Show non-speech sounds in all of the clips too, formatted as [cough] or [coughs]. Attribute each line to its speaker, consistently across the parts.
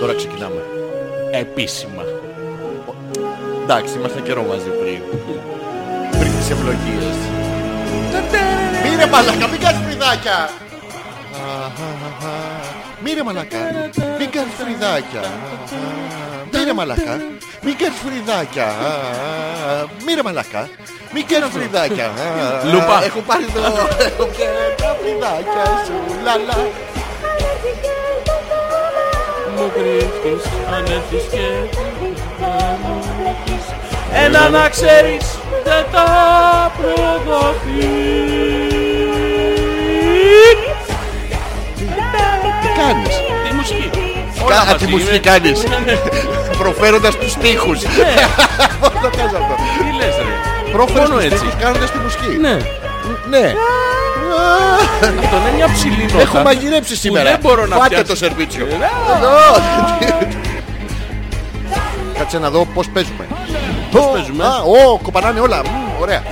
Speaker 1: Τώρα ξεκινάμε.
Speaker 2: Επίσημα.
Speaker 1: Εντάξει, είμαστε καιρό μαζί πριν. πριν τις ευλογίες. Μύρε μαλακά, μην κάνεις φρυδάκια. Μύρε μαλακά, μην κάνεις φρυδάκια. Μύρε μαλακά, μην κάνεις φρυδάκια. Μύρε μαλακά, μην κάνεις φρυδάκια.
Speaker 2: Λούπα.
Speaker 1: Έχω πάρει εδώ, έχω πάρει τα φρυδάκια σου. Λαλά.
Speaker 2: Μου κρύφτεις, αν έρθεις και Ένα να ξέρεις, δεν τα προδοθείς
Speaker 1: Τι κάνεις.
Speaker 2: Τη μουσική.
Speaker 1: Κα- τη μουσική κάνεις.
Speaker 2: Ναι,
Speaker 1: Προφέροντας τους στίχους. Πώς το κάνεις αυτό.
Speaker 2: Τι λες ρε.
Speaker 1: Πρόφερες
Speaker 2: Μόνο
Speaker 1: τους
Speaker 2: έτσι.
Speaker 1: στίχους κάνοντας τη μουσική.
Speaker 2: Ναι.
Speaker 1: Ναι.
Speaker 2: Αυτό είναι μια ψηλή νότα.
Speaker 1: Έχω μαγειρέψει σήμερα.
Speaker 2: δεν μπορώ να
Speaker 1: Φάτε
Speaker 2: πιάσω.
Speaker 1: το σερβίτσιο.
Speaker 2: Ε,
Speaker 1: Κάτσε να δω πώς παίζουμε. Ω,
Speaker 2: παίζουμε?
Speaker 1: α, Ω, κοπανάνε όλα. Μμ, Ωραία.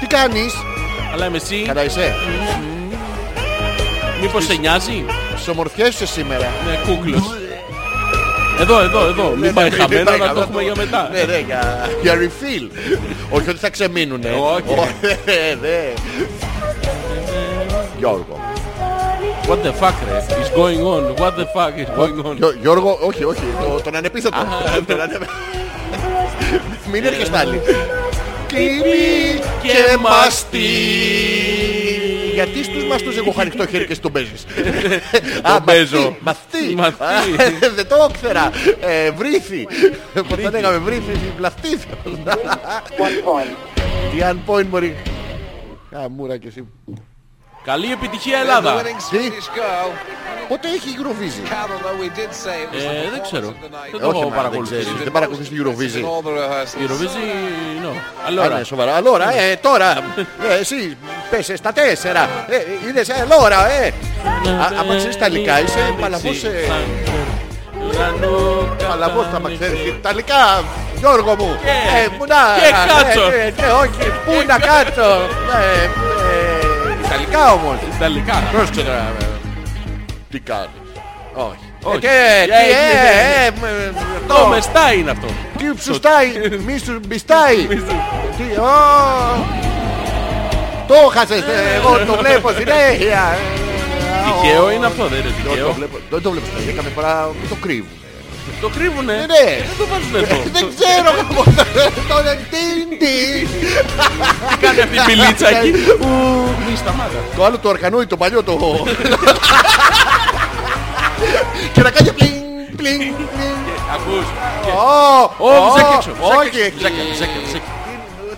Speaker 1: Τι κάνεις,
Speaker 2: Αλλά με εσύ,
Speaker 1: καλά είσαι.
Speaker 2: μήπως σε νοιάζει.
Speaker 1: Στις ομορφιές σου σήμερα.
Speaker 2: Ναι, κούκλος. Εδώ, εδώ, εδώ. Μην πάει
Speaker 1: ναι, μην πάει
Speaker 2: χαμένο, να το
Speaker 1: καλά,
Speaker 2: έχουμε
Speaker 1: το-
Speaker 2: για μετά.
Speaker 1: Ναι, ναι, για, για refill. Όχι ότι θα ξεμείνουνε.
Speaker 2: Όχι.
Speaker 1: ναι, ναι. Γιώργο.
Speaker 2: What the fuck, ρε. Is going on. What the fuck is going on.
Speaker 1: Γιώ- Γιώργο, όχι, όχι, το- τον ανεπίθετο. Τον ανε- Μην έρχεσαι άλλη. Κλείνει
Speaker 2: και μαστί.
Speaker 1: Γιατί στους μαστούς έχω χαριχτό χέρι και στον παίζεις.
Speaker 2: Το παίζω.
Speaker 1: Μαθή.
Speaker 2: Μαθή.
Speaker 1: Δεν το ήξερα. Ε, Βρήθη. Πώς θα λέγαμε βρήθη, βλαστή. Τι αν point μωρή. Καμούρα και εσύ.
Speaker 2: Καλή επιτυχία, Ελλάδα.
Speaker 1: Πότε έχει η Eurovision.
Speaker 2: Ε, δεν ξέρω. Δεν το
Speaker 1: Όχι,
Speaker 2: έχω
Speaker 1: μάνα, δεν
Speaker 2: παρακολουθήσει.
Speaker 1: ξέρεις. Δεν παρακολουθείς την Eurovision.
Speaker 2: Η Ροβίζη, no.
Speaker 1: Άρα,
Speaker 2: Allora, eh,
Speaker 1: σοβαρά. Λόρα, ε, τώρα. Ε, εσύ, πες ε, στα τέσσερα. Ε,
Speaker 2: eh,
Speaker 1: ε, είδες, ε, Λόρα, ε. Α, Άμα ξέρεις ταλικά, είσαι παλαβός. ε, Παλαβός θα μα ξέρεις Ιταλικά, Γιώργο μου.
Speaker 2: Και-
Speaker 1: Ε, μου να.
Speaker 2: και κάτσο.
Speaker 1: ε, ε, ε, όχι, πού να κάτσω.
Speaker 2: eh,
Speaker 1: Ε, ε, Ιταλικά όμως.
Speaker 2: Ιταλικά.
Speaker 1: Πρόσεξε τώρα. ε, Τι κάνεις. Όχι.
Speaker 2: Όχι.
Speaker 1: Ε, τι, ε, τι,
Speaker 2: Ε,
Speaker 1: ε, ε, ε,
Speaker 2: Το
Speaker 1: το-
Speaker 2: μεστά είναι αυτό.
Speaker 1: Τι ψουστάει, μη σου μπιστάει. Τι, ω.
Speaker 2: Oh.
Speaker 1: Το χάσες,
Speaker 2: [laughs]
Speaker 1: ε, εγώ το βλέπω συνέχεια.
Speaker 2: eh.
Speaker 1: Ε,
Speaker 2: Τυχαίο
Speaker 1: ο-
Speaker 2: είναι αυτό, δεν είναι
Speaker 1: Δεν το
Speaker 2: τυχαίο.
Speaker 1: βλέπω, δεν το βλέπω συνέχεια, καμιά φορά το κρύβουν.
Speaker 2: Το κρύβουνε.
Speaker 1: Ε, ναι.
Speaker 2: Δεν το βάζουνε εδώ.
Speaker 1: Δεν ξέρω εγώ, το τίντι.
Speaker 2: Τι κάνει αυτή η πιλίτσα εκεί.
Speaker 1: Ου,
Speaker 2: Μη σταμάτα.
Speaker 1: Το άλλο το αρκανούι, το παλιό το... Και να κάνει πλιν, πλιν, πλιν.
Speaker 2: Ακούς.
Speaker 1: Ω,
Speaker 2: Ω,
Speaker 1: ω,
Speaker 2: ψέκι έξω.
Speaker 1: όχι,
Speaker 2: ψέκι,
Speaker 1: εκεί.
Speaker 2: Ψέκι, ψέκι, ψέκι.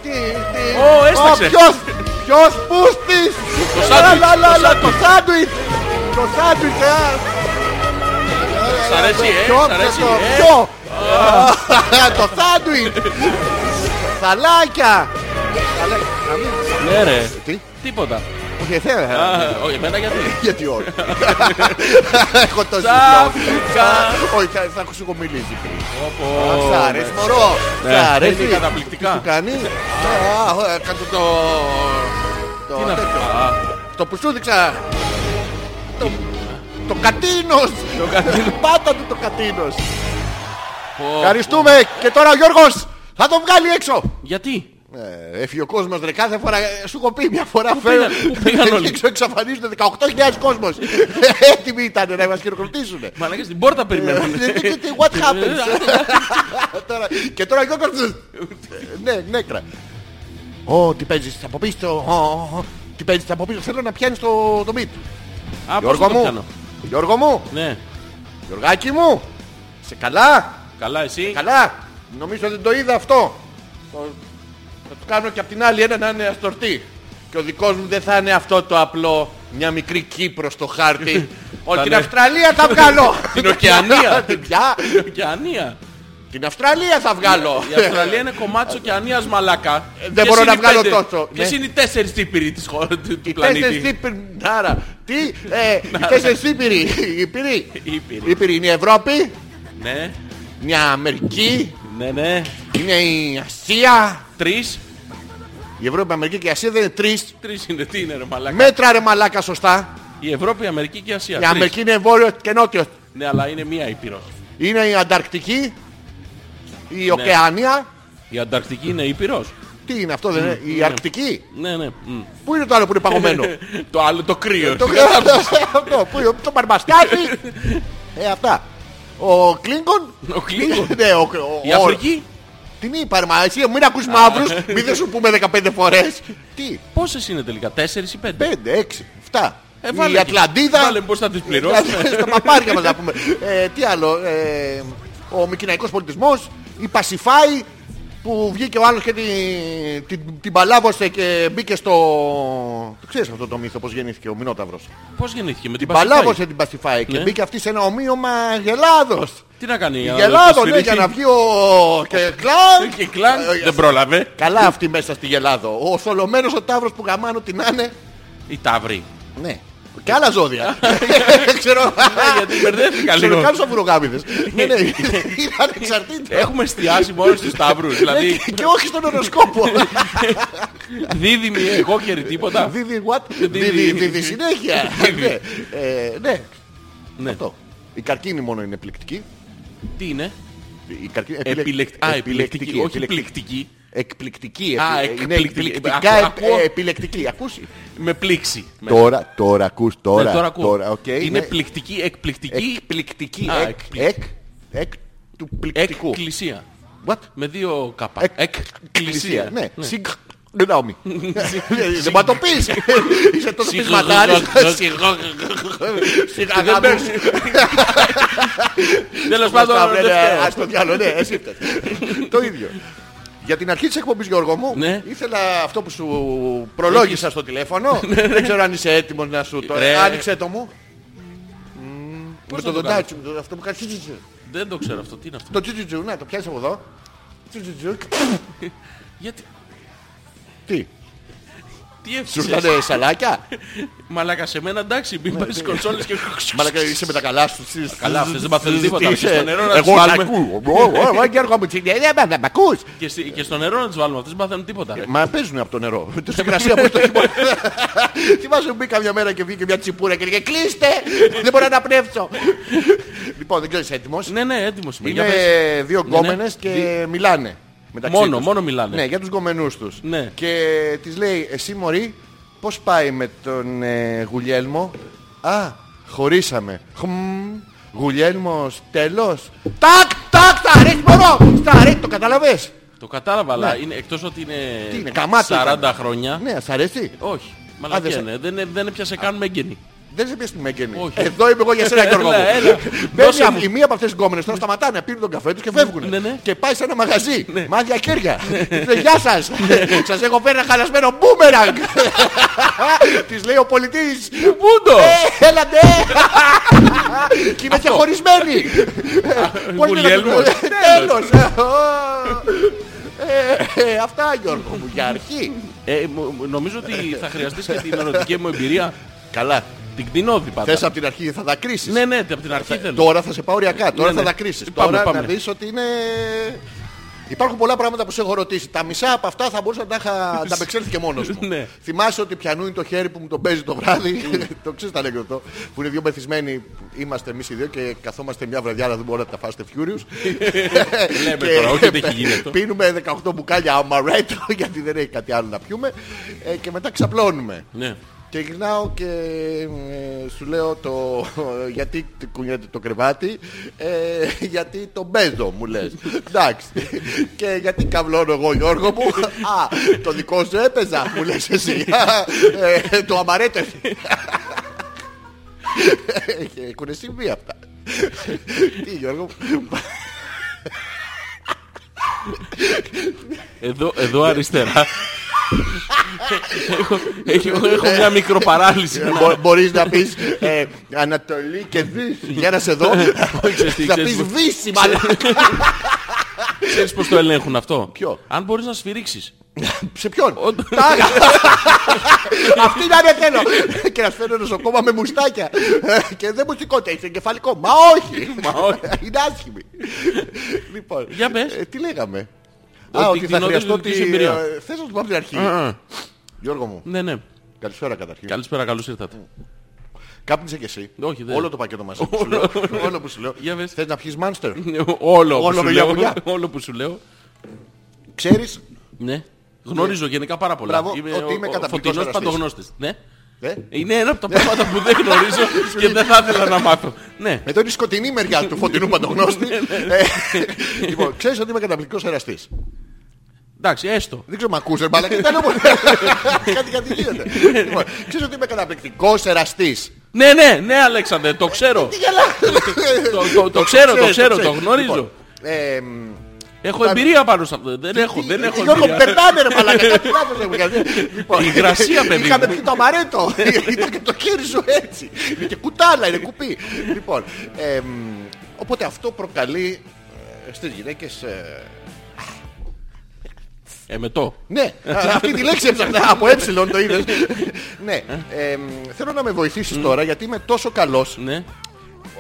Speaker 1: Τι, τι.
Speaker 2: Ω, έσταξε.
Speaker 1: Ω, Ποιος, ποιος πούστης.
Speaker 2: Το σάντουιτς,
Speaker 1: Λα, λα,
Speaker 2: το
Speaker 1: λα, Το
Speaker 2: σάντουιτς.
Speaker 1: σάντουιτς. Το σάντουιτς. ε. α.
Speaker 2: Σ' αρέσει, ε.
Speaker 1: Ποιο,
Speaker 2: Σ' αρέσει,
Speaker 1: το-
Speaker 2: ε.
Speaker 1: ποιο. [laughs] Α, Το σάντουιτς. Σαλάκια. Σαλάκια. Να μην-
Speaker 2: Ναι ρε.
Speaker 1: Τι.
Speaker 2: Τίποτα.
Speaker 1: Όχι, θέλω.
Speaker 2: Α, Όχι, εμένα γιατί.
Speaker 1: Γιατί
Speaker 2: [laughs]
Speaker 1: όχι. Έχω το
Speaker 2: Τσαφ,
Speaker 1: ζητώ. Όχι, θα- θα σου έχω μιλήσει πριν.
Speaker 2: Ω,
Speaker 1: Α, Σ'
Speaker 2: ναι.
Speaker 1: αρέσει μωρό.
Speaker 2: Ναι.
Speaker 1: Σ' αρέσει.
Speaker 2: Είναι καταπληκτικά.
Speaker 1: Τι σου κάνει. Α, ω, ε, Κάτω το... Το
Speaker 2: Τι είναι αυτό.
Speaker 1: τέτοιο.
Speaker 2: Α,
Speaker 1: Το που σου δείξα. Το- Το κατίνος.
Speaker 2: Το κατίνος.
Speaker 1: Πάτα του το κατίνος.
Speaker 2: πω,
Speaker 1: Ευχαριστούμε. Και τώρα ο Γιώργος θα τον βγάλει έξω.
Speaker 2: Γιατί.
Speaker 1: Ε, Έφυγε ο κόσμος ρε κάθε φορά ε, Σου έχω πει μια φορά
Speaker 2: πήγαν, πού πήγαν όλοι?
Speaker 1: Έξω εξαφανίζονται 18.000 κόσμος Ε, Έτοιμοι ήταν να μας Ε, χειροκροτήσουν
Speaker 2: Μαλάκα στην πόρτα περιμένουν.
Speaker 1: What [laughs] happens Τώρα- Και τώρα ο Γιώργος Ναι νέκρα Ω τι παίζεις από πίσω Ω, Τι παίζεις από πίσω Θέλω να πιάνεις το, το beat
Speaker 2: Α, πώς
Speaker 1: Γιώργο
Speaker 2: το
Speaker 1: μου
Speaker 2: πιάνω.
Speaker 1: Γιώργο μου
Speaker 2: Ναι.
Speaker 1: Γιωργάκι μου Σε καλά
Speaker 2: Καλά εσύ.
Speaker 1: Καλά Νομίζω δεν το είδα αυτό Το- Θα του κάνω και απ' την άλλη ένα να είναι αστορτή Και ο δικός μου δεν θα είναι αυτό το απλό Μια μικρή Κύπρος στο
Speaker 2: [laughs]
Speaker 1: χάρτη Ότι
Speaker 2: Θα
Speaker 1: την
Speaker 2: είναι.
Speaker 1: Αυστραλία θα βγάλω
Speaker 2: [laughs] Την Οκεανία.
Speaker 1: [laughs] Την πια
Speaker 2: Οκεανία.
Speaker 1: Την Αυστραλία θα βγάλω.
Speaker 2: Η Αυστραλία είναι κομμάτι της Οκεανίας μαλάκα. Ποιες
Speaker 1: Ε, μπορώ
Speaker 2: είναι οι
Speaker 1: να βγάλω
Speaker 2: πέντε-
Speaker 1: τόσο.
Speaker 2: Ποιες
Speaker 1: Ναι.
Speaker 2: είναι οι τέσσερις τύπηροι της χώρας του- του
Speaker 1: Οι τέσσερις
Speaker 2: πλανήτη.
Speaker 1: Ήπειροι. Άρα, τι,
Speaker 2: [laughs]
Speaker 1: ε, οι τέσσερις Ήπειροι. Οι Ήπειροι.
Speaker 2: Ήπειροι.
Speaker 1: Οι Ήπειροι είναι η Ευρώπη,
Speaker 2: Ναι,
Speaker 1: είναι η Αμερική,
Speaker 2: ναι, ναι.
Speaker 1: είναι η Ασία,
Speaker 2: Τρεις.
Speaker 1: Η Ευρώπη, η Αμερική και η Ασία δεν είναι τρεις.
Speaker 2: Τρεις είναι, τι είναι ρε μαλάκα.
Speaker 1: Μέτρα ρε μαλάκα σωστά.
Speaker 2: Η Ευρώπη, η Αμερική και η Ασία.
Speaker 1: Η
Speaker 2: Τρεις.
Speaker 1: Αμερική είναι βόρειο και νότιο.
Speaker 2: Ναι, αλλά είναι μία ήπειρος.
Speaker 1: Είναι η Ανταρκτική,
Speaker 2: Ναι.
Speaker 1: η Οκεάνια.
Speaker 2: Η Ανταρκτική είναι ήπειρος.
Speaker 1: Τι είναι αυτό, δεν είναι. Η Αρκτική.
Speaker 2: Ναι, ναι. μ.
Speaker 1: Πού είναι το άλλο που είναι παγωμένο.
Speaker 2: το άλλο το κρύο.
Speaker 1: το [laughs] αυτό, πού είναι, το μπαρμπαστιάκι. Ε, αυτά. Ο Κλίνκον.
Speaker 2: Ο Κλίνγκον.
Speaker 1: Ναι, ο- ο-
Speaker 2: Η
Speaker 1: ο-
Speaker 2: Αφρική.
Speaker 1: Τι είναι η παρμα, εσύ μην ακούς μαύρους, μην δεν σου πούμε 15 φορές. Τι,
Speaker 2: Πόσες είναι τελικά, τέσσερις ή πέντε.
Speaker 1: 5, 6, 7.
Speaker 2: Ε, βάλε
Speaker 1: η
Speaker 2: εκεί.
Speaker 1: Ατλαντίδα.
Speaker 2: Βάλε πώς θα τις πληρώσουμε.
Speaker 1: Ε, Στα παπάρια μας να πούμε. Ε, τι άλλο. ε, ο μικυναϊκός πολιτισμός. Η Πασιφάη που βγήκε ο άλλος και την, την, την παλάβωσε και μπήκε στο... Το ξέρεις αυτό το μύθο πώς γεννήθηκε ο Μινόταυρος.
Speaker 2: Πώς γεννήθηκε με την
Speaker 1: Την
Speaker 2: Πασιφάη.
Speaker 1: παλάβωσε την Πασιφάη και
Speaker 2: Ναι.
Speaker 1: μπήκε αυτή σε ένα ομοίωμα γελάδος.
Speaker 2: Τι να κάνει. να το
Speaker 1: Γελάδο, ναι,
Speaker 2: σφυρίξει.
Speaker 1: για να βγει ο... και κλάν. Ε,
Speaker 2: Και κλάν δεν πρόλαβε.
Speaker 1: Καλά αυτή μέσα στη Γελάδο. Ο θολωμένος ο Ταύρος που γαμάνω την άνε.
Speaker 2: Η Ταύρη.
Speaker 1: Ναι. Και άλλα
Speaker 2: [laughs]
Speaker 1: ζώδια. [laughs] Ξέρω.
Speaker 2: Ναι, Γιατί μπερδεύτηκα
Speaker 1: Ξέρω
Speaker 2: λίγο.
Speaker 1: κάποιους αμπουρογάμιδες. Ναι, ναι. Είναι ανεξαρτήτως. Ναι,
Speaker 2: Έχουμε εστιάσει μόνο στους Ταύρους. Δηλαδή
Speaker 1: Και όχι στον οροσκόπο.
Speaker 2: Ναι, δίδυμοι εγώκεροι τίποτα.
Speaker 1: Δίδυ what?
Speaker 2: Δίδυ.
Speaker 1: Δίδυ δίδυ συνέχεια.
Speaker 2: Δίδυ.
Speaker 1: Ναι. Ε, Ναι.
Speaker 2: Ναι.
Speaker 1: Αυτό. Η καρκίνη μόνο είναι επιλεκτική.
Speaker 2: Τι είναι.
Speaker 1: Η καρκίνη-
Speaker 2: Επιλεκ- Α, επιλεκτική. Όχι
Speaker 1: επιλεκτική.
Speaker 2: πληκτική.
Speaker 1: Εκπληκτική.
Speaker 2: Α,
Speaker 1: επι- είναι
Speaker 2: εκπληκτική.
Speaker 1: εκπληκτικά
Speaker 2: Ακού-
Speaker 1: ε-
Speaker 2: ακούω.
Speaker 1: ε, επιλεκτική. Ακούσει.
Speaker 2: Με πλήξη. Με-
Speaker 1: Τώρα, τώρα ακούς,
Speaker 2: Ναι,
Speaker 1: τώρα.
Speaker 2: τώρα ακούω.
Speaker 1: οκ,
Speaker 2: είναι
Speaker 1: ναι.
Speaker 2: πληκτική, εκπληκτική
Speaker 1: Εκπληκτική.
Speaker 2: Α,
Speaker 1: Εκ,
Speaker 2: εκπληκ-
Speaker 1: εκ, εκ του πληκτικού.
Speaker 2: εκκλησία.
Speaker 1: What?
Speaker 2: Με δύο κάπα.
Speaker 1: Εκκλησία. Ναι. Συγκ... Γνώμη. Ε, Δεν μα το πεις. Είσαι τόσο
Speaker 2: Σιγ-
Speaker 1: πεισματάρης.
Speaker 2: γ- γ-
Speaker 1: Σιγά
Speaker 2: παίρνει. Τέλος πάντων, δεν φταίω.
Speaker 1: Ας το διάλογο, ναι, εσύ φταίς. Το ίδιο. Για την αρχή της εκπομπής Γιώργο μου
Speaker 2: Ναι.
Speaker 1: Ήθελα αυτό που σου προλόγησα στο τηλέφωνο Δεν ξέρω αν είσαι έτοιμος να σου το
Speaker 2: Ρε.
Speaker 1: Άνοιξε το μου Με
Speaker 2: Πώς
Speaker 1: το
Speaker 2: να το
Speaker 1: δοντάκι μου το- Αυτό που κάνει τσιτσιτσι.
Speaker 2: Δεν το ξέρω αυτό. Τι είναι αυτό.
Speaker 1: Το τσιτσιτσιου, να το πιάσεις από εδώ Τσιτσιτσιου.
Speaker 2: Γιατί.
Speaker 1: Τι,
Speaker 2: Τι
Speaker 1: σου
Speaker 2: έφυγε.
Speaker 1: ήρθανε σαλάκια
Speaker 2: Μαλάκα σε μένα εντάξει,
Speaker 1: Ναι,
Speaker 2: μην πα στι κονσόλες και.
Speaker 1: Μαλάκα είσαι με τα καλά σου στις-
Speaker 2: Καλά, αυτές δεν μαθαίνουν τίποτα.
Speaker 1: Τι
Speaker 2: Αυτές
Speaker 1: είσαι.
Speaker 2: στο νερό να τις
Speaker 1: Εγώ τα
Speaker 2: βάλουμε.
Speaker 1: ακούω Ω, ω, ω, Γιώργο μου τσιτσιτσιου, δεν με- με ακούς
Speaker 2: Και, στη- και στο νερό να τις βάλουμε, αυτές δεν μαθαίνουν τίποτα. ρε.
Speaker 1: Μα παίζουν από το νερό. Με το στην κρασία από
Speaker 2: [laughs]
Speaker 1: το χειμώνα. Θυμάσαι που μπήκα μια μέρα και βγήκε μια τσιπούρα και έλεγε Κλείστε! Δεν μπορώ να πνεύσω. λοιπόν, δεν ξέρει έτοιμος.
Speaker 2: Ναι, ναι, έτοιμος είμαι. Για
Speaker 1: Είναι
Speaker 2: πες.
Speaker 1: δύο
Speaker 2: Ναι, ναι.
Speaker 1: γκόμενες και μιλάνε. μεταξύ
Speaker 2: Μόνο,
Speaker 1: τους.
Speaker 2: μόνο μιλάνε.
Speaker 1: Ναι, για τους γκομενού τους.
Speaker 2: Ναι.
Speaker 1: Και της λέει, Εσύ Μωρή, πώς πάει με τον ε, Γουλιέλμο. Α, χωρίσαμε. Χμ, Γουλιέλμος, τέλος. Τάκ, τάκ, τα ρίχνει μωρό! Τα ρίχνει, το καταλαβέ.
Speaker 2: Το κατάλαβα, αλλά είναι, εκτός ότι είναι,
Speaker 1: Ναι. Τι είναι, γαμάτι
Speaker 2: 40
Speaker 1: ήταν.
Speaker 2: χρόνια.
Speaker 1: Ναι, σ' αρέσει.
Speaker 2: Όχι.
Speaker 1: δεν
Speaker 2: Μαλακία
Speaker 1: σε-
Speaker 2: είναι. Δεν, δεν έπιασε καν μέγενη.
Speaker 1: Δεν σε πιέσει τη Μέγενη.
Speaker 2: Όχι.
Speaker 1: Εδώ είμαι εγώ για σένα, Γιώργο. μου.
Speaker 2: Έλα, έλα.
Speaker 1: Μπαίνει
Speaker 2: Δώσε
Speaker 1: αυ-
Speaker 2: μου.
Speaker 1: η μία από αυτές τις γκόμενες τώρα σταματάνε, πίνουν τον καφέ τους και φεύγουν.
Speaker 2: Ναι, ναι.
Speaker 1: Και πάει σε ένα μαγαζί. Μάδια χέρια. Της λέει, Γεια σας. Σας έχω φέρει ένα χαλασμένο [laughs] μπούμεραγκ. Της λέει ο πολιτής.
Speaker 2: Βούντο!
Speaker 1: Ε, έλα
Speaker 2: [laughs]
Speaker 1: ναι. Και είναι και χωρισμένη.
Speaker 2: Γουλιέλμος.
Speaker 1: Τέλος. Ε, ε, Αυτά Γιώργο μου για αρχή.
Speaker 2: Ε, μ- μ- νομίζω ότι θα χρειαστείς και την ερωτική μου εμπειρία.
Speaker 1: Καλά.
Speaker 2: Την κτηνόδη πάντα.
Speaker 1: Θες από την αρχή θα δακρύσεις.
Speaker 2: Ναι, ναι, από την αρχή θέλω.
Speaker 1: Τώρα θα σε πάω οριακά. Τώρα
Speaker 2: Ναι, ναι.
Speaker 1: θα δακρύσεις.
Speaker 2: Πάμε,
Speaker 1: Τώρα
Speaker 2: πάμε.
Speaker 1: να δεις ότι είναι... Υπάρχουν πολλά πράγματα που σε έχω ρωτήσει. Τα μισά από αυτά θα μπορούσα να τα είχα να απεξέλθει και μόνος μου.
Speaker 2: [laughs] Ναι.
Speaker 1: Θυμάσαι ότι πιανού είναι το χέρι που μου τον παίζει το βράδυ. [laughs] το ξέρεις το ανέκδοτο. Που είναι δύο μεθυσμένοι. Είμαστε εμείς οι δύο και καθόμαστε μια βραδιά, αλλά δεν μπορούμε να τα φάστε Furious.
Speaker 2: [laughs] Λέμε τώρα, όχι ότι έχει γίνει αυτό.
Speaker 1: Πίνουμε 18 μπουκάλια αμαρέτο [laughs] γιατί δεν έχει κάτι άλλο να πιούμε. Ε, και μετά ξαπλώνουμε.
Speaker 2: Ναι.
Speaker 1: Και γυρνάω και ε, σου λέω το [laughs] γιατί κουνιέται το κρεβάτι, ε, γιατί το μπέζω μου λες. Εντάξει. και γιατί καβλώνω εγώ Γιώργο μου. Α, το δικό σου έπαιζα μου λες εσύ. ε, το αμαρέτο. Έχουν Ε, συμβεί αυτά. Τι Γιώργο μου.
Speaker 2: Εδώ, εδώ αριστερά. έχω, έχω, έχω μια μικροπαράλυση.
Speaker 1: Μπο- Μπορείς να πεις ε, Ανατολή και Δύση. Για να σε δω.
Speaker 2: ξέρεις τι,
Speaker 1: Θα
Speaker 2: ξέρεις
Speaker 1: πεις
Speaker 2: που-
Speaker 1: Δύση μάλλον.
Speaker 2: Ξέρεις πώς το ελέγχουν αυτό.
Speaker 1: Ποιο?
Speaker 2: Αν μπορείς να σφυρίξεις.
Speaker 1: Σε ποιον.
Speaker 2: Όντω.
Speaker 1: Τάγα. Αυτή να είναι θέλω. Και να φέρνω νοσοκόμα με μουστάκια. Και δεν μου σηκώνεται. Έχει εγκεφαλικό. Μα όχι.
Speaker 2: Μα όχι.
Speaker 1: Είναι άσχημη. Λοιπόν.
Speaker 2: Για πες.
Speaker 1: ε, Τι λέγαμε. Α, ότι θα
Speaker 2: εκτινόταν
Speaker 1: χρειαστώ
Speaker 2: ζωτική
Speaker 1: τη...
Speaker 2: εμπειρία.
Speaker 1: ε, Θες να σου πω από την αρχή.
Speaker 2: Α, α.
Speaker 1: Γιώργο μου,
Speaker 2: Ναι, ναι.
Speaker 1: καλησπέρα καταρχήν.
Speaker 2: Καλησπέρα, καλώς ήρθατε.
Speaker 1: Κάπνισε και εσύ.
Speaker 2: Όχι, δεν.
Speaker 1: Όλο το πακέτο μαζί. που σου λέω. Όλο που σου λέω.
Speaker 2: Για βες.
Speaker 1: Θες να πιεις μάνστερ.
Speaker 2: Όλο που
Speaker 1: Όλο
Speaker 2: σου
Speaker 1: με
Speaker 2: λέω.
Speaker 1: γιαγουλιά.
Speaker 2: Όλο που σου λέω.
Speaker 1: Ξέρεις,
Speaker 2: Ναι. Γνωρίζω γενικά πάρα πολλά.
Speaker 1: Μπράβο, ότι είμαι
Speaker 2: ο- ο
Speaker 1: καταπληκτικός
Speaker 2: φωτεινός
Speaker 1: εραστής.
Speaker 2: παντογνώστης. Ναι.
Speaker 1: ε,
Speaker 2: Είναι ένα από τα πράγματα που δεν γνωρίζω και δεν θα ήθελα να μάθω. Ναι.
Speaker 1: Εδώ είναι η σκοτεινή μεριά του φωτεινού παντογνώστη. Ε, λοιπόν, ξέρεις ότι είμαι καταπληκτικός εραστής.
Speaker 2: Εντάξει, έστω.
Speaker 1: Δεν ξέρω αν ακούς, ρε μπαλάκι. Ήταν όμως... Κάτι κάτι γίνεται. Λοιπόν, Ξέρεις ότι είμαι καταπληκτικός εραστής.
Speaker 2: Ναι, ναι, ναι, Αλέξανδρε, το ξέρω. Το- το- Το ξέρω, το ξέρω, το γνωρίζω.
Speaker 1: Λοιπόν, ε, μ,
Speaker 2: Έχω εμπειρία πάνω σε αυτό. Δεν έχω, δεν έχω
Speaker 1: Γιώργο,
Speaker 2: εμπειρία.
Speaker 1: περνάμε ρε μαλάκα, κάτι λάθος έχουμε κάνει. Λοιπόν,
Speaker 2: Υγρασία, παιδί μου.
Speaker 1: Είχαμε πει το αμαρέτο. Ήταν και το χέρι σου έτσι. Είναι και κουτάλα, είναι κουπί. Λοιπόν, εμ, οπότε αυτό προκαλεί ε, στις γυναίκες... ε,
Speaker 2: Εμετό.
Speaker 1: [laughs] Ναι, α, αυτή τη λέξη έψαχνα Ναι, από έψιλον το είδες. Ναι, εμ, θέλω να με βοηθήσεις τώρα γιατί είμαι τόσο καλός,
Speaker 2: Ναι.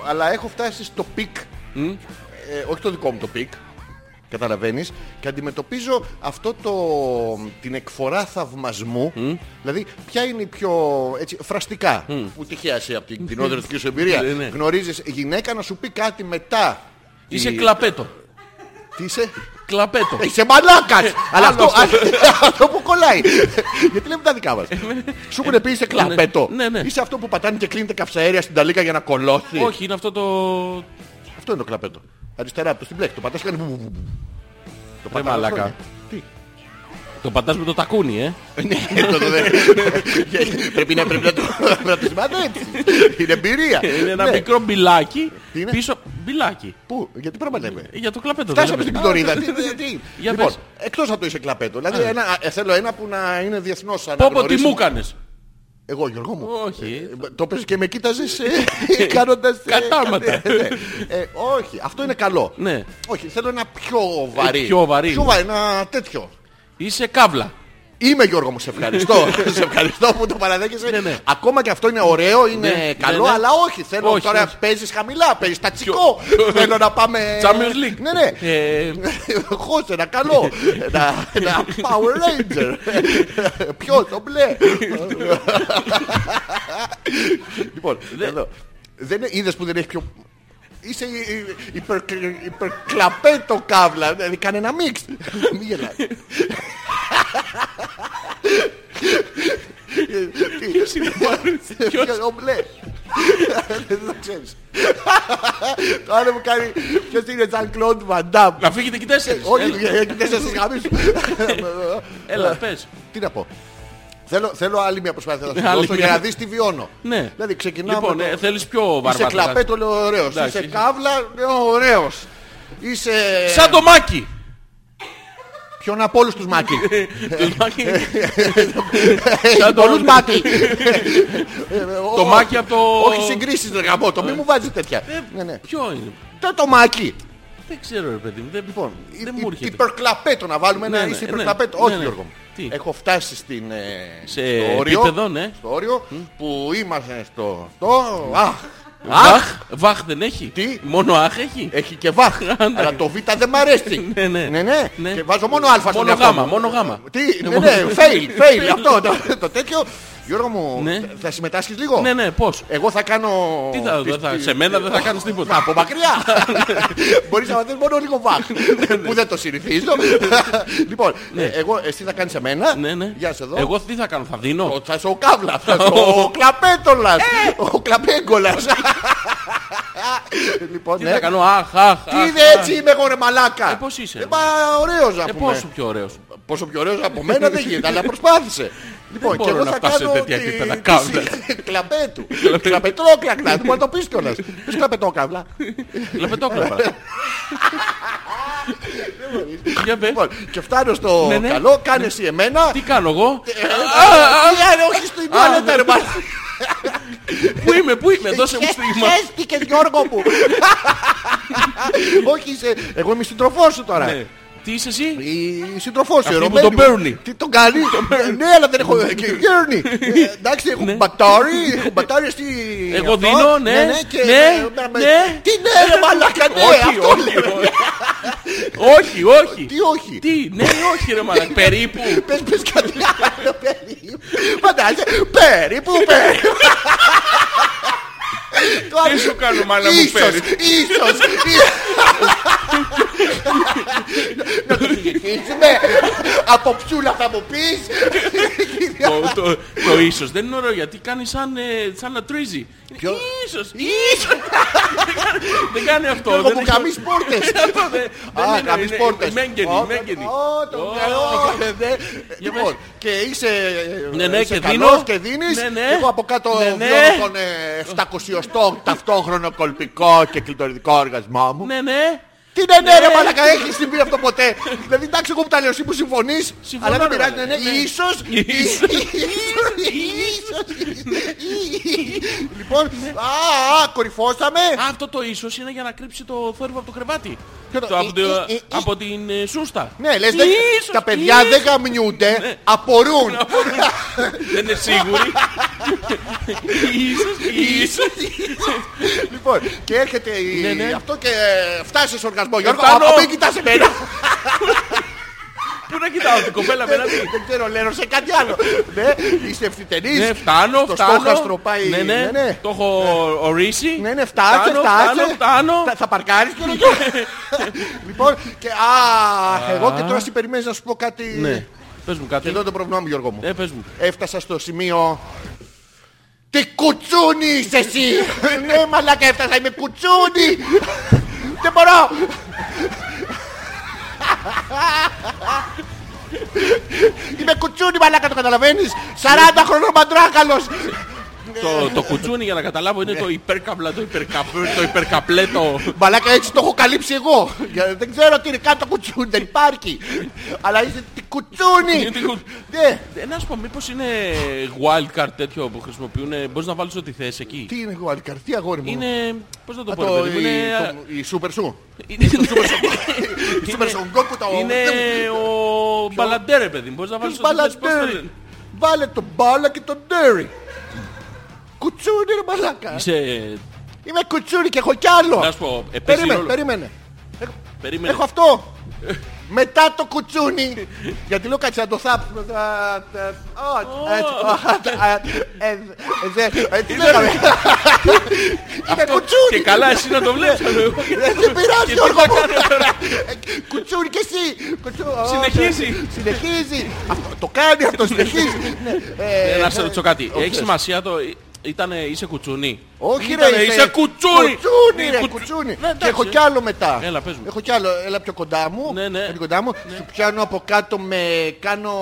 Speaker 1: αλλά έχω φτάσει στο πικ. Ε, όχι το δικό μου το πικ. Καταλαβαίνεις και αντιμετωπίζω αυτό το, την εκφορά θαυμασμού Δηλαδή ποια είναι η πιο έτσι, φραστικά που τυχαία σε από την [laughs] κοινόδραστική σου εμπειρία
Speaker 2: Ναι, ναι.
Speaker 1: Γνωρίζεις γυναίκα να σου πει κάτι μετά
Speaker 2: Είσαι
Speaker 1: Η-
Speaker 2: κλαπέτο.
Speaker 1: Τι είσαι
Speaker 2: Κλαπέτο.
Speaker 1: Είσαι
Speaker 2: Ε,
Speaker 1: μαλάκας Αλλά αυτό,
Speaker 2: άλλο
Speaker 1: [laughs] αυτό που κολλάει Γιατί λέμε τα δικά μας Σου έχουν πει είσαι κλαπέτο
Speaker 2: Ε, ναι, ναι.
Speaker 1: Είσαι αυτό που πατάνε και κλείνεται καυσαέρια στην ταλίκα για να κολώσει
Speaker 2: Όχι, είναι αυτό το.
Speaker 1: Αυτό είναι το κλαπέτο. Αριστερά από το στην πλέκη. Το πατάς και κάνει. βου, βου, βου. Το πατάω
Speaker 2: μαλάκα.
Speaker 1: αυτό είναι.
Speaker 2: Το πατάς με το τακούνι, ε.
Speaker 1: Τι. [laughs] Ναι, το- το- δε- Πρέπει να πρέπει να το να το σημάδω έτσι. Είναι εμπειρία.
Speaker 2: Ε, Είναι ένα
Speaker 1: Ναι.
Speaker 2: μικρό μπιλάκι
Speaker 1: Τι είναι?
Speaker 2: πίσω. Μπιλάκι.
Speaker 1: Πού, γιατί πρέπει να λέμε.
Speaker 2: Ε, Για το κλαπέτο. δεν
Speaker 1: Φτάσαμε
Speaker 2: λέμε.
Speaker 1: στην
Speaker 2: Α,
Speaker 1: κλωρίδα.
Speaker 2: ναι,
Speaker 1: Τι-
Speaker 2: ναι,
Speaker 1: τι-
Speaker 2: ναι.
Speaker 1: τι.
Speaker 2: Για
Speaker 1: Λοιπόν,
Speaker 2: πες.
Speaker 1: εκτός από το είσαι κλαπέτο. Δηλαδή ένα- ε, θέλω ένα που να είναι διεθνώς
Speaker 2: Πω πω τι
Speaker 1: αναγνωρίσιμο.
Speaker 2: μου κάνες.
Speaker 1: Εγώ Γιώργο μου.
Speaker 2: Όχι.
Speaker 1: Ε, Το πες και με κοίταζες
Speaker 2: [laughs]
Speaker 1: ε, [laughs] κάνοντας... ε,
Speaker 2: Κατάματα.
Speaker 1: κάτι, ε, [laughs] ναι. Ε, Όχι, αυτό είναι καλό.
Speaker 2: Ναι.
Speaker 1: Όχι, θέλω ένα πιο βαρύ.
Speaker 2: Ε, πιο βαρύ.
Speaker 1: ένα τέτοιο.
Speaker 2: Είσαι καύλα.
Speaker 1: Είμαι Γιώργο μου, σε ευχαριστώ. [laughs] σε ευχαριστώ που το παραδέχεσαι.
Speaker 2: Ναι, ναι.
Speaker 1: Ακόμα και αυτό είναι ωραίο, είναι
Speaker 2: Ναι,
Speaker 1: καλό,
Speaker 2: ναι, ναι.
Speaker 1: αλλά όχι. Θέλω
Speaker 2: Όχι,
Speaker 1: τώρα
Speaker 2: όχι.
Speaker 1: παίζεις χαμηλά, παίζεις
Speaker 2: [laughs]
Speaker 1: τατσικό. θέλω να πάμε.
Speaker 2: Champions League.
Speaker 1: Ναι, ναι.
Speaker 2: Ε,
Speaker 1: Χώσε ένα καλό. ένα, ένα Power Ranger. Ποιος το μπλε. λοιπόν, εδώ. Δεν είδες που δεν έχει πιο. Είσαι υ- υ- υπερκλ- υπερκλαπέτο καύλα. Δηλαδή κάνε ένα μίξ. Μη γελάς.
Speaker 2: ποιος είναι ο Μάριος, ποιος-
Speaker 1: Ποιος ο μπλε. Δεν το ξέρεις. Το άλλο μου κάνει. Ποιος είναι Σαν Κλοντ Βαντάμ.
Speaker 2: Να φύγετε και τέσσερις.
Speaker 1: Ε, Όχι,
Speaker 2: Έλα,
Speaker 1: δεν σας γαμίσω.
Speaker 2: Έλα, πες.
Speaker 1: Τι να πω. Θέλω, θέλω άλλη μια προσπάθεια να
Speaker 2: Ναι,
Speaker 1: σου
Speaker 2: άλλη
Speaker 1: δώσω για
Speaker 2: μια.
Speaker 1: να δεις τι βιώνω.
Speaker 2: Ναι.
Speaker 1: Δηλαδή ξεκινάμε.
Speaker 2: Λοιπόν,
Speaker 1: το-
Speaker 2: ε, θέλεις πιο
Speaker 1: Είσαι
Speaker 2: βαρβατά.
Speaker 1: κλαπέτο, λέω ωραίος.
Speaker 2: Εντάξει,
Speaker 1: Είσαι
Speaker 2: είσαι-
Speaker 1: καύλα, λέω ωραίος. Είσαι...
Speaker 2: Σαν το μάκι.
Speaker 1: Ποιον από όλους τους Μάκη.
Speaker 2: Το μάκι.
Speaker 1: Σαν
Speaker 2: το-
Speaker 1: όλους Μάκη.
Speaker 2: Το Μάκη από το-
Speaker 1: Όχι συγκρίσεις ρε γαμό, το μη μου βάζεις τέτοια. Ναι, ναι.
Speaker 2: Ποιο είναι.
Speaker 1: Το το Μάκη.
Speaker 2: Δεν ξέρω, ρε παιδί μου. Δεν,
Speaker 1: Λοιπόν,
Speaker 2: δεν
Speaker 1: υ-
Speaker 2: μου
Speaker 1: υ-
Speaker 2: έρχεται.
Speaker 1: υπερκλαπέτο να βάλουμε
Speaker 2: Ναι,
Speaker 1: ένα
Speaker 2: ναι,
Speaker 1: είσαι
Speaker 2: ναι.
Speaker 1: υπερκλαπέτο.
Speaker 2: Ναι,
Speaker 1: Όχι
Speaker 2: ναι.
Speaker 1: Γιώργο μου.
Speaker 2: Τι?
Speaker 1: Έχω φτάσει στην, ε,
Speaker 2: Σε
Speaker 1: στο όριο,
Speaker 2: επίπεδο, ναι.
Speaker 1: στο όριο που είμαστε στο... στο αχ, αχ,
Speaker 2: Αχ, βαχ δεν έχει.
Speaker 1: Τι?
Speaker 2: Μόνο αχ έχει.
Speaker 1: έχει και
Speaker 2: [laughs]
Speaker 1: βάχ.
Speaker 2: Άντε.
Speaker 1: αλλά το β δεν μ' αρέσει.
Speaker 2: [laughs] Ναι, ναι.
Speaker 1: ναι.
Speaker 2: Ναι.
Speaker 1: Και βάζω μόνο α στον
Speaker 2: Μόνο
Speaker 1: εαυτό
Speaker 2: γάμα,
Speaker 1: μου.
Speaker 2: μόνο γάμα.
Speaker 1: Τι, ναι,
Speaker 2: μόνο-
Speaker 1: ναι, fail,
Speaker 2: [laughs]
Speaker 1: fail, αυτό το, το τέτοιο. Γιώργο μου,
Speaker 2: Ναι.
Speaker 1: θα- θα συμμετάσχεις λίγο.
Speaker 2: Ναι, ναι, πώς.
Speaker 1: Εγώ θα κάνω...
Speaker 2: Τι θα- δεν θα- σε μένα δεν θα κάνεις τίποτα.
Speaker 1: Από μακριά. Μπορείς να μαθαίνεις μόνο λίγο βαχ.
Speaker 2: Ναι,
Speaker 1: που δεν το συνηθίζω. λοιπόν, ε, εγώ, εσύ θα κάνεις εμένα.
Speaker 2: Ναι, ναι.
Speaker 1: Γεια σε εδώ.
Speaker 2: Εγώ τι θα κάνω, θα δίνω.
Speaker 1: Ο- Θα είσαι ο καύλας, θα είσαι ο- ο κλαπέτολας,
Speaker 2: Ε!
Speaker 1: ο κλαπέγκολας. λοιπόν,
Speaker 2: Τι
Speaker 1: ναι.
Speaker 2: θα κάνω, αχ, αχ.
Speaker 1: Τι
Speaker 2: αχ,
Speaker 1: είναι
Speaker 2: αχ.
Speaker 1: έτσι είμαι εγώ ρε μαλάκα.
Speaker 2: Ε, πώς είσαι.
Speaker 1: Ε, μα ωραίος να
Speaker 2: Ε,
Speaker 1: πούμε.
Speaker 2: πόσο πιο ωραίος.
Speaker 1: Πόσο πιο ωραίος από μένα δεν γίνεται, αλλά προσπάθησε. Λοιπόν,
Speaker 2: μπορώ
Speaker 1: και εγώ
Speaker 2: να
Speaker 1: θα
Speaker 2: φτάσω σε
Speaker 1: κάνω
Speaker 2: τέτοια
Speaker 1: τη-
Speaker 2: επίπεδα,
Speaker 1: τη-
Speaker 2: καύλα.
Speaker 1: Κλαπέτου. Κλαπετρόκλακλα, μπορεί να το πεις κιόλας. Πες κλαπετόκαυλα. [laughs]
Speaker 2: Λεπετόκλαπα. Για πες.
Speaker 1: Λοιπόν, και φτάνω στο
Speaker 2: Ναι, ναι.
Speaker 1: καλό, κάνε εσύ εμένα.
Speaker 2: Τι κάνω εγώ,
Speaker 1: Ε, Τι άρε, όχι στην
Speaker 2: Α,
Speaker 1: άλλη
Speaker 2: ναι.
Speaker 1: τα ρε μαλάκα.
Speaker 2: πού είμαι, πού
Speaker 1: ε,
Speaker 2: είμαι, δώσε μου στίγμα.
Speaker 1: Χέστηκες Γιώργο
Speaker 2: [laughs]
Speaker 1: μου. Όχι, είσαι, εγώ είμαι η σύντροφός σου τώρα.
Speaker 2: Ναι. Τι είσαι εσύ,
Speaker 1: Η σύντροφός σου,
Speaker 2: Αυτή
Speaker 1: η
Speaker 2: που
Speaker 1: ερωμένη
Speaker 2: τον
Speaker 1: μου.
Speaker 2: παίρνει.
Speaker 1: Τι τον κάνει. Ναι, αλλά δεν έχω. και Παίρνει. Ε, Εντάξει, έχω μπατάρι. Έχω μπατάρι στη.
Speaker 2: Ναι. Εγώ
Speaker 1: αυτό.
Speaker 2: δίνω, ναι,
Speaker 1: και-
Speaker 2: ναι,
Speaker 1: με- με-
Speaker 2: ναι.
Speaker 1: Τι ναι, ρε μαλάκα, ναι,
Speaker 2: Όχι,
Speaker 1: αυτό
Speaker 2: όχι,
Speaker 1: λέω.
Speaker 2: όχι. όχι, όχι.
Speaker 1: Τι όχι.
Speaker 2: Τι, ναι, όχι,
Speaker 1: [laughs]
Speaker 2: ρε μαλάκα. Περίπου.
Speaker 1: Πες, πες κάτι άλλο περίπου. Φαντάζεσαι, περίπου, περίπου.
Speaker 2: Τι σου κάνω, μάνα μου
Speaker 1: Ίσως,
Speaker 2: φέρεις.
Speaker 1: ίσως. Να το συζητήσουμε. Από ψούλα θα μου πεις.
Speaker 2: το, το, το ίσως δεν είναι ωραίο γιατί κάνεις σαν, ε, σαν να τρίζει.
Speaker 1: Ποιο?
Speaker 2: Ίσως, ίσως. δεν κάνει αυτό.
Speaker 1: Εγώ
Speaker 2: δεν
Speaker 1: μου
Speaker 2: έχει-
Speaker 1: καμείς πόρτες.
Speaker 2: Αυτό δεν- δεν
Speaker 1: Α,
Speaker 2: είναι,
Speaker 1: να
Speaker 2: είναι-
Speaker 1: πεις πόρτες.
Speaker 2: Μέγγενη,
Speaker 1: Ω,
Speaker 2: μέγγενη.
Speaker 1: ω, το
Speaker 2: Ω,
Speaker 1: μυαλό,
Speaker 2: ναι.
Speaker 1: ναι.
Speaker 2: Για
Speaker 1: Λοιπόν,
Speaker 2: πες.
Speaker 1: και είσαι
Speaker 2: Ναι, ναι,
Speaker 1: είσαι
Speaker 2: και
Speaker 1: καλός
Speaker 2: δίνω.
Speaker 1: και δίνεις.
Speaker 2: Ναι, ναι.
Speaker 1: Εγώ από κάτω
Speaker 2: Ναι,
Speaker 1: βιώνω
Speaker 2: ναι.
Speaker 1: τον ε, 700 ταυτόχρονο κολπικό και κλειτοριδικό οργασμό μου.
Speaker 2: Ναι, ναι.
Speaker 1: Τι ναι, ναι, ρε
Speaker 2: Ναι.
Speaker 1: μαλακά, έχεις συμβεί αυτό ποτέ. δηλαδή, εντάξει, εγώ που τα λέω, εσύ που συμφωνείς,
Speaker 2: Συμφωνώ,
Speaker 1: αλλά δεν
Speaker 2: ρε,
Speaker 1: πειράζει, ναι,
Speaker 2: μαλάκα,
Speaker 1: ναι,
Speaker 2: ναι.
Speaker 1: ίσως,
Speaker 2: [laughs] Ίσως.
Speaker 1: ίσως, Λοιπόν, α, α, κορυφώσαμε.
Speaker 2: Ναι. Α, Αυτό το ίσως είναι για να κρύψει το θόρυβο από το κρεβάτι.
Speaker 1: Ποιο το-
Speaker 2: Το- από,
Speaker 1: ε,
Speaker 2: το-
Speaker 1: ε, ε, ε.
Speaker 2: από την ε, σούστα.
Speaker 1: Ναι, λες, δεν-
Speaker 2: Ίσως,
Speaker 1: τα παιδιά
Speaker 2: ίσως.
Speaker 1: δεν
Speaker 2: Ναι.
Speaker 1: γαμνιούνται, απορούν.
Speaker 2: Δεν είναι
Speaker 1: [laughs]
Speaker 2: σίγουροι. [laughs] Ίσως, ίσως.
Speaker 1: Λοιπόν, και έρχεται η-
Speaker 2: Ναι, ναι.
Speaker 1: αυτό και ε, φτάσεις στον οργασμό, Γιώργο,
Speaker 2: φτάνω.
Speaker 1: α, μην κοιτάς εμένα.
Speaker 2: Πού να κοιτάω την κοπέλα απέναντι.
Speaker 1: Δεν ξέρω, λέω σε κάτι άλλο. Ναι, είσαι ευθυτενής.
Speaker 2: Ναι, φτάνω,
Speaker 1: Το
Speaker 2: φτάνω.
Speaker 1: στόχαστρο πάει-
Speaker 2: Ναι, ναι,
Speaker 1: ναι, ναι.
Speaker 2: Το έχω ορίσει.
Speaker 1: Ναι, ναι, φτάσε,
Speaker 2: Φτάνω,
Speaker 1: φτάσε.
Speaker 2: φτάνω, φτάνω. Ναι.
Speaker 1: Θα, θα παρκάρεις και ρωτώ. λοιπόν, και α, εγώ και τώρα σε περιμένεις να σου πω κάτι.
Speaker 2: Ναι. Πες μου
Speaker 1: Και
Speaker 2: κάτι.
Speaker 1: εδώ το πρόβλημά μου, Γιώργο μου.
Speaker 2: Ε, πες μου.
Speaker 1: Έφτασα στο σημείο... Τι κουτσούνι είσαι
Speaker 2: [laughs]
Speaker 1: εσύ! ναι, μαλάκα, έφτασα, είμαι κουτσούνι! Δεν
Speaker 2: [laughs]
Speaker 1: μπορώ! είμαι κουτσούνι, μαλάκα, το καταλαβαίνεις! 40 χρονών μαντράκαλος!
Speaker 2: Το, το κουτσούνι για να καταλάβω είναι το υπερκαπλα, το, υπερκαπ- το υπερκαπλέτο.
Speaker 1: Μαλάκα έτσι το έχω καλύψει εγώ. Για- Δεν ξέρω τι είναι κάτω το κουτσούνι, δεν υπάρχει. Αλλά είσαι τι
Speaker 2: Είναι τι
Speaker 1: κουτσούνι.
Speaker 2: κου-
Speaker 1: Ναι,
Speaker 2: Ε, να σου πω, μήπως είναι wildcard τέτοιο που χρησιμοποιούν. Μπορείς να βάλεις ό,τι θες εκεί.
Speaker 1: τι είναι εγώ, αλκαρτή αγόρι μου.
Speaker 2: Είναι... Πώς να το
Speaker 1: Α,
Speaker 2: πω, ρε
Speaker 1: το-
Speaker 2: παιδί μου,
Speaker 1: η-
Speaker 2: είναι...
Speaker 1: το- Η σούπερ σου.
Speaker 2: είναι-
Speaker 1: Η σούπερ σου, γκόκου τα
Speaker 2: Είναι ο μπαλαντέρ, ρε παιδί μου. Μπορείς να βάλεις
Speaker 1: Τους
Speaker 2: ό,τι θες. πώς το
Speaker 1: μπαλαντέρι.
Speaker 2: λένε.
Speaker 1: Βάλε τον μπάλα και τον ντέρι. Κουτσούνι ρε μαλάκα.
Speaker 2: Είσαι...
Speaker 1: Είμαι κουτσούνι και έχω κι άλλο.
Speaker 2: Να σου πω, ε, παίζει
Speaker 1: Περίμενε,
Speaker 2: ρόλο.
Speaker 1: περίμενε.
Speaker 2: Περίμενε.
Speaker 1: Έχω αυτό. Μετά το κουτσούνι. Γιατί λέω κάτσε να το θάπ. Α, τε- α, έτσι, α, α, ε, ε, δε- Έτσι λέγαμε. Είναι
Speaker 2: Και
Speaker 1: κουτσούνι.
Speaker 2: καλά εσύ να το βλέπεις.
Speaker 1: Δεν
Speaker 2: Και
Speaker 1: πειράζει
Speaker 2: τι
Speaker 1: Γιώργο
Speaker 2: θα
Speaker 1: μου.
Speaker 2: κάνω τώρα.
Speaker 1: Κουτσούνι και εσύ. Κουτσού- α,
Speaker 2: Συνεχίζει.
Speaker 1: Συνεχίζει. Αυτό- Το κάνει αυτό,
Speaker 2: [laughs]
Speaker 1: συνεχίζει. Ναι. Ε,
Speaker 2: Ε, Να σε ρωτήσω κάτι.
Speaker 1: όχι,
Speaker 2: Έχει σημασία το... Ήτανε, είσαι κουτσούνι.
Speaker 1: Όχι ρε,
Speaker 2: Ήτανε, είσαι κουτσούνι.
Speaker 1: Κουτσούνι ρε,
Speaker 2: Κουτσου-
Speaker 1: κουτσούνι.
Speaker 2: Ναι,
Speaker 1: Και
Speaker 2: εντάξει.
Speaker 1: έχω κι άλλο μετά.
Speaker 2: Έλα, πες μου.
Speaker 1: Έχω κι άλλο, έλα πιο κοντά μου.
Speaker 2: Ναι, ναι.
Speaker 1: Πιο κοντά μου. Σου πιάνω από κάτω με κάνω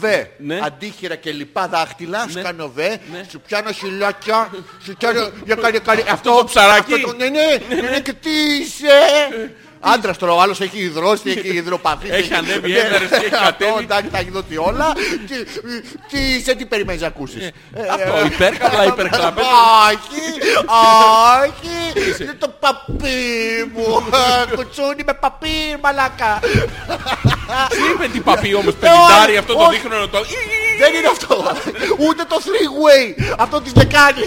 Speaker 1: βε.
Speaker 2: Ναι.
Speaker 1: Αντίχειρα και λοιπά δάχτυλα. Σου
Speaker 2: Ναι.
Speaker 1: κάνω βε.
Speaker 2: Ναι.
Speaker 1: Σου πιάνω χιλιάκια. Σου πιάνω για κάτι, κάτι. Αυτό
Speaker 2: το ψαράκι.
Speaker 1: αυτό το- Ναι, ναι, ναι, ναι, και τι είσαι. Άντρας τώρα, ο άλλος έχει υδρώσει, έχει υδροπαθεί.
Speaker 2: Έχει ανέβει,
Speaker 1: Ναι.
Speaker 2: έδρες και έχει
Speaker 1: Αυτό,
Speaker 2: κατέβει.
Speaker 1: Εντάξει, τα έχει δώσει όλα. Τι- Τι είσαι, τι περιμένεις να ακούσεις. Ε,
Speaker 2: Αυτό, υπέρκαπλα, υπερκαπέ.
Speaker 1: Όχι, όχι. Είναι το παπί μου. Ε, Κουτσούνι με παπί, μαλάκα.
Speaker 2: Τι είπε την παπί όμως,
Speaker 1: Ε, όχι,
Speaker 2: πενιντάρι, αυτό το
Speaker 1: όχι.
Speaker 2: δείχνω το...
Speaker 1: Δεν είναι αυτό. Ούτε το three way. Αυτό της δεν κάνει.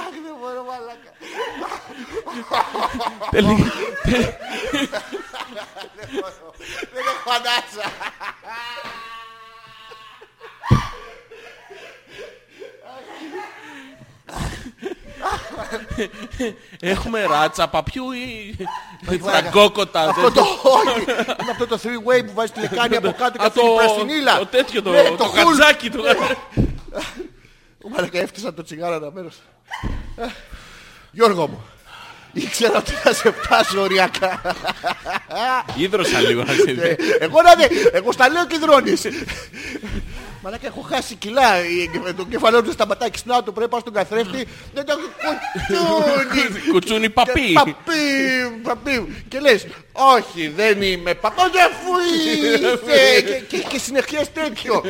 Speaker 1: Αχ, δεν μπορώ, μαλάκα. Δεν έχω ανάσα.
Speaker 2: Έχουμε ράτσα, παπιού ή φραγκόκοτα.
Speaker 1: Αυτό το όχι. Είναι αυτό το three way που βάζει τη λεκάνη από κάτω και
Speaker 2: Α,
Speaker 1: αυτή η πρασινίλα.
Speaker 2: το τέτοιο, το,
Speaker 1: Ναι,
Speaker 2: το,
Speaker 1: Hulk.
Speaker 2: κατζάκι του.
Speaker 1: Μαλακα έφτιασα το τσιγάρο να μέρος. Ε, Γιώργο μου, ήξερα ότι θα σε φτάσω οριακά.
Speaker 2: Ήδρωσα λίγο. να σε δει.
Speaker 1: Ε, Εγώ να δε, εγώ στα λέω και δρώνεις. Μαλάκα έχω χάσει κιλά Ε, το κεφαλό του σταματάει και να το πρέπει να πάω στον καθρέφτη. Δεν το έχω κουτσούνι.
Speaker 2: Κουτσούνι παπί.
Speaker 1: Παπί, παπί. Και λες, όχι δεν είμαι παππούς, αφού είσαι. Και- και- Και συνεχές τέτοιο.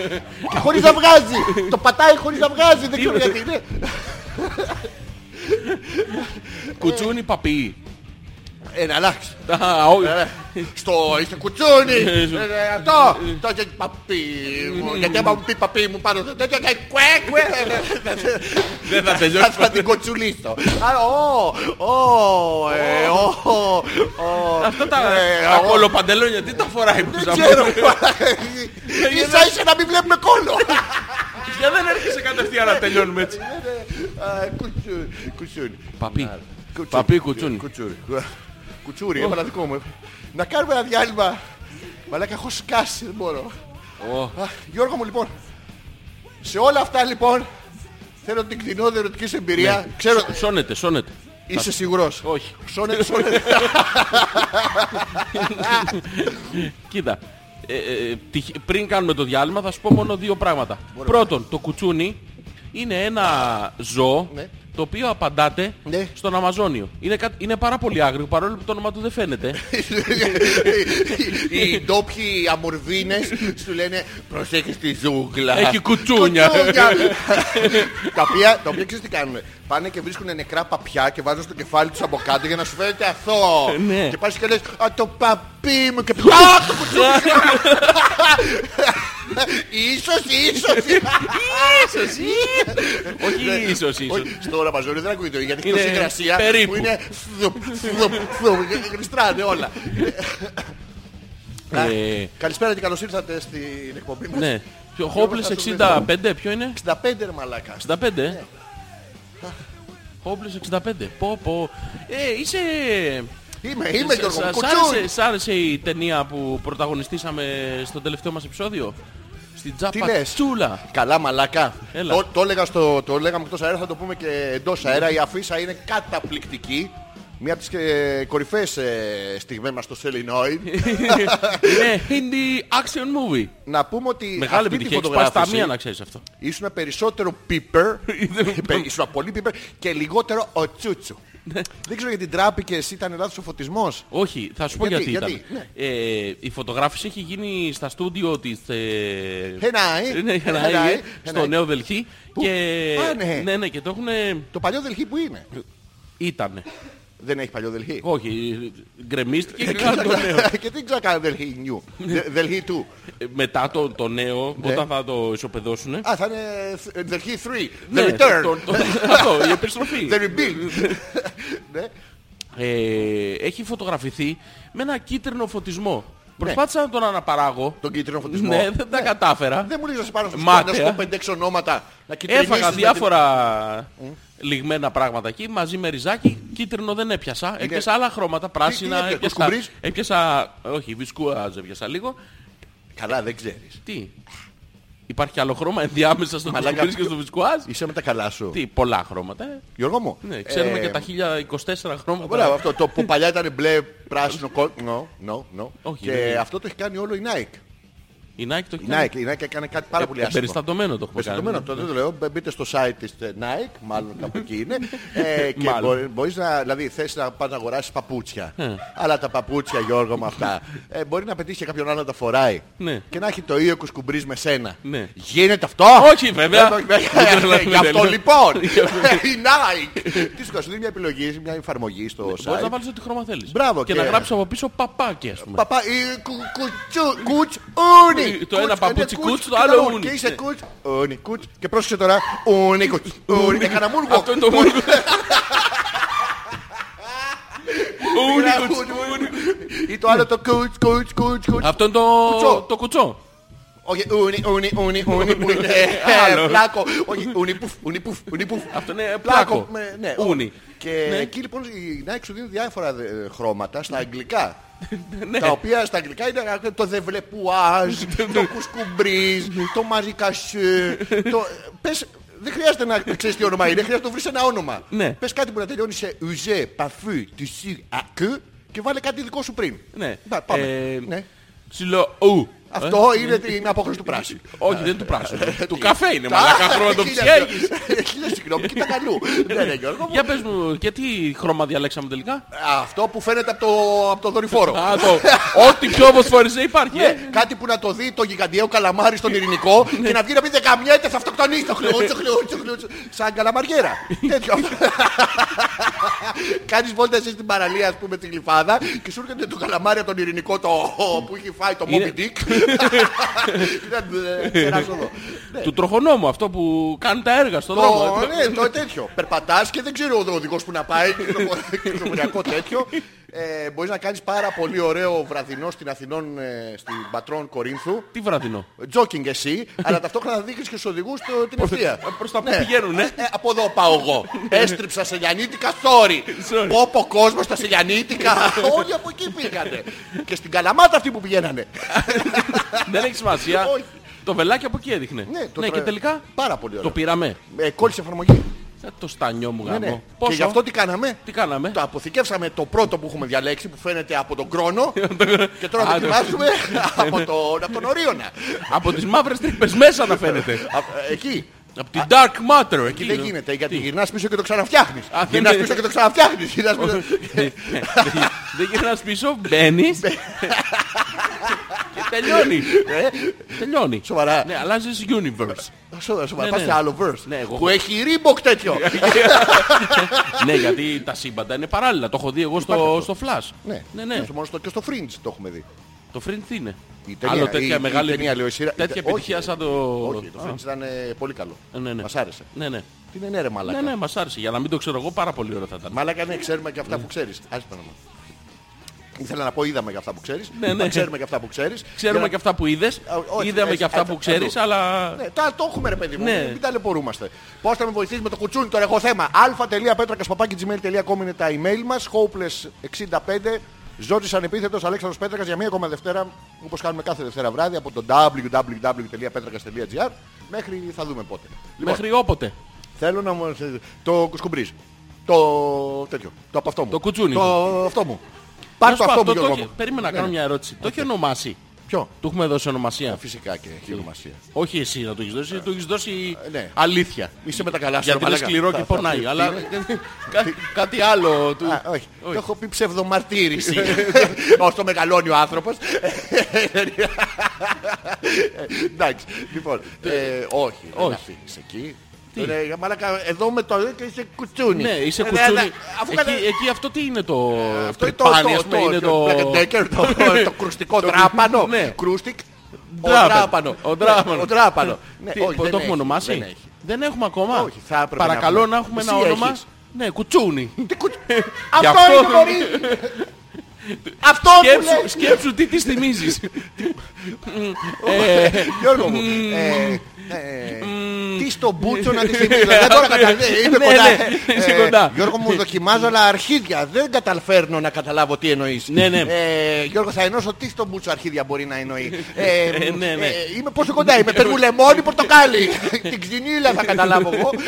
Speaker 1: Και χωρίς να βγάζει. Το πατάει χωρίς να βγάζει. Δεν ξέρω γιατί είναι.
Speaker 2: [laughs] Κουτσούνι παπί.
Speaker 1: Ένα αλλάξει.
Speaker 2: Α, όχι.
Speaker 1: Ε, Στο είσαι κουτσούνι.
Speaker 2: Ε,
Speaker 1: Ε, Αυτό. Το και παπί μου. Γιατί άμα μου πει παπί μου πάνω στο τέτοιο και κουέ κουέ. eh,
Speaker 2: Δεν θα
Speaker 1: Θα-
Speaker 2: τελειώσει.
Speaker 1: ε, Θα την κοτσουλίσω. Α, Ω, ω, ε, ω, ω, ω.
Speaker 2: Αυτά τα
Speaker 1: Ε,
Speaker 2: τα
Speaker 1: ω.
Speaker 2: κολοπαντελόνια τι τα φοράει που
Speaker 1: Δεν
Speaker 2: [laughs]
Speaker 1: ξέρω. Ίσα
Speaker 2: γεννάς-
Speaker 1: ίσα να μην βλέπουμε κόλλο.
Speaker 2: Για δεν έρχεσαι κατευθείαν να τελειώνουμε έτσι.
Speaker 1: Α, κουτσούρι, Κουτσούρι.
Speaker 2: Παπί.
Speaker 1: Κουτσούρι.
Speaker 2: Παπί κουτσούνι.
Speaker 1: [laughs] Κουτσούρι. Κουτσούρι, έβαλα δικό μου. Να κάνουμε ένα διάλειμμα. Μαλάκα, έχω σκάσει, δεν μπορώ.
Speaker 2: Ω,
Speaker 1: Α, Γιώργο μου λοιπόν Σε όλα αυτά λοιπόν Θέλω την κτηνόδη ερωτική σου εμπειρία Ξέρω
Speaker 2: Σώνεται, σώνεται.
Speaker 1: είσαι σίγουρος
Speaker 2: Όχι.
Speaker 1: Σώνε, σώνε
Speaker 2: Κοίτα. ε, ε, τυχε- πριν κάνουμε το διάλειμμα θα σου πω μόνο δύο πράγματα. Πρώτον, το κουτσούνι είναι ένα ζώο
Speaker 1: Ναι.
Speaker 2: το οποίο απαντάται
Speaker 1: Ναι.
Speaker 2: στον Αμαζόνιο. Είναι, κάτι- είναι πάρα πολύ άγριο παρόλο που το όνομα του δεν
Speaker 1: [laughs]
Speaker 2: φαίνεται.
Speaker 1: Οι ντόπιοι αμορβίνες Σου λένε προσέχεις τη ζούγκλα
Speaker 2: Έχει κουτσούνια.
Speaker 1: Τα οποία, τα οποία ξέρεις τι κάνουν Πάνε και βρίσκουν νεκρά παπιά Και βάζουν στο κεφάλι τους από κάτω για να σου φαίνεται αθώο
Speaker 2: Ναι.
Speaker 1: Και πας και λες Α το παπί μου Και Α το κουτσούνι Ίσως, ίσως Ε,
Speaker 2: Όχι ίσως, ίσως.
Speaker 1: Ναι. Όχι, στο Ραμαζόνιο δεν ακούγεται γιατί
Speaker 2: Είναι
Speaker 1: είναι υγρασία
Speaker 2: περίπου.
Speaker 1: που είναι φθουπ, φθουπ, φθουπ, και γλιστράνε όλα. Α,
Speaker 2: Ε,
Speaker 1: Καλησπέρα και καλώς ήρθατε στην εκπομπή μας.
Speaker 2: Ναι. Ποιο
Speaker 1: θα
Speaker 2: Hopeless
Speaker 1: το
Speaker 2: 65, ποιο είναι?
Speaker 1: 65 ρε μαλάκα.
Speaker 2: 65, ε.
Speaker 1: Ναι.
Speaker 2: Hopeless 65. Πω, πω. Ε, είσαι...
Speaker 1: Είμαι, είμαι
Speaker 2: σ-
Speaker 1: Γιώργο
Speaker 2: σ-
Speaker 1: μου,
Speaker 2: σ' Ε, άρεσε-
Speaker 1: κουτσούρι.
Speaker 2: Σ' άρεσε η ταινία που πρωταγωνιστήσαμε στο τελευταίο μας επεισόδιο. Στην τζάπα
Speaker 1: λες? [laughs]
Speaker 2: τσούλα.
Speaker 1: Καλά μαλάκα.
Speaker 2: Έλα.
Speaker 1: Το, το έλεγα στο, το λέγαμε εκτός αέρα, θα το πούμε και εντός αέρα. Η αφίσα είναι καταπληκτική. Μία από τις ε, κορυφαίες ε, στιγμές μας στο
Speaker 2: [laughs]
Speaker 1: Σελινόιν.
Speaker 2: Είναι hindi action movie.
Speaker 1: να πούμε ότι
Speaker 2: Μεγάλη
Speaker 1: αυτή τη
Speaker 2: επιτυχία. Έχεις πάει στα
Speaker 1: φωτογράφηση
Speaker 2: μία να ξέρεις αυτό.
Speaker 1: ήσουν περισσότερο
Speaker 2: [laughs]
Speaker 1: πίπερ, ήσουν πολύ πίπερ και λιγότερο ο τσούτσου.
Speaker 2: Ναι.
Speaker 1: Δεν ξέρω γιατί τράπηκε, ήταν λάθος ο φωτισμός.
Speaker 2: Όχι, θα σου πω
Speaker 1: Γιατί,
Speaker 2: γιατί,
Speaker 1: γιατί, Ναι.
Speaker 2: ήταν. Ε, η φωτογράφηση έχει γίνει στα στούντιο της... Ε...
Speaker 1: Χενάι,
Speaker 2: Ναι, Χενάι,
Speaker 1: Χενάι,
Speaker 2: ε, στο
Speaker 1: Χενάι.
Speaker 2: Νέο Δελχή. Και...
Speaker 1: Α, ναι.
Speaker 2: ναι, και το έχουν...
Speaker 1: Το παλιό Δελχή που είναι.
Speaker 2: Ήτανε.
Speaker 1: Δεν έχει παλιό Δελχή.
Speaker 2: Όχι, γκρεμίστηκε
Speaker 1: Ε,
Speaker 2: και έκανε το Ναι. νέο.
Speaker 1: [laughs] Και τι ξέρω κανένα Δελχή νιου. Δε- Δελχή του.
Speaker 2: Ε, Μετά το, το νέο,
Speaker 1: Ναι.
Speaker 2: όταν θα το ισοπεδώσουν.
Speaker 1: Α, θα είναι θ- Δελχή 3.
Speaker 2: ναι,
Speaker 1: The return.
Speaker 2: το- το- αυτό, η επιστροφή.
Speaker 1: The rebuild. Ναι.
Speaker 2: Ε, έχει φωτογραφηθεί με ένα κίτρινο φωτισμό. Προσπάθησα να τον αναπαράγω.
Speaker 1: Ναι. Τον κίτρινο φωτισμό.
Speaker 2: Ναι, δεν τα κατάφερα.
Speaker 1: Δεν μου λες να σε πάρω στο
Speaker 2: Μάταια.
Speaker 1: σπίτι, να σου πω 5-6 ονόματα. να κυτρινίσεις με
Speaker 2: Έφαγα
Speaker 1: την-
Speaker 2: διάφορα ε, λιγμένα πράγματα εκεί μαζί με ριζάκι. Κίτρινο δεν
Speaker 1: Ναι.
Speaker 2: έπιασα. Έπιασα άλλα χρώματα, πράσινα.
Speaker 1: έπιασες, το
Speaker 2: έπιασα,
Speaker 1: σκουμπρίς?
Speaker 2: έπιασα. Όχι, βισκουάζ έπιασα λίγο.
Speaker 1: Καλά, δεν ξέρεις.
Speaker 2: Τι. Υπάρχει άλλο χρώμα ενδιάμεσα στο
Speaker 1: Μαλάκα,
Speaker 2: κουμπρίς και
Speaker 1: ποιο-
Speaker 2: στο βισκουάζ.
Speaker 1: Είσαι με τα καλά σου.
Speaker 2: Τι, πολλά χρώματα. ε.
Speaker 1: Γιώργο μου.
Speaker 2: Ναι, ξέρουμε
Speaker 1: ε,
Speaker 2: και τα 1024 χρώματα.
Speaker 1: Μπράβο, αυτό το που παλιά ήταν μπλε, πράσινο, κόκκινο. No, no, no.
Speaker 2: Όχι,
Speaker 1: Και
Speaker 2: δεν- Ναι.
Speaker 1: αυτό το έχει κάνει όλο η Nike.
Speaker 2: Η Nike το έχει
Speaker 1: Η
Speaker 2: κάνει.
Speaker 1: Nike, η Nike έκανε κάτι
Speaker 2: Ε,
Speaker 1: πάρα πολύ άσχημο.
Speaker 2: Περιστατωμένο το έχουμε κάνει.
Speaker 1: Περιστατωμένο, το δεν το λέω. Μπε- Μπείτε στο site της ε, Nike, μάλλον κάπου εκεί είναι.
Speaker 2: [laughs]
Speaker 1: ε, και
Speaker 2: Μάλλον. Ε.
Speaker 1: μπορεί, μπορείς να, δηλαδή θες να πας να αγοράσεις παπούτσια. Αλλά τα παπούτσια, Γιώργο, με αυτά. ε, μπορεί να πετύχει και κάποιον άλλο να τα φοράει.
Speaker 2: Ναι.
Speaker 1: Και να έχει το ίδιο κουσκουμπρί με σένα.
Speaker 2: Ναι.
Speaker 1: Γίνεται αυτό.
Speaker 2: Όχι, βέβαια.
Speaker 1: Ε, ε,
Speaker 2: [laughs] Δεν τρελαθούμε,
Speaker 1: Γι' αυτό
Speaker 2: λέω. [laughs]
Speaker 1: λοιπόν. [laughs] Η Nike. Τι σου κάνω, σου δίνει μια επιλογή, μια εφαρμογή στο
Speaker 2: Ναι, Μπορείς να
Speaker 1: site.
Speaker 2: βάλεις ό,τι χρώμα θέλεις.
Speaker 1: Μπράβο,
Speaker 2: και,
Speaker 1: και-
Speaker 2: να γράψεις από πίσω παπάκι, ας
Speaker 1: [laughs]
Speaker 2: πούμε.
Speaker 1: Παπά, ε, κου- κουτσού- κουτσούνι.
Speaker 2: Το ένα
Speaker 1: Κουτσ-
Speaker 2: παπούτσι κουτσ,
Speaker 1: είναι κουτσ
Speaker 2: το
Speaker 1: και
Speaker 2: άλλο
Speaker 1: καλά,
Speaker 2: ούνι.
Speaker 1: Και είσαι
Speaker 2: Ναι.
Speaker 1: κουτσούνι, κουτσ. Και πρόσεξε τώρα, ούνι, κουτσούνι. Έκανα moonwalk.
Speaker 2: Αυτό είναι το μόνο.
Speaker 1: Πήρα ούνι. Ή το άλλο το κουτσ, κουτσ, κουτσ, κουτσ.
Speaker 2: Αυτό είναι το,
Speaker 1: Κουτσό.
Speaker 2: το κουτσό.
Speaker 1: Όχι, ούνι, ούνι, ούνι, ούνι που είναι
Speaker 2: Άλλο.
Speaker 1: πλάκο. Όχι, ούνι, πουφ, ούνι, πουφ, ούνι, πουφ.
Speaker 2: Αυτό είναι πλάκο.
Speaker 1: με- ναι,
Speaker 2: Ούνι.
Speaker 1: Και
Speaker 2: Ναι.
Speaker 1: εκεί λοιπόν η Nike σου δίνει διάφορα ε, χρώματα στα αγγλικά.
Speaker 2: Ναι.
Speaker 1: Τα οποία στα αγγλικά είναι ε, το δεβλεπουάζ, το κουσκουμπρίζ, το μαρικασί. το... Πες, δεν χρειάζεται να ξέρεις τι όνομα είναι, χρειάζεται να βρεις ένα όνομα.
Speaker 2: Ναι.
Speaker 1: Πες κάτι που να τελειώνει σε ουζέ, παφού, τυσί, ακού και βάλε κάτι δικό σου πριν.
Speaker 2: Ναι.
Speaker 1: Να, πάμε.
Speaker 2: Ε,
Speaker 1: Ναι.
Speaker 2: Ξυλό. Ου.
Speaker 1: Αυτό είναι την απόχρωση του πράσινου.
Speaker 2: Όχι, δεν είναι του πράσινου. του καφέ είναι, μαλακά χρόνο
Speaker 1: [laughs]
Speaker 2: το
Speaker 1: Ε, Χίλια
Speaker 2: ψιέγεις.
Speaker 1: δυο- Χίλια συγγνώμη, κοίτα καλού. Ναι, ναι, Γιώργο μου.
Speaker 2: Για πες μου, και τι χρώμα διαλέξαμε τελικά.
Speaker 1: Αυτό που φαίνεται από το, από το δορυφόρο.
Speaker 2: Α, το, ό,τι πιο φωσφοριζέ υπάρχει,
Speaker 1: Ναι,
Speaker 2: ε.
Speaker 1: κάτι που να το δει το γιγαντιαίο καλαμάρι στον ειρηνικό και να βγει να πει δεν καμιέται, θα αυτοκτονήσει. Το χλούτσο, χλούτσο, χλούτσο. Σαν καλαμαριέρα.
Speaker 2: [laughs]
Speaker 1: Τέτοιο. Κάνεις βόλτα εσύ στην παραλία, ας πούμε, τη γλυφάδα και σου έρχεται το καλαμάρι από τον ειρηνικό το, που έχει φάει το Moby
Speaker 2: Είναι-
Speaker 1: Dick.
Speaker 2: [laughs]
Speaker 1: [laughs] Ήταν, ε, περάσω εδώ. Ναι.
Speaker 2: Του τροχονόμου, αυτό που κάνει τα έργα στον δρόμο. ε.
Speaker 1: Το, ναι, το τέτοιο. Περπατάς και δεν ξέρω ο οδηγός που να πάει. κυκλοφοριακό- Κυκλοφοριακό τέτοιο. Ε, μπορείς να κάνεις πάρα πολύ ωραίο βραδινό στην Αθηνών, ε, στην Πατρών Κορίνθου.
Speaker 2: Τι βραδινό.
Speaker 1: Τζόκινγκ εσύ, αλλά ταυτόχρονα δείχνεις και στους οδηγούς το, την ευθεία.
Speaker 2: προς τα που πηγαίνουνε. Ναι.
Speaker 1: Ε, από εδώ πάω εγώ. Έστριψα σε Λιανίτικα, sorry.
Speaker 2: Sorry.
Speaker 1: Πόπο κόσμος στα σε
Speaker 2: [laughs]
Speaker 1: Λιανίτικα. Όλοι από εκεί πήγανε. και στην Καλαμάτα αυτοί που πηγαίνανε.
Speaker 2: Δεν έχει σημασία.
Speaker 1: Όχι.
Speaker 2: Το βελάκι από εκεί έδειχνε.
Speaker 1: Ναι, το
Speaker 2: και
Speaker 1: τρα-
Speaker 2: τελικά
Speaker 1: Πάρα πολύ
Speaker 2: το
Speaker 1: ωραίο.
Speaker 2: πήραμε.
Speaker 1: Ε, κόλλησε εφαρμογή.
Speaker 2: Ε, Το στανιό μου
Speaker 1: Ναι, ναι.
Speaker 2: γάμο.
Speaker 1: Και γι' αυτό τι κάναμε.
Speaker 2: Τι κάναμε.
Speaker 1: Το αποθηκεύσαμε το πρώτο που έχουμε διαλέξει που φαίνεται από τον
Speaker 2: [laughs]
Speaker 1: Κρόνο και τώρα
Speaker 2: Α, ναι. το- [laughs]
Speaker 1: θα δοκιμάσουμε από, τον, από τον Ορίωνα.
Speaker 2: Από τις μαύρες τρύπες μέσα να φαίνεται.
Speaker 1: Α, Εκεί.
Speaker 2: Από την dark matter.
Speaker 1: Εκεί
Speaker 2: Εκεί
Speaker 1: δεν γίνεται γιατί γυρνάς πίσω και το ξαναφτιάχνεις.
Speaker 2: Α, δεν
Speaker 1: Γυρνάς
Speaker 2: είναι.
Speaker 1: πίσω και το ξαναφτιάχνεις. Γυρνάς πίσω-
Speaker 2: [laughs] Ε, Δεν γυρνάς πίσω, μπαίνεις και τελειώνει.
Speaker 1: Ε,
Speaker 2: Τελειώνει.
Speaker 1: Σοβαρά.
Speaker 2: Ναι, αλλάζεις universe.
Speaker 1: Σοβαρά, σοβαρά.
Speaker 2: Ναι,
Speaker 1: Πας
Speaker 2: ναι.
Speaker 1: σε άλλο verse.
Speaker 2: Ναι, εγώ
Speaker 1: Που έχει ρίμποκ τέτοιο. Ε,
Speaker 2: ναι, γιατί τα σύμπαντα είναι παράλληλα. Το έχω δει εγώ στο, στο Flash.
Speaker 1: Ναι,
Speaker 2: ναι. ναι.
Speaker 1: Στο μόνο στο- Και στο fringe το έχουμε δει.
Speaker 2: Το Fringe τι είναι.
Speaker 1: Η ταινία-
Speaker 2: Άλλο τέτοια
Speaker 1: η- η
Speaker 2: μεγάλη
Speaker 1: ταινία, λέω, η σειρά-
Speaker 2: τέτοια
Speaker 1: όχι,
Speaker 2: επιτυχία σαν το...
Speaker 1: Όχι, το
Speaker 2: Α,
Speaker 1: fringe ήταν ε, πολύ καλό.
Speaker 2: ναι, ναι.
Speaker 1: Μας άρεσε.
Speaker 2: Ναι, ναι.
Speaker 1: Τι είναι ναι, ρε
Speaker 2: Ναι,
Speaker 1: μαλάκα.
Speaker 2: ναι, μας άρεσε. Για να μην το ξέρω εγώ πάρα πολύ ωραία θα ήταν.
Speaker 1: Μαλάκα ναι, ξέρουμε και αυτά που ξέρεις. Άσπρα να μου. Ήθελα να πω είδαμε και αυτά που ξέρεις.
Speaker 2: Ναι, ναι.
Speaker 1: Μα Ξέρουμε και αυτά που ξέρεις.
Speaker 2: Ξέρουμε και αυτά που είδες,
Speaker 1: Α, όχι,
Speaker 2: είδαμε
Speaker 1: έτσι,
Speaker 2: και αυτά
Speaker 1: έτσι,
Speaker 2: που ξέρεις,
Speaker 1: έτσι.
Speaker 2: αλλά...
Speaker 1: Ναι, τα, το έχουμε ρε παιδί μου,
Speaker 2: Ναι.
Speaker 1: μην ταλαιπωρούμαστε. Πώς θα με βοηθήσεις με το κουτσούνι τώρα, έχω θέμα. α.πέτρακας.gmail.com είναι τα email μας, hopeless65, Ζόρις Ανεπίθετος, Αλέξανδρος Πέτρακας για μία ακόμα Δευτέρα, όπως κάνουμε κάθε Δευτέρα βράδυ, από το www.petrakas.gr μέχρι θα δούμε πότε. Λοιπόν,
Speaker 2: Μέχρι όποτε.
Speaker 1: θέλω να μου... Το σκουμπρίζ. Το τέτοιο. Το από αυτό μου.
Speaker 2: Το κουτσούνι.
Speaker 1: Το αυτό μου.
Speaker 2: Να
Speaker 1: Πάρ'
Speaker 2: σου
Speaker 1: το
Speaker 2: πω,
Speaker 1: αυτό
Speaker 2: το
Speaker 1: μου, Γιώργο
Speaker 2: έχει-
Speaker 1: μου.
Speaker 2: Περίμενα να κάνω
Speaker 1: Ναι.
Speaker 2: μια ερώτηση. Το έχει ονομάσει.
Speaker 1: Ποιο.
Speaker 2: Του έχουμε δώσει ονομασία.
Speaker 1: Φυσικά και έχει ονομασία.
Speaker 2: Όχι εσύ να το έχεις δώσει, του έχεις δώσει
Speaker 1: Ε, ναι.
Speaker 2: αλήθεια.
Speaker 1: Είσαι με τα καλά σου.
Speaker 2: Γιατί είναι
Speaker 1: ρε μαλάκα.
Speaker 2: σκληρό
Speaker 1: Θα-
Speaker 2: και
Speaker 1: θα-
Speaker 2: πονάει,
Speaker 1: τι-
Speaker 2: αλλά κα- κάτι άλλο του...
Speaker 1: Α, όχι. Το έχω πει
Speaker 2: [laughs]
Speaker 1: ψευδομαρτύρηση. Όσο το μεγαλώνει ο άνθρωπος. Ε, Εντάξει. Λοιπόν, ε, όχι.
Speaker 2: όχι.
Speaker 1: Δεν αφήνεις εκεί. Ρε, μαλάκα, εδώ με το και είσαι κουτσούνι.
Speaker 2: Ναι, είσαι
Speaker 1: Ε,
Speaker 2: κουτσούνι.
Speaker 1: αλλά- Αφού
Speaker 2: Εκεί,
Speaker 1: κατα-
Speaker 2: εκεί αυτό τι είναι το
Speaker 1: Αυτό είναι το-
Speaker 2: τρυπάνι,
Speaker 1: το-
Speaker 2: ας πούμε, είναι
Speaker 1: το-
Speaker 2: το...
Speaker 1: Black and Decker, το-
Speaker 2: [laughs]
Speaker 1: Το κρουστικό τράπανο.
Speaker 2: ναι.
Speaker 1: Κρούστικ. Ο
Speaker 2: Ντράπανο.
Speaker 1: τράπανο.
Speaker 2: Ο τράπανο.
Speaker 1: Ο τράπανο. Ναι,
Speaker 2: Τι,
Speaker 1: όχι,
Speaker 2: το
Speaker 1: δεν
Speaker 2: έχουμε
Speaker 1: έχει,
Speaker 2: ονομάσει.
Speaker 1: δεν έχει.
Speaker 2: Δεν έχουμε ακόμα.
Speaker 1: Όχι, θα έπρεπε να
Speaker 2: Παρακαλώ
Speaker 1: έχουμε.
Speaker 2: να έχουμε ένα
Speaker 1: Εσύ
Speaker 2: όνομα.
Speaker 1: έχεις.
Speaker 2: Ναι, κουτσούνι. Γι'
Speaker 1: Αυτό
Speaker 2: αυτό-
Speaker 1: είναι πολύ.
Speaker 2: [laughs]
Speaker 1: Αυτό που λέει.
Speaker 2: Σκέψου, σκέψου τι της θυμίζεις.
Speaker 1: Γιώργο μου. ε, ε, Τι στο μπούτσο να τη θυμίζω. Δεν το καταλαβαίνω. Είμαι
Speaker 2: Ναι,
Speaker 1: κοντά.
Speaker 2: ναι,
Speaker 1: Ε,
Speaker 2: είσαι
Speaker 1: ε,
Speaker 2: κοντά.
Speaker 1: Γιώργο μου δοκιμάζω αλλά αρχίδια. Δεν καταλαβαίνω να καταλάβω τι εννοείς.
Speaker 2: Ναι, ναι.
Speaker 1: Γιώργο θα ενώσω τι στο μπούτσο αρχίδια μπορεί να εννοεί. Ε,
Speaker 2: Ε, ναι, ναι.
Speaker 1: ε, Είμαι πόσο κοντά είμαι. Παίρνω λεμόνι,
Speaker 2: [laughs]
Speaker 1: πορτοκάλι. Την ξυνήλα θα καταλάβω εγώ.
Speaker 2: [laughs]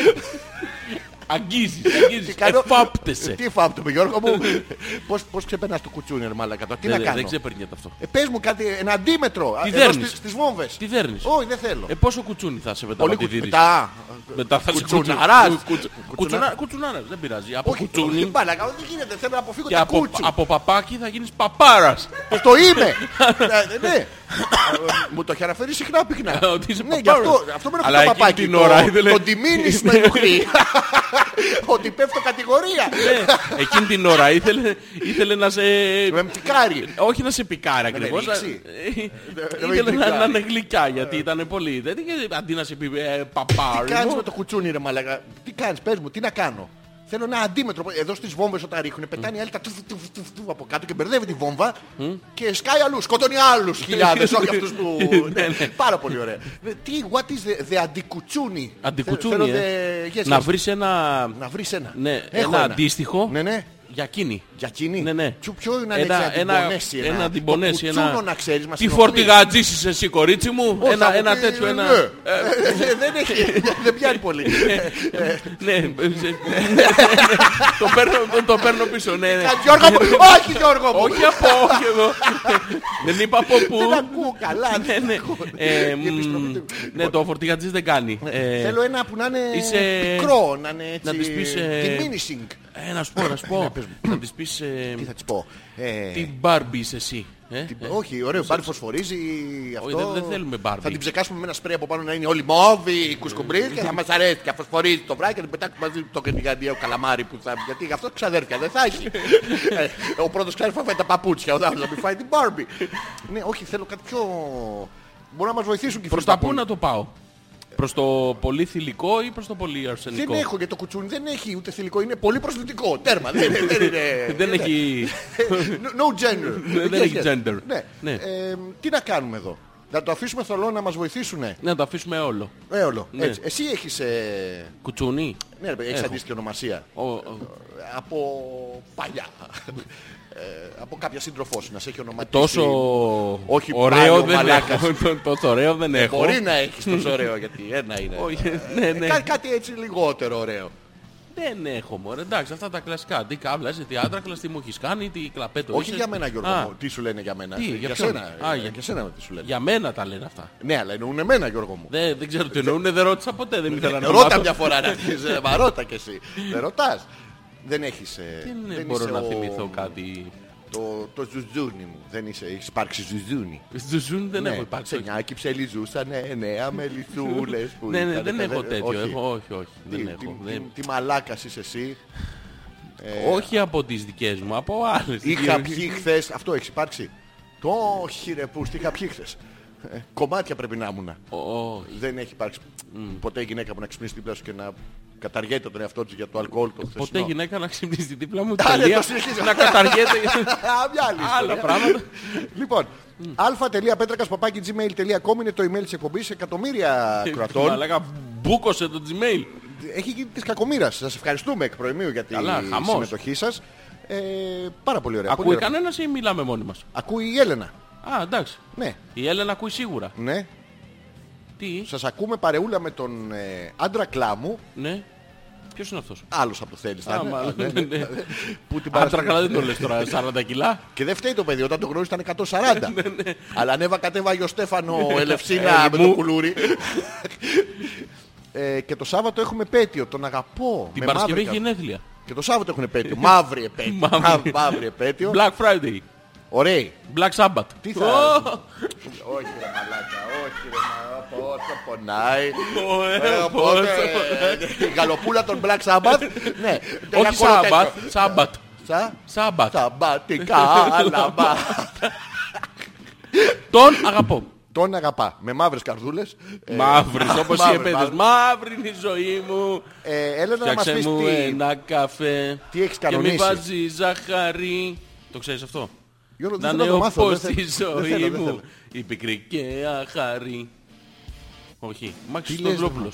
Speaker 2: Αγγίζεις, αγγίζεις.
Speaker 1: Ε, κάνω- Ε,
Speaker 2: Εφάπτεσαι.
Speaker 1: Τι φάπτομαι Γιώργο μου. Πώς- Πώς ξεπερνάς το κουτσούνι ρε μαλάκα τώρα. Τι
Speaker 2: Δεν-
Speaker 1: να
Speaker 2: Ε, Δεν
Speaker 1: κάνω.
Speaker 2: ξεπερνιέται αυτό.
Speaker 1: Ε, πες μου κάτι, ένα αντίμετρο.
Speaker 2: Τι
Speaker 1: εδώ
Speaker 2: δέρνεις?
Speaker 1: στις- Στις βόμβες.
Speaker 2: Τι δέρνεις?
Speaker 1: Όχι, δεν θέλω.
Speaker 2: Ε, πόσο κουτσούνι θα σε μετά
Speaker 1: Πολύ
Speaker 2: από τη
Speaker 1: κουτσου-
Speaker 2: δίδυση.
Speaker 1: μετά.
Speaker 2: Μετά θα σε
Speaker 1: Κουτσουναράς.
Speaker 2: κουτσου- κουτσου- κουτσουνά- Κουτσουνάρας, δεν πειράζει. Από
Speaker 1: Όχι, όχι,
Speaker 2: κουτσούνι
Speaker 1: μάλακα, δεν γίνεται. Θέλω να αποφύγω
Speaker 2: και
Speaker 1: τα
Speaker 2: από,
Speaker 1: κούτσου.
Speaker 2: από παπάκι θα γίνεις παπάρας.
Speaker 1: Πως το είμαι. Ε, Ναι.
Speaker 2: [laughs]
Speaker 1: Ε, Μου το έχει αναφέρει συχνά
Speaker 2: Ε,
Speaker 1: πυκνά.
Speaker 2: ότι είσαι
Speaker 1: Ναι, γι'
Speaker 2: παπάρος.
Speaker 1: αυτό, αυτό με
Speaker 2: Αλλά
Speaker 1: ρωτάει το
Speaker 2: εκείνη
Speaker 1: παπάκι.
Speaker 2: την
Speaker 1: το-
Speaker 2: ώρα ήθελε- Ναι.
Speaker 1: Το
Speaker 2: [laughs]
Speaker 1: τιμήνης με ενοχλεί. [laughs] Ότι πέφτω κατηγορία.
Speaker 2: Ε, Εκείνη την ώρα ήθελε, ήθελε να σε...
Speaker 1: Με πτυκάρει.
Speaker 2: Όχι να σε πικάρει ακριβώς.
Speaker 1: με ρίξει.
Speaker 2: ε,
Speaker 1: να με
Speaker 2: Ήθελε να,
Speaker 1: πικάρει.
Speaker 2: να είναι γλυκιά γιατί ήταν πολύ. Δεν είχε- αντί να σε πει ε, παπάρι.
Speaker 1: Τι κάνεις με το κουτσούνι ρε μαλακά. Τι κάνεις, πες μου, τι να κάνω. Θέλω ένα αντίμετρο. Εδώ στις βόμβες όταν ρίχνουν, πετάνε οι άλλοι τα τουφ, τουφ, τουφ, τουφ από κάτω και μπερδεύει τη βόμβα και σκάει αλλού. Σκοτώνει άλλους χιλιάδες, όχι αυτούς που...
Speaker 2: Ναι, ναι.
Speaker 1: Πάρα πολύ ωραία. Ε, Τι, what is the, the αντικουτσούνι.
Speaker 2: Αντικουτσούνι,
Speaker 1: Θέλω
Speaker 2: ε.
Speaker 1: the- yes,
Speaker 2: Να
Speaker 1: yes.
Speaker 2: βρεις ένα...
Speaker 1: Να βρεις ένα.
Speaker 2: Ναι,
Speaker 1: Έχω
Speaker 2: ένα αντίστοιχο.
Speaker 1: Ναι, ναι.
Speaker 2: Για εκείνη.
Speaker 1: Γιακίνη.
Speaker 2: Ναι, ναι.
Speaker 1: Τσου ποιο είναι
Speaker 2: Ένα-
Speaker 1: ένα
Speaker 2: ένα-
Speaker 1: διμπονέσι.
Speaker 2: ένα διμπονέσι,
Speaker 1: Το
Speaker 2: ένα-
Speaker 1: κουτσούνο να ξέρεις μας.
Speaker 2: Τι
Speaker 1: ενοχλεί.
Speaker 2: φορτηγατζήσεις εσύ κορίτσι μου.
Speaker 1: Όχι, θα
Speaker 2: Ένα,
Speaker 1: μου
Speaker 2: ένα
Speaker 1: πει,
Speaker 2: τέτοιο,
Speaker 1: ναι.
Speaker 2: ένα...
Speaker 1: Ε, Δεν έχει, [laughs] δεν πιάνει πολύ.
Speaker 2: [laughs] Ναι, ε, σε- το παίρνω- το παίρνω πίσω, ναι, ναι.
Speaker 1: Α, Γιώργο μου, όχι Γιώργο μου.
Speaker 2: Όχι από όχι εγώ. Δεν είπα από πού.
Speaker 1: Δεν ακούω καλά.
Speaker 2: Ναι, ναι. Ε, μ,
Speaker 1: Επιστροφή του.
Speaker 2: Ναι, το φορτηγατζής δεν κάνει. Ε,
Speaker 1: Θέλω ένα που να είναι
Speaker 2: είσαι-
Speaker 1: μικρό, να είναι έτσι.
Speaker 2: να της πεις, ε,
Speaker 1: Diminishing.
Speaker 2: ε, να σου πω, να σου πω. Να της πεις ε,
Speaker 1: Ναι, Τι θα της πω. Ε,
Speaker 2: τι μπάρμπι είσαι εσύ. ε.
Speaker 1: την- Όχι, ωραίο, μπάρι φωσφορίζει αυτό.
Speaker 2: δεν- δεν θέλουμε Barbie.
Speaker 1: Θα την ψεκάσουμε με ένα σπρέι από πάνω να είναι όλοι μόβι, κουσκουμπρί και θα μας αρέσει. Και φωσφορίζει το βράδυ και να την πετάξουμε μαζί το κεντρικαντίο καλαμάρι που θα. Γιατί γι' αυτό ξαδέρφια δεν θα
Speaker 2: [laughs]
Speaker 1: έχει. Ε, ο πρώτος ξέρεις φάει τα παπούτσια, ο δεύτερος θα μην φάει την μπάρμπι. Ναι, όχι, θέλω κάτι πιο. Μπορούν να μας βοηθήσουν και οι
Speaker 2: Προς
Speaker 1: φίλοι
Speaker 2: τα πού να το πάω. Προς το πολύ θηλυκό ή προς το πολύ αρσενικό.
Speaker 1: Δεν έχω για το κουτσούνι, δεν έχει ούτε θηλυκό, είναι πολύ προσβλητικό. Τέρμα, δεν, δεν, δεν είναι.
Speaker 2: [laughs] Δεν έχει...
Speaker 1: No- No gender.
Speaker 2: Ναι, [laughs] δεν
Speaker 1: Yes,
Speaker 2: έχει
Speaker 1: yes.
Speaker 2: gender.
Speaker 1: Ναι.
Speaker 2: Ναι.
Speaker 1: Ε, τι να κάνουμε εδώ. Να το αφήσουμε θολό να μας βοηθήσουνε.
Speaker 2: Ναι, να το αφήσουμε όλο.
Speaker 1: Ε, όλο.
Speaker 2: Ναι.
Speaker 1: Έτσι. Εσύ έχεις, ε,
Speaker 2: Κουτσούνι.
Speaker 1: ναι, ρε παιδί, έχεις
Speaker 2: Έχω.
Speaker 1: αντίστοιχη ονομασία.
Speaker 2: Ο- ο-
Speaker 1: Ε, Από παλιά. Ε, από κάποια σύντροφό σου να σε έχει ονοματίσει.
Speaker 2: Τόσο
Speaker 1: Όχι, πάλι
Speaker 2: ωραίο
Speaker 1: ο
Speaker 2: δεν [laughs]
Speaker 1: μαλάκας. Ε,
Speaker 2: έχω. Το- Τόσο ωραίο δεν έχω.
Speaker 1: Μπορεί να έχεις τόσο ωραίο γιατί ένα είναι.
Speaker 2: Όχι, ναι, ναι.
Speaker 1: Ε, κά- κάτι έτσι λιγότερο ωραίο.
Speaker 2: Δεν έχω μωρέ. Εντάξει, αυτά τα κλασικά. Τι κάβλα, είσαι, τι άντρακλα, τι μου έχεις κάνει, τι κλαπέτο.
Speaker 1: Όχι
Speaker 2: είσαι.
Speaker 1: για μένα Γιώργο
Speaker 2: Α,
Speaker 1: μου. Τι σου λένε για μένα.
Speaker 2: Τι, για
Speaker 1: για,
Speaker 2: ποιον?
Speaker 1: σένα.
Speaker 2: Α,
Speaker 1: ε,
Speaker 2: για-
Speaker 1: για σένα τι σου λένε.
Speaker 2: Για μένα τα λένε αυτά.
Speaker 1: Ναι, αλλά εννοούν εμένα Γιώργο μου.
Speaker 2: Δεν, δεν ξέρω τι εννοούν, δεν ρώτησα ποτέ, δεν ήθελα να
Speaker 1: Ε, Ρώτα
Speaker 2: μάθω.
Speaker 1: μια φορά να δεις, ε, μα ρώτα κι εσύ. Δεν ρωτάς. Δεν έχεις... ε,
Speaker 2: Δεν,
Speaker 1: δεν
Speaker 2: μπορώ
Speaker 1: είσαι
Speaker 2: να
Speaker 1: ο-
Speaker 2: θυμηθώ κάτι.
Speaker 1: Το, το ζουζούνι μου. Δεν είσαι, έχεις υπάρξει ζουζούνι.
Speaker 2: Ζουζούν δεν έχω υπάρξει.
Speaker 1: Ναι, Σε μια κυψέλη ζούσανε εννέα μελιθούλες που
Speaker 2: Ναι, ναι,
Speaker 1: ήταν
Speaker 2: δεν
Speaker 1: καλέ-
Speaker 2: έχω τέτοιο.
Speaker 1: όχι.
Speaker 2: Έχω, όχι, όχι.
Speaker 1: Τι,
Speaker 2: Δεν
Speaker 1: τι-
Speaker 2: έχω.
Speaker 1: τι-
Speaker 2: δεν-
Speaker 1: Τι μαλάκας είσαι εσύ.
Speaker 2: Όχι από τις δικές μου, από άλλες.
Speaker 1: Είχα πιει χθες... Αυτό έχεις υπάρξει. Το όχι ρε πούς, τι είχα πιει χθες. Ε, Κομμάτια πρέπει να ήμουν.
Speaker 2: Ω,
Speaker 1: Δεν έχει υπάρξει ποτέ γυναίκα που να ξυπνήσει δίπλα σου και να καταργέται τον εαυτό της για το αλκοόλ το χθεσινό.
Speaker 2: Ποτέ γυναίκα να ξυπνήσει δίπλα μου
Speaker 1: Άρα,
Speaker 2: τελεία
Speaker 1: το συνεχίζω.
Speaker 2: να
Speaker 1: [laughs]
Speaker 2: καταργέται.
Speaker 1: Α, μια άλλη
Speaker 2: Άλλα
Speaker 1: ιστορία.
Speaker 2: πράγματα.
Speaker 1: Λοιπόν, αλφα.πέτρακα.gmail.com είναι το email της εκπομπής
Speaker 2: Ε,
Speaker 1: εκατομμύρια κρατών.
Speaker 2: Μαλάκα, μπούκωσε το Gmail.
Speaker 1: Έχει γίνει της κακομήρας. Σας ευχαριστούμε εκ προημίου για τη
Speaker 2: Καλά, χαμός.
Speaker 1: συμμετοχή σας. Ε, πάρα πολύ ωραία. πολύ
Speaker 2: Ακούει
Speaker 1: ωραία.
Speaker 2: κανένας ή μιλάμε μόνοι μας.
Speaker 1: Ακούει η Έλενα.
Speaker 2: Α, εντάξει.
Speaker 1: Ναι,
Speaker 2: Η Έλενα ακούει σίγουρα.
Speaker 1: ναι.
Speaker 2: Τι,
Speaker 1: Σας ακούμε παρεούλα με τον ε, άντρα κλάμου.
Speaker 2: ναι. Ποιος είναι αυτός.
Speaker 1: Άλλος από το θέλεις. θα
Speaker 2: Α,
Speaker 1: είναι.
Speaker 2: μάλλον,
Speaker 1: Ναι,
Speaker 2: ναι,
Speaker 1: ναι.
Speaker 2: ναι.
Speaker 1: Που την
Speaker 2: Άντρα
Speaker 1: Παρασκευή-
Speaker 2: καλά δεν το λες
Speaker 1: [laughs]
Speaker 2: τώρα 40 κιλά.
Speaker 1: Και δεν φταίει το παιδί, όταν το γνώρισε
Speaker 2: [laughs]
Speaker 1: ήταν
Speaker 2: Ναι,
Speaker 1: 140. Αλλά ανέβα κατέβαγε ο Στέφανο Ελευσίνα με το
Speaker 2: μου.
Speaker 1: κουλούρι. Ε, και το Σάββατο έχουμε επέτειο, τον αγαπώ.
Speaker 2: Την
Speaker 1: με
Speaker 2: Παρασκευή έχει
Speaker 1: μαύρη
Speaker 2: γενέθλια.
Speaker 1: κα- Και το Σάββατο έχουν
Speaker 2: [laughs]
Speaker 1: επέτειο. Μαύρη επέτειο.
Speaker 2: Μαύρη.
Speaker 1: Μαύ- Μαύρη επέτειο.
Speaker 2: Black Friday.
Speaker 1: Ωραίοι.
Speaker 2: Black Sabbath.
Speaker 1: Τι θα- Όχι ρε μαλάκα, όχι ρε μαλάκα, πόσο πονάει.
Speaker 2: Ω, ε,
Speaker 1: Ε, οπότε, ε, Η γαλοπούλα των Black
Speaker 2: [laughs]
Speaker 1: Sabbath. Ναι, ένα
Speaker 2: Όχι
Speaker 1: κόλλο τέτοιο.
Speaker 2: Sabbath, Sabbath.
Speaker 1: Σα-
Speaker 2: Sabbath.
Speaker 1: Σαμπατικά, λαμπά.
Speaker 2: Τον αγαπώ.
Speaker 1: Τον αγαπά. Με μαύρες καρδούλες. Ε, [laughs]
Speaker 2: Μαύρης όπως οι
Speaker 1: μαύρες,
Speaker 2: επέτειες.
Speaker 1: μαύρες.
Speaker 2: Μαύρη είναι η ζωή μου.
Speaker 1: Ε, Έλενα να μας
Speaker 2: Φτιάξε
Speaker 1: πεις
Speaker 2: μου
Speaker 1: τι...
Speaker 2: ένα καφέ.
Speaker 1: τι έχεις
Speaker 2: Και
Speaker 1: κανονίσει.
Speaker 2: μη βάζει ζαχαρή. Το ξέρεις αυτό.
Speaker 1: Γιώργο,
Speaker 2: Να
Speaker 1: δεν θέλω
Speaker 2: είναι
Speaker 1: να το
Speaker 2: ο
Speaker 1: μάθω.
Speaker 2: φως
Speaker 1: δεν
Speaker 2: της
Speaker 1: θέλω- δεν θέλω,
Speaker 2: ζωής
Speaker 1: δεν
Speaker 2: μου.
Speaker 1: θέλω.
Speaker 2: Η πικρή και αχαρή. Όχι. Μάξι
Speaker 1: Τι λες,
Speaker 2: Στοδρόπουλος.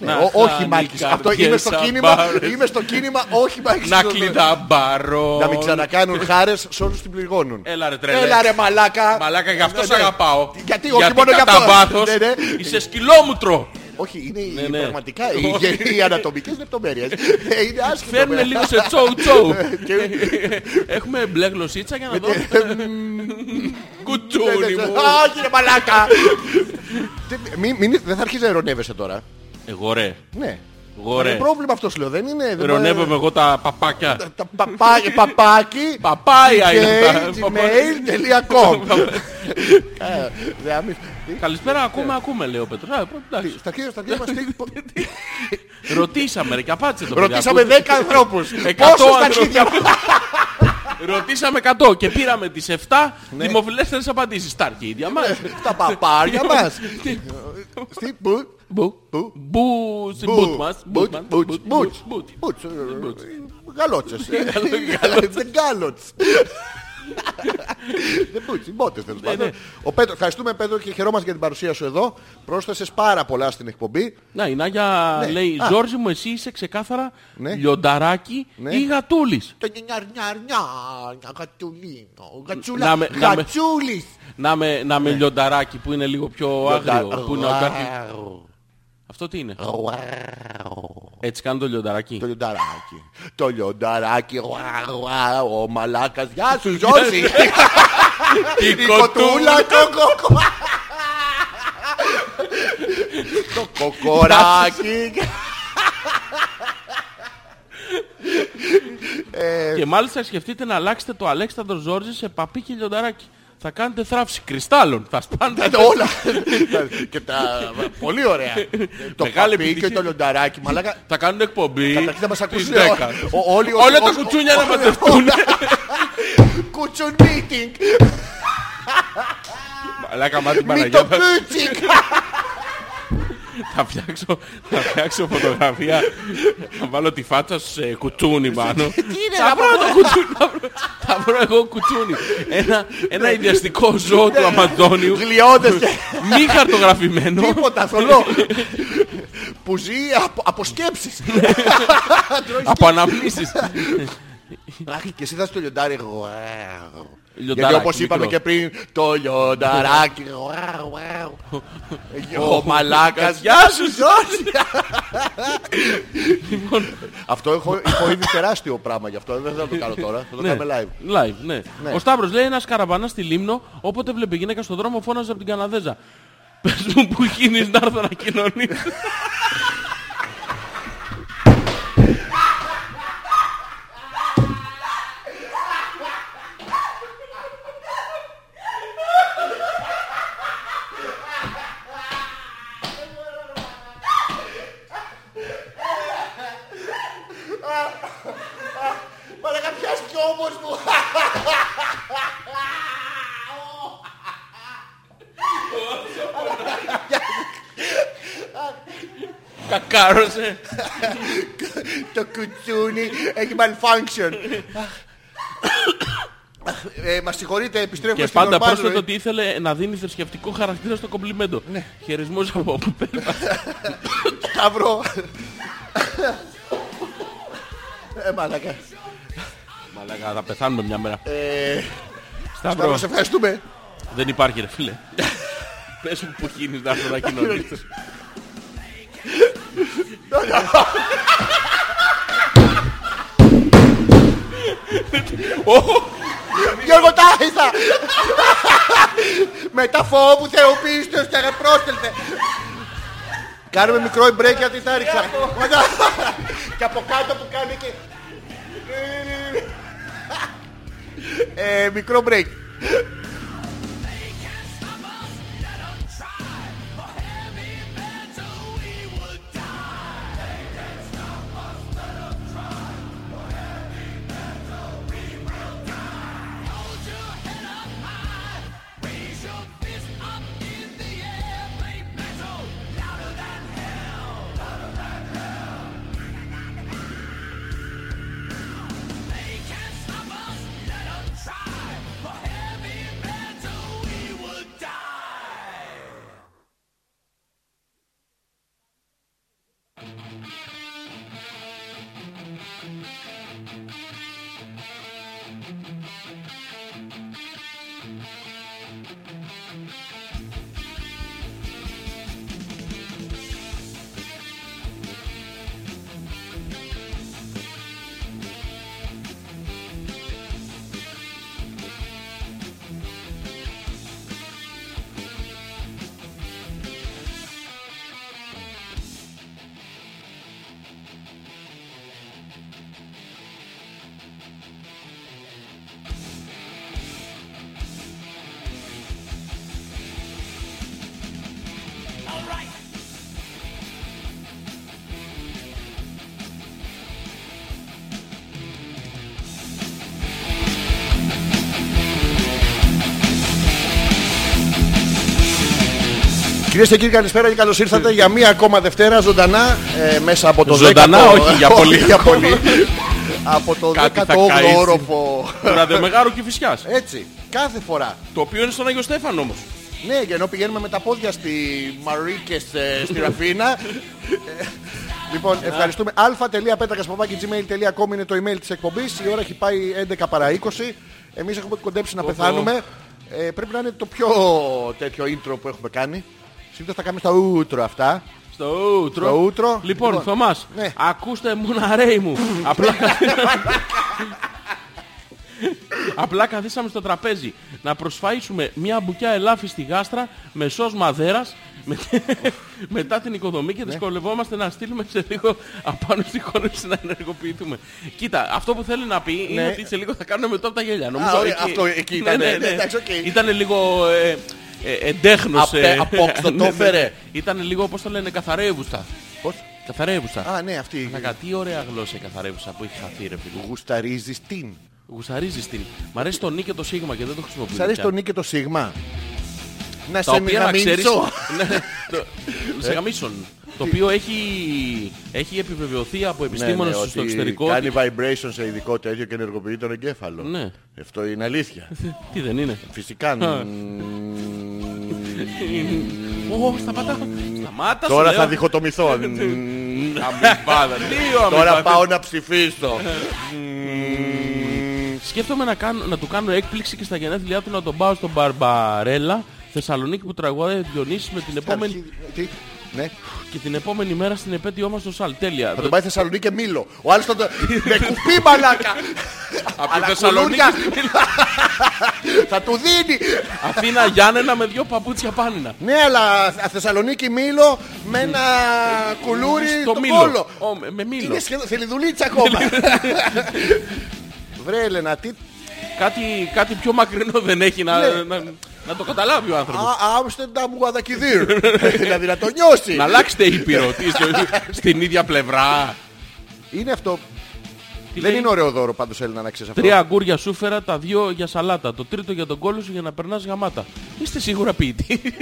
Speaker 1: Ναι, ο- Όχι Μάκης.
Speaker 2: Μάκης.
Speaker 1: Αυτό είμαι στο κίνημα. Είμαι στο κίνημα. Όχι Μάκης.
Speaker 2: Να
Speaker 1: δεν θέλω.
Speaker 2: κλειδαμπαρώ.
Speaker 1: Να μην ξανακάνουν χάρες σε όλους την πληγώνουν.
Speaker 2: Έλα ρε τρελέ.
Speaker 1: Έλα ρε μαλάκα.
Speaker 2: Μαλάκα γι' αυτό
Speaker 1: Ναι,
Speaker 2: σ'
Speaker 1: ναι.
Speaker 2: αγαπάω.
Speaker 1: Γιατί όχι μόνο για
Speaker 2: κατά
Speaker 1: αυτό.
Speaker 2: βάθος
Speaker 1: Ναι, ναι.
Speaker 2: είσαι σκυλόμουτρο.
Speaker 1: Όχι, είναι οι-
Speaker 2: ναι.
Speaker 1: πραγματικά οι-
Speaker 2: Όχι.
Speaker 1: οι ανατομικές λεπτομέρειες. Ε, Είναι άσχετο.
Speaker 2: Φέρνε
Speaker 1: με-
Speaker 2: λίγο σε Ε, τσόου
Speaker 1: [laughs]
Speaker 2: τσόου.
Speaker 1: Και-
Speaker 2: Έχουμε μπλε γλωσσίτσα για
Speaker 1: Ε,
Speaker 2: να δω. Κουτσούνι μου.
Speaker 1: Α, Ναι, Όχι ρε μαλάκα. Τι- μη- μην- Δεν θα αρχίσει να ειρωνεύεσαι τώρα.
Speaker 2: Εγώ ρε.
Speaker 1: Ναι.
Speaker 2: Εγώ ρε.
Speaker 1: Είναι πρόβλημα ε. αυτό σου λέω. Δεν είναι. δεν
Speaker 2: Ρωνεύομαι εγώ τα παπάκια.
Speaker 1: μπορεί- Τα παπά- Παπάκι.
Speaker 2: Παπάια είναι
Speaker 1: gmail-
Speaker 2: αυτά.
Speaker 1: gmail.com. Ε, δε αμύθ- Τι,
Speaker 2: Καλησπέρα,
Speaker 1: Ναι.
Speaker 2: ακούμε, ακούμε, λέει ο Πέτρος. Α,
Speaker 1: τι,
Speaker 2: εντάξει.
Speaker 1: Στα αρχίδια, στα αρχίδια μας τι- πο-
Speaker 2: Ρωτήσαμε, ρε, και απάτησε το παιδί.
Speaker 1: Ρωτήσαμε
Speaker 2: Ακούτε.
Speaker 1: 10 ανθρώπους.
Speaker 2: Εκατό
Speaker 1: Πόσο στα
Speaker 2: ανθρώπους.
Speaker 1: αρχίδια μας.
Speaker 2: Ρωτήσαμε 100 και πήραμε τις 7
Speaker 1: Ναι.
Speaker 2: δημοφιλέστερες απαντήσεις. Τα αρχίδια μας.
Speaker 1: Τα παπάρια μας. Τι, πού,
Speaker 2: Μπου.
Speaker 1: πού.
Speaker 2: Μπου. στην
Speaker 1: Μπου,
Speaker 2: Μπουτ μας.
Speaker 1: μπουτς,
Speaker 2: Μπουτ μας.
Speaker 1: μπουτς,
Speaker 2: Μπουτ,
Speaker 1: μπουτς.
Speaker 2: μπουτ.
Speaker 1: Μπουτς, ε,
Speaker 2: Μπουτς. [laughs]
Speaker 1: Γαλότσες.
Speaker 2: Γαλότσες. [laughs]
Speaker 1: Γαλότσες. Γαλότσες. Δεν μπορείς, οι μπότες τέλος πάντων.
Speaker 2: ναι.
Speaker 1: Ο Πέτρο, ευχαριστούμε Πέτρο και χαιρόμαστε για την παρουσία σου εδώ. Πρόσθεσες πάρα πολλά στην εκπομπή.
Speaker 2: Να, η Νάγια
Speaker 1: Ναι.
Speaker 2: λέει,
Speaker 1: Α.
Speaker 2: Ζόρζι μου, εσύ είσαι ξεκάθαρα
Speaker 1: Ναι.
Speaker 2: λιονταράκι
Speaker 1: Ναι.
Speaker 2: ή γατούλης.
Speaker 1: Το νιάρ, νιάρ, νιάρ, γατσουλίνο,
Speaker 2: Να
Speaker 1: γατσούλα,
Speaker 2: με- να με-
Speaker 1: γατσούλης.
Speaker 2: Να με, να
Speaker 1: Ναι.
Speaker 2: με λιονταράκι που είναι λίγο πιο άγριο. Που είναι ο κάτι... Αυτό τι είναι. Έτσι κάνει το λιονταράκι.
Speaker 1: Το λιονταράκι. Το λιονταράκι. γουά, γουά, Ο μαλάκας. Γεια σου Ζώση. Η κοτούλα το κοκο. Το κοκοράκι. Ε.
Speaker 2: Και μάλιστα σκεφτείτε να αλλάξετε το Αλέξανδρο Ζόρζι σε παπί και λιονταράκι. Θα κάνετε θράψη κρυστάλλων. Θα σπάνετε
Speaker 1: Ε, Όλα. Και τα... Πολύ ωραία. Το
Speaker 2: Μεγάλη
Speaker 1: παπί και
Speaker 2: επιτυχία.
Speaker 1: το λιονταράκι. Μαλάκα.
Speaker 2: Θα κάνουν εκπομπή.
Speaker 1: Καταρχήν θα μας
Speaker 2: στις
Speaker 1: ακούσουν ε,
Speaker 2: 10.
Speaker 1: ό- ό- όλοι-
Speaker 2: Όλα
Speaker 1: όσοι-
Speaker 2: τα
Speaker 1: όσοι-
Speaker 2: κουτσούνια να
Speaker 1: όλοι-
Speaker 2: μαζευτούν.
Speaker 1: Κουτσουν meeting.
Speaker 2: Μαλάκα μάτι
Speaker 1: Μη το
Speaker 2: Παναγία. θα-
Speaker 1: κουτσικ.
Speaker 2: Θα φτιάξω, θα φτιάξω φωτογραφία. Θα βάλω τη φάτσα σε κουτσούνι πάνω. Θα βρω το κουτσούνι. θα βρω- Θα βρω εγώ κουτσούνι. Ένα,
Speaker 1: Ναι.
Speaker 2: ένα ιδιαστικό ζώο του Αμαζόνιου.
Speaker 1: Γλιώδες και
Speaker 2: Μη χαρτογραφημένο.
Speaker 1: τίποτα θολό. Που ζει από, από σκέψεις. Λοιπόν,
Speaker 2: Από αναμνήσεις.
Speaker 1: Αχ, και εσύ θα στο λιοντάρι. γουάου.
Speaker 2: Λιονταράκι,
Speaker 1: Γιατί όπως είπαμε
Speaker 2: μικρός.
Speaker 1: και πριν, το λιονταράκι. γουάου, γουάου. Ο μαλάκας.
Speaker 2: Γεια σου, Λοιπόν.
Speaker 1: Ζώση. Αυτό έχω, έχω ήδη τεράστιο πράγμα γι' αυτό. Δεν θα το κάνω τώρα. Θα το
Speaker 2: Ναι.
Speaker 1: κάνουμε live.
Speaker 2: Live, ναι.
Speaker 1: Ναι.
Speaker 2: Ο Σταύρος λέει ένας καραβάνας στη Λίμνο, όποτε βλέπει γυναίκα στον δρόμο φώναζε από την Καναδέζα. Πες μου που γίνεις να έρθω να
Speaker 1: [laughs]
Speaker 2: κοινωνήσω.
Speaker 1: Μαλάκα πιάστηκε όμως μου.
Speaker 2: Κακάρωσε.
Speaker 1: Το κουτσούνι έχει malfunction. ε, μας συγχωρείτε, επιστρέφουμε
Speaker 2: Και
Speaker 1: στην
Speaker 2: πάντα
Speaker 1: ορμάδα,
Speaker 2: πρόσθετο
Speaker 1: ε.
Speaker 2: ότι ήθελε να δίνει θρησκευτικό χαρακτήρα στο κομπλιμέντο.
Speaker 1: Ναι.
Speaker 2: Χαιρισμός από όπου πέρα.
Speaker 1: Σταύρο. ε, μαλάκα.
Speaker 2: Μαλάκα, θα πεθάνουμε μια μέρα.
Speaker 1: Ε, Σταύρο,
Speaker 2: Σταύρο,
Speaker 1: σε ευχαριστούμε.
Speaker 2: δεν υπάρχει ρε φίλε. Πες μου που γίνεις να έρθω να κοινωνήσω.
Speaker 1: Γιώργο Τάισα. [laughs] Με τα φόβου θεοποίηστε και πρόσθελτε. Κάνουμε μικρό break γιατί θα ρίξα. και από κάτω που κάνει και... ε, μικρό break. Κυρίες και κύριοι, καλησπέρα και καλώς ήρθατε για μία ακόμα Δευτέρα ζωντανά ε, μέσα από το
Speaker 2: Ζωντανά,
Speaker 1: [laughs] δέκατο-
Speaker 2: όχι, για πολύ.
Speaker 1: για πολύ. από το
Speaker 2: Κάτι θα
Speaker 1: 18ο
Speaker 2: καεί.
Speaker 1: όροφο.
Speaker 2: Του Ραδεμεγάρου και φυσιάς.
Speaker 1: Έτσι, κάθε φορά.
Speaker 2: Το οποίο είναι στον Άγιο Στέφανο όμως.
Speaker 1: Ναι, και ενώ πηγαίνουμε με τα πόδια στη Μαρή και σε- στη Ραφίνα. Ε, λοιπόν, ευχαριστούμε. α.πέτρακα.gmail.com είναι το email της εκπομπής. Η ώρα έχει πάει 11 παρά 20. Εμείς έχουμε κοντέψει να πεθάνουμε. Ε, πρέπει να είναι το πιο τέτοιο intro που έχουμε κάνει. Συνήθως τα κάνουμε στα ούτρο αυτά.
Speaker 2: Στο ούτρο.
Speaker 1: Στο ούτρο.
Speaker 2: Λοιπόν,
Speaker 1: Λοιπόν,
Speaker 2: Θωμάς,
Speaker 1: ναι.
Speaker 2: ακούστε μοναρέι
Speaker 1: [laughs]
Speaker 2: μου. Απλά, [laughs] Απλά καθίσαμε στο τραπέζι να προσφαίσουμε μια μπουκιά ελάφι στη γάστρα με σως μαδέρας με- [laughs] μετά την οικοδομή
Speaker 1: Ναι.
Speaker 2: και δυσκολευόμαστε να στείλουμε σε λίγο απάνω στη χόρεψη να ενεργοποιηθούμε. Κοίτα, αυτό που θέλει να πει είναι
Speaker 1: Ναι.
Speaker 2: ότι σε λίγο θα κάνουμε μετά από τα γέλια.
Speaker 1: ωραία, αυτό εκεί ήταν, ναι, εντάξει, οκ.
Speaker 2: Ήταν λίγο ε, ε, εντέχνος.
Speaker 1: Απε- απόξω, το
Speaker 2: ναι, ναι.
Speaker 1: έφερε.
Speaker 2: Ήταν λίγο, πώς το λένε, καθαρεύουστα.
Speaker 1: Πώς?
Speaker 2: Καθαρεύουσα.
Speaker 1: Α, ναι, αυτή.
Speaker 2: Ανακα, τι ωραία γλώσσα η καθαρεύουσα που έχει χαθεί ρε φίλε.
Speaker 1: Γουσταρίζεις την.
Speaker 2: Γουσαρίζεις την. Μ' αρέσει το νι και το σίγμα και δεν το χρησιμοποιώ.
Speaker 1: Σ' αρέσει
Speaker 2: πια.
Speaker 1: το νί και το σίγμα. Να
Speaker 2: Τα
Speaker 1: σε
Speaker 2: οποία να ξέρεις...
Speaker 1: μιγαμίσω.
Speaker 2: [laughs] Ναι, το- σε γαμίσον. Το οποίο έχει, έχει επιβεβαιωθεί από επιστήμονες
Speaker 1: Ναι, ναι,
Speaker 2: στο
Speaker 1: ότι
Speaker 2: εξωτερικό.
Speaker 1: Κάνει vibration σε ειδικό τέτοιο και ενεργοποιεί τον εγκέφαλο.
Speaker 2: Ναι.
Speaker 1: Αυτό είναι
Speaker 2: [laughs]
Speaker 1: αλήθεια.
Speaker 2: Τι δεν είναι.
Speaker 1: Φυσικά.
Speaker 2: Ω, σταματά. Σταμάτα σου,
Speaker 1: Τώρα
Speaker 2: λέω.
Speaker 1: θα
Speaker 2: [laughs]
Speaker 1: διχοτομηθώ.
Speaker 2: Αμυμπάδα. Δύο
Speaker 1: Τώρα
Speaker 2: αμυμπάδα.
Speaker 1: πάω να ψηφίσω.
Speaker 2: Ε, Σκέφτομαι να, κάνω, να του κάνω έκπληξη και στα γενέθλιά του να τον πάω στον Μπαρμπαρέλα Θεσσαλονίκη που τραγουδάει ο Διονύσης με την επόμενη,
Speaker 1: Τι, Ναι.
Speaker 2: και την επόμενη μέρα στην επέτειό μας στο Σαλ. Τέλεια.
Speaker 1: Θα τον πάει Θεσσαλονίκη και Μήλο. Ο άλλος θα τον... Με κουπί μαλάκα.
Speaker 2: Από
Speaker 1: Αλλά
Speaker 2: τη Θεσσαλονίκη
Speaker 1: κουλούρια. [laughs] Θα του δίνει.
Speaker 2: Αθήνα Γιάννενα με δυο παπούτσια πάνινα.
Speaker 1: Ναι, αλλά Θεσσαλονίκη Μήλο με ένα κουλούρι
Speaker 2: Στο
Speaker 1: στο
Speaker 2: Μήλο.
Speaker 1: πόλο.
Speaker 2: Ω, με- με Μήλο.
Speaker 1: Είναι σχεδόν... Θέλει δουλίτσα
Speaker 2: [laughs]
Speaker 1: ακόμα. Βρε Έλενα, τι
Speaker 2: Κάτι, κάτι πιο μακρινό δεν έχει να,
Speaker 1: Ναι.
Speaker 2: να, να το καταλάβει ο άνθρωπος.
Speaker 1: Α, Άμστερνταμ Γουαδακιδίρ. [laughs] Δηλαδή να το νιώσει.
Speaker 2: Να αλλάξετε ήπειρο.
Speaker 1: [laughs]
Speaker 2: Τι, στο- στην ίδια πλευρά.
Speaker 1: Είναι αυτό.
Speaker 2: Τι
Speaker 1: Δεν
Speaker 2: λέει?
Speaker 1: είναι ωραίο δώρο πάντως Έλληνα να ξέρεις αυτό.
Speaker 2: Τρία αγκούρια σούφερα, τα δύο για σαλάτα. Το τρίτο για τον κόλο σου για να περνάς γαμάτα. Είστε σίγουρα
Speaker 1: [laughs]
Speaker 2: ποιητή.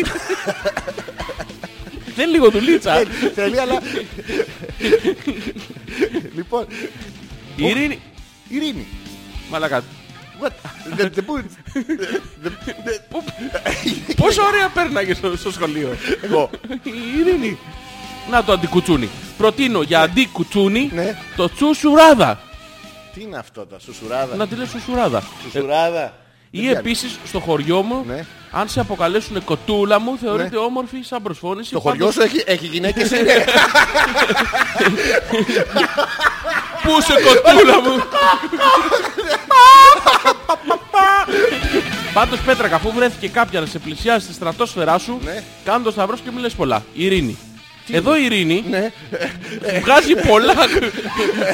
Speaker 2: Δεν λίγο δουλίτσα.
Speaker 1: Θέλει- Ε, Θέλει, αλλά. [laughs] Λοιπόν,
Speaker 2: Η Ειρήνη.
Speaker 1: Ειρήνη.
Speaker 2: Μαλακά.
Speaker 1: What? Δεν- δεν μπορεί. Δεν- δεν-
Speaker 2: Πόσο ωραία πέρναγε στο, στο σχολείο.
Speaker 1: Εγώ.
Speaker 2: Η Ειρήνη. Να το αντικουτσούνι. Προτείνω για αντικουτσούνι
Speaker 1: Ναι.
Speaker 2: το τσουσουράδα.
Speaker 1: Τι είναι αυτό τα σουσουράδα.
Speaker 2: Να τη λες σουσουράδα.
Speaker 1: Σουσουράδα.
Speaker 2: Ή επίσης στο χωριό μου,
Speaker 1: Ναι.
Speaker 2: αν σε αποκαλέσουν κοτούλα μου, θεωρείται όμορφη σαν προσφώνηση.
Speaker 1: Το χωριό σου έχει, έχει γυναίκες ε, είναι.
Speaker 2: Πού σε κοτούλα μου! Πάντως Πέτρακα, αφού βρέθηκε κάποια να σε πλησιάσει στη στρατόσφαιρά σου,
Speaker 1: Ναι.
Speaker 2: κάνε το σταυρό και μιλες πολλά. Ειρήνη. Εδώ η Ειρήνη
Speaker 1: Ναι.
Speaker 2: βγάζει πολλά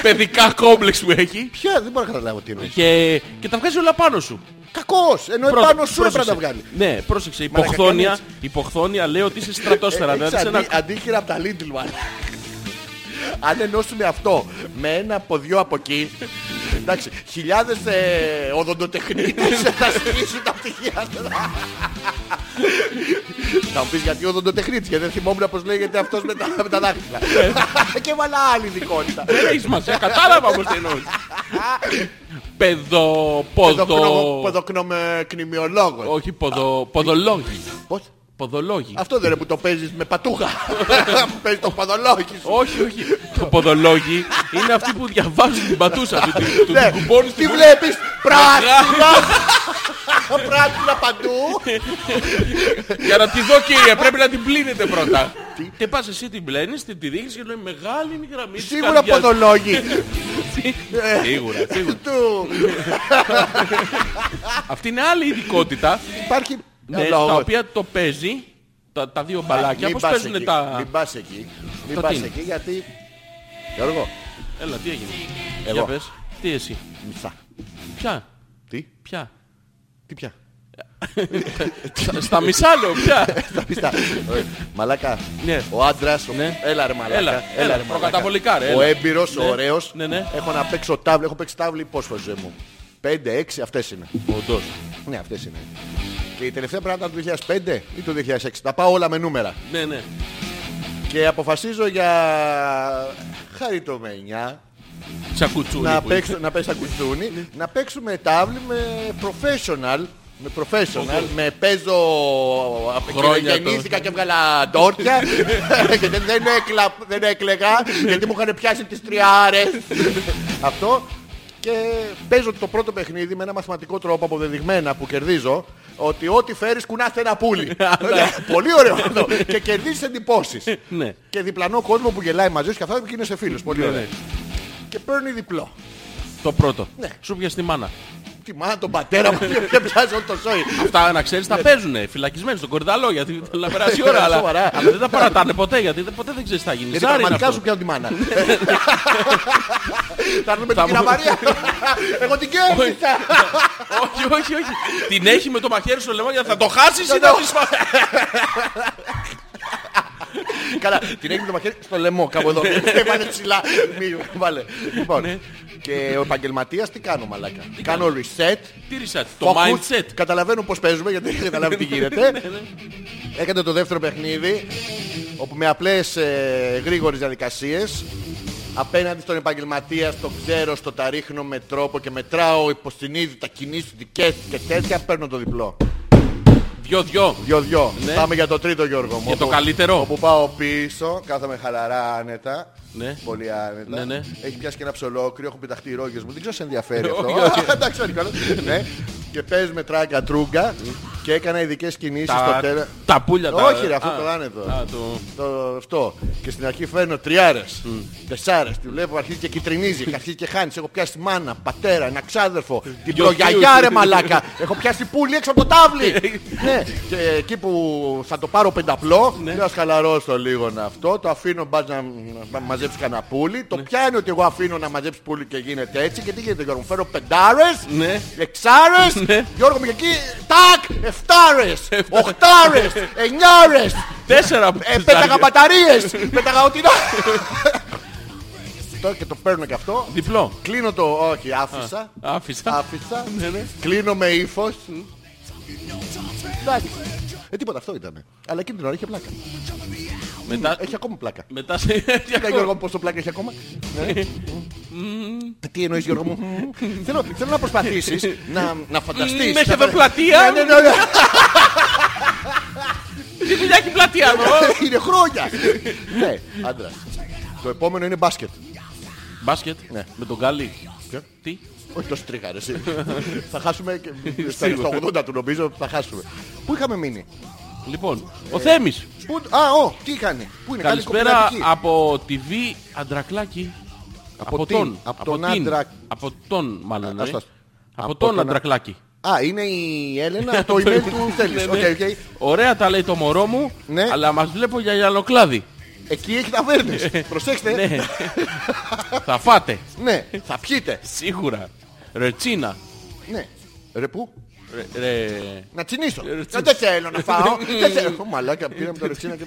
Speaker 2: παιδικά κόμπλεξ που έχει
Speaker 1: Ποια, δεν μπορώ να καταλάβω τι εννοείς.
Speaker 2: και, και τα βγάζει όλα πάνω σου.
Speaker 1: Κακός, ενώ
Speaker 2: Πρώτα-
Speaker 1: επάνω Ε, σου έπρεπε να τα
Speaker 2: πρόσεξε.
Speaker 1: βγάλει.
Speaker 2: Ναι, πρόσεξε.
Speaker 1: Μαλάκα,
Speaker 2: Υποχθόνια,
Speaker 1: κάνεις
Speaker 2: υποχθόνια λέει ότι είσαι στρατόσφαιρα.
Speaker 1: Έχεις
Speaker 2: δηλαδή σε ένα
Speaker 1: Ε, αντί- αντίχειρα από τα Lidl, μάλλον. [laughs] Αν ενώσουμε αυτό με ένα ποδιό από εκεί, εντάξει, χιλιάδες ε, οδοντοτεχνίτες θα σκίσουν τα πτυχία σας. [laughs] Θα μου πεις γιατί οδοντοτεχνίτης, γιατί δεν θυμόμουν πως λέγεται αυτός με τα, με τα δάχτυλα. [laughs] Και έβαλα άλλη ειδικότητα.
Speaker 2: Έχεις μας, Ναι. ε, κατάλαβα όμως τι εννοείς. Παιδο... Ποδο...
Speaker 1: Ποδοκνομεκνημιολόγος.
Speaker 2: Όχι, ποδο... Ποδολόγοι.
Speaker 1: Πώς?
Speaker 2: Ποδολόγοι.
Speaker 1: Αυτό δεν είναι που το παίζεις με
Speaker 2: [laughs]
Speaker 1: πατούχα. Που παίζεις το ποδολόγι σου.
Speaker 2: Όχι, όχι. Το ποδολόγοι είναι αυτοί που διαβάζουν την πατούσα του. την- Του
Speaker 1: Ναι.
Speaker 2: την κουμπώνουν στην
Speaker 1: Τι
Speaker 2: κου-
Speaker 1: βλέπεις,
Speaker 2: [laughs]
Speaker 1: πράσινα. Πράσινα παντού.
Speaker 2: Για να τη δω κύριε, πρέπει να την πλύνετε πρώτα. Και πας εσύ την πλένεις, την τη δείχνεις και λέει μεγάλη είναι η γραμμή της
Speaker 1: Σίγουρα
Speaker 2: καρδιάς».
Speaker 1: ποδολόγοι.
Speaker 2: [laughs] Σίγουρα, σίγουρα.
Speaker 1: Του.
Speaker 2: Αυτή είναι άλλη ειδικότητα.
Speaker 1: Υπάρχει
Speaker 2: Ναι,
Speaker 1: λόγος.
Speaker 2: τα οποία το παίζει τα, τα δύο μπαλάκια.
Speaker 1: Μην
Speaker 2: Πώς
Speaker 1: πας
Speaker 2: παίζουν
Speaker 1: εκεί,
Speaker 2: τα...
Speaker 1: Μην πας εκεί. Μην
Speaker 2: Τα
Speaker 1: πας
Speaker 2: τι?
Speaker 1: εκεί γιατί... Γιώργο,
Speaker 2: Έλα, τι έγινε.
Speaker 1: Εγώ.
Speaker 2: Για πες. Τι εσύ.
Speaker 1: μισά.
Speaker 2: Ποια.
Speaker 1: Τι,
Speaker 2: Ποια.
Speaker 1: τι πια.
Speaker 2: Στα- Στα μισά λέω
Speaker 1: [laughs]
Speaker 2: πια.
Speaker 1: Τα πιστά. Ε, Μαλάκα,
Speaker 2: Ναι.
Speaker 1: ο άντρας, ο-
Speaker 2: Ναι.
Speaker 1: έλα ρε μαλάκα.
Speaker 2: Έλα, έλα,
Speaker 1: ρε μαλάκα.
Speaker 2: προκαταβολικά, ρε,
Speaker 1: Ο
Speaker 2: έλα.
Speaker 1: έμπειρος, ο ωραίος.
Speaker 2: Ναι, ναι.
Speaker 1: Έχω να παίξω τάβλη, έχω παίξει τάβλη πώς φορές ζωή μου. 5, 6, αυτές είναι.
Speaker 2: Όντως.
Speaker 1: Ναι, αυτές είναι. Και η τελευταία πράγμα ήταν το 2005 ή το 2006. Τα πάω όλα με νούμερα.
Speaker 2: Ναι, ναι.
Speaker 1: Και αποφασίζω για χαριτομενιά
Speaker 2: Σαν κουτσούνι.
Speaker 1: να
Speaker 2: που
Speaker 1: παίξω-
Speaker 2: είναι.
Speaker 1: να παίξω
Speaker 2: Ναι.
Speaker 1: ακουστούνι, να παίξουμε τάβλη με professional. Με professional, με παίζω
Speaker 2: Χρόνια
Speaker 1: γεννήθηκα και έβγαλα ντόρτια [laughs] και δεν, δεν, έκλα, δεν έκλαιγα γιατί μου είχαν πιάσει τις τριάρες. Αυτό και παίζω το πρώτο παιχνίδι με ένα μαθηματικό τρόπο αποδεδειγμένα που κερδίζω ότι ό,τι φέρεις κουνάστε ένα πουλί. Πολύ ωραίο αυτό. Και κερδίζεις εντυπώσεις.
Speaker 2: Ναι.
Speaker 1: Και διπλανό κόσμο που γελάει μαζί σου και αυτά και είναι σε φίλους. Πολύ
Speaker 2: Ναι,
Speaker 1: ωραίο.
Speaker 2: ναι.
Speaker 1: Και παίρνει διπλό.
Speaker 2: Το πρώτο.
Speaker 1: Ναι.
Speaker 2: Σου πιάσει τη μάνα.
Speaker 1: Τη μάνα, τον πατέρα μου [laughs] και πιάζω το σόι.
Speaker 2: Αυτά να ξέρεις τα
Speaker 1: Ναι.
Speaker 2: παίζουν φυλακισμένοι στον κορυδαλό γιατί θέλει να περάσει η ώρα. αλλά,
Speaker 1: Σοβαρά.
Speaker 2: αλλά δεν τα παρατάνε ποτέ γιατί δεν- ποτέ δεν ξέρεις τι θα γίνει.
Speaker 1: Γιατί
Speaker 2: Ζάρι είναι
Speaker 1: πραγματικά
Speaker 2: αυτό.
Speaker 1: σου πιάνω τη
Speaker 2: [laughs]
Speaker 1: μάνα. Θα έρθουμε την
Speaker 2: μου-
Speaker 1: κυρία Μαρία. Εγώ την κέρδισα.
Speaker 2: όχι, όχι, όχι. Την έχει με το μαχαίρι στο λαιμό γιατί θα το χάσεις ή θα τη σπάσει.
Speaker 1: Καλά, την έγινε το μαχαίρι στο λαιμό κάπου
Speaker 2: Ναι.
Speaker 1: [laughs] εδώ. Έβαλε ψηλά. Μη βάλε. Λοιπόν, και ο επαγγελματίας τι κάνω μαλάκα. Κάνω reset.
Speaker 2: Τήρησα το
Speaker 1: focus,
Speaker 2: mindset.
Speaker 1: Καταλαβαίνω πώς παίζουμε γιατί δεν καταλάβει τι γίνεται. Έκανε το δεύτερο παιχνίδι όπου με απλές ε, γρήγορες διαδικασίες απέναντι στον επαγγελματία, στο ξέρω, στο τα ρίχνω με τρόπο και μετράω υποσυνείδητα κινήσεις δικές και τέτοια παίρνω το διπλό.
Speaker 2: Δυο-δυο.
Speaker 1: Δυο-δυο.
Speaker 2: Ναι.
Speaker 1: Πάμε για το τρίτο Γιώργο μου.
Speaker 2: Για το
Speaker 1: όπου-
Speaker 2: καλύτερο.
Speaker 1: Όπου πάω πίσω, κάθομαι χαλαρά άνετα.
Speaker 2: Ναι.
Speaker 1: Πολύ άνετα.
Speaker 2: Ναι, ναι.
Speaker 1: Έχει πιάσει και ένα ψολόκριο, έχουν πεταχτεί οι ρόγες μου. Δεν ξέρω σε ενδιαφέρει
Speaker 2: Όχι,
Speaker 1: αυτό.
Speaker 2: όχι.
Speaker 1: Α, Εντάξει, όχι, καλά. Ναι. Και παίζουμε τράκα τρούγκα και έκανα ειδικές κινήσεις στο τέλος.
Speaker 2: Ναι. Τα, τα πουλια τα...
Speaker 1: Όχι, ρε, αυτό
Speaker 2: α,
Speaker 1: το άνετο.
Speaker 2: α, το-
Speaker 1: Το, αυτό. Και στην αρχή φέρνω τριάρες, τεσσάρες, τη βλέπω αρχίζει και κυτρινίζει, και αρχίζει και χάνεις. Έχω πιάσει τη μάνα, πατέρα, ένα
Speaker 2: [laughs]
Speaker 1: ξάδερφο,
Speaker 2: Γιο
Speaker 1: την
Speaker 2: θείου.
Speaker 1: προγιαγιά ρε μαλάκα. Έχω πιάσει πουλί έξω από το
Speaker 2: [laughs]
Speaker 1: τάβλι. ναι. Και εκεί που θα το πάρω πενταπλό,
Speaker 2: Ναι.
Speaker 1: λέω ας χαλαρώσω λίγο να αυτό, το αφήνω μπας να, να μαζέψει κανένα πουλί,
Speaker 2: Ναι.
Speaker 1: το πιάνει ότι εγώ αφήνω να μαζέψει πουλί και γίνεται έτσι. Και τι γίνεται Γιώργο μου, φέρω πεντάρες,
Speaker 2: Ναι.
Speaker 1: εξάρες,
Speaker 2: Ναι.
Speaker 1: Γιώργο μου και εκεί, τάκ, εφτάρες, οχτάρες, εννιάρες.
Speaker 2: Τέσσερα
Speaker 1: Ε,
Speaker 2: ζάρια.
Speaker 1: πέταγα μπαταρίες! πέταγα
Speaker 2: [laughs]
Speaker 1: ό,τι να. Το- και το παίρνω και αυτό.
Speaker 2: Διπλό.
Speaker 1: Κλείνω το. Όχι, άφησα.
Speaker 2: Άφησα.
Speaker 1: Άφησα.
Speaker 2: Ναι, ναι.
Speaker 1: Κλείνω με ύφος. Εντάξει. Ε, τίποτα αυτό ήταν. Αλλά εκείνη την ώρα είχε πλάκα.
Speaker 2: Μετά,
Speaker 1: Έχει ακόμα πλάκα.
Speaker 2: μετά σε... [laughs] τι
Speaker 1: Κοίτα
Speaker 2: ακούω.
Speaker 1: Γιώργο μου, πόσο πλάκα έχει ακόμα. Ναι. Τι εννοείς Γιώργο μου. Θέλω, θέλω να προσπαθήσεις να, να φανταστείς.
Speaker 2: Μ, έχει
Speaker 1: να-
Speaker 2: εδώ πλατεία.
Speaker 1: Ναι, ναι, ναι, ναι.
Speaker 2: Τι δουλειά έχει η πλατεία
Speaker 1: Ναι,
Speaker 2: εδώ.
Speaker 1: Ε, Είναι χρόνια. Ναι, άντρα. Το επόμενο είναι μπάσκετ.
Speaker 2: Μπάσκετ.
Speaker 1: Ναι.
Speaker 2: Με τον Γκάλι.
Speaker 1: Ποιο?
Speaker 2: Τι.
Speaker 1: Όχι τόσο τρίχα, ρε, εσύ. θα χάσουμε και στα
Speaker 2: Σίγουρα.
Speaker 1: 80 του νομίζω θα χάσουμε. Πού είχαμε μείνει.
Speaker 2: Λοιπόν, ο Θέμης.
Speaker 1: Πού... Α, ο, τι κάνει. Πού είναι, κάνει
Speaker 2: Καλησπέρα
Speaker 1: κοπηλατική.
Speaker 2: από τη Β Αντρακλάκη. Από,
Speaker 1: την,
Speaker 2: τον.
Speaker 1: από τον
Speaker 2: την.
Speaker 1: Άντρα-
Speaker 2: Από τον, μάλλον. ε.
Speaker 1: Α, ας το-
Speaker 2: Από,
Speaker 1: από
Speaker 2: τον
Speaker 1: τον-
Speaker 2: Αντρακλάκη.
Speaker 1: Α, είναι η
Speaker 2: [laughs]
Speaker 1: Έλενα, το email του θέλεις.
Speaker 2: Ναι, ναι.
Speaker 1: Οκ, οκ.
Speaker 2: Ωραία τα λέει το μωρό μου,
Speaker 1: Ναι.
Speaker 2: αλλά μας βλέπω για γυαλοκλάδι.
Speaker 1: Εκεί έχει τα βέρνες. Προσέξτε.
Speaker 2: Ναι. Θα φάτε.
Speaker 1: ναι, θα πιείτε.
Speaker 2: Σίγουρα. Ρετσίνα.
Speaker 1: Ναι. Ρε πού.
Speaker 2: Ρε, ρε-
Speaker 1: Να τσινίσω.
Speaker 2: Ρε,
Speaker 1: Ε, Δεν θέλω να
Speaker 2: [laughs]
Speaker 1: φάω. Δεν θέλω. Ω, Μαλάκα, πήραμε το ρετσίνα και...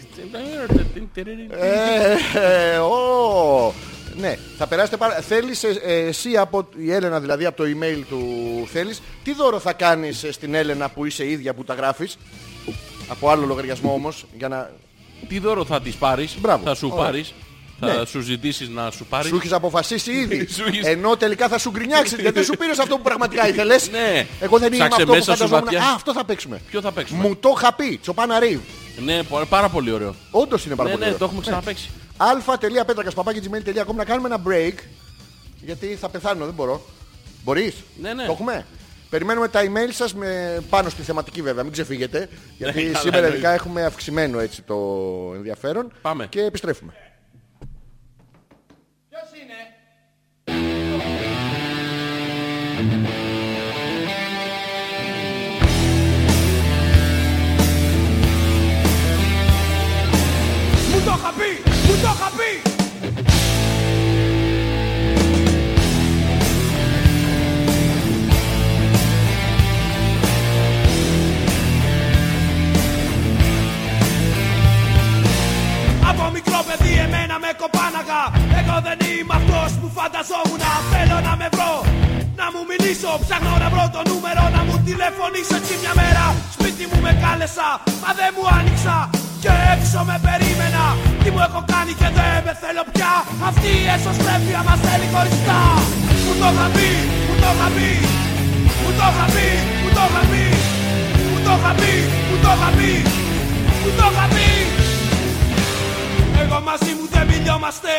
Speaker 1: Ε, ε, ω. Ναι, θα περάσετε πάρα... Θέλεις ε, ε, εσύ από η Έλενα, δηλαδή από το email του θέλεις, τι δώρο θα κάνεις ε, στην Έλενα που είσαι η ίδια που τα γράφεις, από άλλο λογαριασμό όμως, για να...
Speaker 2: Τι δώρο θα της πάρεις,
Speaker 1: Μπράβο.
Speaker 2: θα σου
Speaker 1: Ωραία.
Speaker 2: πάρεις,
Speaker 1: Ναι.
Speaker 2: θα σου ζητήσεις να σου πάρεις.
Speaker 1: Σου έχεις αποφασίσει ήδη.
Speaker 2: Σου έχεις-
Speaker 1: Ενώ τελικά θα σου γκρινιάξει γιατί δεν σου πήρες αυτό που πραγματικά ήθελες.
Speaker 2: Ναι.
Speaker 1: Εγώ δεν είμαι
Speaker 2: Ψάξε
Speaker 1: αυτό που
Speaker 2: μέσα σου
Speaker 1: φανταζόμουν.
Speaker 2: βαθιά.
Speaker 1: Α, αυτό θα παίξουμε.
Speaker 2: Ποιο θα παίξουμε.
Speaker 1: Μου το είχα πει. Τσοπάνα ρave.
Speaker 2: Ναι, πο- πάρα πολύ ωραίο.
Speaker 1: Όντως είναι πάρα
Speaker 2: Ναι,
Speaker 1: πολύ
Speaker 2: ναι,
Speaker 1: ωραίο.
Speaker 2: το έχουμε ξαναπαίξει.
Speaker 1: α.πέτρακα.gmail.com να κάνουμε ένα break. Γιατί θα πεθάνω, δεν μπορώ. Μπορείς.
Speaker 2: Ναι, ναι.
Speaker 1: Το έχουμε. Περιμένουμε τα email σας με... πάνω στη θεματική βέβαια, μην ξεφύγετε. Γιατί
Speaker 2: Ναι, καλά,
Speaker 1: σήμερα
Speaker 2: εννοείται.
Speaker 1: ειδικά έχουμε αυξημένο έτσι το ενδιαφέρον.
Speaker 2: Πάμε.
Speaker 1: Και επιστρέφουμε.
Speaker 3: Μου το είχα πει, μου το είχα πει. Από μικρό παιδί εμένα με κοπάναγα Εγώ δεν είμαι αυτός που φανταζόμουν Θέλω να με βρω, να μου μιλήσω Ψάχνω να βρω το νούμερο, να μου τηλεφωνήσω Έτσι μια μέρα σπίτι μου με κάλεσα Μα δεν μου άνοιξα Και έξω με περίμενα Τι μου έχω κάνει και δεν με θέλω πια Αυτή η εσωστρέφεια μας θέλει χωριστά Μου το είχα πει, μου το είχα πει Μου το είχα πει, μου το είχα πει Μου το είχα πει, μου το είχα πει Μου το είχα πει εγώ μαζί μου δεν μιλιόμαστε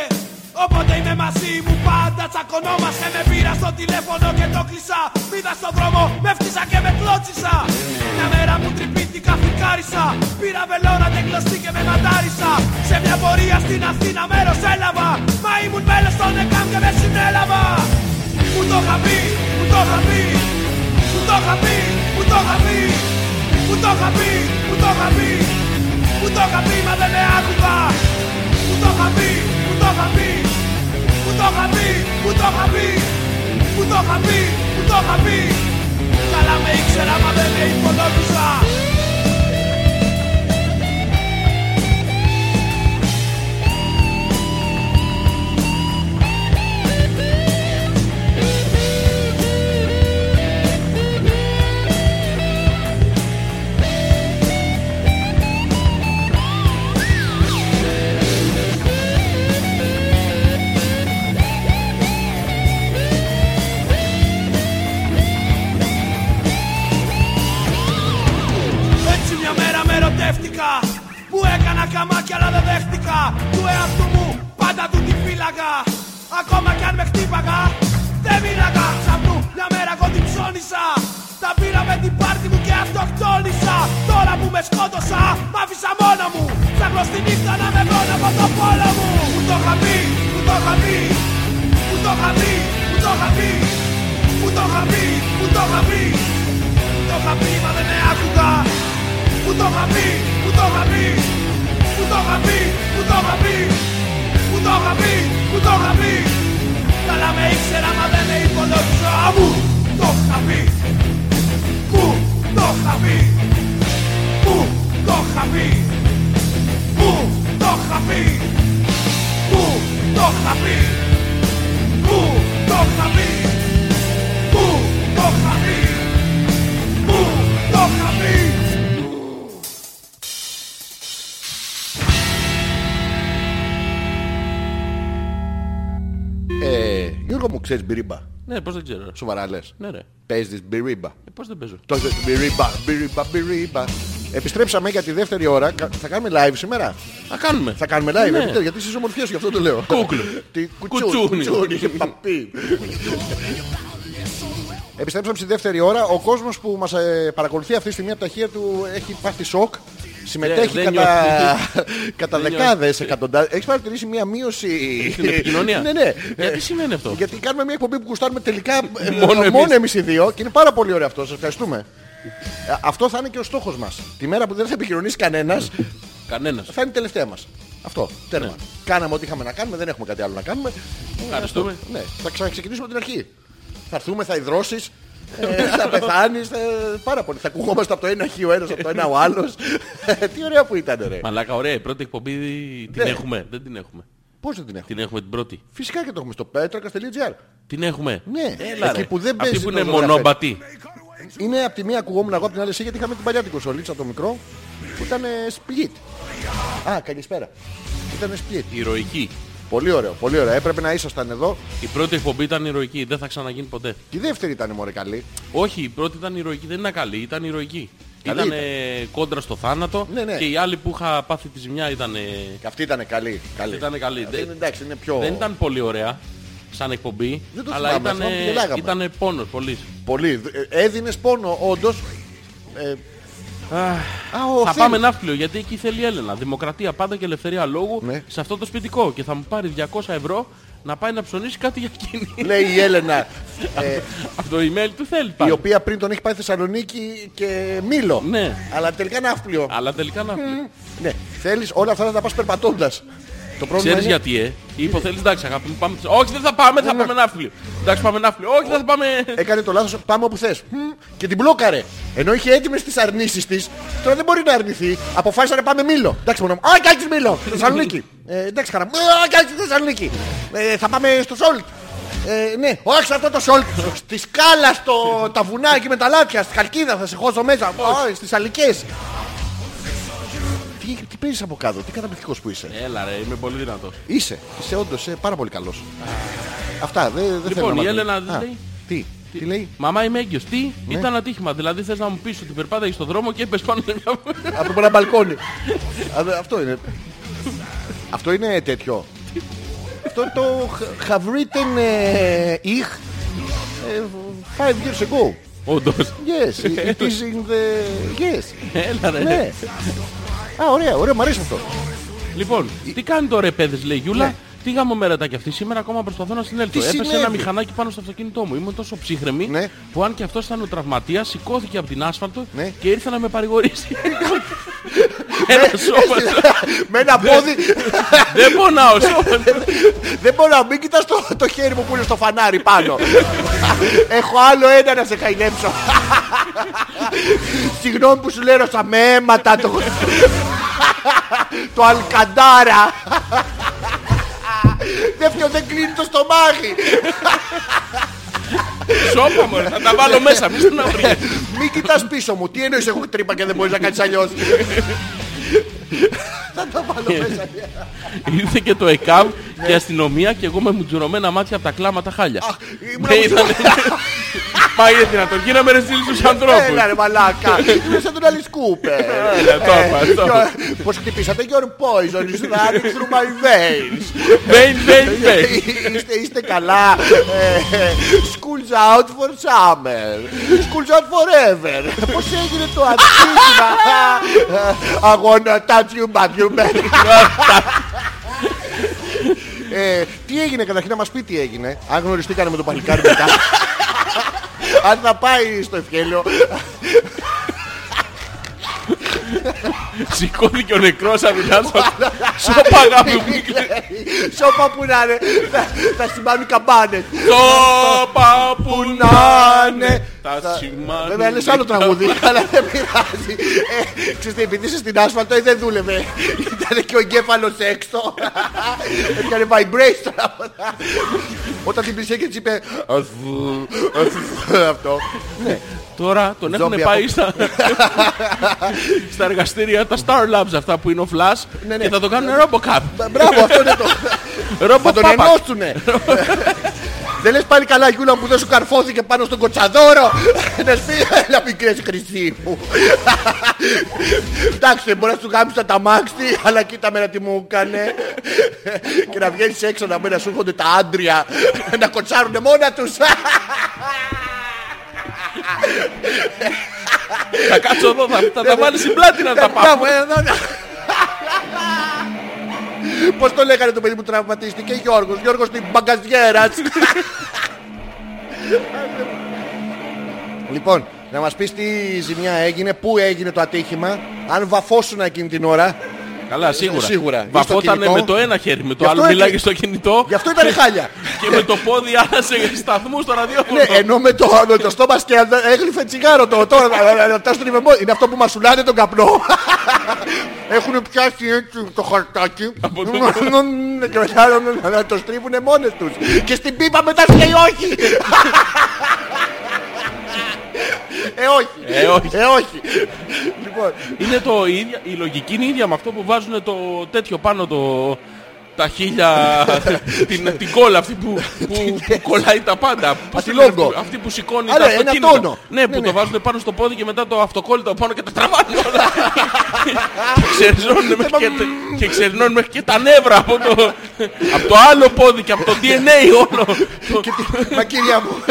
Speaker 3: Όποτε είμαι μαζί μου πάντα τσακωνόμαστε Με πήρα στο τηλέφωνο και το κλείσα Πήγα στον δρόμο, με φτύσα και με κλώτσισα Μια μέρα μου τρυπήθηκα, φρικάρισα Πήρα βελόνα, τεγκλωστή και με μαντάρισα Σε μια πορεία στην Αθήνα μέρος έλαβα Μα ήμουν μέλος των ΕΚΑΜ και με συνέλαβα Μου το είχα πει, μου το είχα πει Μου το είχα πει, μου το είχα πει Μου το είχα πει, μου το είχα πει Μου το είχα πει, μα δεν με άκουγα που το είχα πει, που το είχα πει, που το είχα πει, που το είχα πει, που το είχα πει, που το είχα πει. Καλά με ήξερα μα δεν με υπολόγιζα. Έτσι μια μέρα με ρωτεύτηκα Που έκανα καμάκι αλλά δεν δέχτηκα Του εαυτού μου πάντα του τη φύλαγα Ακόμα κι αν με χτύπαγα Δεν μίλαγα ξαπνού μια μέρα εγώ την ψώνισα Τα πήρα με την πάρτη μου και αυτοκτόνησα Τώρα που με σκότωσα μ' άφησα μόνο μου Ψάχνω στη νύχτα να με βρω από το πόλο μου Που το είχα πει, που το είχα πει Που το είχα πει, που το είχα πει Που το είχα πει, που το είχα πει Που το είχα πει μα δεν με άκουγα που το είχα πει, που το είχα πει, που το είχα πει, που το είχα πει, που το είχα πει, που το είχα πει. Καλά με ήξερα μα δεν με υπολόγιζα, μου το είχα πει, μου το είχα πει, μου το είχα πει, μου το είχα πει, μου το είχα πει, μου το είχα πει, μου το είχα πει, μου το είχα πει.
Speaker 1: Ε, Γιώργο μου, ξέρεις μπυρίμπα.
Speaker 2: Ναι, πώς δεν ξέρω. ρε.
Speaker 1: Σοβαρά λες.
Speaker 2: Ναι, ρε.
Speaker 1: Παίζεις μπυρίμπα.
Speaker 2: Ε, πώς δεν παίζω.
Speaker 1: Τότε μπυρίμπα, μπυρίμπα, μπυρίμπα. Επιστρέψαμε για τη δεύτερη ώρα. Κα- Θα κάνουμε live σήμερα.
Speaker 2: Θα κάνουμε.
Speaker 1: Θα κάνουμε live,
Speaker 2: Ναι.
Speaker 1: επιτέλους, γιατί είσαι ομορφιές, γι' αυτό το λέω.
Speaker 2: Κούκλο.
Speaker 1: Τι
Speaker 2: Κουτσούνι.
Speaker 1: κουτσούνι. Κουτσούνι, παπί. Επιστρέψαμε στη δεύτερη ώρα. Ο κόσμος που μας ε, παρακολουθεί αυτή τη στιγμή από τα χέρια του έχει πάθει σοκ. Συμμετέχει
Speaker 2: Ε, δεν
Speaker 1: κατά, κατά
Speaker 2: Δεν
Speaker 1: δεκάδες, εκατοντάδες. Έχεις παρατηρήσει μία μείωση.
Speaker 2: Στην επικοινωνία.
Speaker 1: Ναι, ναι.
Speaker 2: Γιατί
Speaker 1: Ε,
Speaker 2: σημαίνει αυτό.
Speaker 1: γιατί κάνουμε μια εκπομπή που κουστάρουμε τελικά
Speaker 2: [laughs]
Speaker 1: ε,
Speaker 2: Μόνο
Speaker 1: μόνο,
Speaker 2: εμείς.
Speaker 1: εμείς οι δύο και είναι πάρα πολύ ωραίο αυτό. Σας ευχαριστούμε. Ε, Αυτό θα είναι και ο στόχος μας. Τη μέρα που δεν θα επικοινωνήσει κανένας,
Speaker 2: Κανένας.
Speaker 1: θα είναι η τελευταία μας. Αυτό. Τέρμα. Κάναμε ό,τι είχαμε να κάνουμε, δεν έχουμε κάτι άλλο να κάνουμε.
Speaker 2: Ευχαριστούμε.
Speaker 1: Ναι, θα ξαναξεκινήσουμε από την αρχή. Θα έρθουμε, θα υδρώσεις, θα πεθάνεις. Πάρα πολύ. Θα κουγόμαστε από το ένα χι ο ένας, από το ένα ο άλλος. Τι ωραία που ήταν, ρε.
Speaker 2: Μαλάκα, ωραία. Η πρώτη εκπομπή την
Speaker 1: Ναι.
Speaker 2: έχουμε. Δεν την έχουμε.
Speaker 1: Πώς δεν την έχουμε.
Speaker 2: Την έχουμε την πρώτη.
Speaker 1: Φυσικά και το έχουμε στο πέτρακα.gr.
Speaker 2: Την έχουμε.
Speaker 1: Ναι.
Speaker 2: Έλα,
Speaker 1: Εκεί
Speaker 2: ρε.
Speaker 1: που δεν
Speaker 2: Αυτή
Speaker 1: παίζει
Speaker 2: που
Speaker 1: το
Speaker 2: είναι
Speaker 1: ζωγραφέ.
Speaker 2: μονόπατη.
Speaker 1: Είναι από τη μία ακουγόμουν εγώ από την άλλη εσύ γιατί είχαμε την παλιά την κοσολίτσα το μικρό που ήταν ε, split. Α, καλησπέρα. Ήταν split.
Speaker 2: Ηρωική.
Speaker 1: Πολύ ωραίο, πολύ ωραίο. Έπρεπε να ήσασταν εδώ.
Speaker 2: Η πρώτη εκπομπή ήταν ηρωική. Δεν θα ξαναγίνει ποτέ.
Speaker 1: Τη δεύτερη ήταν μωρέ καλή.
Speaker 2: Όχι, η πρώτη ήταν ηρωική. Δεν ήταν καλή, ήταν ηρωική.
Speaker 1: Καλή
Speaker 2: Ήταν κόντρα στο θάνατο
Speaker 1: Ναι, ναι.
Speaker 2: και η άλλη που είχα πάθει τη ζημιά ήταν.
Speaker 1: Και αυτή ήταν καλή. καλή.
Speaker 2: Ήτανε καλή.
Speaker 1: Αυτή
Speaker 2: Δεν-
Speaker 1: εντάξει, είναι πιο.
Speaker 2: Δεν ήταν πολύ ωραία σαν εκπομπή,
Speaker 1: Δεν το
Speaker 2: αλλά
Speaker 1: θυμάμαι,
Speaker 2: ήταν,
Speaker 1: θυμάμαι που γελάγαμε.
Speaker 2: ήταν πόνος πολύ.
Speaker 1: Πολύ. Έδινες πόνο, όντως. Ε, α, ο
Speaker 2: Θα
Speaker 1: Θέλης.
Speaker 2: πάμε ναύπλιο γιατί εκεί θέλει η Έλενα. Δημοκρατία πάντα και ελευθερία λόγου
Speaker 1: Ναι.
Speaker 2: σε αυτό το σπιτικό. Και θα μου πάρει 200 ευρώ να πάει να ψωνίσει κάτι για
Speaker 1: [laughs]
Speaker 2: εκείνη.
Speaker 1: Λέει η
Speaker 2: [laughs]
Speaker 1: Έλενα, ε,
Speaker 2: Από το email του θέλει
Speaker 1: η
Speaker 2: πάλι.
Speaker 1: οποία πριν τον έχει πάει Θεσσαλονίκη και Μήλο.
Speaker 2: Ναι.
Speaker 1: Αλλά τελικά ναύπλιο.
Speaker 2: Αλλά τελικά ναύπλιο.
Speaker 1: Ναι. Θέλεις όλα αυτά να τα πας περπατώντας. Το πρόβλημα
Speaker 2: Ξέρεις
Speaker 1: είναι-
Speaker 2: γιατί, ε. Είπε ο Θέλης, εντάξει, αγάπη μου, πάμε. Όχι, δεν θα πάμε,
Speaker 1: Ναι,
Speaker 2: θα πάμε ναύπλιο. Εντάξει, πάμε ναύπλιο. Όχι, δεν θα πάμε.
Speaker 1: Έκανε το λάθος, πάμε όπου θες. Μμμ, Και την μπλόκαρε. Ενώ είχε έτοιμες τις αρνήσεις της, τώρα δεν μπορεί να αρνηθεί. Αποφάσισα να πάμε Μήλο. Εντάξει μόνο μου. Α, κάτσε
Speaker 2: [laughs]
Speaker 1: Μήλο. Θεσσαλονίκη. Ε, εντάξει χαρά μου. Α, κάτσε Θεσσαλονίκη. Ε, θα πάμε στο Σόλτ. Ε, ναι, όχι σε αυτό το Σόλτ. Στη σκάλα, στο, τα βουνά εκεί με τα λάτια, στη Χαλκίδα θα σε χώσω μέσα. Όχι, στις αλικές. Τι τι, τι παίζεις από κάτω, τι καταπληκτικός που είσαι.
Speaker 2: Έλα ρε, είμαι πολύ δυνατός.
Speaker 1: Είσαι, είσαι όντως πάρα πολύ καλός. Αυτά δεν δεν θέλω
Speaker 2: Λοιπόν,
Speaker 1: να
Speaker 2: η
Speaker 1: μάθω.
Speaker 2: Έλενα τι
Speaker 1: Α,
Speaker 2: λέει?
Speaker 1: Τι, τι λέει. Ναι.
Speaker 2: Μαμά είμαι έγκυος. Τι, ήταν ατύχημα. Δηλαδή θες να μου πεις ότι περπάταγες στον δρόμο και έπες πάνω σε μια...
Speaker 1: Από ένα μπαλκόνι. Α, δε- Αυτό είναι. Αυτό είναι τέτοιο. Αυτό είναι το h- have written ε, ich ε, five years ago.
Speaker 2: Όντως.
Speaker 1: Yes, it is in the... Yes.
Speaker 2: Έλα ρε.
Speaker 1: Ναι. Α, ωραία, ωραία, μου αρέσει αυτό.
Speaker 2: Λοιπόν, τι κάνει το ρε παιδες λέει η Γιούλα. Τι γάμο μέρα και αυτή, σήμερα ακόμα προσπαθώ να συνέλθω.
Speaker 1: Ναι. Τι
Speaker 2: Έπεσε
Speaker 1: συνέβη?
Speaker 2: ένα μηχανάκι πάνω στο αυτοκίνητό μου. Ήμουν τόσο ψύχρεμη
Speaker 1: Ναι.
Speaker 2: που αν και αυτός ήταν ο τραυματίας, σηκώθηκε από την άσφαλτο
Speaker 1: Ναι.
Speaker 2: και ήρθε να με
Speaker 1: [laughs]
Speaker 2: παρηγορήσει.
Speaker 1: Ναι,
Speaker 2: ένα σώμα.
Speaker 1: Με ένα πόδι
Speaker 2: Δεν πονάω σώμα.
Speaker 1: δεν μπορώ να μην κοιτάς το, το χέρι μου που είναι στο φανάρι πάνω. Έχω άλλο ένα να σε χαϊδέψω. Συγγνώμη που σου λέω με αίματα το, το αλκαντάρα. Δεύτερο δεν κλείνει το στομάχι.
Speaker 2: Σώμα μου, θα τα βάλω μέσα. Μην στον αύριο.
Speaker 1: Μην κοιτάς πίσω μου. Τι εννοείς έχω τρύπα και δεν μπορείς να κάνεις αλλιώς. Θα τα βάλω μέσα.
Speaker 2: Ήρθε και το ΕΚΑΒ
Speaker 1: Ναι.
Speaker 2: και η αστυνομία και εγώ με μουτζουρωμένα μάτια από τα κλάματα χάλια.
Speaker 1: ήμουν
Speaker 2: Ναι, ήταν. Μα είναι δυνατόν. Γίναμε ρε στείλει τους ανθρώπους.
Speaker 1: Έλα ρε μαλάκα. Είναι σαν τον Alice Cooper.
Speaker 2: Έλα, το είπα,
Speaker 1: Ε,
Speaker 2: το
Speaker 1: your- Πώς χτυπήσατε your poison is running through my veins.
Speaker 2: Μπέιν, μπέιν, μπέιν.
Speaker 1: Είστε, είστε καλά. Ε, School's out for summer. School's out forever. Πώς έγινε το ατύχημα. I wanna touch you but you better. Ε, τι έγινε καταρχήν να μας πει τι έγινε Αν γνωριστήκανε με το παλικάρι μετά Αν θα πάει στο ευχέλιο
Speaker 2: Σηκώθηκε ο νεκρός από την άσφαλτο. Σώπα αγάπη μου.
Speaker 1: Σώπα που να είναι θα- Θα σημάνουν καμπάνες
Speaker 2: Σώπα που να είναι. Τα σημάδια.
Speaker 1: Βέβαια είναι σε άλλο τραγούδι, αλλά δεν πειράζει. Ε, Ξέρεις τι, επειδή είσαι στην άσφαλτο ε, δεν δούλευε. Ήταν και ο εγκέφαλος έξω. Έκανε vibration. από τα- Όταν την πλησία και της είπε «Αθου, αθου», αυτό. Ναι.
Speaker 2: Τώρα τον έχουν
Speaker 1: Zombie
Speaker 2: πάει
Speaker 1: apocalypse.
Speaker 2: στα... στα εργαστήρια τα Star Labs αυτά που είναι ο Flash
Speaker 1: Ναι, ναι.
Speaker 2: και θα το κάνουν Robocop.
Speaker 1: Μπράβο, αυτό είναι το.
Speaker 2: Ρόμπο
Speaker 1: Θα τον ενώσουνε. Δεν λες πάλι καλά Γιούλα που δεν σου καρφώθηκε πάνω στον κοτσαδόρο Να σου πει έλα μικρές χρυσή μου Εντάξει μπορεί να σου γάμψει τα μάξι Αλλά κοίτα με να τι μου έκανε Και να βγαίνεις έξω να μην να σου έρχονται τα άντρια Να κοτσάρουνε μόνα τους
Speaker 2: Θα κάτσω εδώ,
Speaker 1: Ναι,
Speaker 2: θα, θα τα βάλει στην πλάτη να τα πάω.
Speaker 1: Μπράβο, ε, εδώ, ναι. Πώς το λέγανε το παιδί που τραυματίστηκε Γιώργος Γιώργος την μπαγκαζιέρα Λοιπόν, να μας πεις τι ζημιά έγινε, πού έγινε το ατύχημα, αν βαφώσουν εκείνη την ώρα.
Speaker 2: Καλά, σίγουρα.
Speaker 1: Σίγουρα. Ή στο
Speaker 2: Βαφότανε
Speaker 1: κινητό.
Speaker 2: με το ένα χέρι, με
Speaker 1: Γι'
Speaker 2: το άλλο
Speaker 1: αυτό
Speaker 2: μιλάγε
Speaker 1: έτσι-
Speaker 2: στο κινητό
Speaker 1: Γι' αυτό ήταν χάλια.
Speaker 2: και με το πόδι άλλασε σταθμού στο ραδιόφωνο.
Speaker 1: Ναι, ενώ με το, με το στόμα και έγλυφε τσιγάρο το τώρα. ε, να- να- να στον υμεμό. Είναι αυτό που μασουλάνε τον καπνό. Έχουν πιάσει έτσι το χαρτάκι. Ναι,
Speaker 2: Από το-
Speaker 1: Και μετά να- να το στρίβουνε μόνες τους. Και στην πίπα μετά σου λέει όχι. Ε, όχι.
Speaker 2: Ε, όχι.
Speaker 1: Ε, όχι. Λοιπόν,
Speaker 2: Είναι το ίδια, η λογική είναι ίδια με αυτό που βάζουν το τέτοιο πάνω το... Τα χίλια, την, την κόλλα αυτή που, που, που κολλάει τα πάντα. Πώς
Speaker 1: τη
Speaker 2: τη λένε
Speaker 1: λόγκο.
Speaker 2: αυτή- Αυτή που σηκώνει
Speaker 1: Α,
Speaker 2: τα
Speaker 1: ναι, ένα
Speaker 2: αυτοκίνητα.
Speaker 1: τόνο.
Speaker 2: Ναι, που το βάζουν πάνω στο πόδι και μετά το αυτοκόλλητο πάνω και τα τραβάνε όλα. Και ξερνώνουν μέχρι και, τα- και ξερνώνουν μέχρι και τα νεύρα από το, από το άλλο πόδι και από το DNA όλο.
Speaker 1: και τι- Μα κυρία μου,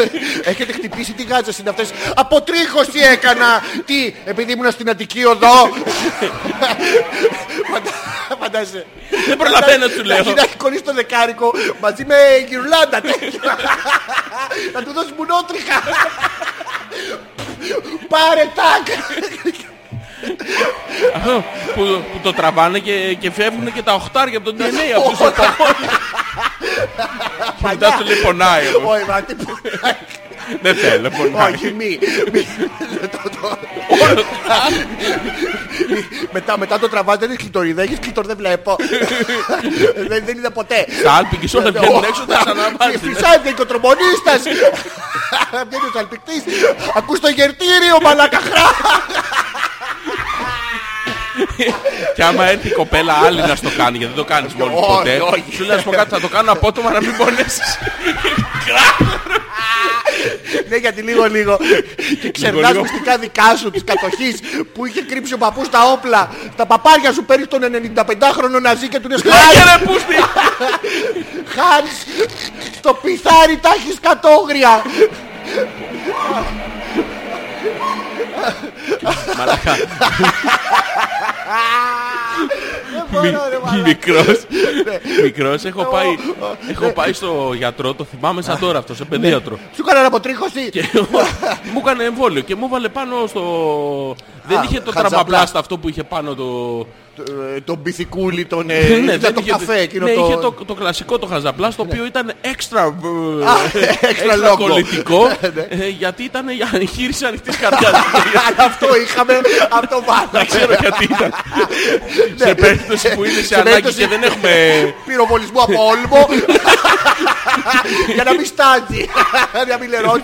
Speaker 1: έχετε χτυπήσει τι γάτσες είναι αυτές. Αποτρίχωση έκανα. Τι, επειδή ήμουν στην Αττική οδό. Φαντα- Φαντάζεσαι.
Speaker 2: Δεν προλαβαίνω σου λέω.
Speaker 1: Έχει να έχει κολλήσει το δεκάρικο μαζί με γυρλάντα τέτοια. Να του δώσει μουνότριχα. Πάρε τάκ.
Speaker 2: Αυτό που, που το τραβάνε και, και φεύγουν και τα οχτάρια από τον DNA
Speaker 1: [laughs]
Speaker 2: από τους οχτάρια. Και μετά του λέει πονάει.
Speaker 1: Όχι, μα τι που-
Speaker 2: Δεν θέλω, πονάει.
Speaker 1: Όχι, μη. μη. Το- το- Μετά, μετά το τραβάς δεν έχεις κλειτορίδα, έχεις κλειτορ δεν βλέπω. Δεν δεν είδα ποτέ.
Speaker 2: Τα άλπικης όλα βγαίνουν έξω, τα
Speaker 1: Και
Speaker 2: ξαναβάζουν.
Speaker 1: Φυσάει και ο τρομονίστας. Βγαίνει ο σαλπικτής. Ακούς το γερτήριο μαλακαχρά.
Speaker 2: Και άμα έρθει η κοπέλα άλλη να στο κάνει, γιατί δεν το κάνεις μόνος
Speaker 1: Όχι,
Speaker 2: ποτέ.
Speaker 1: όχι.
Speaker 2: Σου λέει να σου πω κάτι, θα το κάνω απότομα να μην
Speaker 1: [laughs]
Speaker 2: πονέσεις.
Speaker 1: Ναι, γιατί λίγο λίγο. Και ξερνά
Speaker 2: λίγο.
Speaker 1: μυστικά δικά σου της κατοχής που είχε κρύψει ο παππούς τα όπλα. Τα παπάρια σου παίρνει τον 95χρονο να ζει
Speaker 2: [laughs]
Speaker 1: και του λες Χάρη,
Speaker 2: Άγιε ρε πούστη!
Speaker 1: χάρη. Το πιθάρι τα έχεις κατόγρια.
Speaker 2: Μαλάκα,
Speaker 1: Δεν μπορώ, ρε μαλάκα.
Speaker 2: μικρός.
Speaker 1: Ναι.
Speaker 2: Μικρός, έχω πάει, έχω πάει στο γιατρό, το θυμάμαι σαν τώρα αυτό, σε παιδίατρο.
Speaker 1: Σου έκανα ένα αποτρίχωση.
Speaker 2: Και μου έκανε εμβόλιο και μου έβαλε πάνω στο... Δεν
Speaker 1: Α,
Speaker 2: είχε το
Speaker 1: χατζαπλάστα.
Speaker 2: τραμπαπλάστα αυτό που είχε πάνω το...
Speaker 1: Ε, Τον πυθικούλι, τον.
Speaker 2: Ναι,
Speaker 1: Ναι,
Speaker 2: δεν
Speaker 1: το
Speaker 2: είχε-
Speaker 1: καφέ εκείνο
Speaker 2: ναι, είχε
Speaker 1: το.
Speaker 2: το, το κλασικό το χαζαπλά, το οποίο ήταν έξτρα,
Speaker 1: [laughs]
Speaker 2: ε,
Speaker 1: έξτρα
Speaker 2: έξτρα
Speaker 1: λόγκο.
Speaker 2: κολλητικό,
Speaker 1: [laughs] Ναι.
Speaker 2: ε, γιατί ήταν για εγχείρηση ανοιχτής καρδιάς.
Speaker 1: Αυτό είχαμε, αυτό
Speaker 2: Δεν
Speaker 1: βάλαμε.
Speaker 2: ξέρω γιατί ήταν. Σε περίπτωση που είναι
Speaker 1: Σε
Speaker 2: Ναι, σε ανάγκη
Speaker 1: περίπτωση-
Speaker 2: και δεν έχουμε...
Speaker 1: Πυροβολισμό από όλμο. [laughs] Για να μην στάζει. [laughs] Για να μην λερώσει.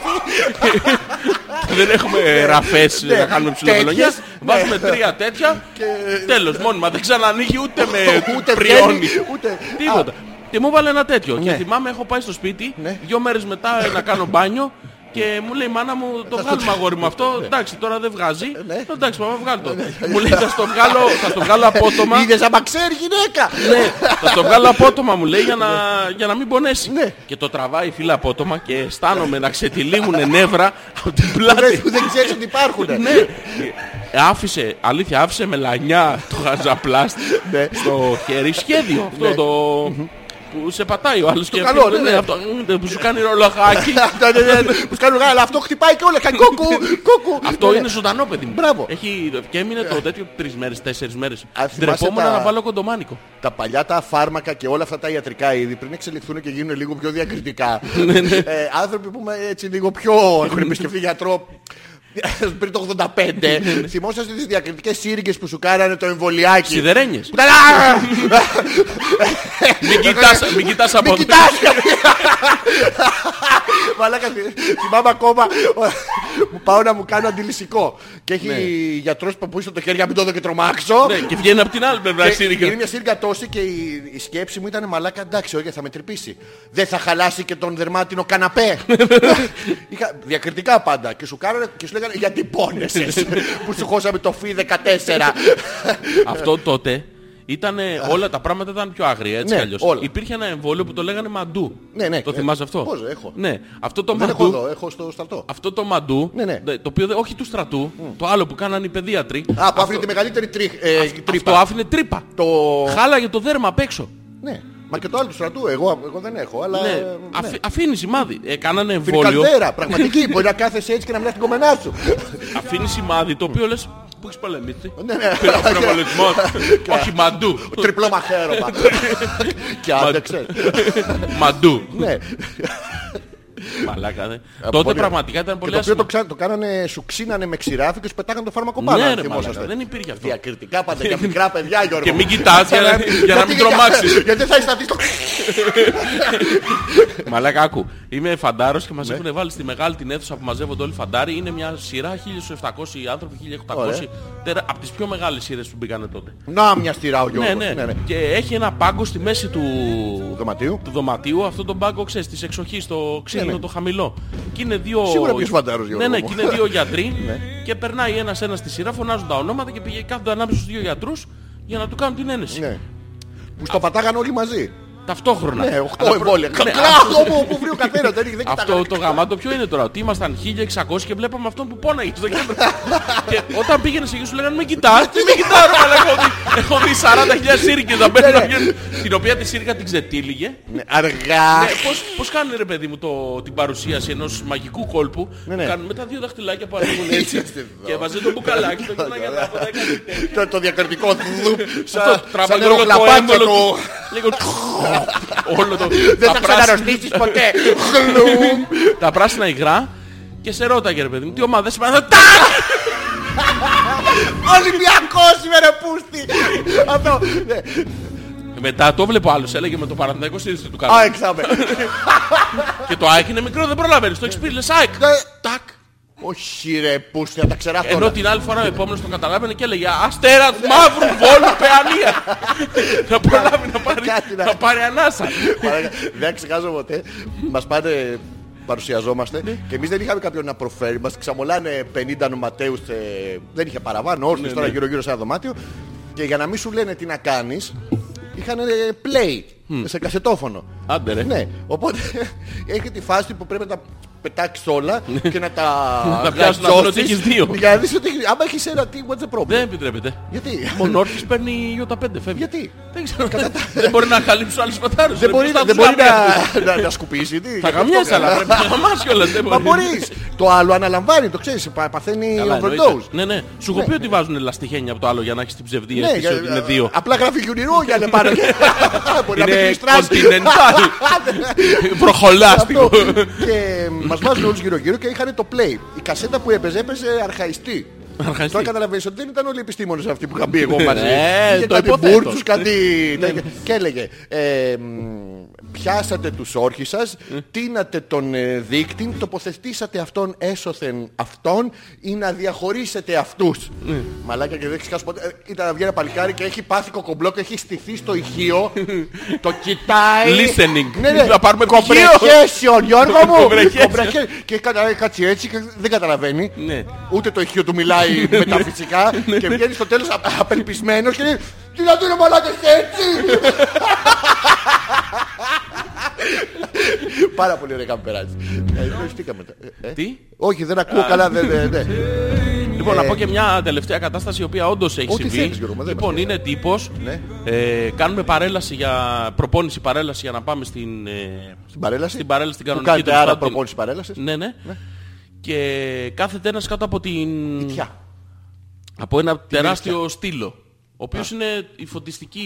Speaker 2: δεν έχουμε ραφές
Speaker 1: Ναι.
Speaker 2: να κάνουμε ψηλοβελονιές.
Speaker 1: Τέτοιες, ναι.
Speaker 2: Βάζουμε τρία τέτοια. Τέλος, μόνιμα. Δεν ξανανοίγει [laughs] ούτε
Speaker 1: Ούτε
Speaker 2: με
Speaker 1: βγαίνει,
Speaker 2: πριόνι.
Speaker 1: ούτε-
Speaker 2: Τίποτα. Και μου έβαλε ένα τέτοιο. Και
Speaker 1: Ναι.
Speaker 2: θυμάμαι, έχω πάει στο σπίτι,
Speaker 1: Ναι.
Speaker 2: δύο μέρες μετά ε, να κάνω μπάνιο. Και μου λέει η μάνα μου, το βγάλουμε αγόρι μου αυτό. Εντάξει, τώρα δεν βγάζει.
Speaker 1: Ναι.
Speaker 2: «Ε, Εντάξει, πάμε βγάλω το. Μου λέει, θα στο βγάλω, θα στο βγάλω απότομα.
Speaker 1: Είδες άμα ξέρει γυναίκα.
Speaker 2: Ναι, θα το βγάλω απότομα μου λέει για να, για να μην πονέσει.
Speaker 1: Ναι.
Speaker 2: Και το τραβάει φίλα απότομα και αισθάνομαι να ξετυλίγουν νεύρα από την
Speaker 1: Αυτές
Speaker 2: πλάτη.
Speaker 1: που δεν ξέρεις ότι υπάρχουν.
Speaker 2: ναι. Ε, Άφησε, αλήθεια, άφησε με λανιά το χαζαπλάστη
Speaker 1: Ναι.
Speaker 2: στο χέρι σχέδιο. Αυτό το... Που σε πατάει ο άλλος και
Speaker 1: καλό, ναι, ναι.
Speaker 2: αυτό, μ, που σου κάνει ρολοχάκι.
Speaker 1: Αυτό, [laughs] ναι, ναι, ναι, Που σκάνουν γάλα, αυτό χτυπάει και όλα. κάνει Κούκου, κούκου.
Speaker 2: Αυτό
Speaker 1: Ναι,
Speaker 2: είναι ζωντανό παιδί μου.
Speaker 1: Μπράβο.
Speaker 2: Έχει, και έμεινε το τέτοιο τρεις μέρες, τέσσερις μέρες.
Speaker 1: Α, θυμάσαι
Speaker 2: Ντρεπόμουν
Speaker 1: τα-
Speaker 2: να βάλω κοντομάνικο.
Speaker 1: Τα παλιά τα φάρμακα και όλα αυτά τα ιατρικά είδη πριν εξελιχθούν και γίνουν λίγο πιο
Speaker 2: [laughs]
Speaker 1: διακριτικά.
Speaker 2: Ναι,
Speaker 1: Ε, Άνθρωποι που με έτσι λίγο πιο έχουν επισκεφθεί γιατρό [laughs] πριν το 85.
Speaker 2: Ναι,
Speaker 1: Θυμόσαστε τις διακριτικές σύρικες που σου κάνανε το εμβολιάκι.
Speaker 2: Σιδερένιες.
Speaker 1: [laughs] Που ήταν, «Α,
Speaker 2: [laughs] Μην κοιτάς, μην κοιτάς από
Speaker 1: Μην
Speaker 2: εδώ.
Speaker 1: κοιτάς! Μαλάκα, θυ- θυμάμαι ακόμα. Μου πάω να μου κάνω αντιλησικό. Και έχει γιατρός που στο το χέρι για να μην το δω και τρομάξω.
Speaker 2: Ναι, και βγαίνει από την άλλη πλευρά η
Speaker 1: Και
Speaker 2: σύριγγα.
Speaker 1: Είναι μια σύρκα τόση και η, η σκέψη μου ήταν μαλάκα εντάξει, όχι θα με τρυπήσει. Δεν θα χαλάσει και τον δερμάτινο καναπέ.
Speaker 2: [laughs]
Speaker 1: Είχα, διακριτικά πάντα. Και σου, κάνανε, και σου λέγανε γιατί πόνεσαι που σου χώσαμε το φι 14.
Speaker 2: Αυτό τότε ήταν όλα τα πράγματα ήταν πιο άγρια έτσι
Speaker 1: Ναι,
Speaker 2: κι αλλιώς.
Speaker 1: όλα.
Speaker 2: Υπήρχε ένα εμβόλιο που το λέγανε μαντού.
Speaker 1: Ναι, ναι.
Speaker 2: Το
Speaker 1: Ε,
Speaker 2: θυμάσαι αυτό.
Speaker 1: πώς, έχω.
Speaker 2: Ναι. Αυτό το
Speaker 1: Δεν έχω
Speaker 2: μαντού.
Speaker 1: εδώ, έχω στο στρατό.
Speaker 2: Αυτό το μαντού,
Speaker 1: Ναι, ναι.
Speaker 2: το οποίο δεν- όχι του στρατού, το άλλο που κάνανε οι παιδίατροι,
Speaker 1: Α, που άφηνε τη μεγαλύτερη τρι- ε,
Speaker 2: αυτό
Speaker 1: τρύπα.
Speaker 2: άφηνε τρύπα.
Speaker 1: Το...
Speaker 2: Χάλαγε το δέρμα απ' έξω.
Speaker 1: Ναι. Μα και το άλλο του στρατού, εγώ, εγώ δεν έχω, αλλά.
Speaker 2: Ναι.
Speaker 1: ε,
Speaker 2: Αφή- αφήνει σημάδι. Ε, κάνανε
Speaker 1: Την
Speaker 2: εμβόλιο.
Speaker 1: καλδέρα, πραγματική. Μπορεί να κάθεσαι έτσι και να μιλάς την κομμενά
Speaker 2: [laughs]
Speaker 1: σου.
Speaker 2: Αφήνει σημάδι το οποίο λες που έχεις πολεμήσει.
Speaker 1: Ναι, ναι.
Speaker 2: Πήρα πυροβολισμό.
Speaker 1: [laughs]
Speaker 2: Όχι μαντού.
Speaker 1: Τριπλό μαχαίρωμα.
Speaker 2: [laughs]
Speaker 1: Και άντεξε. [laughs]
Speaker 2: Μαντού.
Speaker 1: Ναι.
Speaker 2: Μαλάκα, δε. Τότε
Speaker 1: πολύ-
Speaker 2: πραγματικά ήταν
Speaker 1: Ε, Και
Speaker 2: πολύ
Speaker 1: το οποίο
Speaker 2: άσχημο.
Speaker 1: το, ξα... το κάνανε, σου ξύνανε με ξηράφι και σου πετάγανε το φάρμακο πάνω.
Speaker 2: Ναι,
Speaker 1: αν
Speaker 2: ρε, μαλάκα,
Speaker 1: θυμόσαστε.
Speaker 2: δεν υπήρχε αυτό.
Speaker 1: Διακριτικά πάντα για μικρά παιδιά, Γιώργο.
Speaker 2: Και μην κοιτάς για να- για να μην
Speaker 1: Γιατί-
Speaker 2: τρομάξεις.
Speaker 1: Γιατί δεν θα αισθανθείς το...
Speaker 2: Μαλάκα, άκου. Είμαι φαντάρος και μας έχουν βάλει στη μεγάλη την αίθουσα που μαζεύονται όλοι οι φαντάροι. Είναι μια σειρά 1700 άνθρωποι, 1800.
Speaker 1: Ωραία.
Speaker 2: Τερα... Από τις πιο μεγάλες σειρές που μπήκανε τότε.
Speaker 1: Να μια στηρά ο
Speaker 2: Ναι,
Speaker 1: Γιώργος.
Speaker 2: ναι, Και έχει ένα πάγκο στη μέση του
Speaker 1: Δωματίου.
Speaker 2: Του δωματίου. Αυτό τον πάγκο ξέρεις της εξοχής, το ξύλινο,
Speaker 1: Ναι, ναι.
Speaker 2: το χαμηλό. Και είναι δύο.
Speaker 1: Σίγουρα ποιος φαντάρος, Γιώργο
Speaker 2: Ναι, ναι,
Speaker 1: μου.
Speaker 2: και είναι δύο [laughs] γιατροί. και περνάει ένα-ένα στη σειρά, φωνάζουν τα ονόματα και πηγαίνει κάθονται ανάμεσα στους δύο γιατρούς για να του κάνουν την ένεση.
Speaker 1: Ναι. Που στο πατάγαν όλοι μαζί.
Speaker 2: Ταυτόχρονα.
Speaker 1: Ναι,
Speaker 2: Αλλά
Speaker 1: 8
Speaker 2: προ-
Speaker 1: εμβόλια.
Speaker 2: Ναι,
Speaker 1: Κλάχο μου που βρει ο καθένας. Δεν δεν
Speaker 2: Αυτό
Speaker 1: κοιτάγανε.
Speaker 2: το γαμάτο ποιο είναι τώρα, ότι ήμασταν 1600 και βλέπαμε αυτόν που πόναγε στο
Speaker 1: [laughs]
Speaker 2: κέντρο. και όταν πήγαινε εκεί σου λέγανε με κοιτάς, τι με κοιτάω ρε μαλάκα, έχω δει- έχω δει 40.000 σύρικες να μπαίνουν να βγαίνουν. Την οποία τη σύρκα την ξετύλιγε.
Speaker 1: Ναι, Αργά.
Speaker 2: Ε, πώς, πώς κάνει ρε παιδί μου το, την παρουσίαση ενός μαγικού κόλπου
Speaker 1: Ναι, ναι.
Speaker 2: που κάνουν με τα δύο δαχτυλάκια που ανοίγουν έτσι
Speaker 1: Είσαστε εδώ.
Speaker 2: και βάζει το μπουκαλάκι το κόνα για τα ποντά και κάτι τέτοιο.
Speaker 1: Το, το διακριτικό δουπ,
Speaker 2: Αυτό,
Speaker 1: σαν, σαν
Speaker 2: τραβάει όλο το
Speaker 1: νεροχλαπάτσα
Speaker 2: έμβολο
Speaker 1: το...
Speaker 2: του. Λίγο όλο το...
Speaker 1: Δεν
Speaker 2: τα
Speaker 1: θα
Speaker 2: πράσινα-
Speaker 1: ξαναρρωστήσεις ποτέ. Χλουμ.
Speaker 2: τα πράσινα υγρά και σε ρώταγε ρε παιδί μου, τι ομάδα είσαι, Μα, «Τα!»
Speaker 1: [laughs] Ολυμπιακός είμαι ρε πούστη. Αυτό. ναι.
Speaker 2: Μετά το βλέπω άλλος, έλεγε με το Παναθηναϊκό στήριξη του
Speaker 1: Α,
Speaker 2: κάνω.
Speaker 1: έξαμε.
Speaker 2: Και το ΑΕΚ είναι μικρό, δεν προλαβαίνεις, το έχεις πει, λες ΑΕΚ.
Speaker 1: Ναι.
Speaker 2: Τάκ.
Speaker 1: Όχι ρε, πούστη, να τα ξερά
Speaker 2: Ενώ
Speaker 1: τώρα.
Speaker 2: την άλλη φορά ο επόμενος το καταλάβαινε και έλεγε Αστέρα μαύρου βόλου πεανία. Να προλάβει να πάρει,
Speaker 1: Κάτι να-
Speaker 2: να πάρει ανάσα.
Speaker 1: Παρά- Δεν ξεχάσω ποτέ. Μας πάνε παρουσιαζόμαστε
Speaker 2: Ναι.
Speaker 1: και εμείς δεν είχαμε κάποιον να προφέρει. Μας ξαμολάνε 50 νοματέους, ε, δεν είχε παραβάν, όρθιος
Speaker 2: Ναι,
Speaker 1: τώρα γύρω-γύρω σε ένα δωμάτιο. Και για να μην σου λένε τι να κάνεις, είχαν ε, play σε κασετόφωνο.
Speaker 2: Άντε ρε.
Speaker 1: Ναι, οπότε [laughs] έχει τη φάση που πρέπει να τα πετάξεις όλα και να τα
Speaker 2: Ναι. Να πιάσουν να δουν ότι
Speaker 1: γλατσώσεις
Speaker 2: έχεις δύο.
Speaker 1: Για να δεις ότι έχεις- άμα έχεις ένα, τι, what's the problem.
Speaker 2: Δεν επιτρέπεται.
Speaker 1: Γιατί.
Speaker 2: Μονόρτη παίρνει ιώτα 5, φεύγει.
Speaker 1: [laughs] Γιατί?
Speaker 2: Δεν ξέρω. Δεν μπορεί να καλύψει άλλου πατάρου.
Speaker 1: Δεν μπορεί, να- δεν μπορεί να, να, να σκουπίσει. τι, γι'
Speaker 2: Θα
Speaker 1: αυτό [laughs]
Speaker 2: γαμιάσαι,
Speaker 1: καλά.
Speaker 2: αλλά πρέπει να γαμάς κιόλας. δεν
Speaker 1: Μα μπορείς. Το άλλο αναλαμβάνει, το ξέρεις, πα- παθαίνει
Speaker 2: Καλά,
Speaker 1: overdose.
Speaker 2: εννοείται. Ναι, ναι. Σου έχω πει ότι βάζουν λαστιχένια από το άλλο για να έχεις την ψευδή
Speaker 1: Ναι,
Speaker 2: αίσθηση
Speaker 1: για-
Speaker 2: ότι είναι δύο. [laughs]
Speaker 1: Απλά γράφει γιουρινό για να πάρω. και- [laughs] Μπορεί να Ναι. μην
Speaker 2: Είναι
Speaker 1: κλείσει τράση.
Speaker 2: continental.
Speaker 1: [laughs]
Speaker 2: Προχολάστικο.
Speaker 1: Αυτό. Και μας βάζουν όλους γύρω γύρω και είχαν το play. Η κασέτα που έπαιζε έπαιζε αρχαϊστή.
Speaker 2: Αρχαϊστή.
Speaker 1: Τώρα καταλαβαίνεις ότι δεν ήταν όλοι οι επιστήμονες αυτοί που είχαν μπει εγώ μαζί.
Speaker 2: Ε,
Speaker 1: Είχε
Speaker 2: το Ναι.
Speaker 1: κάτι
Speaker 2: υποθέτω.
Speaker 1: μπούρτσους, κάτι... τέτοια. Και έλεγε, ε, μ, πιάσατε τους όρχης σας,
Speaker 2: Ε.
Speaker 1: τίνατε τον ε, δείκτη, τοποθετήσατε αυτόν έσωθεν αυτόν ή να διαχωρίσετε αυτούς.
Speaker 2: Ναι.
Speaker 1: Μαλάκα και δεν ξεχάσω ποτέ. Ε, Ήταν να βγει ένα παλικάρι και έχει πάθει κοκομπλό και έχει στηθεί στο
Speaker 2: [laughs]
Speaker 1: ηχείο. Το κοιτάει.
Speaker 2: Listening.
Speaker 1: Ναι, ναι.
Speaker 2: Να πάρουμε πτυχίο.
Speaker 1: Κομπρεχέσιον, Γιώργο μου.
Speaker 2: Κομπρεχέσιον.
Speaker 1: Κομπρεχέ- Και κατα- κάτσει έτσι και δεν καταλαβαίνει.
Speaker 2: Ναι.
Speaker 1: Ούτε το ηχείο του μιλάει μεταφυσικά και βγαίνει στο τέλος α- απελπισμένος και λέει Τι να δίνω μαλάκες έτσι. Πάρα πολύ ωραία είχαμε περάσει. Ε, Ευχαριστήκαμε. Ε, ε.
Speaker 2: Τι?
Speaker 1: Όχι, δεν ακούω καλά. δεν- δεν- δεν.
Speaker 2: Λοιπόν,
Speaker 1: Ε,
Speaker 2: να πω και μια τελευταία κατάσταση η οποία όντως έχει
Speaker 1: Ό,τι
Speaker 2: συμβεί.
Speaker 1: θέλεις, Γιώργο μου, δεν
Speaker 2: λοιπόν,
Speaker 1: μας
Speaker 2: είναι τύπος.
Speaker 1: Ναι.
Speaker 2: Ε, κάνουμε παρέλαση για. προπόνηση παρέλαση για να πάμε στην. ε,
Speaker 1: Στην παρέλαση.
Speaker 2: στην παρέλαση την
Speaker 1: Που
Speaker 2: κανονική
Speaker 1: κάνετε
Speaker 2: τέλος
Speaker 1: άρα
Speaker 2: πάντων.
Speaker 1: προπόνηση παρέλασης.
Speaker 2: Ναι, ναι. Και κάθεται ένας κάτω από την.
Speaker 1: Ποια.
Speaker 2: Από ένα τεράστιο στήλο. Ο οποίος είναι η φωτιστική...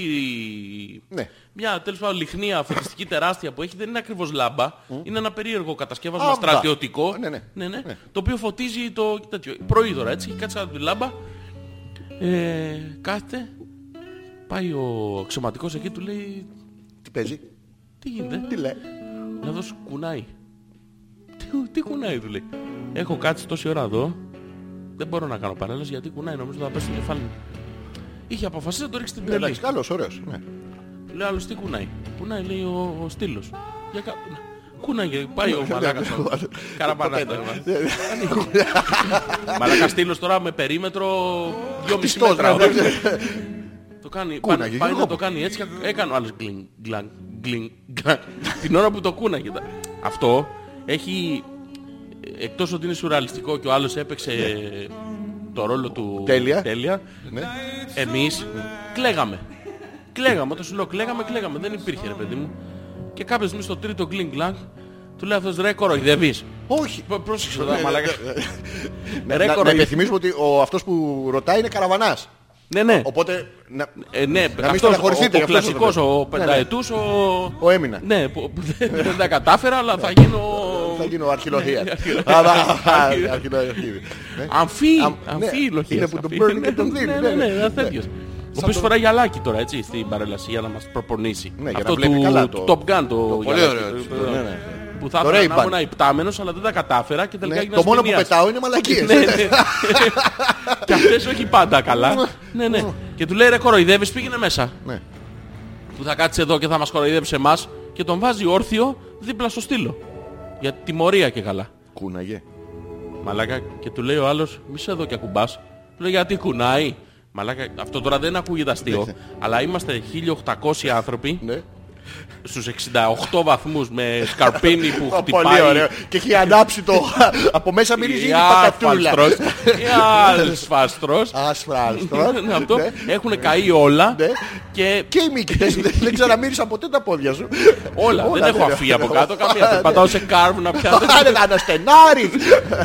Speaker 1: Ναι.
Speaker 2: Μια τέλος πάντων λιχνία φωτιστική τεράστια που έχει δεν είναι ακριβώς λάμπα. Είναι ένα περίεργο κατασκεύασμα
Speaker 1: Άμπα.
Speaker 2: στρατιωτικό.
Speaker 1: Ναι, ναι. Ναι.
Speaker 2: Το οποίο φωτίζει το τέτοιο. Προείδωρα έτσι. Έχει κάτσει κάτω από τη λάμπα. Ε, κάθεται. Πάει ο αξιωματικός εκεί του λέει
Speaker 1: Τι παίζει.
Speaker 2: τι γίνεται.
Speaker 1: Τι λέει.
Speaker 2: Να δώσω κουνάει. Τι, τι κουνάει του λέει. Έχω κάτσει τόση ώρα εδώ. Δεν μπορώ να κάνω παρέλαση γιατί κουνάει. Νομίζω θα πέσει το κεφάλι μου. Είχε αποφασίσει να το ρίξει την
Speaker 1: Ναι,
Speaker 2: πυρελή.
Speaker 1: Εντάξει, καλός, ωραίος. ναι.
Speaker 2: Λέω άλλος τι κουνάει. Κουνάει λέει ο, ο στήλος. Για κα... Κουνάει και πάει
Speaker 1: Ναι,
Speaker 2: ο μαλάκας.
Speaker 1: Ο άλλος.
Speaker 2: Καραμπανάς
Speaker 1: Το
Speaker 2: τώρα.
Speaker 1: Ναι, ναι.
Speaker 2: Μαλάκα στήλος τώρα με περίμετρο 2,5
Speaker 1: Πιστός,
Speaker 2: μέτρα.
Speaker 1: ναι, ναι.
Speaker 2: Το κάνει,
Speaker 1: Κούναγε,
Speaker 2: πάει,
Speaker 1: Γιώργο
Speaker 2: πάει να
Speaker 1: μου.
Speaker 2: το κάνει έτσι και έκανε ο άλλος γκλιν, γκλαν, γκλιν, γκλαν, την ώρα που το κούναγε. τα- Αυτό έχει, εκτός ότι είναι σουραλιστικό και ο άλλος έπαιξε το ρόλο του
Speaker 1: Ναι. Τέλεια.
Speaker 2: ναι. εμείς κλαίγαμε. Κλαίγαμε, όταν σου λέω κλαίγαμε, κλαίγαμε. Δεν υπήρχε ρε παιδί μου. Και κάποια στιγμή στο τρίτο γκλιν γκλαν του λέει αυτός ρε κοροϊδεύεις.
Speaker 1: Όχι.
Speaker 2: Προ- Πρόσεξε
Speaker 1: ε,
Speaker 2: τώρα μαλάκα.
Speaker 1: Να-
Speaker 2: Ρε
Speaker 1: να- Να
Speaker 2: κοροϊδεύεις.
Speaker 1: υπενθυμίσουμε ότι ο, αυτός που ρωτάει είναι καραβανάς.
Speaker 2: Ναι, ναι.
Speaker 1: Οπότε να...
Speaker 2: Ε, ναι, αυτός, ο,
Speaker 1: στεναχωρηθείτε, γι'
Speaker 2: ο
Speaker 1: αυτό σας
Speaker 2: κλασικός,
Speaker 1: το λέω.
Speaker 2: ο πενταετούς, ο...
Speaker 1: Ο Έμινα.
Speaker 2: Ναι, που, που δεν, δεν τα κατάφερα, αλλά θα γίνω...
Speaker 1: Θα γίνω
Speaker 2: ναι,
Speaker 1: αρχιλοχία. Αρχιλοχία.
Speaker 2: Αμφί,
Speaker 1: Αμ-
Speaker 2: αμφί
Speaker 1: ναι,
Speaker 2: η λοχεία.
Speaker 1: είναι που τον
Speaker 2: αμφί.
Speaker 1: παίρνει και τον
Speaker 2: Ναι,
Speaker 1: δίνει,
Speaker 2: Ναι,
Speaker 1: ναι,
Speaker 2: ναι, ναι,
Speaker 1: ναι.
Speaker 2: ένας τέτοιος. Ο οποίος φοράει γυαλάκι τώρα, έτσι, στην παρέλαση για να μας προπονήσει.
Speaker 1: Ναι, για να
Speaker 2: Αυτό
Speaker 1: βλέπει
Speaker 2: του,
Speaker 1: καλά
Speaker 2: του
Speaker 1: το-
Speaker 2: Top Gun το,
Speaker 1: Πολύ
Speaker 2: γυαλάκι.
Speaker 1: ωραίο. έτσι. Ναι, ναι.
Speaker 2: Που θα
Speaker 1: Το
Speaker 2: ήθελα να
Speaker 1: Ray-Ban.
Speaker 2: ήμουν υπτάμενος, αλλά δεν τα κατάφερα και τελικά
Speaker 1: Ναι,
Speaker 2: έγινα
Speaker 1: Το μόνο που
Speaker 2: σπινίας.
Speaker 1: πετάω είναι μαλακίες.
Speaker 2: Ναι, ναι. Και αυτές όχι πάντα καλά. Ναι, ναι. Και του λέει ρε κοροϊδεύεις, πήγαινε μέσα.
Speaker 1: Ναι.
Speaker 2: που θα κάτσεις εδώ και θα μας κοροϊδέψει εμάς και τον βάζει όρθιο δίπλα στο στήλο. Για τιμωρία και καλά.
Speaker 1: Κούναγε.
Speaker 2: Μαλάκα και του λέει ο άλλος μη σε εδώ και ακουμπάς. Του λέει γιατί κουνάει. Μαλάκα, αυτό τώρα δεν ακούγεται αστείο, αλλά είμαστε 1800 άνθρωποι
Speaker 1: Ναι.
Speaker 2: στους 68 βαθμούς με σκαρπίνι που
Speaker 1: Ω, Πολύ
Speaker 2: χτυπάει.
Speaker 1: ωραίο. Και έχει ανάψει το... Από μέσα μυρίζει η
Speaker 2: Γεια,
Speaker 1: πατατούλα. [laughs]
Speaker 2: σφαστρός. Γεια, σφαστρός.
Speaker 1: Άσφρα,
Speaker 2: Είναι αυτό.
Speaker 1: ναι.
Speaker 2: Έχουν καεί όλα
Speaker 1: Ναι.
Speaker 2: και
Speaker 1: Και οι
Speaker 2: [laughs]
Speaker 1: μύκητες δεν- δεν ξαναμύρισα ποτέ τα πόδια σου.
Speaker 2: όλα. Δεν έχω αφή από κάτω
Speaker 1: Ναι,
Speaker 2: καμία. Πατάω σε κάρβ
Speaker 1: [laughs]
Speaker 2: να πιάσω.
Speaker 1: Άντε θα αναστενάρεις.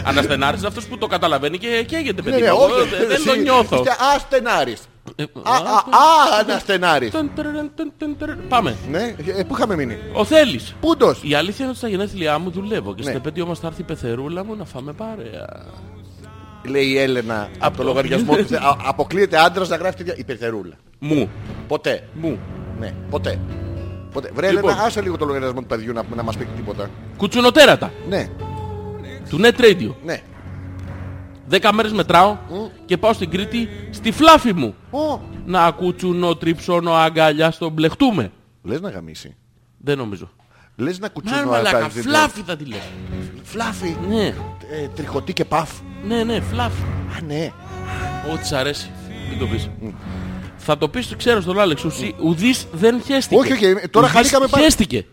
Speaker 2: Αναστενάρης είναι αυτός που το καταλαβαίνει και καίγεται
Speaker 1: Ναι,
Speaker 2: παιδί.
Speaker 1: ναι,
Speaker 2: μου. Ε,
Speaker 1: όχι.
Speaker 2: Δεν- Δεν το
Speaker 1: Εσύ
Speaker 2: νιώθω.
Speaker 1: είστε Αστενάρης.
Speaker 2: Ε,
Speaker 1: Α, α, α, αναστενάρης.
Speaker 2: τεν, τερεν, τεν, τεν, τερεν. Πάμε.
Speaker 1: Ναι, ε, πού είχαμε μείνει.
Speaker 2: Ο Θέλης.
Speaker 1: Πούντος.
Speaker 2: Η αλήθεια είναι ότι στα γενέθλιά μου δουλεύω και
Speaker 1: Ναι.
Speaker 2: στην επέτειο μας θα έρθει η πεθερούλα μου να φάμε παρέα.
Speaker 1: λέει η Έλενα από το
Speaker 2: [laughs]
Speaker 1: λογαριασμό της. Α- Αποκλείεται άντρας να γράφει τέτοια υπερθερούλα.
Speaker 2: Μου.
Speaker 1: Ποτέ.
Speaker 2: Μου.
Speaker 1: Ναι, ποτέ. ποτέ. Βρε,
Speaker 2: Λοιπόν.
Speaker 1: Έλενα, άσε λίγο το λογαριασμό του παιδιού να, να μας πει τίποτα.
Speaker 2: Κουτσουνοτέρατα.
Speaker 1: Ναι,
Speaker 2: Του Net Radio.
Speaker 1: ναι.
Speaker 2: Δέκα μέρες μετράω και πάω στην Κρήτη στη φλάφη μου.
Speaker 1: Ω,
Speaker 2: Να κουτσουνώ, τριψώνω, αγκαλιά, στον μπλεχτούμε.
Speaker 1: Λες να γαμίσει.
Speaker 2: Δεν νομίζω.
Speaker 1: Λες να κουτσούνω
Speaker 2: Μα
Speaker 1: να
Speaker 2: μαλάκα,
Speaker 1: κάνεις την-
Speaker 2: φλάφη θα τη λες.
Speaker 1: Φλάφι.
Speaker 2: Ναι,
Speaker 1: Ε, τριχωτή και παφ.
Speaker 2: ναι, ναι, φλάφη.
Speaker 1: Α, ναι.
Speaker 2: Ό,τι σ' αρέσει. Μην το πεις. Θα το πεις, ξέρω στον Άλεξ, ουσί, ουδής δεν χέστηκε.
Speaker 1: Όχι, όχι, τώρα
Speaker 2: Ουδής
Speaker 1: χαρήκαμε πάρα-
Speaker 2: Χέστηκε.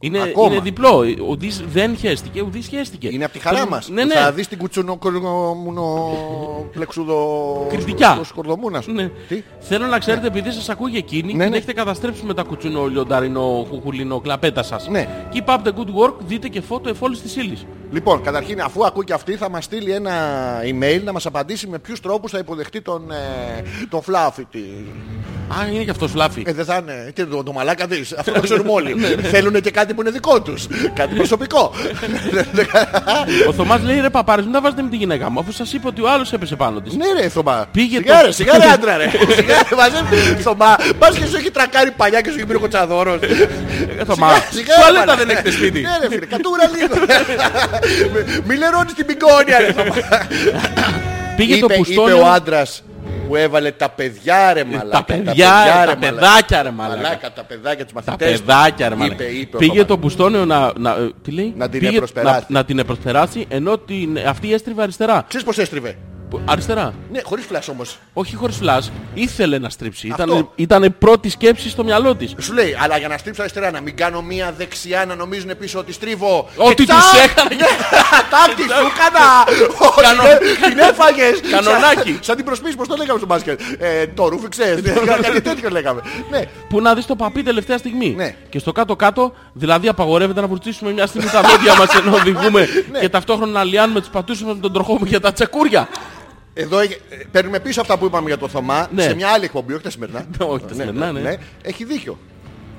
Speaker 2: Είναι,
Speaker 1: Ακόμα.
Speaker 2: είναι διπλό. Ουδής δεν χέστηκε, ουδής χέστηκε.
Speaker 1: Είναι από τη χαρά
Speaker 2: Τον-
Speaker 1: μας.
Speaker 2: Ναι, ναι.
Speaker 1: Θα δεις την κουτσούνο κορδομούνο πλεξουδο...
Speaker 2: Κριτικά.
Speaker 1: Το σκορδομούνα σου.
Speaker 2: Ναι.
Speaker 1: Τι.
Speaker 2: Θέλω να ξέρετε, επειδή σας ακούει εκείνη,
Speaker 1: Ναι,
Speaker 2: την
Speaker 1: ναι.
Speaker 2: έχετε καταστρέψει με τα κουτσουνό, λιονταρινό, κουκουλινό, κλαπέτα σας.
Speaker 1: Ναι.
Speaker 2: Keep up the good work, δείτε και φώτο εφόλης της ύλης.
Speaker 1: Λοιπόν, καταρχήν αφού ακούει και αυτή θα μας στείλει ένα email να μας απαντήσει με ποιους τρόπους θα υποδεχτεί τον, ε, τον φλάφι της.
Speaker 2: Α, είναι και αυτός λάφι.
Speaker 1: Ε, δεν θα είναι. Τι, το, το μαλάκα δεις. Αυτό το ξέρουμε όλοι.
Speaker 2: Ναι.
Speaker 1: Θέλουν και κάτι που είναι δικό τους. Κάτι
Speaker 2: [laughs]
Speaker 1: προσωπικό. ναι.
Speaker 2: Ο Θωμάς λέει ρε παπάρες, μην τα βάζετε με τη γυναίκα μου, αφού σας είπα ότι ο άλλος έπεσε πάνω της.
Speaker 1: ναι ρε Θωμά.
Speaker 2: Πήγε
Speaker 1: σιγά,
Speaker 2: το-
Speaker 1: ρε,
Speaker 2: [laughs]
Speaker 1: σιγά ρε άντρα ρε. σιγά ρε μαζεύει. Θωμά. Πας και σου έχει τρακάρει παλιά και σου έχει μπει ο κοτσαδόρος.
Speaker 2: Ε, Θωμά. Τουαλέτα δεν έχετε σπίτι.
Speaker 1: Ναι ρε φίλε. Κατούρα
Speaker 2: [laughs]
Speaker 1: λίγο. Μην λερώνεις την πιγκόνια ρε Θωμά.
Speaker 2: Πήγε το
Speaker 1: Ναι. Είπε, είπε
Speaker 2: πουστόλιο. Ε,
Speaker 1: ο άντρας που έβαλε τα παιδιά ρε μαλάκα.
Speaker 2: τα παιδιά, ε, τα παιδάκια ρε μαλάκα.
Speaker 1: Μαλάκα, τα παιδάκια τους
Speaker 2: Τα
Speaker 1: μαθητές.
Speaker 2: παιδάκια ρε
Speaker 1: Είπε,
Speaker 2: μαλάκα.
Speaker 1: είπε ο
Speaker 2: Πήγε
Speaker 1: Θωμάς.
Speaker 2: το Πουστόνιο να, να, ε, τι λέει?
Speaker 1: Να την
Speaker 2: Πήγε-
Speaker 1: επροσπεράσει.
Speaker 2: να- να την επροσπεράσει, ενώ την, αυτή έστριβε αριστερά.
Speaker 1: Ξέρεις πως έστριβε.
Speaker 2: Που- Αριστερά.
Speaker 1: Ναι, χωρίς φλας όμως.
Speaker 2: Όχι χωρίς φλας. Ήθελε να στρίψει.
Speaker 1: Αυτό.
Speaker 2: Ήταν, ήτανε πρώτη σκέψη στο μυαλό της.
Speaker 1: Σου λέει, αλλά για να στρίψω αριστερά, να μην κάνω μία δεξιά, να νομίζουν πίσω ότι στρίβω.
Speaker 2: Ό,τι
Speaker 1: Και
Speaker 2: τους
Speaker 1: [laughs] τσακ! Ναι,
Speaker 2: έκανα.
Speaker 1: Τάκ, τι σου έκανα! Ότι
Speaker 2: Κανο-
Speaker 1: δεν- Την έφαγες!
Speaker 2: Κανονάκι.
Speaker 1: Σαν- Σαν την προσπίση, πώς το λέγαμε στο μπάσκετ. Ε, Το ρούφι ξέρεις, κάτι τέτοιο λέγαμε. Ναι,
Speaker 2: Που να δεις το παπί τελευταία στιγμή.
Speaker 1: Ναι.
Speaker 2: Και στο κάτω-κάτω, δηλαδή απαγορεύεται να βουρτσίσουμε μια στιγμή τα δόντια μας ενώ οδηγούμε
Speaker 1: [laughs] Ναι.
Speaker 2: και ταυτόχρονα να λιάνουμε τους πατούσουμε με τον τροχό μου για τα τσακούρια.
Speaker 1: εδώ ε, παίρνουμε πίσω αυτά που είπαμε για το Θωμά
Speaker 2: Ναι.
Speaker 1: σε μια άλλη εκπομπή, όχι τα σημερινά.
Speaker 2: [laughs] Όχι, τα σημερινά, ναι.
Speaker 1: Έχει δίκιο.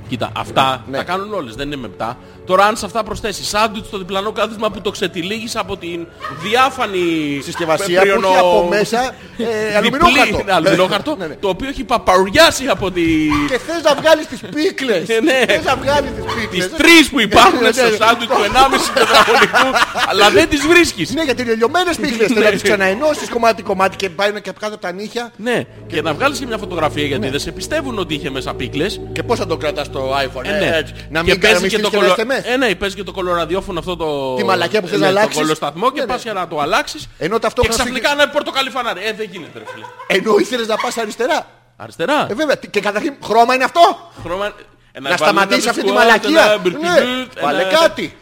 Speaker 2: Κοίτα, αυτά
Speaker 1: Ναι.
Speaker 2: τα κάνουν όλες, δεν είναι μεπτά. Τώρα, αν σε αυτά προσθέσεις σάντουιτ στο διπλανό κάθισμα που το ξετυλίγεις από την διάφανη
Speaker 1: Συσκευασία που
Speaker 2: πεπριονο-
Speaker 1: έχει από μέσα ε,
Speaker 2: διπλή-
Speaker 1: αλουμινόχαρτο.
Speaker 2: αλουμινόχαρτο,
Speaker 1: Ναι, ναι.
Speaker 2: το οποίο έχει παπαουριάσει από τη...
Speaker 1: Και θες να βγάλεις τις πίκλες.
Speaker 2: Ε, ναι.
Speaker 1: Θες να βγάλεις τις
Speaker 2: τις
Speaker 1: πίκλες.
Speaker 2: τρεις που
Speaker 1: Ναι, ναι,
Speaker 2: υπάρχουν στο
Speaker 1: ναι.
Speaker 2: σάντουιτ του 1,5 τετραγωνικού, αλλά δεν τις βρίσκεις.
Speaker 1: Ναι, γιατί είναι λιωμένες
Speaker 2: [laughs]
Speaker 1: πίχλες. Θέλω να
Speaker 2: Ναι.
Speaker 1: τις ξαναενώσεις κομμάτι-κομμάτι και πάει και κάτω από τα νύχια.
Speaker 2: Ναι, και να βγάλεις και μια φωτογραφία
Speaker 1: Ναι.
Speaker 2: γιατί δεν σε πιστεύουν ότι είχε μέσα πίκλες.
Speaker 1: Και πώς θα το κρατάς το iPhone,
Speaker 2: Ε, ναι.
Speaker 1: ε, έτσι. Να μην κάνεις και το
Speaker 2: κολο-
Speaker 1: SMS.
Speaker 2: Ε, ναι, παίζει και το κολοραδιόφωνο αυτό το.
Speaker 1: Τη μαλακιά που θες
Speaker 2: Ναι,
Speaker 1: να αλλάξεις.
Speaker 2: Το κολοσταθμό και
Speaker 1: Ναι, ναι.
Speaker 2: πας για να το αλλάξεις
Speaker 1: Ενώ
Speaker 2: Και
Speaker 1: ταυτόχρονα
Speaker 2: ξαφνικά να είναι πορτοκαλί φανάρι. Ε, δεν γίνεται, ρε φίλε.
Speaker 1: Ενώ ήθελες να πας αριστερά.
Speaker 2: Αριστερά.
Speaker 1: Ε, βέβαια. τι- Και καταρχήν χρώμα είναι αυτό.
Speaker 2: Χρώμα. Ένα
Speaker 1: Να
Speaker 2: βαλί, ένα
Speaker 1: σταματήσεις αυτή τη
Speaker 2: μπισκουάτ,
Speaker 1: μαλακία.
Speaker 2: ένα μπιρκιντούτ,
Speaker 1: Ναι. Βάλε
Speaker 2: ένα- [laughs]
Speaker 1: κάτι.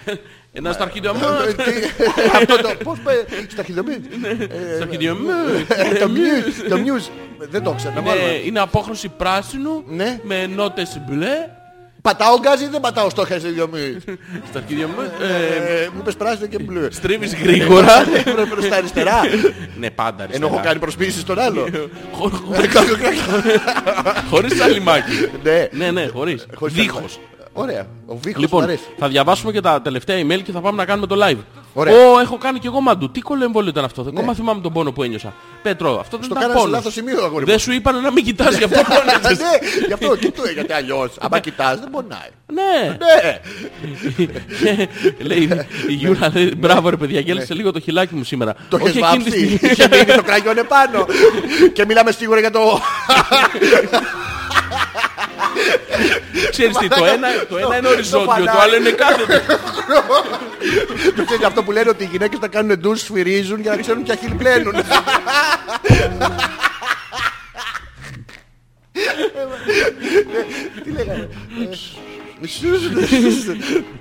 Speaker 2: Ένα σταρκίδιο
Speaker 1: Ε,
Speaker 2: μου.
Speaker 1: τι-
Speaker 2: Ναι.
Speaker 1: Αυτό το... Πώς πέ... Στα χιλιομίτ. ε,
Speaker 2: Σταρκίδιο μου.
Speaker 1: Το μιους. Το μιους. Δεν το ξέρω. Να
Speaker 2: Είναι-
Speaker 1: βάλουμε.
Speaker 2: Ναι, Είναι απόχρωση πράσινου
Speaker 1: Ναι.
Speaker 2: με νότες μπλε.
Speaker 1: Πατάω γκάζι ή δεν πατάω στο χιλιομίτ.
Speaker 2: Ναι. Σταρκίδιο μου.
Speaker 1: Ε, Μου είπες πράσινο και μπλε.
Speaker 2: Τρίβεις γρήγορα.
Speaker 1: Πρέπει στα αριστερά.
Speaker 2: Ναι, πάντα
Speaker 1: Ενώ έχω
Speaker 2: αριστερά.
Speaker 1: κάνει προσπίση στον άλλο. Ε,
Speaker 2: Χω- Χωρίς σαλιμάκι.
Speaker 1: [laughs] Ναι.
Speaker 2: Ναι, ναι, χωρίς.
Speaker 1: Χωρίς
Speaker 2: Δίχως.
Speaker 1: να- Ωραία. Ο δίχος μου
Speaker 2: Λοιπόν,
Speaker 1: αρέσει.
Speaker 2: θα διαβάσουμε και τα τελευταία email και θα πάμε να κάνουμε το live.
Speaker 1: Ωραία. Ναι.
Speaker 2: Ω, έχω κάνει και εγώ μαντού. Τι κολεμβόλιο ήταν αυτό. Ακόμα θυμάμαι τον πόνο που ένιωσα. Πέτρο, αυτό δεν ήταν
Speaker 1: Στο κάνανε σε
Speaker 2: πόνος.
Speaker 1: λάθος σημείο, αγόρι μου.
Speaker 2: Δεν σου είπαν να μην κοιτάς γι' αυτό πόνεσες.
Speaker 1: [laughs] Ναι, γι' αυτό κοιτούε, γιατί αλλιώς. Άμα κοιτάς δεν πονάει.
Speaker 2: Ναι.
Speaker 1: Ναι.
Speaker 2: Λέει η Γιούρα, λέει, μπράβο ρε παιδιά, γέλασε λίγο το χιλάκι μου σήμερα.
Speaker 1: Ναι. Το
Speaker 2: Όχι
Speaker 1: έχεις
Speaker 2: εκείνη τη
Speaker 1: βάψει.
Speaker 2: στιγμή. [laughs]
Speaker 1: Είχε μείνει το κραγιόν επάνω. Και μιλάμε σίγουρα για το...
Speaker 2: Ξέρεις τι, το ένα, το ένα είναι οριζόντιο, το
Speaker 1: φανάρι.
Speaker 2: άλλο είναι
Speaker 1: [laughs]
Speaker 2: κάθετο.
Speaker 1: Το ξέρεις αυτό που λένε ότι οι γυναίκες τα κάνουν ντους, σφυρίζουν για να ξέρουν ποια χείλη πλένουν. Τι λέγαμε.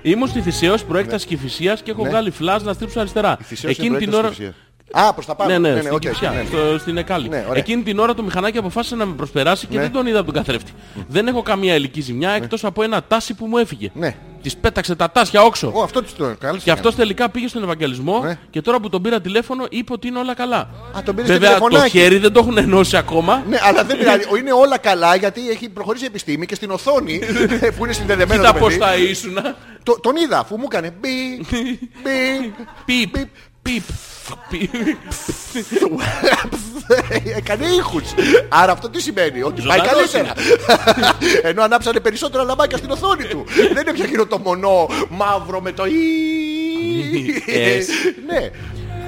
Speaker 2: Ήμουν στη Θησέως, προέκταση
Speaker 1: Ναι.
Speaker 2: Κηφισίας και έχω βγάλει φλάζ να στρίψω αριστερά. Εκείνη την ώρα...
Speaker 1: Α, προς τα πάνω.
Speaker 2: Ναι, ναι, στην
Speaker 1: οκ,
Speaker 2: Κυφσιά,
Speaker 1: ναι, ναι.
Speaker 2: στο- στην Εκάλη.
Speaker 1: Ναι, ωραία.
Speaker 2: Εκείνη την ώρα το μηχανάκι αποφάσισε να με προσπεράσει και
Speaker 1: Ναι.
Speaker 2: δεν τον είδα από τον καθρέφτη. Δεν έχω καμία ηλική ζημιά εκτός από ένα τάσι που μου έφυγε.
Speaker 1: Ναι.
Speaker 2: Της πέταξε τα τάσια όξο.
Speaker 1: Ω, αυτό τι το έκανε.
Speaker 2: Και αυτός τελικά πήγε στον Ευαγγελισμό
Speaker 1: Ναι.
Speaker 2: και τώρα που τον πήρα τηλέφωνο είπε ότι είναι όλα καλά.
Speaker 1: Α, τον πήρε στο
Speaker 2: Βέβαια το
Speaker 1: τηλεφωνάκι.
Speaker 2: χέρι δεν το έχουν ενώσει ακόμα.
Speaker 1: Ναι, αλλά δεν πειράζει. Είναι όλα καλά γιατί έχει προχωρήσει η επιστήμη και στην οθόνη ε, που είναι συνδεδεμένο
Speaker 2: Κοίτα
Speaker 1: το
Speaker 2: πώς
Speaker 1: παιδί.
Speaker 2: θα ήσουνα.
Speaker 1: Το- Τον είδα αφού μου έκανε μπι, μπι,
Speaker 2: Πιπ, πιπ, πιπ.
Speaker 1: έκανε ήχους. Άρα αυτό τι σημαίνει, ότι πάει
Speaker 2: Ζωντανός
Speaker 1: καλύτερα. Ενώ ανάψανε περισσότερα λαμπάκια στην οθόνη του. Δεν είναι πια εκείνο το μονό μαύρο με το «Ι».
Speaker 2: Yes.
Speaker 1: Ναι.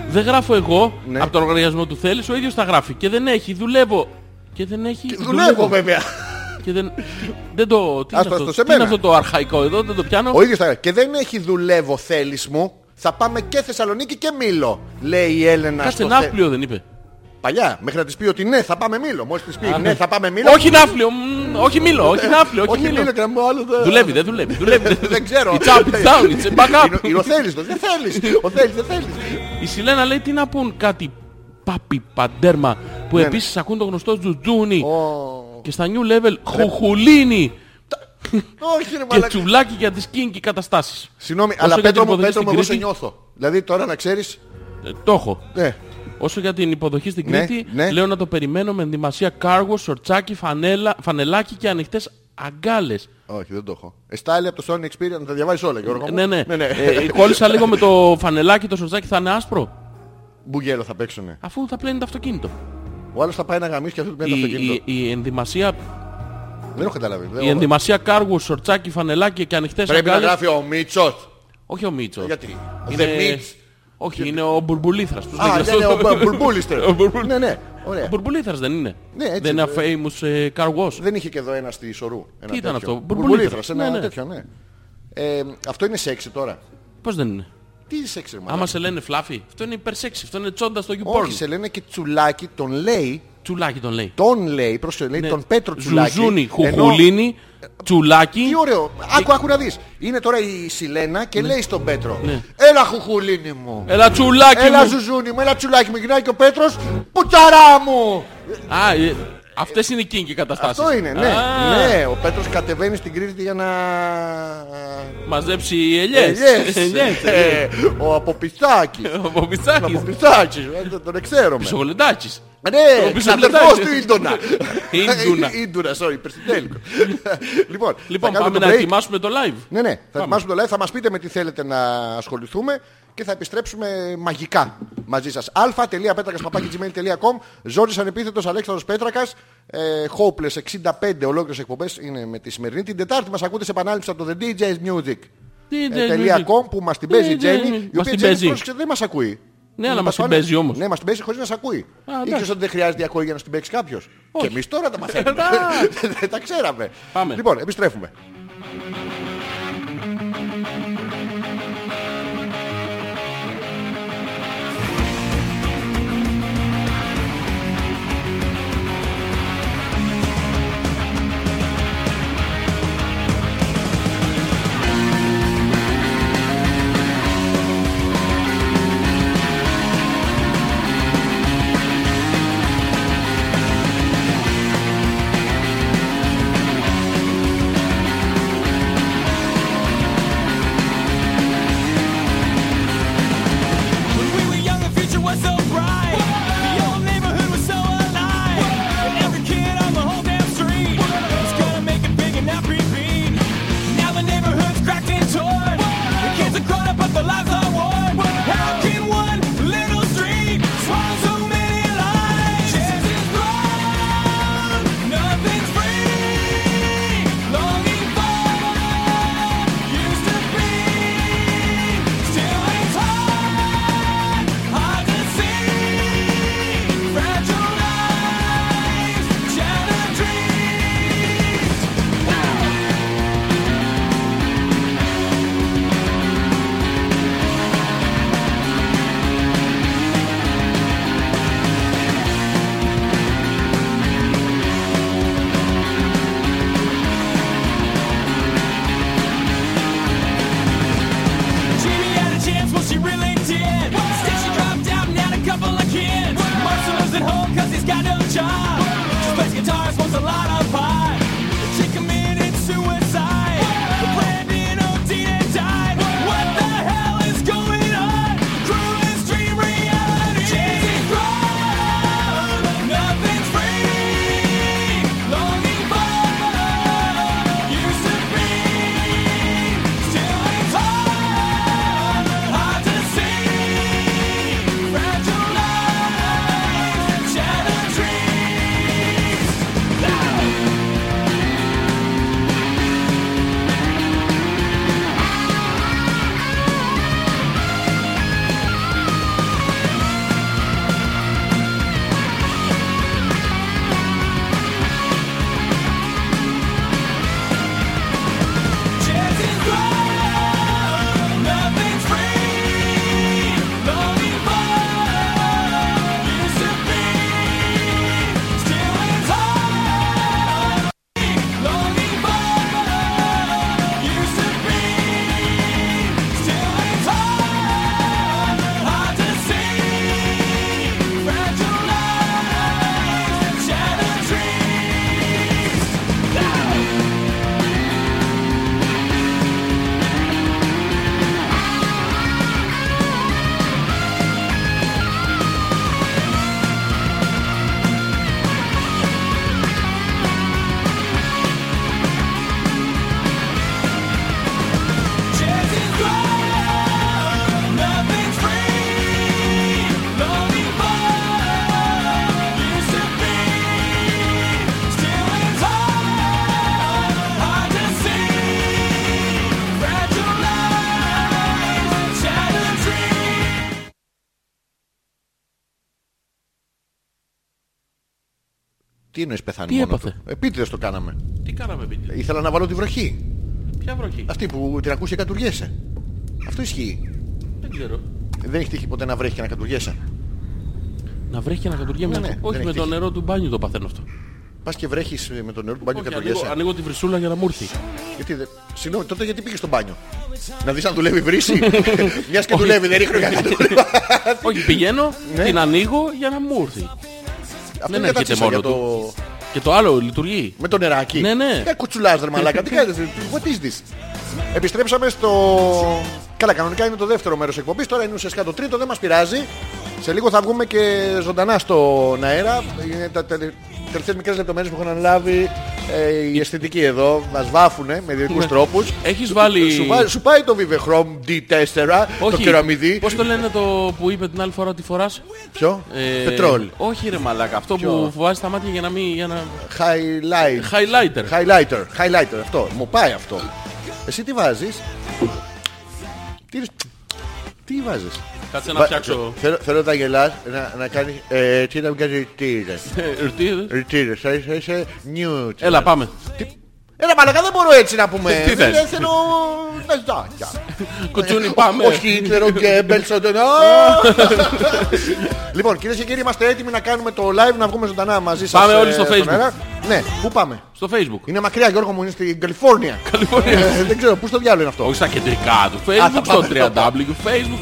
Speaker 2: Δεν γράφω εγώ
Speaker 1: Ναι.
Speaker 2: από τον λογαριασμό του θέλεις, ο ίδιος τα γράφει. Και δεν έχει, δουλεύω. Και δεν έχει.
Speaker 1: Δουλεύω βέβαια.
Speaker 2: Και δεν, δεν το. Τι
Speaker 1: Ας
Speaker 2: είναι,
Speaker 1: το-
Speaker 2: αυτό,
Speaker 1: στο σε
Speaker 2: τι είναι
Speaker 1: μένα.
Speaker 2: αυτό το αρχαϊκό εδώ, δεν το πιάνω.
Speaker 1: Ο ίδιος θα Και δεν έχει δουλεύω θέλεις μου. Θα πάμε και Θεσσαλονίκη και Μήλο. Λέει η Έλενα.
Speaker 2: Κάτσε
Speaker 1: στο θε-
Speaker 2: ναύπλιο δεν είπε.
Speaker 1: Παλιά, μέχρι να της πει ότι ναι, θα πάμε Μήλο. Μόλις της πει
Speaker 2: Α.
Speaker 1: ναι, θα πάμε Μήλο.
Speaker 2: Όχι ναύπλιο, μ, όχι μήλο, όχι ναύπλιο, όχι
Speaker 1: Όχι Μήλο
Speaker 2: μήλο.
Speaker 1: και να μου άλλο δεν-
Speaker 2: Δουλεύει, δεν δουλεύει. δουλεύει,
Speaker 1: [laughs] Δεν ξέρω.
Speaker 2: It's up, it's down, it's back
Speaker 1: Είναι-
Speaker 2: up.
Speaker 1: Είναι ο θέλει, δεν θέλεις. Ο θέλεις, δεν θέλεις.
Speaker 2: Η Σιλένα λέει τι να πούν κάτι πάπι παντέρμα
Speaker 1: Ναι,
Speaker 2: που επίσης ακούν το γνωστό τζουτζούνι και στα new level χουχουλίνι
Speaker 1: Όχι, ρε
Speaker 2: και
Speaker 1: Ναι. μαλακά.
Speaker 2: τσουβλάκι για τις κίνκι καταστάσεις.
Speaker 1: Συγγνώμη,
Speaker 2: Όσο
Speaker 1: αλλά
Speaker 2: για την
Speaker 1: πέτρο μου,
Speaker 2: υποδοχή
Speaker 1: πέτρο
Speaker 2: στην
Speaker 1: μου, εγώ σε
Speaker 2: Κρήτη,
Speaker 1: νιώθω. Δηλαδή τώρα να ξέρεις,
Speaker 2: ε, Το έχω.
Speaker 1: ναι,
Speaker 2: Όσο για την υποδοχή στην
Speaker 1: Ναι,
Speaker 2: Κρήτη,
Speaker 1: ναι.
Speaker 2: λέω να το περιμένω με ενδυμασία κάργος, σορτσάκι, φανέλα, φανελάκι και ανοιχτές αγκάλες.
Speaker 1: όχι δεν το έχω. Εστάλει από το Sony Xperia να τα διαβάζεις όλα Γιώργο μου.
Speaker 2: Ναι, ναι. Ε, κόλλησα λίγο με το φανελάκι, το σορτσάκι θα είναι άσπρο.
Speaker 1: Μπουγέλο θα παίξουνε.
Speaker 2: Αφού θα πλένει το αυτοκίνητο.
Speaker 1: Ο άλλος θα πάει να γαμίσει και αυτό του παίρνει
Speaker 2: Η,
Speaker 1: Ε, το
Speaker 2: η,
Speaker 1: αυτοκίνητο.
Speaker 2: η ενδυμασία,
Speaker 1: Δεν έχω καταλάβει. δεν
Speaker 2: η
Speaker 1: έχω-
Speaker 2: ενδυμασία κάργου, σορτσάκι, φανελάκι και ανοιχτές
Speaker 1: Πρέπει να
Speaker 2: αγκάλες.
Speaker 1: γράφει ο Μίτσος.
Speaker 2: Όχι ο Μίτσο.
Speaker 1: Γιατί.
Speaker 2: Ε,
Speaker 1: The Mitch.
Speaker 2: Όχι, είναι ο Μπουρμπουλήθρας. τους
Speaker 1: Α,
Speaker 2: λέγεται
Speaker 1: δεν είναι
Speaker 2: αυτό.
Speaker 1: ο Μπουρμπούλιστερ.
Speaker 2: [laughs] Ο Μπουρμπουλ-
Speaker 1: Ναι, ναι,
Speaker 2: Ο
Speaker 1: ωραία.
Speaker 2: Μπουρμπουλήθρας δεν είναι.
Speaker 1: Ναι, έτσι
Speaker 2: δεν είναι
Speaker 1: είναι. Ναι.
Speaker 2: famous ε, car wash.
Speaker 1: Δεν είχε και εδώ ένα στη Ισορού. Ένα
Speaker 2: Τι ήταν
Speaker 1: τέτοιο.
Speaker 2: αυτό,
Speaker 1: Μπουρμπουλήθρας,
Speaker 2: Ναι, ναι.
Speaker 1: ένα τέτοιο, ναι. Ε, Αυτό είναι σεξι τώρα.
Speaker 2: Πώς δεν είναι.
Speaker 1: Τι σεξι, μάλλον.
Speaker 2: Άμα σε λένε φλάφι, αυτό είναι υπερσέξι. Αυτό είναι τσόντα στο YouPorn.
Speaker 1: Όχι, σε λένε και τσουλάκι, τον λέει
Speaker 2: Τσουλάκι τον λέει.
Speaker 1: Τον λέει, πρόσεχε, λέει τον Πέτρο Τσουλάκη.
Speaker 2: Ναι. Ζουζούνι,
Speaker 1: ενώ-
Speaker 2: χουχουλίνι, τσουλάκι.
Speaker 1: Τι ωραίο. Άκου, άκου να δεις. Είναι τώρα η Σιλένα και λέει στον Πέτρο.
Speaker 2: Ναι.
Speaker 1: Έλα χουχουλίνι μου.
Speaker 2: Έλα τσουλάκι
Speaker 1: Έλα
Speaker 2: μου.
Speaker 1: ζουζούνι μου, έλα τσουλάκι μου. Γυρνάει και ο Πέτρος, πουτσαρά μου.
Speaker 2: Α, ε, αυτές είναι οι κίνκι καταστάσεις.
Speaker 1: Αυτό είναι, ναι.
Speaker 2: Α,
Speaker 1: Ναι, ο Πέτρος κατεβαίνει στην Κρήτη για να...
Speaker 2: Μαζέψει ελιές.
Speaker 1: Ελιές.
Speaker 2: Ελιές.
Speaker 1: [laughs] Ε, Ο Αποπιστάκης.
Speaker 2: ναι, Ε, Ο
Speaker 1: Ο
Speaker 2: Ποπιτσάκης.
Speaker 1: Αποπιστάκης, ε, τον- τον ξέρουμε.
Speaker 2: Ψογλεντάκης.
Speaker 1: Ναι,
Speaker 2: Ο οποίος
Speaker 1: ξαδερφός
Speaker 2: μετά-
Speaker 1: του Ίντονα.
Speaker 2: [laughs]
Speaker 1: Ε,
Speaker 2: Ίντουνα.
Speaker 1: Ίντουνα, sorry,
Speaker 2: [laughs]
Speaker 1: περσιτέλικο. Λοιπόν,
Speaker 2: Λοιπόν,
Speaker 1: θα
Speaker 2: πάμε
Speaker 1: κάνουμε το
Speaker 2: να
Speaker 1: break.
Speaker 2: ετοιμάσουμε το live.
Speaker 1: Ναι, ναι, θα ετοιμάσουμε το live, θα μας πείτε με τι θέλετε να ασχοληθούμε και θα επιστρέψουμε μαγικά μαζί σας. α.πέτρακας.gmail.com Ζόρις ανεπίθετος Αλέξανδρος Πέτρακας ε, Hopeless 65 ολόκληρες εκπομπές είναι με τη σημερινή. Την Τετάρτη μας ακούτε σε επανάληψη από το The DJ's Music.
Speaker 2: Τι είναι,
Speaker 1: ε,
Speaker 2: Λουίζη?
Speaker 1: .com που μας την παίζει η
Speaker 2: Ναι, ναι, ναι.
Speaker 1: Τζέννη, η
Speaker 2: Μας
Speaker 1: οποία
Speaker 2: την
Speaker 1: Τζέννη
Speaker 2: παίζει.
Speaker 1: πρόσεξε, δεν μας ακούει.
Speaker 2: Ναι, αλλά μας την
Speaker 1: πάνε-
Speaker 2: παίζει όμως.
Speaker 1: Ναι, μας την παίζει χωρίς να σε ακούει.
Speaker 2: εντάξει. Ε,
Speaker 1: Ήξερες ότι δεν χρειάζεται η ακοή για να την παίξει κάποιος. Και εμείς τώρα τα μαθαίνουμε. Δεν [laughs] τα ξέραμε.
Speaker 2: Πάμε.
Speaker 1: Λοιπόν, επιστρέφουμε.
Speaker 3: When we were young, the future was so bright. The old neighborhood was so alive. Every kid on the whole damn street was gonna make it big and not repeat. Now the neighborhood's cracked and torn. The kids are grown up, but their lives are worn. How can one little street swallow so many lives? Chances run, nothing's free. Longing for what used to be, still it's hard. Hard to see, fragile lives, shattered dreams. Jamie had a chance, well she really did. Instead she dropped out and had a couple of kids. Marcel lives at home cause he's got no job. She plays guitar, smokes a lot of pot. She committed suicide. Brandon Odina died. What the hell is going on? Cruelest dream reality. Chances run, nothing's free. Longing for what used to be. Still it's hard. Hard to see, fragile lives, shattered dreams.
Speaker 1: Τι εννοείς πεθάνει
Speaker 2: Τι
Speaker 1: μόνο
Speaker 2: έπαθε?
Speaker 1: του. Επίτηδες το κάναμε.
Speaker 2: Τι κάναμε, Μπίλι.
Speaker 1: Ήθελα να βάλω τη βροχή.
Speaker 2: Ποια βροχή.
Speaker 1: Αυτή που την ακούς και κατουργέσαι. Αυτό ισχύει.
Speaker 2: Δεν ξέρω.
Speaker 1: Δεν έχει τύχει ποτέ να βρέχει και να κατουργέσαι.
Speaker 2: Να βρέχει και να κατουργέμαι.
Speaker 1: Ναι, ναι,
Speaker 2: Όχι,
Speaker 1: δεν
Speaker 2: με
Speaker 1: έχει
Speaker 2: το
Speaker 1: τύχει.
Speaker 2: νερό του μπάνιου το παθαίνω αυτό.
Speaker 1: Πας και βρέχεις ε, με τον νερό του μπάνιου και
Speaker 2: Όχι, ανοίγω,
Speaker 1: κατουργέσαι.
Speaker 2: ανοίγω τη βρυσούλα για να μου έρθει.
Speaker 1: Γιατί δεν- Συγγνώμη, τότε γιατί πήγες στο μπάνιο. Να δεις αν δουλεύει η
Speaker 2: [laughs]
Speaker 1: βρύση. Μιας και δουλεύει, δεν ρίχνω κάτι. Ε,
Speaker 2: Όχι, πηγαίνω,
Speaker 1: ναι.
Speaker 2: την ανοίγω για να μου έρθει.
Speaker 1: Αυτό
Speaker 2: Δεν
Speaker 1: είναι
Speaker 2: Ναι, έρχεται
Speaker 1: κατάτσισμα για
Speaker 2: μόνο
Speaker 1: το...
Speaker 2: Και το άλλο λειτουργεί.
Speaker 1: Με το νεράκι.
Speaker 2: Ναι, ναι.
Speaker 1: Ε, κουτσουλάς ρε μαλάκα. Τι κάνετε, what is this. Επιστρέψαμε στο... Καλά, κανονικά είναι το δεύτερο μέρος εκπομπής. Τώρα είναι ουσιαστικά το τρίτο, δεν μας πειράζει. Σε λίγο θα βγούμε και ζωντανά στον αέρα. Είναι τα τελε... τελευταίες μικρές λεπτομέρειες που έχουν αναλάβει ε, η αισθητική εδώ. Μας βάφουνε με ιδιωτικούς
Speaker 2: Ναι.
Speaker 1: τρόπους.
Speaker 2: Έχεις βάλει-
Speaker 1: Σου, βά- σου πάει το Vivechrome D4, το κεραμιδί.
Speaker 2: Πώς το λένε το που είπε την άλλη φορά ότι φοράς.
Speaker 1: Ποιο?
Speaker 2: Ε,
Speaker 1: Πετρόλ.
Speaker 2: Όχι ρε μαλάκα, αυτό που βάζει τα μάτια για να μην... Για να...
Speaker 1: Highlight.
Speaker 2: Highlighter.
Speaker 1: Highlighter, highlighter, αυτό. Μου πάει αυτό. Εσύ τι βάζεις. Τι, τι βάζεις.
Speaker 2: Κάτσε να φτιάξω.
Speaker 1: Θέλω, θέλω να γελάς, να, να κάνεις... Ε, τι να μην κάνεις ρητήρες.
Speaker 2: Ε, Ερτίδες.
Speaker 1: Ρητήρες, θα είσαι, θα είσαι νιούτ.
Speaker 2: Έλα πάμε.
Speaker 1: Έλα μαλακά δεν μπορώ έτσι να πούμε.
Speaker 2: Τι θες?
Speaker 1: Δεν θέλω... Να ζητάκια.
Speaker 2: Κουτσούνι πάμε.
Speaker 1: Ο Χίτλερ, ο Γκέμπελς, ο
Speaker 2: [laughs]
Speaker 1: Τεν- Α! Λοιπόν, κυρίες και κύριοι, είμαστε έτοιμοι να κάνουμε το live, να βγούμε ζωντανά μαζί σας.
Speaker 2: Πάμε
Speaker 1: ε,
Speaker 2: όλοι στο
Speaker 1: στον
Speaker 2: Facebook.
Speaker 1: αέρα. Ναι, πού πάμε.
Speaker 2: Στο facebook.
Speaker 1: Είναι μακριά Γιώργο μου, είναι στην Καλιφόρνια.
Speaker 2: Καλιφόρνια.
Speaker 1: Ε, δεν ξέρω, πού στο διάλογο είναι αυτό.
Speaker 2: Όχι στα κεντρικά του
Speaker 1: Α, θα
Speaker 2: facebook, στο
Speaker 1: πάμε στο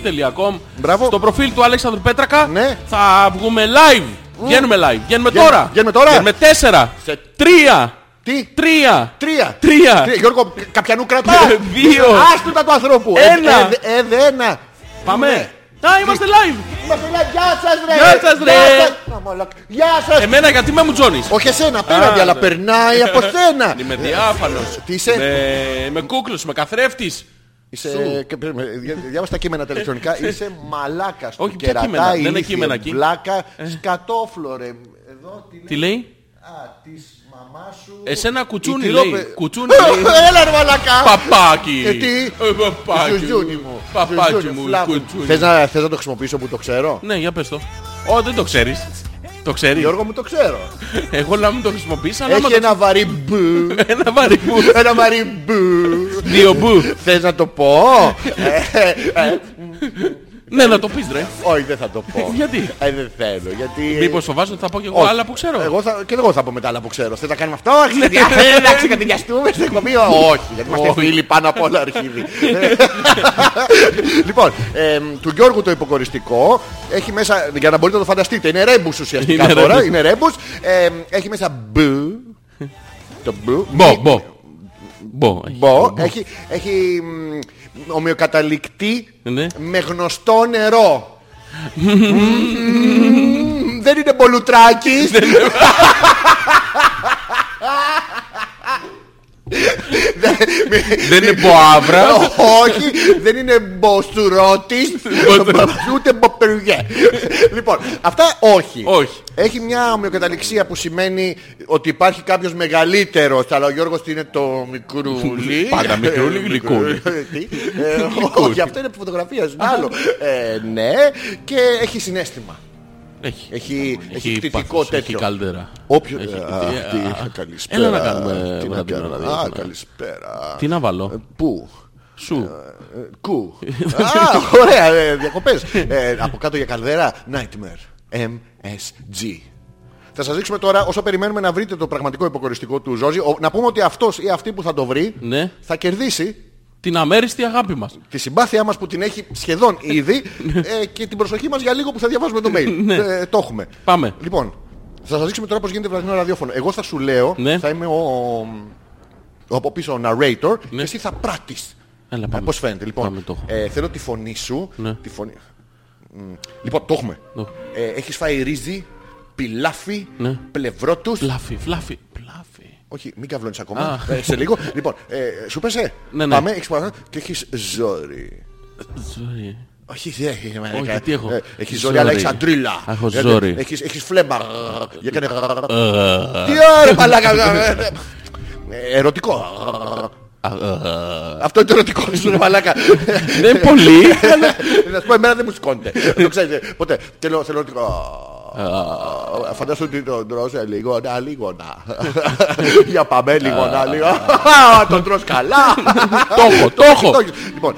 Speaker 2: www.facebook.com
Speaker 1: Μπράβο.
Speaker 2: Στο προφίλ του Αλέξανδρου Πέτρακα
Speaker 1: Ναι.
Speaker 2: θα βγούμε live. Βγαίνουμε live. Βγαίνουμε
Speaker 1: Βγαίνουμε-
Speaker 2: τώρα.
Speaker 1: βγαίνουμε τώρα.
Speaker 2: Βγαίνουμε τέσσερα.
Speaker 1: Σε-
Speaker 2: Τρία.
Speaker 1: Τι,
Speaker 2: Τρία.
Speaker 1: τρία.
Speaker 2: Τρία. Ναι,
Speaker 1: Τρία. Γιώργο, καπιανού κρατά.
Speaker 2: Δύο.
Speaker 1: Άστοτα του ανθρώπου.
Speaker 2: Ένα.
Speaker 1: Ε, ε, ε, δε ένα. Ναι.
Speaker 2: Πάμε. Α, είμαστε live.
Speaker 1: Είμαστε λέει, γεια σας ρε.
Speaker 2: Γεια σας, ρε.
Speaker 1: σας. Α, μαλάκα. Γεια σας.
Speaker 2: Εμένα γιατί με μου τζόνεις.
Speaker 1: Όχι εσένα, απέναντι, αλλά
Speaker 2: ναι.
Speaker 1: περνάει
Speaker 2: [laughs]
Speaker 1: από σένα.
Speaker 2: Είμαι διάφανος.
Speaker 1: Ε, Τι είσαι?
Speaker 2: Με- Είμαι κούκλος, είμαι καθρέφτης.
Speaker 1: Είσαι, και περίμενε, δια- διάβασα τα κείμενα τα
Speaker 2: Ε,
Speaker 1: ηλεκτρονικά. Είσαι μαλάκας του
Speaker 2: Όχι, ποια
Speaker 1: κερατά,
Speaker 2: κείμενα, δεν είναι
Speaker 1: ηλίθιε,
Speaker 2: κείμενα εκεί. Ε.
Speaker 1: Βλάκα, σκατόφλωρε. Εδώ τι
Speaker 2: Τι
Speaker 1: λέει.
Speaker 2: λέει.
Speaker 1: Α, της μαμάς σου.
Speaker 2: Εσένα κουτσούνι
Speaker 1: Η
Speaker 2: λέει.
Speaker 1: τυλόπε- [laughs]
Speaker 2: Κουτσούνι λέει.
Speaker 1: Έλα ρε μαλακά.
Speaker 2: Παπάκι.
Speaker 1: Ε, τι?
Speaker 2: Ε, Παπάκι.
Speaker 1: Ζουζούνι μου.
Speaker 2: Παπάκι
Speaker 1: Ζουζούνι,
Speaker 2: μου.
Speaker 1: φλάκο.
Speaker 2: κουτσούνι.
Speaker 1: Θες να, θες να το χρησιμοποιήσω που το ξέρω.
Speaker 2: Ναι, για πες το. Ω, δεν το ξέρεις. Το ξέρεις.
Speaker 1: Γιώργο μου το ξέρω.
Speaker 2: Εγώ να μην το χρησιμοποιήσω, αλλά άμα
Speaker 1: Έχει
Speaker 2: το...
Speaker 1: ένα βαρύ μπου.
Speaker 2: [laughs] ένα βαρύ μπου.
Speaker 1: Ένα βαρύ μπου.
Speaker 2: Δύο μπου.
Speaker 1: Θες να το πω. Ε, ε,
Speaker 2: Ναι, να το πεις ρε.
Speaker 1: Όχι δεν θα το πω.
Speaker 2: Γιατί?
Speaker 1: Ε, δεν θέλω. Γιατί...
Speaker 2: Μήπως φοβάσαι ότι θα πω κι εγώ
Speaker 1: Όχι.
Speaker 2: άλλα που ξέρω.
Speaker 1: Εγώ θα, και εγώ θα πω μετά άλλα που ξέρω. Θες να κάνουμε αυτό, αρχίδια. Ε, Να ξεκατηγιαστούμε στην εκπομπή. Όχι, γιατί είμαστε
Speaker 2: Όχι.
Speaker 1: φίλοι πάνω απ' όλα
Speaker 2: [laughs]
Speaker 1: αρχίδι. Ε, λοιπόν, ε, του Γιώργου το υποκοριστικό έχει μέσα, για να μπορείτε να το φανταστείτε, είναι ρέμπους ουσιαστικά
Speaker 2: Είναι
Speaker 1: τώρα.
Speaker 2: ρέμπους.
Speaker 1: Είναι ρέμπους. Ε, έχει μέσα μπου. Το μπου.
Speaker 2: Μπο, μπο. Μπο. έχει.
Speaker 1: Μπο. Έχει, έχει μ, ομοιοκαταληκτή
Speaker 2: Ναι.
Speaker 1: με γνωστό
Speaker 2: [laughs]
Speaker 1: νερό. Μμμ, Δεν είναι μπολουτράκι.
Speaker 2: Δεν είναι μποάβρα.
Speaker 1: [laughs] Όχι, δεν είναι μποστουρότη, ούτε μποπερουιέ. Λοιπόν, αυτά όχι.
Speaker 2: Όχι.
Speaker 1: Έχει μια ομοιοκαταληξία που σημαίνει ότι υπάρχει κάποιος μεγαλύτερος, αλλά ο Γιώργος είναι το μικρούλι.
Speaker 2: [laughs] Πάντα μικρούλι, γλυκούλι.
Speaker 1: Τι? Ε, Όχι, αυτό είναι φωτογραφία. είναι Άλλο. Ε, Ναι, και έχει συνέστημα.
Speaker 2: Έχει.
Speaker 1: Έχει, έχει,
Speaker 2: Έχει
Speaker 1: κτητικό
Speaker 2: πάθος,
Speaker 1: τέτοιο.
Speaker 2: Έχει καλδέρα.
Speaker 1: Όποιο.
Speaker 2: Έχει-
Speaker 1: Α,
Speaker 2: ε,
Speaker 1: τι,
Speaker 2: α,
Speaker 1: Καλησπέρα.
Speaker 2: Έλα να κάνουμε
Speaker 1: Τι να
Speaker 2: βραδινό
Speaker 1: κάνω. Α,
Speaker 2: ραδιόφωνο.
Speaker 1: καλησπέρα. Ε,
Speaker 2: Τι να βάλω.
Speaker 1: Πού.
Speaker 2: Σου.
Speaker 1: Ε, Κου. Α, ωραία, διακοπέ. Από κάτω για καλδέρα, Nightmare. MSG. Θα σας δείξουμε τώρα, όσο περιμένουμε να βρείτε το πραγματικό υποκοριστικό του Ζόζη, ο- να πούμε ότι αυτός ή αυτή που θα το βρει
Speaker 2: Ναι.
Speaker 1: θα κερδίσει
Speaker 2: Την αμέριστη αγάπη μας.
Speaker 1: τη συμπάθειά μας που την έχει σχεδόν ήδη ε, και την προσοχή μας για λίγο που θα διαβάζουμε το mail. Ε, το έχουμε.
Speaker 2: Ναι. Πάμε.
Speaker 1: Λοιπόν, θα σας δείξουμε τώρα πώς γίνεται βραδινό ραδιόφωνο. Εγώ θα σου λέω,
Speaker 2: Ναι.
Speaker 1: θα είμαι ο, ο από πίσω ο narrator και
Speaker 2: Ναι.
Speaker 1: εσύ θα πράττεις.
Speaker 2: Έλα
Speaker 1: Ε,
Speaker 2: πάμε.
Speaker 1: Πώς φαίνεται,
Speaker 2: Πάμε,
Speaker 1: λοιπόν.
Speaker 2: το έχω.
Speaker 1: Ε, θέλω τη φωνή σου.
Speaker 2: Ναι.
Speaker 1: Τη φωνή... Μ, Λοιπόν, το έχουμε.
Speaker 2: Το.
Speaker 1: Ε, έχεις φάει ρύζι, πιλάφι,
Speaker 2: Ναι.
Speaker 1: πλευρό τους.
Speaker 2: Φλάφι, φλάφι, φλάφι.
Speaker 1: Όχι, μην καβλώνεις ακόμα.
Speaker 2: Α.
Speaker 1: Ε, σε λίγο. λοιπόν, ε, σου πέσε.
Speaker 2: Ναι, ναι.
Speaker 1: Πάμε, έχεις παρακάτω και έχεις ζόρι.
Speaker 2: Ζωή.
Speaker 1: Όχι, δεν έχει.
Speaker 2: Όχι, τι έχω.
Speaker 1: Έχεις ζόρι,
Speaker 2: Ζόρι.
Speaker 1: αλλά έχεις αντρίλα.
Speaker 2: Α, έχω
Speaker 1: Ε,
Speaker 2: ζόρι.
Speaker 1: Έχεις, έχεις φλέμα. Για κάνε... Τι ώρα, παλάκα. Ε, Ερωτικό. Αυτό είναι το ερωτικό σου, ρε μαλάκα.
Speaker 2: Δεν ε, πολύ.
Speaker 1: Να σου πω, εμένα δεν μου σηκώνεται. Δεν το ξέρετε. Ποτέ. Θέλω, θέλω ερωτικό. Ε, Φαντάζομαι ότι τον τρώσε λίγο, να, λίγο να. Για πάμε λίγο να, λίγο. Τον τρως καλά.
Speaker 2: Το έχω, το έχω.
Speaker 1: Λοιπόν,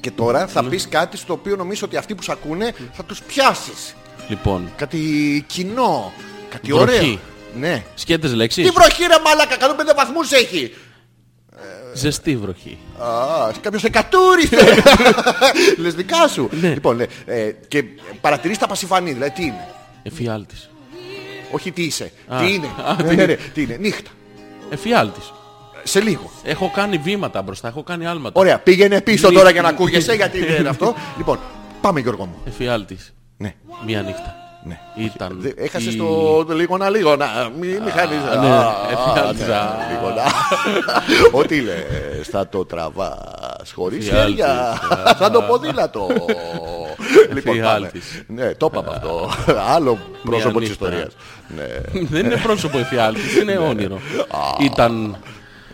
Speaker 1: και τώρα θα πεις κάτι στο οποίο νομίζω ότι αυτοί που σ' ακούνε θα τους πιάσεις.
Speaker 2: Λοιπόν,
Speaker 1: Κάτι κοινό, κάτι
Speaker 2: Βροχή.
Speaker 1: ωραίο. Ναι.
Speaker 2: σκέτε
Speaker 1: Τι
Speaker 2: λέξει.
Speaker 1: βροχή ρε μαλάκα, 105 βαθμούς έχει.
Speaker 2: Ζεστή βροχή.
Speaker 1: Α, κάποιος
Speaker 2: [laughs]
Speaker 1: εκατούρισε. Λες δικά σου. Λοιπόν, ναι, ε, και παρατηρείς τα πασιφανή, δηλαδή τι είναι.
Speaker 2: Εφιάλτης.
Speaker 1: Όχι τι είσαι.
Speaker 2: Α.
Speaker 1: Τι είναι.
Speaker 2: Α,
Speaker 1: Ναι,
Speaker 2: τι
Speaker 1: ναι,
Speaker 2: είναι.
Speaker 1: ναι, Τι είναι. Νύχτα.
Speaker 2: Εφιάλτης.
Speaker 1: Σε λίγο.
Speaker 2: Έχω κάνει βήματα μπροστά, έχω κάνει άλματα.
Speaker 1: Ωραία. Πήγαινε πίσω
Speaker 2: Νύ-
Speaker 1: τώρα για να
Speaker 2: νύ-
Speaker 1: ακούγεσαι γιατί δεν είναι αυτό. Λοιπόν, πάμε Γιώργο μου.
Speaker 2: Εφιάλτης.
Speaker 1: Ναι.
Speaker 2: Μία νύχτα.
Speaker 1: ναι.
Speaker 2: Ήταν.
Speaker 1: Δε- Έχασες
Speaker 2: η-
Speaker 1: το το λίγο να λίγο να μη μη χάνεις.
Speaker 2: ναι,
Speaker 1: Α,
Speaker 2: εφιάλτησα.
Speaker 1: ναι, λίγο
Speaker 2: [laughs]
Speaker 1: να. Ό,τι λες θα το τραβάς χωρίς
Speaker 2: Εφιάλτης.
Speaker 1: χέρια. Σαν το
Speaker 2: [laughs]
Speaker 1: ποδήλατο. Λοιπόν πάμε.
Speaker 2: Εφιάλτης.
Speaker 1: Ναι το είπαμε αυτό. Άλλο πρόσωπο της
Speaker 2: νύχτα.
Speaker 1: ιστορίας. Ναι.
Speaker 2: Δεν είναι πρόσωπο εφιάλτη, είναι όνειρο. Ήταν.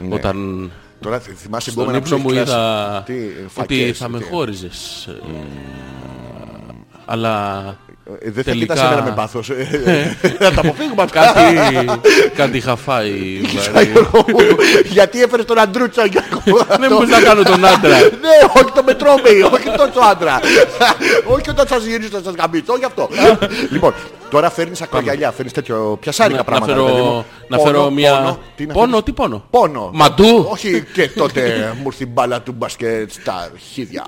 Speaker 1: Ναι.
Speaker 2: Όταν
Speaker 1: Τώρα θυμάσαι
Speaker 2: στον
Speaker 1: επόμενα που
Speaker 2: ύπνο μου
Speaker 1: έχεις
Speaker 2: είδα
Speaker 1: κλάσει. Τι,
Speaker 2: ότι
Speaker 1: φακές,
Speaker 2: θα με
Speaker 1: τι.
Speaker 2: χώριζες. Αλλά
Speaker 1: Ε, Δεν θα
Speaker 2: Τελικά.
Speaker 1: κοιτάς εμένα με πάθος. [laughs] Ε, Να τα
Speaker 2: [laughs]
Speaker 1: αποφύγουμε αυτά.
Speaker 2: κάτι, κάτι είχα φάει. δηλαδή.
Speaker 1: Σαν Γιώργο μου. Γιατί έφερες τον Αντρούτσα Γιώργο μου.
Speaker 2: [laughs] Δεν
Speaker 1: Το-
Speaker 2: μπορείς να κάνω τον άντρα.
Speaker 1: [laughs] Ναι, όχι το μετρόμεϊ, όχι τον άντρα. [laughs] Όχι όταν σας γυρίσω να σας γαμπίσω, όχι
Speaker 2: [laughs]
Speaker 1: αυτό. Λοιπόν, τώρα φέρνεις ακρογιαλιά, φέρνεις τέτοιο πιασάρικα
Speaker 2: Να- να
Speaker 1: πράγματα.
Speaker 2: φέρω-
Speaker 1: ρε παιδί μου.
Speaker 2: να
Speaker 1: Πόνο,
Speaker 2: φέρω μια-
Speaker 1: πόνο. Τι να
Speaker 2: Πόνο,
Speaker 1: φέρεις?
Speaker 2: τι πόνο? [laughs]
Speaker 1: Πόνο.
Speaker 2: Μαντού.
Speaker 1: Όχι
Speaker 2: [laughs]
Speaker 1: και τότε μου έρθει η μπάλα του μπασκετ στα αρχίδια.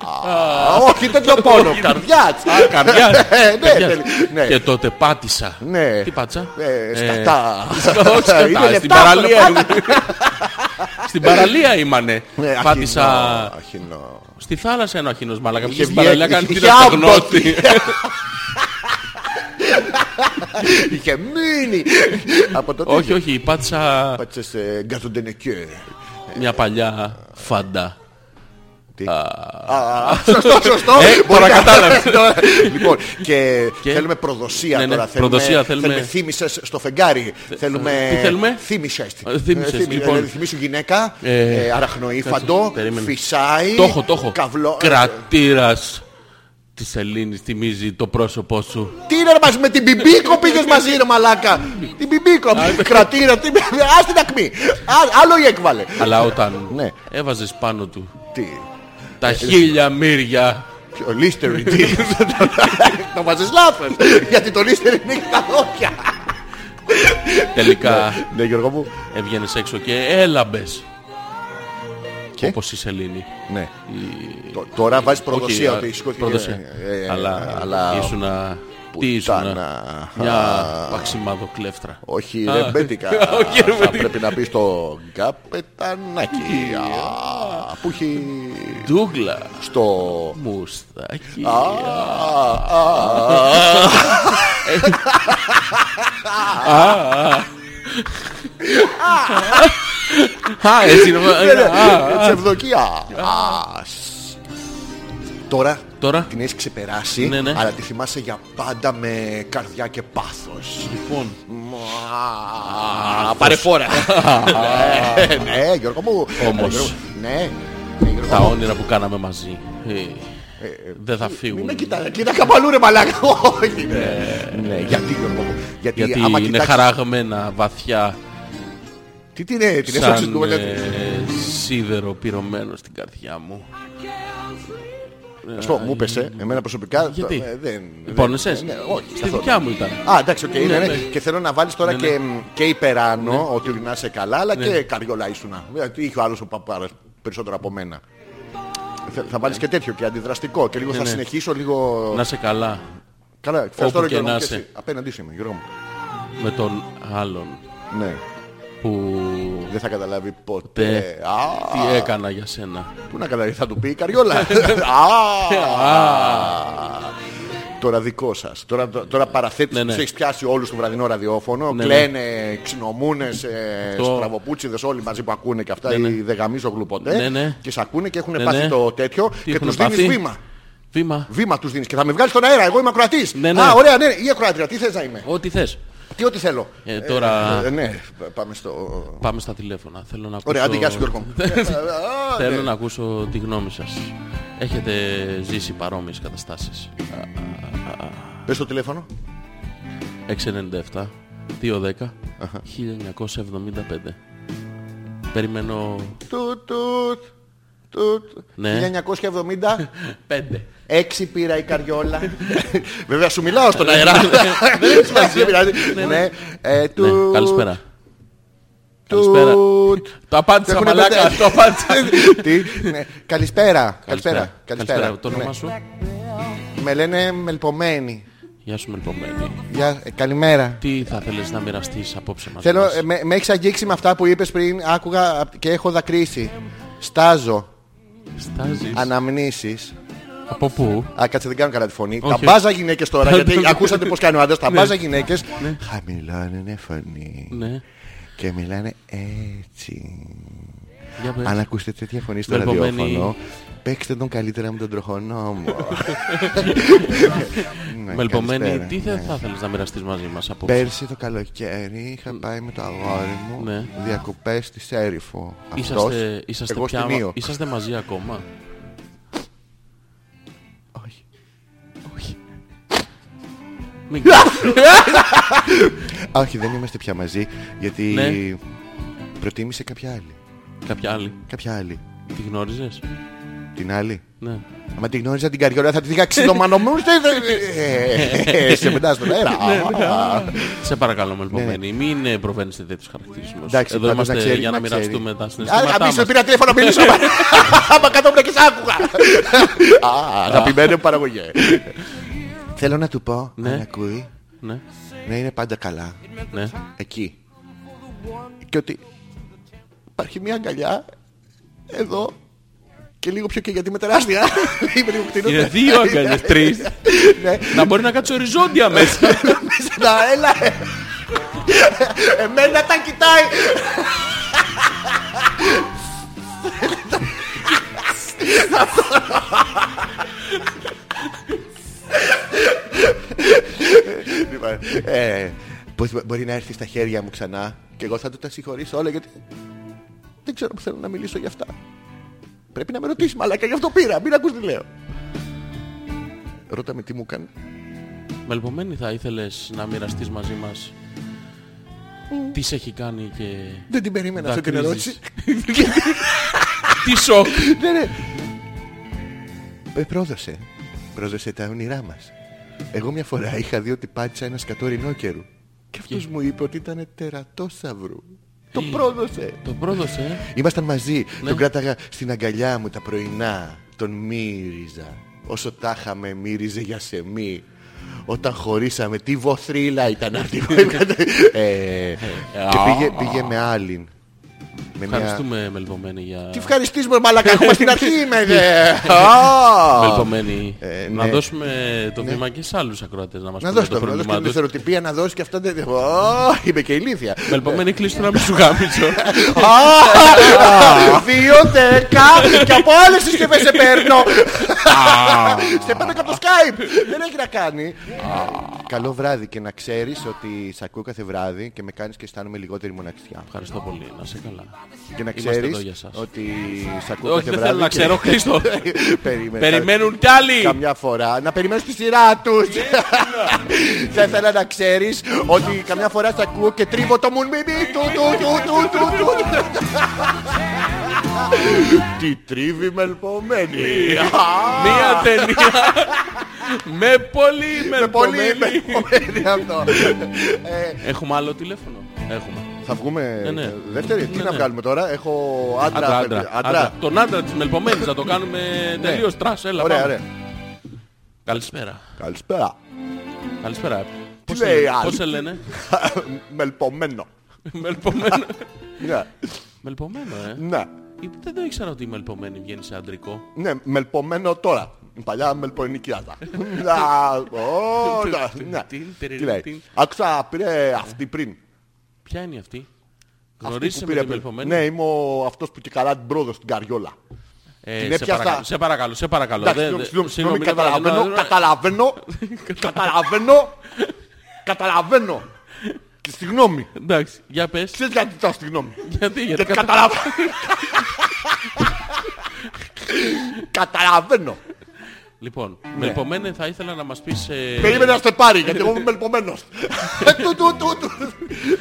Speaker 1: Όχι τέτοιο πόνο, καρδιάς.
Speaker 2: Καρδιάς.
Speaker 1: Ε, [laughs] ναι,
Speaker 2: Καρδιάς.
Speaker 1: τέλει- ναι.
Speaker 2: Και τότε πάτησα.
Speaker 1: Ναι.
Speaker 2: Τι πάτησα.
Speaker 1: Ε,
Speaker 2: Ε,
Speaker 1: σκατά.
Speaker 2: [laughs] όχι σκατά,
Speaker 1: Είναι λεφτά,
Speaker 2: στην παραλία.
Speaker 1: πάνε-
Speaker 2: ήμουν. [laughs] Στην παραλία ήμανε.
Speaker 1: Ναι,
Speaker 2: Πάτησα
Speaker 1: αχινό, αχινό.
Speaker 2: στη θάλασσα ένα αχινός μάλακα.
Speaker 1: Είχε
Speaker 2: Πήγε στην παραλία
Speaker 1: βγει-
Speaker 2: κάνεις
Speaker 1: είχε
Speaker 2: την αυτογνώτη.
Speaker 1: άμπτοτη. [laughs] Είχε μείνει. Από τότε
Speaker 2: Όχι, όχι. Πάτησα
Speaker 1: Πάτησε σε γκαζοντενεκέ.
Speaker 2: μια παλιά φαντά.
Speaker 1: Α, Σωστό, σωστό. Μπορεί
Speaker 2: Τώρα
Speaker 1: να-
Speaker 2: κατάλαβες.
Speaker 1: Λοιπόν, και
Speaker 2: Ε, Και-
Speaker 1: θέλουμε προδοσία
Speaker 2: Ναι, ναι,
Speaker 1: τώρα.
Speaker 2: προδοσία θέλουμε.
Speaker 1: θύμησες στο φεγγάρι. Θέλουμε.
Speaker 2: τι θέλουμε?
Speaker 1: Θύμησες.
Speaker 2: Ε, θύμησες, λοιπόν.
Speaker 1: Θύμησε γυναίκα.
Speaker 2: Ε,
Speaker 1: ε, Αραχνοήφαντο.
Speaker 2: περίμενε.
Speaker 1: Φυσάει. ε,
Speaker 2: Το έχω, το έχω.
Speaker 1: Καυλό.
Speaker 2: Κρατήρας της Ελλήνης θυμίζει το πρόσωπό σου.
Speaker 1: Τι είναι ρε, μαζί με την πιμπίκο πήγες μαζί ρε μαλάκα Την πιμπίκο
Speaker 2: ναι.
Speaker 1: Κρατήρα την [laughs] Ας την ακμή Α, Άλλο η έκβαλε
Speaker 2: Αλλά όταν
Speaker 1: Ναι. Ε,
Speaker 2: έβαζες πάνω του
Speaker 1: Τι
Speaker 2: τα χίλια μύρια
Speaker 1: Ποιο
Speaker 2: [laughs]
Speaker 1: λίστερι τι Το βάζεις λάθος Γιατί το λίστερι είναι και τα δόντια
Speaker 2: τελικά
Speaker 1: Ναι Γιώργο μου
Speaker 2: έβγαινες έξω και έλαμπες.
Speaker 1: Και?
Speaker 2: Όπως η Σελήνη.
Speaker 1: Ναι Το- Τώρα βάζεις προδοσία
Speaker 2: Όχι,
Speaker 1: ότι
Speaker 2: α,
Speaker 1: σηκώθηκε
Speaker 2: προδοσία.
Speaker 1: Ε, ε,
Speaker 2: αλλά,
Speaker 1: αλλά-
Speaker 2: ήσουνα... Τι
Speaker 1: πουτάνα.
Speaker 2: ήσουνα... Μια
Speaker 1: Α.
Speaker 2: παξιμαδοκλέφτρα.
Speaker 1: όχι
Speaker 2: Α.
Speaker 1: ρεμπέτικα
Speaker 2: [laughs] Όχι,
Speaker 1: Θα
Speaker 2: ρεμπέτικα.
Speaker 1: πρέπει να πεις το καπετανάκι Α, Που έχει
Speaker 2: Ντούγκλα.
Speaker 1: στο
Speaker 2: Μουστάκι.
Speaker 1: Α, α, α.
Speaker 2: Α, έτσι είναι.
Speaker 1: ε,
Speaker 2: Α,
Speaker 1: Της Ναι, ευδοκία. Α, σ. Τώρα,
Speaker 2: Τώρα.
Speaker 1: την έχεις ξεπεράσει,
Speaker 2: Ναι, ναι.
Speaker 1: αλλά τη θυμάσαι για πάντα με καρδιά και πάθος.
Speaker 2: Λοιπόν,
Speaker 1: Μουα, Πάρε φόρα. Ναι, Ναι, Γιώργο μου.
Speaker 2: Όμως.
Speaker 1: Γιώργο, Ναι, ναι, Γιώργο
Speaker 2: τα
Speaker 1: μου.
Speaker 2: όνειρα που κάναμε μαζί ε, δεν θα
Speaker 1: Ναι,
Speaker 2: φύγουν.
Speaker 1: κοίτα, κοίτα καπαλού ρε μαλάκα. Όχι, ναι. Ναι, γιατί Γιώργο μου. Γιατί,
Speaker 2: Γιατί
Speaker 1: άμα
Speaker 2: είναι
Speaker 1: κοιτάξεις-
Speaker 2: χαραγμένα βαθιά
Speaker 1: Τι την ε, την έφτιαξες
Speaker 2: σαν
Speaker 1: του
Speaker 2: ε, σίδερο πυρωμένο στην καρδιά μου.
Speaker 1: Ας πω, μου πέσε, εμένα προσωπικά. το-
Speaker 2: Γιατί?
Speaker 1: ε, δεν-
Speaker 2: Πόνεσες.
Speaker 1: δεν- ναι, Όχι,
Speaker 2: Λοιπόν, Στη
Speaker 1: καθόλου.
Speaker 2: δικιά μου ήταν.
Speaker 1: Α, εντάξει, οκ, ναι,
Speaker 2: Ναι,
Speaker 1: ναι.
Speaker 2: ναι.
Speaker 1: Και θέλω να βάλεις τώρα
Speaker 2: Ναι,
Speaker 1: και, και υπεράνω ότι να είσαι καλά, αλλά και καριόλα ήσουνα. Δηλαδή, Είχε ο άλλος ο παπάρα περισσότερο από μένα. Θε- Θα βάλεις και τέτοιο και αντιδραστικό και λίγο θα
Speaker 2: ναι.
Speaker 1: συνεχίσω λίγο.
Speaker 2: Να σε καλά
Speaker 1: Καλά, ευχαριστώ
Speaker 2: όπου
Speaker 1: ρε
Speaker 2: και
Speaker 1: Γιώργο μου,
Speaker 2: να
Speaker 1: και
Speaker 2: είσαι.
Speaker 1: εσύ. Απέναντί σου είμαι, Γιώργο μου.
Speaker 2: με τον άλλον
Speaker 1: Ναι,
Speaker 2: που
Speaker 1: δεν θα καταλάβει ποτέ.
Speaker 2: Τε.
Speaker 1: Α,
Speaker 2: τι έκανα για σένα.
Speaker 1: Πού να καταλάβει, θα του πει η καριόλα.
Speaker 2: [laughs]
Speaker 1: Α, Τώρα δικό σας. Τώρα, τώρα παραθέτεις
Speaker 2: Ναι,
Speaker 1: ναι,
Speaker 2: ναι.
Speaker 1: έχεις πιάσει όλους στο βραδινό ραδιόφωνο.
Speaker 2: Ναι,
Speaker 1: κλαίνε, ξινομούνες,
Speaker 2: Το-
Speaker 1: στραβοπούτσιδες όλοι μαζί που ακούνε και αυτά.
Speaker 2: Ναι,
Speaker 1: Ή δεν γαμίζω γλουποτέ.
Speaker 2: Ναι, ναι.
Speaker 1: Και σε ακούνε και έχουν
Speaker 2: Ναι,
Speaker 1: πάθει
Speaker 2: ναι.
Speaker 1: το τέτοιο και
Speaker 2: έχουν
Speaker 1: τους δίνεις
Speaker 2: πάθει?
Speaker 1: βήμα.
Speaker 2: Βήμα,
Speaker 1: Βήμα τους δίνεις και θα με βγάλεις στον αέρα. Εγώ είμαι ακροατής.
Speaker 2: Ναι, ναι.
Speaker 1: Α, ωραία, ναι, ή ακροάτρια. Τι θες να είμαι.
Speaker 2: ό,τι θες.
Speaker 1: Τι ό,τι θέλω.
Speaker 2: Ε, τώρα-
Speaker 1: Ε, ναι, πάμε στο.
Speaker 2: Πάμε στα τηλέφωνα. Θέλω να ακούσω...
Speaker 1: Ωραία, αντί γεια σου Γιώργο. μου. Ε, α, ναι.
Speaker 2: [laughs] Θέλω να ακούσω τη γνώμη σας. Έχετε ζήσει παρόμοιες καταστάσεις.
Speaker 1: Πες το τηλέφωνο.
Speaker 2: 697 210 1975. Περιμένω
Speaker 1: Τουτ, τουτ, τουτ.
Speaker 2: Ναι.
Speaker 1: 1970,
Speaker 2: 5.
Speaker 1: έξι πήρα η [laughs] καριόλα. Βέβαια σου μιλάω στον αέρα.
Speaker 2: Δεν έχει
Speaker 1: Δεν
Speaker 2: σημασία.
Speaker 1: πειράζει. Ναι. Ε, τουτ,
Speaker 2: Καλησπέρα.
Speaker 1: τουτ.
Speaker 2: Καλησπέρα. Το απάντησα
Speaker 1: Έχουνε
Speaker 2: μαλάκα.
Speaker 1: πέντε.
Speaker 2: Το
Speaker 1: [laughs]
Speaker 2: απάντησα.
Speaker 1: Τι, ναι. Καλησπέρα. Καλησπέρα.
Speaker 2: Καλησπέρα.
Speaker 1: Καλησπέρα.
Speaker 2: Το όνομά σου.
Speaker 1: Ναι. Με λένε Μελπομένη.
Speaker 2: Γεια σου μελπομένη.
Speaker 1: Γεια, ε, Καλημέρα.
Speaker 2: Τι θα θέλεις να μοιραστείς απόψε μαζί
Speaker 1: Θέλω,
Speaker 2: μας.
Speaker 1: ε, με, με έχεις αγγίξει με αυτά που είπες πριν, άκουγα απ- και έχω δακρύσει. Στάζω,
Speaker 2: Στάζεις.
Speaker 1: αναμνήσεις.
Speaker 2: Από πού.
Speaker 1: Α, κάτσε δεν κάνω καλά τη φωνή.
Speaker 2: Όχι.
Speaker 1: Τα μπάζα γυναίκες
Speaker 2: [laughs] Ναι,
Speaker 1: τώρα, γιατί ακούσατε πως κάνει ο άντρας. Τα μπάζα γυναίκες χαμηλώνουν φωνή
Speaker 2: Ναι.
Speaker 1: και μιλάνε έτσι.
Speaker 2: Για πες.
Speaker 1: Αν ακούσετε τέτοια φωνή στο
Speaker 2: Μελπομένη.
Speaker 1: ραδιόφωνο, παίξτε τον καλύτερα με τον τροχονό
Speaker 2: [laughs]
Speaker 1: μου. Ναι,
Speaker 2: Μελπομένη,
Speaker 1: καλησπέρα. Ναι.
Speaker 2: τι θα, θα θέλεις να μοιραστείς μαζί μας απόψε.
Speaker 1: Πέρσι το καλοκαίρι είχα πάει με το αγόρι μου
Speaker 2: Ναι.
Speaker 1: διακοπές στη Σέριφο.
Speaker 2: Είσαστε, είσαστε,
Speaker 1: εγώ
Speaker 2: πια,
Speaker 1: στην Ήο.
Speaker 2: είσαστε μαζί ακόμα.
Speaker 1: [laughs] Όχι.
Speaker 2: Όχι. Μην κάνεις.
Speaker 1: Όχι, δεν είμαστε πια μαζί γιατί
Speaker 2: Ναι.
Speaker 1: προτίμησε κάποια άλλη.
Speaker 2: Κάποια άλλη.
Speaker 1: Κάποια άλλη.
Speaker 2: Τη γνώριζες.
Speaker 1: Την άλλη.
Speaker 2: Ναι.
Speaker 1: Άμα την γνώριζα την καριόλα θα τη Ε, δείχα ξυλομανομούστε. ε, Σε πετάς στον αέρα.
Speaker 2: Ναι,
Speaker 1: Α,
Speaker 2: Σε παρακαλώ, μελπομένη, μην ε, προβαίνεστε τέτοιου χαρακτηρισμού.
Speaker 1: Ναι, Εντάξει,
Speaker 2: Εδώ
Speaker 1: πάντως
Speaker 2: είμαστε
Speaker 1: να ξέρει,
Speaker 2: για να
Speaker 1: να ξέρει.
Speaker 2: μοιραστούμε τα
Speaker 1: Άρα
Speaker 2: συναισθήματά
Speaker 1: καμίς
Speaker 2: μας.
Speaker 1: με πήρα τηλέφωνο να μιλήσω. Άμα κάτω και σ' άκουγα. Α, Αγαπημένο παραγωγέ. Θέλω να του πω,
Speaker 2: Ναι.
Speaker 1: αν ακούει,
Speaker 2: Ναι,
Speaker 1: να είναι πάντα καλά.
Speaker 2: ναι.
Speaker 1: εκεί. Και ότι υπάρχει μια αγκαλιά εδώ και λίγο πιο και γιατί είμαι τεράστια. [laughs] Είμαι λίγο κτηνότητα.
Speaker 2: Είναι δύο
Speaker 1: [laughs]
Speaker 2: αγκαλιές, τρεις.
Speaker 1: Ναι.
Speaker 2: Να μπορεί να κάτσει οριζόντια μέσα.
Speaker 1: Να, έλα. ε. Εμένα τα κοιτάει. Λοιπόν, ε, Πώς μπο- μπορεί να έρθει στα χέρια μου ξανά και εγώ θα του τα συγχωρήσω όλα γιατί δεν ξέρω που θέλω να μιλήσω για αυτά. Πρέπει να με ρωτήσει, μαλάκα, γι' αυτό πήρα. Μην ακούς τι λέω. Ρώτα με τι μου έκανε.
Speaker 2: Μελπομένη, θα ήθελες να μοιραστείς μαζί μας τι σε έχει κάνει και
Speaker 1: Δεν την περίμενα αυτή την ερώτηση.
Speaker 2: δακρύζεις. Τι σοκ.
Speaker 1: Ναι, ναι. Ε, πρόδωσε. Πρόδωσε τα όνειρά μας. Εγώ μια φορά είχα δει ότι πάτησα ένα σκατό ρινόκερου. Και αυτός μου είπε ότι ήταν τερατόσαυρου. Το πρόδωσε.
Speaker 2: Το πρόδωσε. ε.
Speaker 1: Ήμασταν μαζί. Τον κράταγα στην αγκαλιά μου τα πρωινά. Τον μύριζα. Όσο τα είχαμε μύριζε για σε μη. Όταν χωρίσαμε, τι βοθρίλα ήταν αυτή που έκανε. Ε, και πήγε, πήγε με άλλη. Με μια...
Speaker 2: Ευχαριστούμε, μελπομένη, για...
Speaker 1: Τι ευχαριστήσουμε μαλακά, έχουμε στην αρχή είμαι δε.
Speaker 2: λοιπόν, Μελπομένη.
Speaker 1: Ε,
Speaker 2: Να
Speaker 1: ναι.
Speaker 2: δώσουμε το βήμα και σε άλλους ακροατές να μας
Speaker 1: Να
Speaker 2: πούνε
Speaker 1: δώσει
Speaker 2: το
Speaker 1: το βράδυ,
Speaker 2: πρόβλημά
Speaker 1: την
Speaker 2: τους.
Speaker 1: εθεροτυπία να δώσει και αυτά δεν... Ω, Είμαι και ηλίθια. Ναι.
Speaker 2: Μελπομένη, κλείστο να μην σου
Speaker 1: [laughs]
Speaker 2: γάμιζω. [laughs]
Speaker 1: Α, Βιβλιοθέκα και από άλλες συσκευές σε παίρνω. Σε παίρνω και από το Skype. Δεν έχει να κάνει. Καλό βράδυ και να ξέρεις ότι σε ακούω κάθε βράδυ και με κάνεις και αισθάνομαι λιγότερη μοναξιά.
Speaker 2: Ευχαριστώ πολύ. Να σε καλά.
Speaker 1: Και να
Speaker 2: Είμαστε
Speaker 1: ξέρεις
Speaker 2: εδώ για σας.
Speaker 1: ότι σε ακούω
Speaker 2: Όχι,
Speaker 1: κάθε
Speaker 2: δεν θέλω
Speaker 1: βράδυ.
Speaker 2: να
Speaker 1: [laughs]
Speaker 2: ξέρω,
Speaker 1: και-
Speaker 2: Χρήστο.
Speaker 1: Περίμενα.
Speaker 2: Περιμένουν κι άλλοι.
Speaker 1: Ε, Καμιά φορά να περιμένεις τη σειρά τους Θα ήθελα να ξέρεις Ότι καμιά φορά θα ακούω και τρίβω το μουν μιμί του, του, του, του, του, του. Τι τρίβει μελπομένη
Speaker 2: Μία ταινία με πολύ με
Speaker 1: Με πολύ
Speaker 2: πολύ.
Speaker 1: μελπομένη αυτό Ε,
Speaker 2: Έχουμε άλλο τηλέφωνο. Έχουμε.
Speaker 1: Θα βγούμε
Speaker 2: ναι.
Speaker 1: δεύτερη Τι
Speaker 2: Ναι,
Speaker 1: να
Speaker 2: ναι.
Speaker 1: βγάλουμε τώρα Έχω άντρα
Speaker 2: Άντρα,
Speaker 1: παιδιά. Ναι.
Speaker 2: άντρα. άντρα. Τον άντρα της μελπομένης θα το κάνουμε τελείως τρας. Έλα,
Speaker 1: Ωραία
Speaker 2: πάμε.
Speaker 1: ωραία
Speaker 2: Καλησπέρα.
Speaker 1: Καλησπέρα [laughs]
Speaker 2: Καλησπέρα. Πώς
Speaker 1: λέει
Speaker 2: σε-
Speaker 1: άλλη?
Speaker 2: Πώς σε λένε.
Speaker 1: Μελπομένο
Speaker 2: Μελπομένο.
Speaker 1: Ναι
Speaker 2: Μελπομένο, ε.
Speaker 1: Ναι
Speaker 2: Γιατί Δεν το ήξερα ότι η μελπομένη βγαίνει σε αντρικό.
Speaker 1: Ναι, μελπομένο τώρα. Παλιά μελπονική άδα. Να, ω, να, ναι.
Speaker 2: Τιν, τιν,
Speaker 1: Τι
Speaker 2: τιν.
Speaker 1: λέει. Άκουσα πήρε αυτή πριν.
Speaker 2: Ποια είναι αυτή.
Speaker 1: Αυτή
Speaker 2: Γνωρίζεις
Speaker 1: που
Speaker 2: με
Speaker 1: πήρε
Speaker 2: την
Speaker 1: πριν.
Speaker 2: μελπομένη.
Speaker 1: Ναι, είμαι ο- αυτός που και καλά την πρόδωσε στην καριόλα.
Speaker 2: Ε,
Speaker 1: Την
Speaker 2: σε,
Speaker 1: έπιασα.
Speaker 2: παρακαλώ, σε παρακαλώ, σε παρακαλώ.
Speaker 1: Εντάξει,
Speaker 2: Δεν-
Speaker 1: συγγνώμη,
Speaker 2: δεν-
Speaker 1: συγγνώμη, συγγνώμη,
Speaker 2: δεν- δεν-
Speaker 1: καταλαβαίνω,
Speaker 2: δεν-
Speaker 1: καταλαβαίνω, καταλαβαίνω, καταλαβαίνω. Και συγγνώμη.
Speaker 2: Εντάξει, για
Speaker 1: [laughs]
Speaker 2: πες.
Speaker 1: Ξέρεις γιατί τα συγγνώμη.
Speaker 2: Γιατί, γιατί
Speaker 1: Γιατί
Speaker 2: κατα...
Speaker 1: [laughs] καταλαβαίνω. Καταλαβαίνω.
Speaker 2: Λοιπόν, μελπομένε θα ήθελα να μας πεις... ε,
Speaker 1: Ναι. Περίμενε να σε πάρει, γιατί εγώ είμαι μελπομένος. [laughs] Του, του, του, του.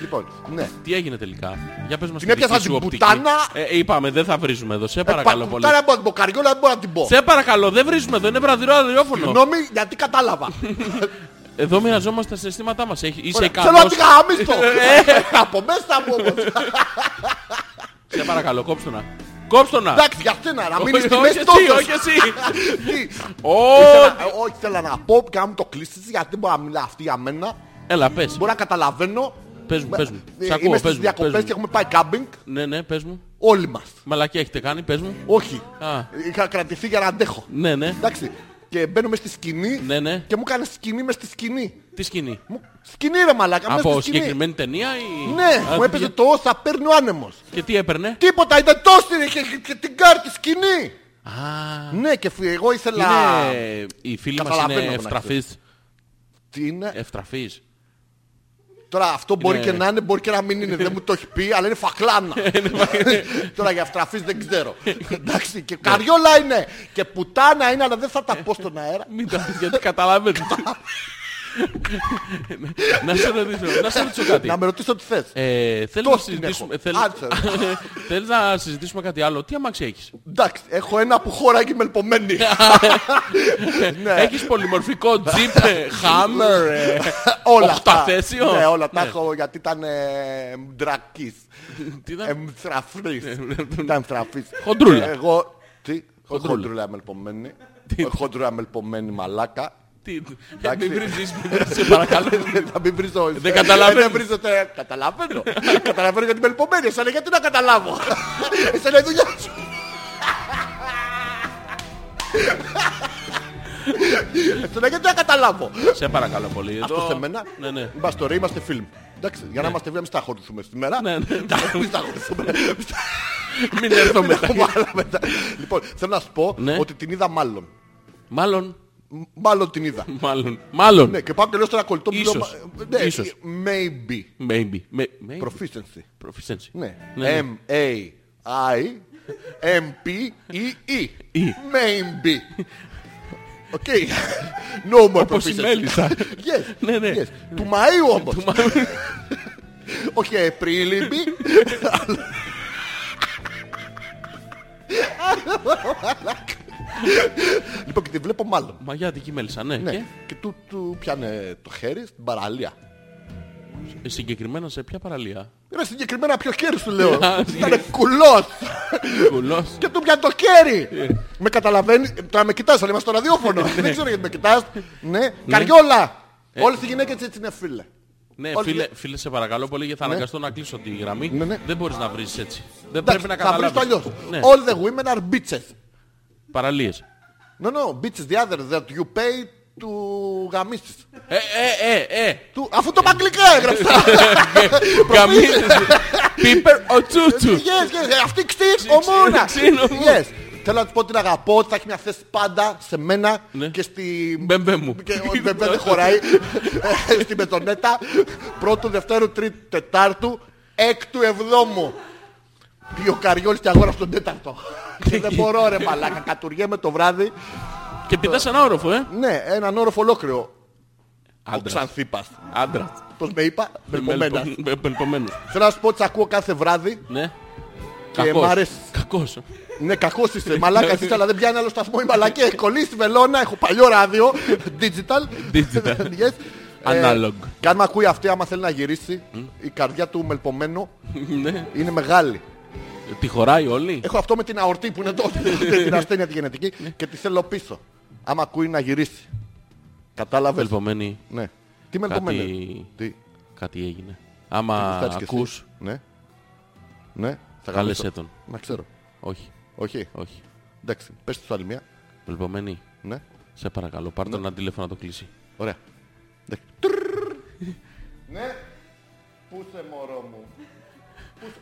Speaker 1: Λοιπόν, ναι.
Speaker 2: Τι έγινε τελικά. Για πες μας
Speaker 1: Την έπιασα
Speaker 2: δική σου
Speaker 1: την
Speaker 2: οπτική.
Speaker 1: πουτάνα. Ε,
Speaker 2: Ε, είπαμε, δεν θα βρίζουμε εδώ. Σε παρακαλώ πολύ.
Speaker 1: Τώρα μπορώ να την πω, καριόλα δεν μπορώ να την πω.
Speaker 2: Σε παρακαλώ, δεν βρίζουμε εδώ. Είναι βραδυρό ραδιόφωνο.
Speaker 1: Συγγνώμη, γιατί
Speaker 2: [laughs]
Speaker 1: κατάλαβα.
Speaker 2: Εδώ μοιραζόμαστε τα συναισθήματά μας. Έχει- Είσαι
Speaker 1: Ωραία, Θέλω να
Speaker 2: ικανός.
Speaker 1: την γαμίσω.
Speaker 2: Ε.
Speaker 1: Ε, Από μέσα μου
Speaker 2: [laughs]
Speaker 1: όμως.
Speaker 2: Σε παρακαλώ, κόψτε να. Κόψτε να.
Speaker 1: Εντάξει, για σένα, να μείνεις στη
Speaker 2: όχι
Speaker 1: μέση
Speaker 2: εσύ,
Speaker 1: τόσο.
Speaker 2: όχι εσύ.
Speaker 1: [laughs] Τι,
Speaker 2: Ω,
Speaker 1: ήθελα- ε, Όχι, θέλω να πω και να μου το κλείσεις, γιατί δεν μπορεί να μιλά αυτή για μένα.
Speaker 2: Έλα, πες.
Speaker 1: Μπορώ να καταλαβαίνω.
Speaker 2: Πες μου, πες μου.
Speaker 1: Ε,
Speaker 2: Σ' ακούω,
Speaker 1: Είμαι
Speaker 2: πες
Speaker 1: στις
Speaker 2: μου,
Speaker 1: διακοπές
Speaker 2: πες
Speaker 1: και
Speaker 2: μου.
Speaker 1: έχουμε πάει κάμπινγκ
Speaker 2: Ναι, ναι, πες μου.
Speaker 1: όλοι μας.
Speaker 2: Μαλακία έχετε κάνει, πες μου.
Speaker 1: Όχι.
Speaker 2: Α.
Speaker 1: Είχα κρατηθεί για να αντέχω.
Speaker 2: Ναι, ναι.
Speaker 1: Εντάξει. Και μπαίνουμε στη σκηνή
Speaker 2: Ναι, ναι.
Speaker 1: και μου έκανε σκηνή μες στη σκηνή.
Speaker 2: Τι σκηνή.
Speaker 1: Μου... Σκηνή ρε μαλάκα, μέσα
Speaker 2: Από
Speaker 1: στη σκηνή.
Speaker 2: συγκεκριμένη ταινία ή...
Speaker 1: Ναι,
Speaker 2: Α,
Speaker 1: μου έπαιζε
Speaker 2: και-
Speaker 1: το όσα παίρνει ο άνεμος.
Speaker 2: Και τι έπαιρνε.
Speaker 1: Τίποτα, ήταν τόση ρε, και, και, και την κάρτη σκηνή.
Speaker 2: Α,
Speaker 1: Ναι, και φυ- εγώ ήθελα...
Speaker 2: είναι... Οι φίλοι μας είναι
Speaker 1: Καταλαβαίνω, να
Speaker 2: ευτραφείς.
Speaker 1: Τι είναι.
Speaker 2: Ευτραφείς.
Speaker 1: Τώρα αυτό μπορεί
Speaker 2: Είναι-
Speaker 1: και να είναι, μπορεί και να μην είναι. δεν μου το έχει πει, αλλά είναι φακλάνα.
Speaker 2: [laughs]
Speaker 1: [laughs] Τώρα για αστραφείς δεν ξέρω. Εντάξει, και καριόλα είναι. Και πουτάνα είναι, αλλά δεν θα τα πω στον
Speaker 2: [laughs]
Speaker 1: αέρα.
Speaker 2: Μην τα πεις γιατί καταλαβαίνετε. να σε ρωτήσω, να σε ρωτήσω κάτι.
Speaker 1: Να με ρωτήσω τι θες.
Speaker 2: Ε, θέλω να
Speaker 1: Τόση την
Speaker 2: συζητήσουμε,
Speaker 1: έχω.
Speaker 2: θέλ-
Speaker 1: Άντε.
Speaker 2: Θέλεις να συζητήσουμε κάτι άλλο. Τι αμάξι έχεις.
Speaker 1: Εντάξει, έχω ένα που χωράει μελπομένη. ναι.
Speaker 2: Έχεις πολυμορφικό τζιπ, χάμερ,
Speaker 1: όλα αυτά.
Speaker 2: οχταθέσιο.
Speaker 1: Ναι, όλα τα
Speaker 2: Ναι.
Speaker 1: έχω γιατί ήταν ε, μντρακής.
Speaker 2: Τι ήταν?
Speaker 1: Εμθραφρής. Ήταν εμθραφής.
Speaker 2: Χοντρούλα.
Speaker 1: Ε, Εγώ... Τι?
Speaker 2: Χοντρούλα.
Speaker 1: Χοντρούλα μελπομένη. Χοντρούλα μελπομένη μαλάκα.
Speaker 2: Τι-
Speaker 1: Εντάξει.
Speaker 2: Μην βρίζεις, μην βρίζεις, σε παρακαλώ.
Speaker 1: Θα μην βρίζω.
Speaker 2: Δεν καταλαβαίνεις.
Speaker 1: Δεν βρίζετε. Καταλαβαίνω. Καταλαβαίνω γιατί με λυπωμένη. Εσένα γιατί να καταλάβω. Εσένα η δουλειά σου. Εσένα γιατί να καταλάβω.
Speaker 2: Σε παρακαλώ πολύ.
Speaker 1: Αυτό
Speaker 2: Εδώ-
Speaker 1: σε μένα.
Speaker 2: Ναι, ναι.
Speaker 1: Είμαστε ωραίοι, είμαστε φίλοι. Εντάξει, για να είμαστε φίλοι, μην τα χωρίσουμε στη μέρα.
Speaker 2: Ναι, ναι.
Speaker 1: Μην τα χωρίσουμε. Μην τα-
Speaker 2: Μην έρθω μετά.
Speaker 1: Έχουμε άλλα μετά. Λοιπόν, θέλω να σου πω
Speaker 2: Ναι.
Speaker 1: ότι την είδα μάλλον.
Speaker 2: Μάλλον,
Speaker 1: Μ- Μάλλον την είδα.
Speaker 2: μάλλον, μάλλον.
Speaker 1: Ναι, και πάω και λέω στον ακολουθό μου. λέω,
Speaker 2: Ίσως.
Speaker 1: μα- ναι,
Speaker 2: Ίσως.
Speaker 1: Maybe.
Speaker 2: Maybe. May- maybe.
Speaker 1: Proficiency.
Speaker 2: Proficiency.
Speaker 1: Ναι.
Speaker 2: ναι.
Speaker 1: M-A-I M-P-E-E.
Speaker 2: E.
Speaker 1: Maybe. Οκ. [laughs] No more
Speaker 2: Όπως η
Speaker 1: proficiency.
Speaker 2: Μέλισσα.
Speaker 1: Yes.
Speaker 2: Ναι, ναι.
Speaker 1: Yes. Του Μαΐου όμως. Όχι Επρίληπη. Λοιπόν και τη βλέπω μάλλον.
Speaker 2: Μα για δική μέλισσα, ναι.
Speaker 1: Ναι. Και του, του πιάνε το χέρι στην παραλία.
Speaker 2: Και συγκεκριμένα σε ποια παραλία.
Speaker 1: Ρε συγκεκριμένα ποιο χέρι σου λέω.
Speaker 2: Α, ναι.
Speaker 1: Ήτανε κουλός.
Speaker 2: Κουλός.
Speaker 1: Και του πιάνει το
Speaker 2: Ε.
Speaker 1: χέρι. με καταλαβαίνει. Τώρα με κοιτάς, αλλά είμαστε στο ραδιόφωνο. Δεν ξέρω γιατί με κοιτάς. Ναι. Καριόλα.
Speaker 2: Ε.
Speaker 1: Όλες οι γυναίκες έτσι είναι φίλε.
Speaker 2: Ναι,
Speaker 1: Όχι,
Speaker 2: φίλε,
Speaker 1: δεν-
Speaker 2: φίλε, σε παρακαλώ πολύ γιατί θα αναγκαστώ να κλείσω τη γραμμή.
Speaker 1: Ναι, ναι.
Speaker 2: Δεν μπορείς να βρεις έτσι. Δεν
Speaker 1: Εντάξει,
Speaker 2: πρέπει να
Speaker 1: θα
Speaker 2: καταλάβεις.
Speaker 1: βρεις το αλλιώς.
Speaker 2: Ναι.
Speaker 1: All the women are bitches.
Speaker 2: Παραλίες.
Speaker 1: No, no, bitches the other that you pay to γαμίσεις.
Speaker 2: Ε, ε, ε, ε.
Speaker 1: Του- Αφού το παγγλικά έγραψα.
Speaker 2: Καμίσεις. Πίπερ ο τσούτσου.
Speaker 1: Yes, yes, Ε, αυτή ξύν ομόνα.
Speaker 2: ξύν, ομόνα.
Speaker 1: Yes. Θέλω να του πω την αγαπώ, ότι θα έχει μια θέση πάντα σε μένα και στη...
Speaker 2: Μπέμπε μου.
Speaker 1: Και ο- δεν δεν χωράει Ε, στη μετονέτα πρώτου, δευτέρου, τρίτου, τετάρτου, έκτου, εβδόμου. Πήγε ο Καριόλης και αγόρασε τον τέταρτο. Και δεν μπορώ ρε μαλάκα, κατουργέμαι το βράδυ.
Speaker 2: Και πηδάς ένα όροφο, ε.
Speaker 1: Ναι, έναν όροφο ολόκληρο. Ο
Speaker 2: Άντρα. Ε,
Speaker 1: Ξανθίπας.
Speaker 2: Άντρα.
Speaker 1: Πώς με είπα, μελκομένα.
Speaker 2: Πελπομένος.
Speaker 1: Θέλω να σου πω ότι σε ακούω κάθε βράδυ.
Speaker 2: Ναι.
Speaker 1: μ' αρέσει.
Speaker 2: Κακός. Ε,
Speaker 1: Ναι, κακός είσαι, μαλάκας είσαι, αλλά δεν πιάνει άλλο σταθμό η μαλακή.
Speaker 2: [laughs]
Speaker 1: Έχει κολλήσει βελόνα, έχω παλιό ράδιο, digital.
Speaker 2: Digital.
Speaker 1: [laughs] Yes. Ε,
Speaker 2: Analog.
Speaker 1: και αν με ακούει αυτή, άμα θέλει να γυρίσει, η καρδιά του μελπομένου
Speaker 2: [laughs] Ναι.
Speaker 1: είναι μεγάλη.
Speaker 2: Τη χωράει όλη.
Speaker 1: Έχω αυτό με την αορτή που είναι
Speaker 2: [laughs]
Speaker 1: τότε, την ασθένεια τη γενετική
Speaker 2: Ναι.
Speaker 1: και τη θέλω πίσω. Άμα ακούει να γυρίσει. Κατάλαβες.
Speaker 2: Πελπομένη.
Speaker 1: Ναι. Τι μελπομένο. Τι.
Speaker 2: Κάτι έγινε. Άμα
Speaker 1: θα έτσι Ε, κι εσύ.
Speaker 2: ακούς,
Speaker 1: Ναι. Ναι. Θα
Speaker 2: καλέσέ
Speaker 1: γαμίσω.
Speaker 2: τον.
Speaker 1: Να ξέρω.
Speaker 2: Όχι,
Speaker 1: Όχι.
Speaker 2: όχι.
Speaker 1: Εντάξει. Πες τους άλλη μία.
Speaker 2: Πελπομένη.
Speaker 1: Ναι.
Speaker 2: Σε παρακαλώ, πάρ' τον ένα τηλέφωνο να το κλείσει.
Speaker 1: Ωραία. Εντάξει. Τρρρρ. Ναι. Πού είσαι μωρό μου. Πού είσαι-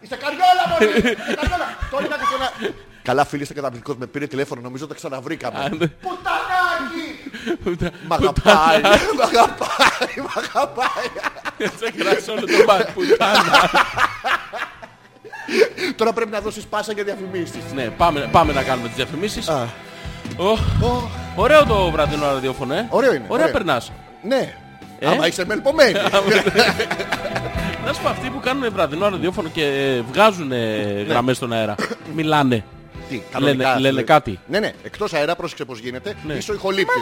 Speaker 1: Είσαι καριόλα μωρή. Είσαι καριόλα. Το έλεγα και στον α- Καλά φίλοι είστε καταπληκτικός. Με πήρε τηλέφωνο. Νομίζω τα ξαναβρήκαμε.
Speaker 2: ναι. [laughs]
Speaker 1: Πουτανάκι. Μ' αγαπάει. Μ' αγαπάει. Μ' αγαπάει.
Speaker 2: Τσέκρασε όλο το μπακ,
Speaker 1: [laughs]
Speaker 2: πουτάνα.
Speaker 1: Τώρα πρέπει να δώσεις πάσα για διαφημίσεις.
Speaker 2: Ναι, πάμε, πάμε να κάνουμε τις διαφημίσεις.
Speaker 1: Α.
Speaker 2: Ω,
Speaker 1: Ω,
Speaker 2: Ωραίο το βραδινό ραδιόφωνο, ε.
Speaker 1: Ωραίο είναι,
Speaker 2: Ωραία
Speaker 1: ωραίο.
Speaker 2: περνάς.
Speaker 1: Ναι.
Speaker 2: Ε?
Speaker 1: Άμα είσαι μελπομένη.
Speaker 2: Να σου πω αυτοί που κάνουν βραδινό ραδιόφωνο και ε, βγάζουν
Speaker 1: Ναι.
Speaker 2: γραμμές στον
Speaker 1: [coughs]
Speaker 2: αέρα. Μιλάνε.
Speaker 1: Τι, κανονικά,
Speaker 2: Λένε- λένε
Speaker 1: ε,
Speaker 2: κάτι.
Speaker 1: Ναι, ναι. Εκτός αέρα, πρόσεξε πώς γίνεται.
Speaker 2: Ναι.
Speaker 1: Είσαι ο ηχολήπτης.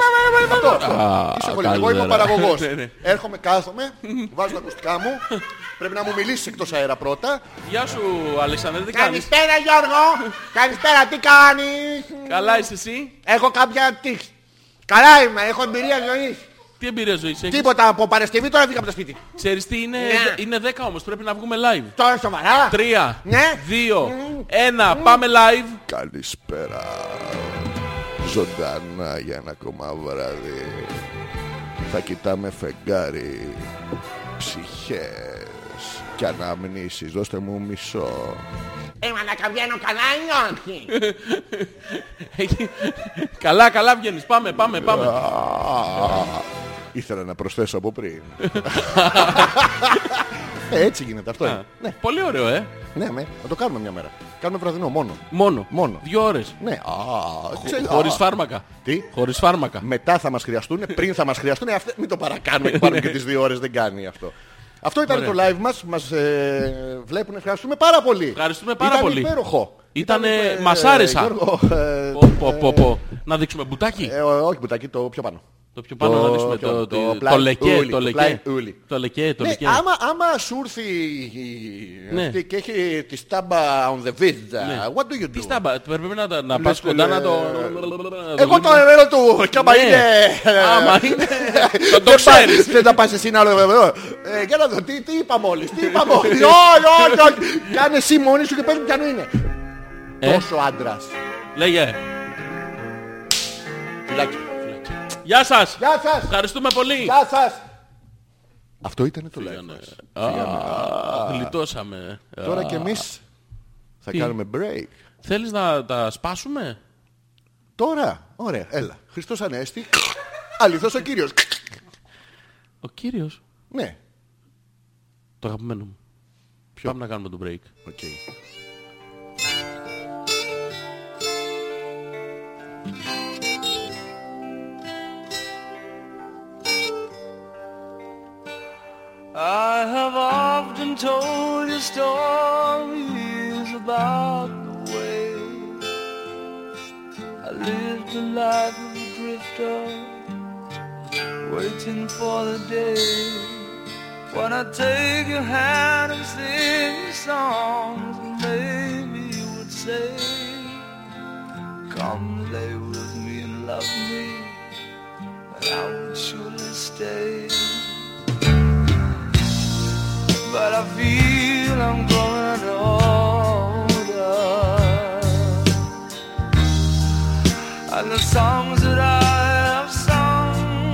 Speaker 1: Αυτό, αυτό.
Speaker 2: Α,
Speaker 1: Είσαι ο ηχολήπτης. Εγώ είμαι ο
Speaker 2: καλύτερα.
Speaker 1: παραγωγός.
Speaker 2: Ναι, ναι.
Speaker 1: Έρχομαι, κάθομαι, βάζω τα ακουστικά μου. Πρέπει να μου μιλήσεις εκτός αέρα πρώτα.
Speaker 2: Γεια σου, Αλεξανδρέ, τι κάνεις.
Speaker 1: Γιώργο. Καλησπέρα, τι κάνεις.
Speaker 2: Καλά είσαι εσύ.
Speaker 1: Έχω κάποια τύχη. Καλά είμαι, έχω εμπειρία ζωής.
Speaker 2: Τι εμπειρία ζωής έχεις.
Speaker 1: Τίποτα από Παρασκευή τώρα βγήκα από το σπίτι.
Speaker 2: Ξέρεις τι είναι.
Speaker 1: Ναι.
Speaker 2: Είναι 10 όμως, πρέπει να βγούμε live.
Speaker 1: Τώρα σοβαρά.
Speaker 2: Τρία,
Speaker 1: Ναι.
Speaker 2: δύο, ένα, πάμε live.
Speaker 1: Καλησπέρα. Ζωντανά για ένα ακόμα βράδυ. Θα κοιτάμε φεγγάρι, ψυχές και αναμνήσεις. Δώστε μου μισό.
Speaker 4: Έμα να καβγαίνω καλά ή όχι.
Speaker 2: Έχει- καλά, καλά βγαίνεις. Πάμε, πάμε, πάμε.
Speaker 1: Α, Ήθελα να προσθέσω από πριν. ε, έτσι γίνεται αυτό. είναι. Ναι,
Speaker 2: Πολύ ωραίο, ε.
Speaker 1: ναι, ναι. Να το κάνουμε μια μέρα. Κάνουμε βραδινό μόνο.
Speaker 2: Μόνο.
Speaker 1: Μόνο.
Speaker 2: Δύο ώρες.
Speaker 1: Ναι. Α, ξέρεις,
Speaker 2: Χωρίς
Speaker 1: α.
Speaker 2: φάρμακα.
Speaker 1: Τι?
Speaker 2: Χωρίς φάρμακα.
Speaker 1: μετά θα μας χρειαστούν, πριν θα μας χρειαστούν, αυτέ, μην το παρακάνουμε και
Speaker 2: Ναι.
Speaker 1: πάρουμε και τις δύο ώρες, δεν κάνει αυτό. Αυτό ήταν το live μας, μας ε, βλέπουν, ευχαριστούμε πάρα πολύ.
Speaker 2: Ευχαριστούμε πάρα
Speaker 1: ήταν
Speaker 2: πολύ.
Speaker 1: υπέροχο.
Speaker 2: Ήτανε-
Speaker 1: υπέ-
Speaker 2: μας άρεσαν.
Speaker 1: Γιώργο, ε,
Speaker 2: Πω, πω, πω, πω. Να δείξουμε μπουτάκι.
Speaker 1: ε, ο- όχι μπουτάκι, το πιο πάνω.
Speaker 2: Το πιο πάνω
Speaker 1: το-
Speaker 2: να δείξουμε
Speaker 1: το-
Speaker 2: το,
Speaker 1: το
Speaker 2: το, το,
Speaker 1: πλάι-
Speaker 2: λεκέ,
Speaker 1: ούλι,
Speaker 2: το
Speaker 1: το πλάι-
Speaker 2: λεκέ.
Speaker 1: ούλι.
Speaker 2: Το λεκέ, το
Speaker 1: Ναι,
Speaker 2: λεκέ.
Speaker 1: άμα, άμα σου έρθει η-
Speaker 2: Ναι.
Speaker 1: αυτή και έχει τη στάμπα on the visa,
Speaker 2: Ναι.
Speaker 1: what do you do?
Speaker 2: Τι στάμπα, πρέπει να, τα- να πας κοντά να το... να
Speaker 1: Εγώ το
Speaker 2: λύνουμε.
Speaker 1: εμένα του και άμα
Speaker 2: Ναι.
Speaker 1: είναι... ε,
Speaker 2: Άμα είναι... Το το
Speaker 1: Δεν πα-
Speaker 2: ξέρεις.
Speaker 1: Δεν θα πας εσύ να λέω εδώ. Ε, Για να δω, τι, τι είπα μόλις, τι είπα μόλις.
Speaker 2: [laughs]
Speaker 1: Όχι, όχι, όχι. Κάνε εσύ μόνη σου και πες μου ποιανού είναι.
Speaker 2: Ε.
Speaker 1: Τόσο άντρας.
Speaker 2: Λέγε.
Speaker 1: Φιλάκι.
Speaker 2: Γεια σας.
Speaker 1: Γεια σας.
Speaker 2: Ευχαριστούμε πολύ.
Speaker 1: Γεια σας. Αυτό ήταν το live μας.
Speaker 2: Γλιτώσαμε. Ε,
Speaker 1: Τώρα κι εμείς θα κάνουμε break.
Speaker 2: Θέλεις να τα σπάσουμε.
Speaker 1: Τώρα, ωραία, έλα. Χριστός Ανέστη, αληθώς ο Κύριος.
Speaker 2: Ο κύριος.
Speaker 1: Ναι,
Speaker 2: Το αγαπημένο μου. Πάμε να κάνουμε το break.
Speaker 1: οκ.
Speaker 5: I have often told you stories about the way I lived a life of a drifter, waiting for the day when I take your hand and sing you songs, and maybe you would say, "Come lay with me and love me," and I would surely stay. But I feel I'm growing older And the songs that I have sung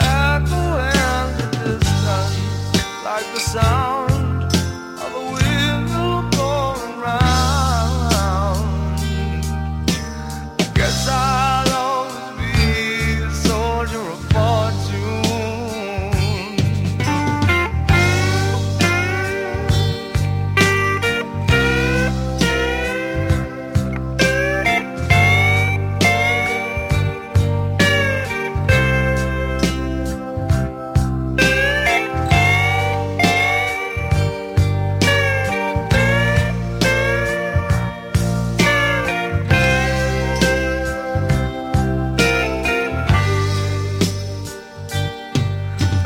Speaker 5: Echo in the distance Like the sound of a windmill blowing round Guess I'll always be a soldier of fortune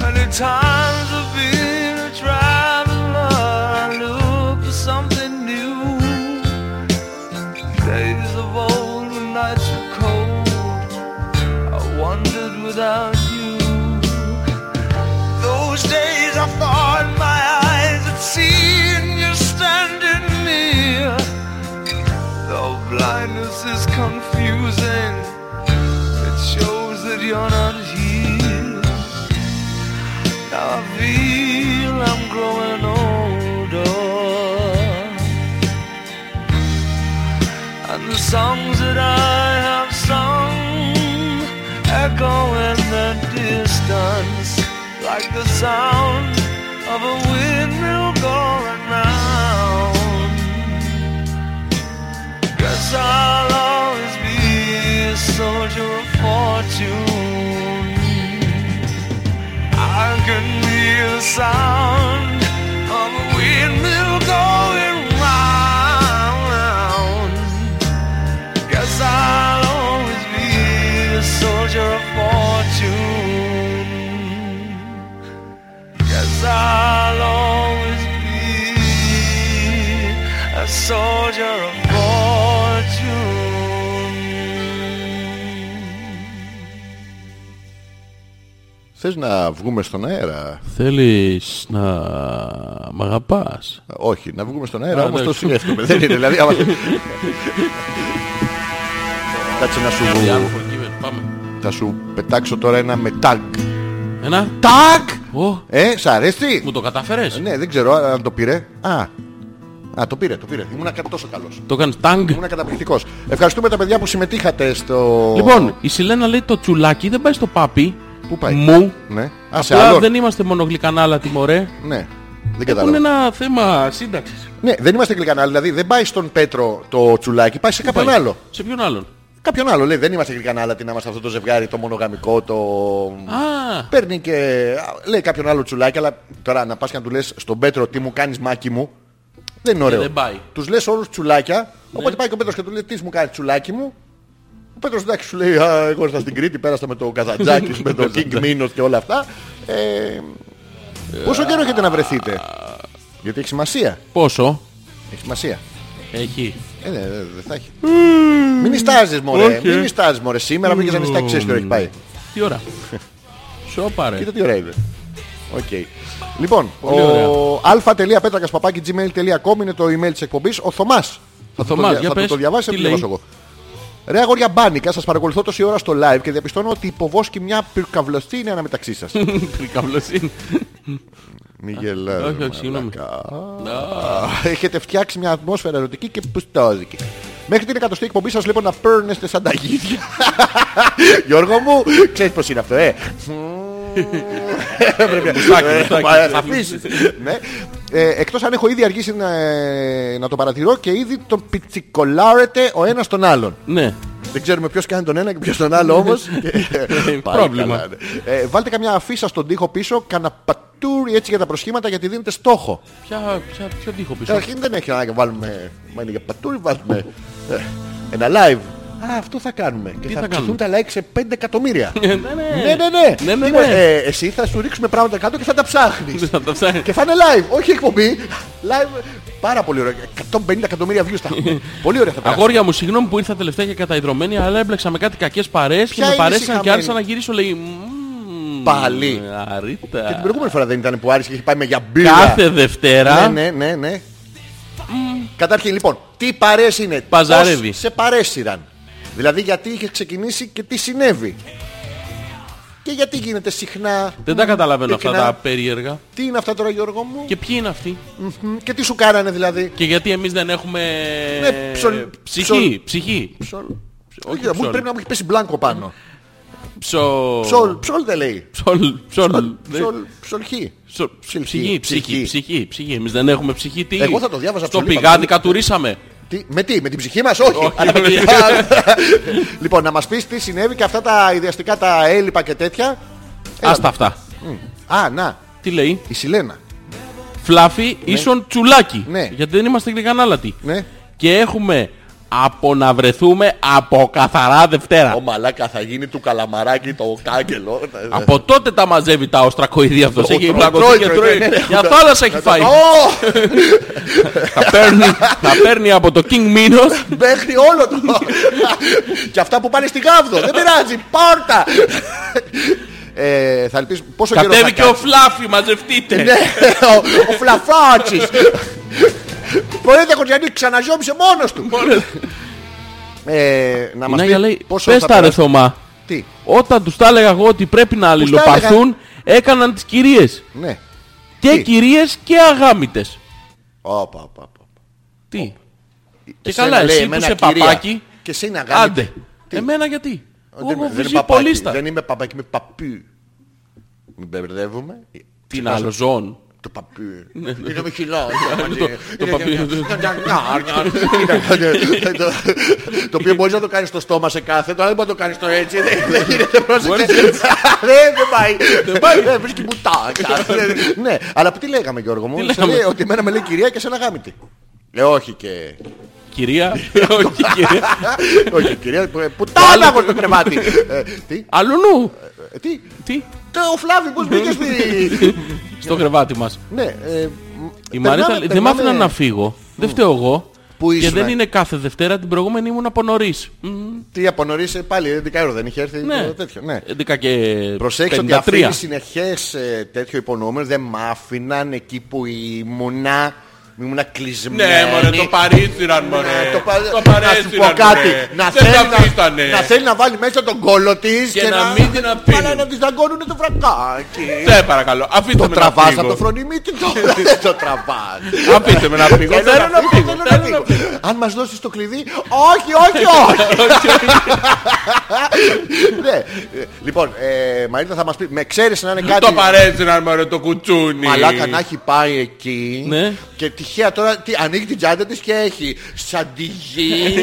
Speaker 5: Many times I've been a traveler, I look for something new. Days of old when nights were cold, I wandered without you. Those days I thought my eyes had seen you standing near. Though blindness is confusing, it shows that you're not here. Now I feel I'm growing older And the songs that I have sung Echo in the distance Like the sound of a windmill going round Guess I'll always be a soldier of fortune
Speaker 6: sound of a windmill going round. Guess I'll always be a soldier of fortune. Yes, I'll always be a soldier of fortune.
Speaker 1: Θες να βγούμε στον αέρα.
Speaker 2: Θέλεις να μ' αγαπάς.
Speaker 1: Όχι, να βγούμε στον
Speaker 2: Α,
Speaker 1: αέρα,
Speaker 2: ναι,
Speaker 1: όμως το
Speaker 2: εντάξει.
Speaker 1: σκέφτομαι. Δεν είναι, δηλαδή... άμα- Κάτσε να σου...
Speaker 2: Κάτι άλλο φορτίβερ, πάμε.
Speaker 1: Θα σου πετάξω τώρα ένα με τάγκ.
Speaker 2: Ένα.
Speaker 1: Τάγκ!
Speaker 2: Ω,
Speaker 1: Ε, σ' αρέσει?
Speaker 2: μου το κατάφερες.
Speaker 1: Ναι, δεν ξέρω αν το πήρε. Α, α το πήρε, το πήρε. Ήμουν κα- τόσο καλός.
Speaker 2: Το κάνεις τάγκ.
Speaker 1: Ήμουν καταπληκτικός. Ευχαριστούμε τα παιδιά που συμμετείχατε στο...
Speaker 2: Λοιπόν, η Σιλένα λέει το τσουλάκι δεν πάει στο πάπι.
Speaker 1: Πού πάει?
Speaker 2: Μου.
Speaker 1: Ναι. Α, σε
Speaker 2: Απλά
Speaker 1: άλλο.
Speaker 2: δεν είμαστε μόνο γλυκανάλα, τι μωρέ.
Speaker 1: Ναι. Δεν
Speaker 2: Έχουν
Speaker 1: κατάλαβα.
Speaker 2: ένα θέμα σύνταξης.
Speaker 1: Ναι, δεν είμαστε γλυκανάλοι. Δηλαδή δεν πάει στον Πέτρο το τσουλάκι, πάει σε κάποιον
Speaker 2: Πάει.
Speaker 1: άλλο.
Speaker 2: Σε ποιον άλλον.
Speaker 1: Κάποιον άλλο λέει δεν είμαστε γλυκανάλα, τι να είμαστε αυτό το ζευγάρι, το μονογαμικό, το.
Speaker 2: Α,
Speaker 1: Παίρνει και. λέει κάποιον άλλο τσουλάκι, αλλά τώρα να πας και να του λες στον Πέτρο τι μου κάνεις μάκι μου. Δεν είναι ωραίο.
Speaker 2: δεν πάει.
Speaker 1: Τους λες όλους τσουλάκια, οπότε πάει και ο Πέτρος και του λέει τι μου κάνεις τσουλάκι μου. Ο Πέτρος εντάξει σου λέει «Α, εγώ ήρθα στην Κρήτη, πέρασα με το Καζαντζάκη, με το Κινγκ Μίνος και όλα αυτά. Ε, πόσο καιρό έχετε να βρεθείτε. Γιατί έχει σημασία.
Speaker 2: πόσο
Speaker 1: Έχει σημασία.
Speaker 2: έχει.
Speaker 1: Ε, ναι, ναι, δεν θα έχει. Μην νιστάζεις μωρέ. Μην νιστάζεις μωρέ. Σήμερα πήγες να νιστάξεις. Ξέρεις τι ώρα έχει
Speaker 2: Ναι.
Speaker 1: πάει.
Speaker 2: Τι ώρα. Σοπα ρε.
Speaker 1: Κοίτα τι ώρα είναι. Οκ. Λοιπόν,
Speaker 2: ωραία.
Speaker 1: ο αλφα.πέτρακα.gmail.com είναι το email της εκπομπής. Ο Θωμάς. Θα το
Speaker 2: Θωμάς,
Speaker 1: δια-
Speaker 2: για
Speaker 1: θα
Speaker 2: πες,
Speaker 1: το διαβάσει,
Speaker 2: τι
Speaker 1: θα το
Speaker 2: [laughs]
Speaker 1: διαβάσω
Speaker 2: λέει?
Speaker 1: εγώ. Ρε αγόρια μπάνικα, σας παρακολουθώ τόση ώρα στο live και διαπιστώνω ότι η υποβόσκη μια πυρκαυλωστή είναι αναμεταξύ
Speaker 2: [laughs]
Speaker 1: σας.
Speaker 2: Πρικαβλός είναι.
Speaker 1: Μη γελάς,
Speaker 2: όχι,
Speaker 1: μαλάκα.
Speaker 2: συγγνώμη.
Speaker 1: Έχετε φτιάξει μια ατμόσφαιρα ερωτική και πουστόζικη. Μέχρι την εκατοστή εκπομπή σας λοιπόν να παίρνεστε σαν τα γίδια. [laughs] Γιώργο μου, ξέρεις πως είναι αυτό, ε. Πρέπει να- Μα, ε, θα αφήσεις. Ναι. Ε, Εκτός αν έχω ήδη αργήσει να, ε, να το παρατηρώ και ήδη τον πιτσικολάρετε ο ένας τον άλλον.
Speaker 2: Ναι.
Speaker 1: Δεν ξέρουμε ποιος κάνει τον ένα και ποιος τον άλλο όμως. Και- Πάει
Speaker 2: Πρόβλημα.
Speaker 1: καλά, ναι. Ε, Βάλτε καμιά αφίσα στον τοίχο πίσω, κανένα πατούρι έτσι για τα προσχήματα γιατί δίνετε στόχο.
Speaker 2: Ποια, ποια, ποιο τείχο πίσω.
Speaker 1: Καταρχήν Ε, δεν έχει ανάγκη να βάλουμε. Μα είναι για πατούρι, βάλουμε. ε, Ένα live. Α, αυτό θα κάνουμε. Και θα
Speaker 2: θα
Speaker 1: αυξηθούν τα
Speaker 2: κάνουμε?
Speaker 1: like σε 5 εκατομμύρια.
Speaker 2: Ναι, ναι,
Speaker 1: Ναι, ναι, ναι.
Speaker 2: Ναι, ναι,
Speaker 1: Τίποτα,
Speaker 2: ναι.
Speaker 1: ε, εσύ θα σου ρίξουμε πράγματα κάτω και θα τα ψάχνεις.
Speaker 2: Θα τα ψάχνεις.
Speaker 1: και θα είναι live, όχι εκπομπή. Live, πάρα πολύ ωραία. 150 εκατομμύρια views θα
Speaker 2: [laughs]
Speaker 1: έχουμε. πολύ ωραία θα περάσει.
Speaker 2: Αγόρια μου, συγγνώμη που ήρθα τελευταία και καταϊδρωμένη, αλλά έμπλεξα με κάτι κακές παρέες και
Speaker 1: Ποια
Speaker 2: με
Speaker 1: είναι η
Speaker 2: παρέσαν και
Speaker 1: συγχαμένη?
Speaker 2: άρχισα να γυρίσω, λέει. μμμ,
Speaker 1: Πάλι.
Speaker 2: Αρίτα.
Speaker 1: Και την προηγούμενη φορά δεν ήταν που Άρης είχε πάει με για μπύρα.
Speaker 2: Κάθε Δευτέρα.
Speaker 1: Ναι, ναι, ναι, ναι. Καταρχήν λοιπόν, τι παρέες είναι,
Speaker 2: Παζαρεύει.
Speaker 1: πώς σε παρέσυραν. Δηλαδή γιατί είχε ξεκινήσει και τι συνέβη. Και γιατί γίνεται συχνά.
Speaker 2: Δεν τα καταλαβαίνω αυτά
Speaker 1: Πυκνά.
Speaker 2: τα περίεργα.
Speaker 1: Τι είναι αυτά τώρα Γιώργο μου και,
Speaker 2: Και ποιοι είναι αυτοί.
Speaker 1: και τι σου κάνανε δηλαδή.
Speaker 2: Και γιατί εμείς δεν έχουμε...
Speaker 1: Ναι, ψολ-
Speaker 2: Ψυχή,
Speaker 1: ψολ-
Speaker 2: ψυχή.
Speaker 1: Ψολ.
Speaker 2: όχι
Speaker 1: Όχι, να μου-
Speaker 2: ψολ.
Speaker 1: πρέπει να μου έχει πέσει μπλάνκο πάνω.
Speaker 2: Ψο...
Speaker 1: Ψολ, ψολ δεν λέει.
Speaker 2: Ψολ. Ψολ. δεν-
Speaker 1: Ψολ, ψολχή.
Speaker 2: ψο-
Speaker 1: ψυχή,
Speaker 2: Ψυχή, ψυχή,
Speaker 1: ψυχή.
Speaker 2: ψυχή, ψυχή. Εμείς δεν έχουμε ψυχή. Τι.
Speaker 1: Εγώ θα το διάβαζα
Speaker 2: Στο
Speaker 1: ψωλή,
Speaker 2: πηγάδι
Speaker 1: παντού.
Speaker 2: κατουρίσαμε.
Speaker 1: Τι, με τι, με την ψυχή μας, όχι.
Speaker 2: Όχι,
Speaker 1: Αλλά με
Speaker 2: όχι.
Speaker 1: την- λοιπόν, να μας πεις τι συνέβη και αυτά τα ιδιαστικά τα έλλειπα και τέτοια. Έλα.
Speaker 2: Άστα αυτά.
Speaker 1: Α, να,
Speaker 2: Τι λέει.
Speaker 1: η Σιλένα.
Speaker 2: Φλάφι ίσον τσουλάκι.
Speaker 1: Ναι.
Speaker 2: Γιατί δεν είμαστε γλυκανάλατοι.
Speaker 1: Ναι.
Speaker 2: Και έχουμε από να βρεθούμε από καθαρά
Speaker 1: Ο
Speaker 2: Δευτέρα.
Speaker 1: μαλάκα θα γίνει του καλαμαράκι το κάγκελο.
Speaker 2: Από τότε τα μαζεύει τα οστρακοειδή αυτός.
Speaker 1: Ο
Speaker 2: Έχει
Speaker 1: τρώει,
Speaker 2: πλακωθεί
Speaker 1: τρώει,
Speaker 2: και
Speaker 1: τρώει,
Speaker 2: τρώει.
Speaker 1: ναι, ναι.
Speaker 2: Για θάλασσα έχει φάει.
Speaker 1: Ω,
Speaker 2: Θα παίρνει, θα παίρνει από το King Minos
Speaker 1: Μέχρι όλο το. Και αυτά που πάνε στη γάβδο. Δεν πειράζει. Πόρτα. Ε, θα ελπίζω πόσο καιρό θα
Speaker 2: Κατέβηκε και ο
Speaker 1: κάτσει.
Speaker 2: Φλάφι, μαζευτείτε.
Speaker 1: Ναι, ο, ο φλαφάτσις. Μπορείτε Κοντιανή, ξαναζόμισε μόνος του.
Speaker 2: Μόλις-
Speaker 1: Ε, να
Speaker 2: Η
Speaker 1: μας
Speaker 2: Νάγια Ναι, λέει,
Speaker 1: πει πόσο
Speaker 2: πες
Speaker 1: θα
Speaker 2: τα ρε
Speaker 1: περάσει-
Speaker 2: Θωμά.
Speaker 1: Τι,
Speaker 2: Όταν τους τα έλεγα εγώ ότι πρέπει να
Speaker 1: τα
Speaker 2: αλληλοπαθούν, έκαναν τις κυρίες.
Speaker 1: ναι.
Speaker 2: Και
Speaker 1: Τι?
Speaker 2: κυρίες και αγάμητες.
Speaker 1: Όπα, όπα, όπα.
Speaker 2: Τι. Και
Speaker 1: Εσένα,
Speaker 2: καλά,
Speaker 1: λέει,
Speaker 2: εσύ που
Speaker 1: εμένα
Speaker 2: είσαι
Speaker 1: κυρία.
Speaker 2: παπάκι.
Speaker 1: Και εσύ είναι αγάπη.
Speaker 2: Άντε. Εμένα γιατί. Εγώ
Speaker 1: Δεν,
Speaker 2: έχω
Speaker 1: δεν, είμαι
Speaker 2: βυζί
Speaker 1: παπάκι,
Speaker 2: πολίστα.
Speaker 1: δεν είμαι παπάκι, είμαι παππού. Μην μπερδεύουμε.
Speaker 2: Τι είναι
Speaker 1: Ξεχάσαμε.
Speaker 2: άλλο, ζώων.
Speaker 1: το παπί. Είναι μιχυλό.
Speaker 2: το παπί.
Speaker 1: Το οποίο μπορείς να το κάνεις στο στόμα σε κάθε, τώρα δεν μπορείς να το κάνεις στο έτσι. Δεν δεν γίνεται πρόσεξε. [laughs]
Speaker 2: Μπορείς
Speaker 1: Δεν δεν πάει. Δεν πάει. Ε, Βρίσκει μπουτά. Ναι, αλλά τι λέγαμε Γιώργο μου. Σε
Speaker 2: λέγαμε?
Speaker 1: λέει Ότι εμένα με λέει κυρία και σε ένα γάμητη. Λέω όχι και...
Speaker 2: Κυρία, [laughs] όχι κυρία.
Speaker 1: Όχι κυρία, ε, πουτάνα έχω στο κρεβάτι. Ε, Τι,
Speaker 2: Αλουνού.
Speaker 1: ε, τι,
Speaker 2: Τι,
Speaker 1: το Φλάβι πώς μπήκε στη...
Speaker 2: [laughs] στο κρεβάτι μας.
Speaker 1: Ναι, ε,
Speaker 2: Η
Speaker 1: περνάμε-
Speaker 2: Μαρίτα λέει, δεν μ'
Speaker 1: περνάμε-
Speaker 2: άφηναν να φύγω. Δεν φταίω εγώ.
Speaker 1: Πού
Speaker 2: Και
Speaker 1: ήσουν,
Speaker 2: δεν
Speaker 1: ε?
Speaker 2: είναι κάθε Δευτέρα, την προηγούμενη ήμουν από νωρίς. Μμμ,
Speaker 1: Τι από νωρίς ε, πάλι 11 ώρα δεν είχε έρθει
Speaker 2: Ναι.
Speaker 1: το τέτοιο. Ναι.
Speaker 2: 11 και
Speaker 1: Προσέξτε ότι
Speaker 2: 53.
Speaker 1: αφήνει συνεχές ε, τέτοιο υπονοούμενο δεν μ' άφηναν εκεί που ήμουνα. Ήμουνα κλεισμένη.
Speaker 2: Ναι, μωρέ, το παρίστηραν, μωρέ.
Speaker 1: Ναι, το πα-
Speaker 2: Το
Speaker 1: να σου πω
Speaker 2: παρέστηραν,
Speaker 1: κάτι.
Speaker 2: μωρέ.
Speaker 1: Να,
Speaker 2: Δεν
Speaker 1: θέλει
Speaker 2: τα
Speaker 1: να,
Speaker 2: αφήσανε.
Speaker 1: να θέλει να βάλει μέσα τον κόλο της
Speaker 2: Και να μην την αφήνει.
Speaker 1: Αλλά να της δαγκώνουν το βρακάκι.
Speaker 2: Σε παρακαλώ, αφήστε
Speaker 1: Το
Speaker 2: με να
Speaker 1: τραβάς από το
Speaker 2: φύγω.
Speaker 1: φρονιμίτι
Speaker 2: [laughs]
Speaker 1: τώρα. Δεν το τραβάς.
Speaker 2: Αφήστε με να φύγω. Θέλω να φύγω.
Speaker 1: θέλω να φύγω. Αν μας δώσεις το κλειδί, όχι, όχι,
Speaker 2: [laughs]
Speaker 1: όχι. Ναι. Ε, Λοιπόν, ε, Μαρίτα θα μας πει, με ξέρεις να είναι κάτι...
Speaker 2: Το παρέστηραν, μωρέ, το κουτσούνι.
Speaker 1: Μαλάκα να έχει πάει εκεί
Speaker 2: Ναι.
Speaker 1: και τυχαία τώρα τι, ανοίγει την τσάντα της και έχει
Speaker 2: [laughs]
Speaker 1: σαντιγί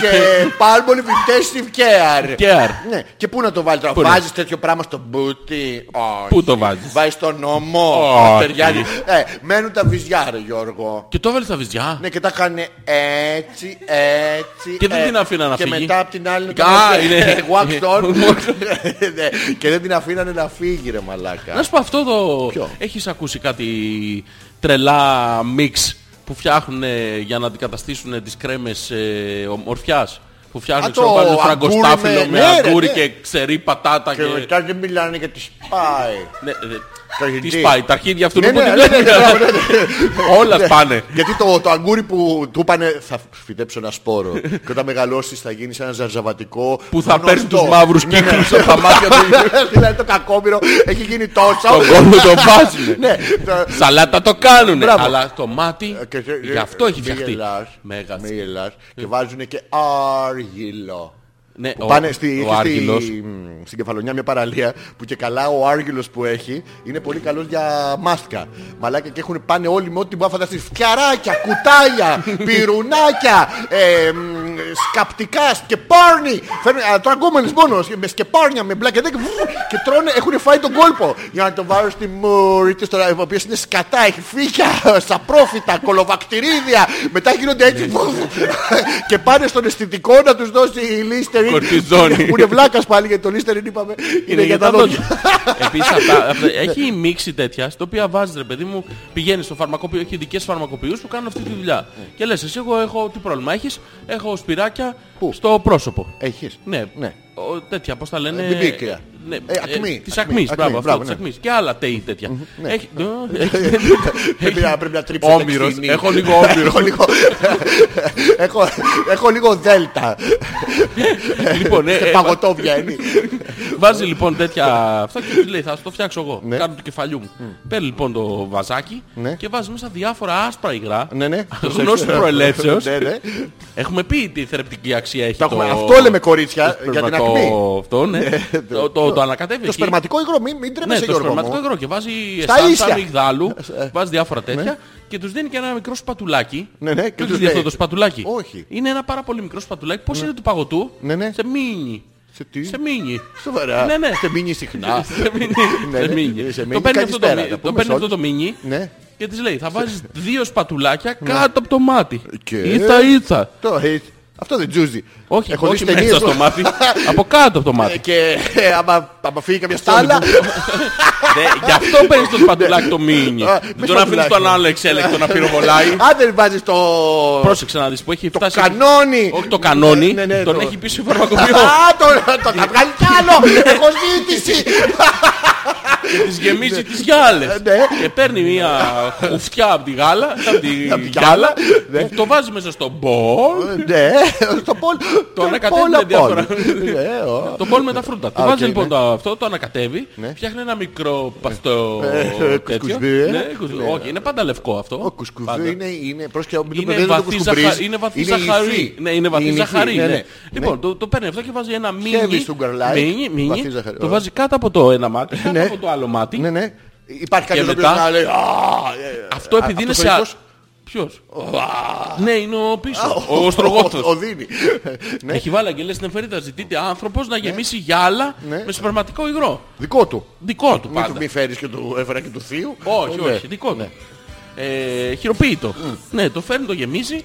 Speaker 1: και πάλμολοι βιτές στη Φκέαρ.
Speaker 2: Φκέαρ.
Speaker 1: Ναι. Και πού να το βάλει τώρα,
Speaker 2: να-
Speaker 1: βάζεις τέτοιο πράγμα στο μπούτι. Όχι.
Speaker 2: Πού το βάζεις?
Speaker 1: Βάζεις τον νόμο.
Speaker 2: Όχι.
Speaker 1: Ταιριάζει. Ε, μένουν τα βυζιά ρε Γιώργο.
Speaker 2: Και το έβαλε στα βυζιά.
Speaker 1: Ναι και τα κάνει έτσι, έτσι.
Speaker 2: Και δεν
Speaker 1: ε,
Speaker 2: την αφήνανε να
Speaker 1: Και
Speaker 2: φύγει.
Speaker 1: μετά από την άλλη.
Speaker 2: Α, είναι-
Speaker 1: Wax on. Ναι, Και δεν την αφήνανε να φύγει, ρε
Speaker 2: Να
Speaker 1: μαλάκα.
Speaker 2: σου πω αυτό εδώ.
Speaker 1: Ποιο?
Speaker 2: Έχεις ακούσει κάτι τρελά μίξ που φτιάχνουν για να αντικαταστήσουν τις κρέμες ε, ομορφιάς. Που
Speaker 1: Α,
Speaker 2: φτιάχνουν
Speaker 1: το
Speaker 2: ξέρω, βάζουν
Speaker 1: αγγούρι
Speaker 2: φραγκοστάφυλλο
Speaker 1: με-
Speaker 2: με
Speaker 1: ναι, ρε,
Speaker 2: αγγούρι
Speaker 1: ναι.
Speaker 2: και ξερή πατάτα και...
Speaker 1: Και μετά δεν μιλάνε για τη σπάει.
Speaker 2: Ναι, ναι.
Speaker 1: Τα αρχιδί.
Speaker 2: Τι σπάει, τα αρχίδια αυτού
Speaker 1: Ναι,
Speaker 2: που
Speaker 1: ναι,
Speaker 2: την
Speaker 1: ναι, ναι,
Speaker 2: λένε.
Speaker 1: μπράβο, ναι,
Speaker 2: Όλα σπάνε.
Speaker 1: Γιατί το, το αγγούρι που του είπανε θα φυτέψω ένα σπόρο και όταν μεγαλώσεις θα γίνεις ένα ζαρζαβατικό
Speaker 2: Που θα
Speaker 1: γνωστό.
Speaker 2: παίρνει τους μαύρους
Speaker 1: Ναι, ναι.
Speaker 2: κύκλους από τα μάτια του.
Speaker 1: [laughs] δηλαδή το κακόμοιρο έχει γίνει τόσο.
Speaker 2: Τον κόσμο τον βάζουνε.
Speaker 1: ναι, το-
Speaker 2: Σαλάτα το κάνουνε.
Speaker 1: Μπράβο. Ε,
Speaker 2: Αλλά το μάτι
Speaker 1: και-
Speaker 2: γι' αυτό έχει
Speaker 1: μη
Speaker 2: φτιαχτεί.
Speaker 1: γελάς,
Speaker 2: Μέγας.
Speaker 1: μη γελάς. Και βάζουν και άργυλο.
Speaker 2: Ναι,
Speaker 1: Που
Speaker 2: ο-
Speaker 1: πάνε στη,
Speaker 2: ο
Speaker 1: είχε στη-
Speaker 2: Άργυλος.
Speaker 1: μ, στην κεφαλονιά μια παραλία που και καλά ο άργυλος που έχει είναι πολύ καλός για μάσκα. Μαλάκα και έχουν πάνε όλοι με ό,τι μπορεί να φανταστείς. Φτιαράκια, κουτάλια, πυρουνάκια, ε, μ, σκαπτικά, σκεπάρνι. Φέρνουν α, τραγκόμενες μόνος σκε- με σκεπάρνια, με μπλακετέ και, βου, και τρώνε, έχουν φάει τον κόλπο για να το βάλουν στη μούρη της τώρα, οι οποίες είναι σκατά, έχει [laughs] φύκια, σαπρόφυτα, κολοβακτηρίδια. Μετά γίνονται έτσι βου, βου, και πάνε στον αισθητικό να τους δώσει η λίστερη
Speaker 2: Κορτιζόνη.
Speaker 1: που είναι βλάκας πάλι γιατί το Λίστερ είπαμε.
Speaker 2: Είναι για τα δόντια.
Speaker 1: [laughs]
Speaker 2: Επίσης αυτά, αυτά- έχει μίξη τέτοια, στο οποία βάζεις ρε παιδί μου, πηγαίνεις στο φαρμακοποιό, έχει ειδικές φαρμακοποιούς που κάνουν αυτή τη δουλειά.
Speaker 1: Ναι.
Speaker 2: Και λες εσύ εγώ έχω τι πρόβλημα έχεις, έχω σπυράκια
Speaker 1: Πού?
Speaker 2: στο πρόσωπο.
Speaker 1: Έχεις.
Speaker 2: Ναι,
Speaker 1: Ναι.
Speaker 2: Ο, τέτοια, πώς τα λένε.
Speaker 1: Ε, την πίκρα.
Speaker 2: Ναι,
Speaker 1: Ε, ακμή,
Speaker 2: της
Speaker 1: ακμής,
Speaker 2: ακμής,
Speaker 1: ακμή,
Speaker 2: μπράβο, αυτό,
Speaker 1: μπράβο,
Speaker 2: της
Speaker 1: ναι.
Speaker 2: ακμής. Και άλλα τέι τέτοια.
Speaker 1: [laughs]
Speaker 2: Έχει, ε, έχει-
Speaker 1: Πρέπει να- πρέπει να τρίψω.
Speaker 2: Όμηρος.
Speaker 1: δεξινή.
Speaker 2: Έχω λίγο όμηρο.
Speaker 1: Έχω λίγο- έχω- Έχω λίγο δέλτα.
Speaker 2: λοιπόν, ε,
Speaker 1: Σε
Speaker 2: ε,
Speaker 1: παγωτό βγαίνει.
Speaker 2: [laughs] Βάζει λοιπόν τέτοια αυτά και της λέει θα το φτιάξω εγώ.
Speaker 1: Ναι.
Speaker 2: Κάνω του κεφαλιού μου. Παίρνει λοιπόν το βαζάκι
Speaker 1: Ναι.
Speaker 2: και βάζει μέσα διάφορα άσπρα υγρά.
Speaker 1: Ναι, [laughs] ναι.
Speaker 2: Γνώση προελεύσεως.
Speaker 1: Ναι, ναι.
Speaker 2: Έχουμε πει τι θεραπευτική αξία έχει.
Speaker 1: Το
Speaker 2: Το
Speaker 1: έχουμε- Αυτό λέμε κορίτσια
Speaker 2: το
Speaker 1: για την
Speaker 2: σπερματο-
Speaker 1: ακμή.
Speaker 2: Αυτό, ναι. το, το, το ανακατεύει.
Speaker 1: Το
Speaker 2: εκεί.
Speaker 1: σπερματικό υγρό, μην, μην
Speaker 2: Ναι,
Speaker 1: τρέπεσαι
Speaker 2: το
Speaker 1: Γιώργο
Speaker 2: σπερματικό
Speaker 1: μου.
Speaker 2: υγρό και βάζει
Speaker 1: Στα
Speaker 2: εσάνσα
Speaker 1: ίσια. Ε,
Speaker 2: αμυγδάλου, βάζει διάφορα τέτοια και τους δίνει και ένα μικρό σπατουλάκι.
Speaker 1: Ναι, ναι, και
Speaker 2: και
Speaker 1: τους
Speaker 2: τους
Speaker 1: λέει.
Speaker 2: αυτό το σπατουλάκι.
Speaker 1: Όχι.
Speaker 2: Είναι ένα πάρα πολύ μικρό σπατουλάκι. Πώς είναι του παγωτού.
Speaker 1: Ναι, ναι.
Speaker 2: Σε μίνι.
Speaker 1: Σε τι?
Speaker 2: Σε μίνι.
Speaker 1: Σοβαρά.
Speaker 2: Ναι, ναι.
Speaker 1: Σε μείνει
Speaker 2: [laughs]
Speaker 1: συχνά.
Speaker 2: Σε μίνι.
Speaker 1: Ναι,
Speaker 2: Σε
Speaker 1: ναι.
Speaker 2: μίνι.
Speaker 1: Σε
Speaker 2: Το
Speaker 1: μίνι
Speaker 2: παίρνει αυτό το
Speaker 1: καλησπέρα,
Speaker 2: μι-
Speaker 1: τα
Speaker 2: το
Speaker 1: πούμε
Speaker 2: παίρνει
Speaker 1: σε
Speaker 2: αυτό το μίνι
Speaker 1: Ναι.
Speaker 2: και της λέει θα βάζεις δύο σπατουλάκια κάτω από το μάτι.
Speaker 1: Και-
Speaker 2: Ήτσα ήτσα.
Speaker 1: Το hate. Αυτό δεν τζούζει.
Speaker 2: Όχι,
Speaker 1: Έχω
Speaker 2: όχι
Speaker 1: δει ταινίες
Speaker 2: μέσα
Speaker 1: που-
Speaker 2: στο
Speaker 1: [laughs]
Speaker 2: μάτι. από κάτω από το
Speaker 1: Ε,
Speaker 2: μάτι.
Speaker 1: Και ε, άμα, άμα φύγει καμιά στάλα. Ε,
Speaker 2: Δε, γι' αυτό παίρνεις το σπατουλάκι το μίνι.
Speaker 1: Α,
Speaker 2: Δεν
Speaker 1: με
Speaker 2: τον αφήνεις
Speaker 1: σπατουλάκι.
Speaker 2: τον [laughs] άλλο εξέλεκτο να πυροβολάει.
Speaker 1: Αν δεν βάζεις το.
Speaker 2: [laughs] Πρόσεξε να δεις που έχει φτάσει...
Speaker 1: κανόνι.
Speaker 2: Όχι το κανόνι,
Speaker 1: Ναι, ναι, ναι,
Speaker 2: τον
Speaker 1: το-
Speaker 2: έχει πίσω η φαρμακοποιός.
Speaker 1: Α, το, το θα βγάλει κι άλλο! Έχω ζήτηση!
Speaker 2: Τις γεμίζει τις γυάλες.
Speaker 1: Ναι.
Speaker 2: Και παίρνει μια χουφτιά από τη
Speaker 1: [laughs]
Speaker 2: γάλα, από τη
Speaker 1: τη
Speaker 2: γυάλα,
Speaker 1: ναι.
Speaker 2: και το βάζει μέσα στο μπολ.
Speaker 1: ναι, στο πόλ.
Speaker 2: Το
Speaker 1: πόλ,
Speaker 2: ανακατεύει διάφορα.
Speaker 1: πόλ. Ναι, ο.
Speaker 2: Το μπολ με τα φρούτα. Το
Speaker 1: Α,
Speaker 2: βάζει
Speaker 1: οκ,
Speaker 2: λοιπόν
Speaker 1: ναι.
Speaker 2: το αυτό, το ανακατεύει,
Speaker 1: Ναι.
Speaker 2: φτιάχνει ένα μικρό παστό
Speaker 1: Ε, ε,
Speaker 2: τέτοιο.
Speaker 1: κουσκουβί, ε.
Speaker 2: Ναι, κουσκουβί.
Speaker 1: Ναι.
Speaker 2: Όχι, είναι πάντα λευκό αυτό.
Speaker 1: Ο κουσκουβί
Speaker 2: Πάντα.
Speaker 1: είναι, είναι, πρόσκειται, μην
Speaker 2: Είναι
Speaker 1: το μπερδεύετε το
Speaker 2: βαθύ,
Speaker 1: κουσκουμπρίζ.
Speaker 2: ζαχα... είναι βαθύ
Speaker 1: Είναι
Speaker 2: ζαχαρή.
Speaker 1: ηχθή.
Speaker 2: Ναι, είναι βαθύ
Speaker 1: Είναι ηχθή,
Speaker 2: ζαχαρή.
Speaker 1: ναι,
Speaker 2: ναι.
Speaker 1: ναι.
Speaker 2: Λοιπόν, το, το παίρνει αυτό και βάζει ένα μίνι.
Speaker 1: sugar like,
Speaker 2: μίνι, μίνι,
Speaker 1: βαθύ ζαχαρή.
Speaker 2: Το
Speaker 1: Ω.
Speaker 2: βάζει κάτω από το ένα μάτι, κάτω
Speaker 1: Ναι.
Speaker 2: από το άλλο μάτι.
Speaker 1: Ναι, ναι. Υπάρχει κάποιος ο οποίος
Speaker 2: μετά-
Speaker 1: να λέει «Α, ε, ε,
Speaker 2: Αυτό
Speaker 1: α,
Speaker 2: επειδή είναι σε.
Speaker 1: αυτός ο
Speaker 2: α-
Speaker 1: ήχος,
Speaker 2: Ποιος? Ναι, είναι ο πίσω. Ο
Speaker 1: Ο
Speaker 2: στρογόθος.
Speaker 1: Δίνη. Ναι,
Speaker 2: Έχει βάλει αγγελές στην εφερίδα. Ζητείται άνθρωπος να γεμίσει γυάλα
Speaker 1: Ναι.
Speaker 2: με σπερματικό υγρό.
Speaker 1: δικό του.
Speaker 2: Δικό του
Speaker 1: Μη, του-
Speaker 2: πάντα.
Speaker 1: μη φέρεις και του έφερα και του θείου.
Speaker 2: Όχι,
Speaker 1: Ναι.
Speaker 2: όχι, δικό του. Ε, χειροποίητο. Ναι, το φέρνει, το γεμίζει.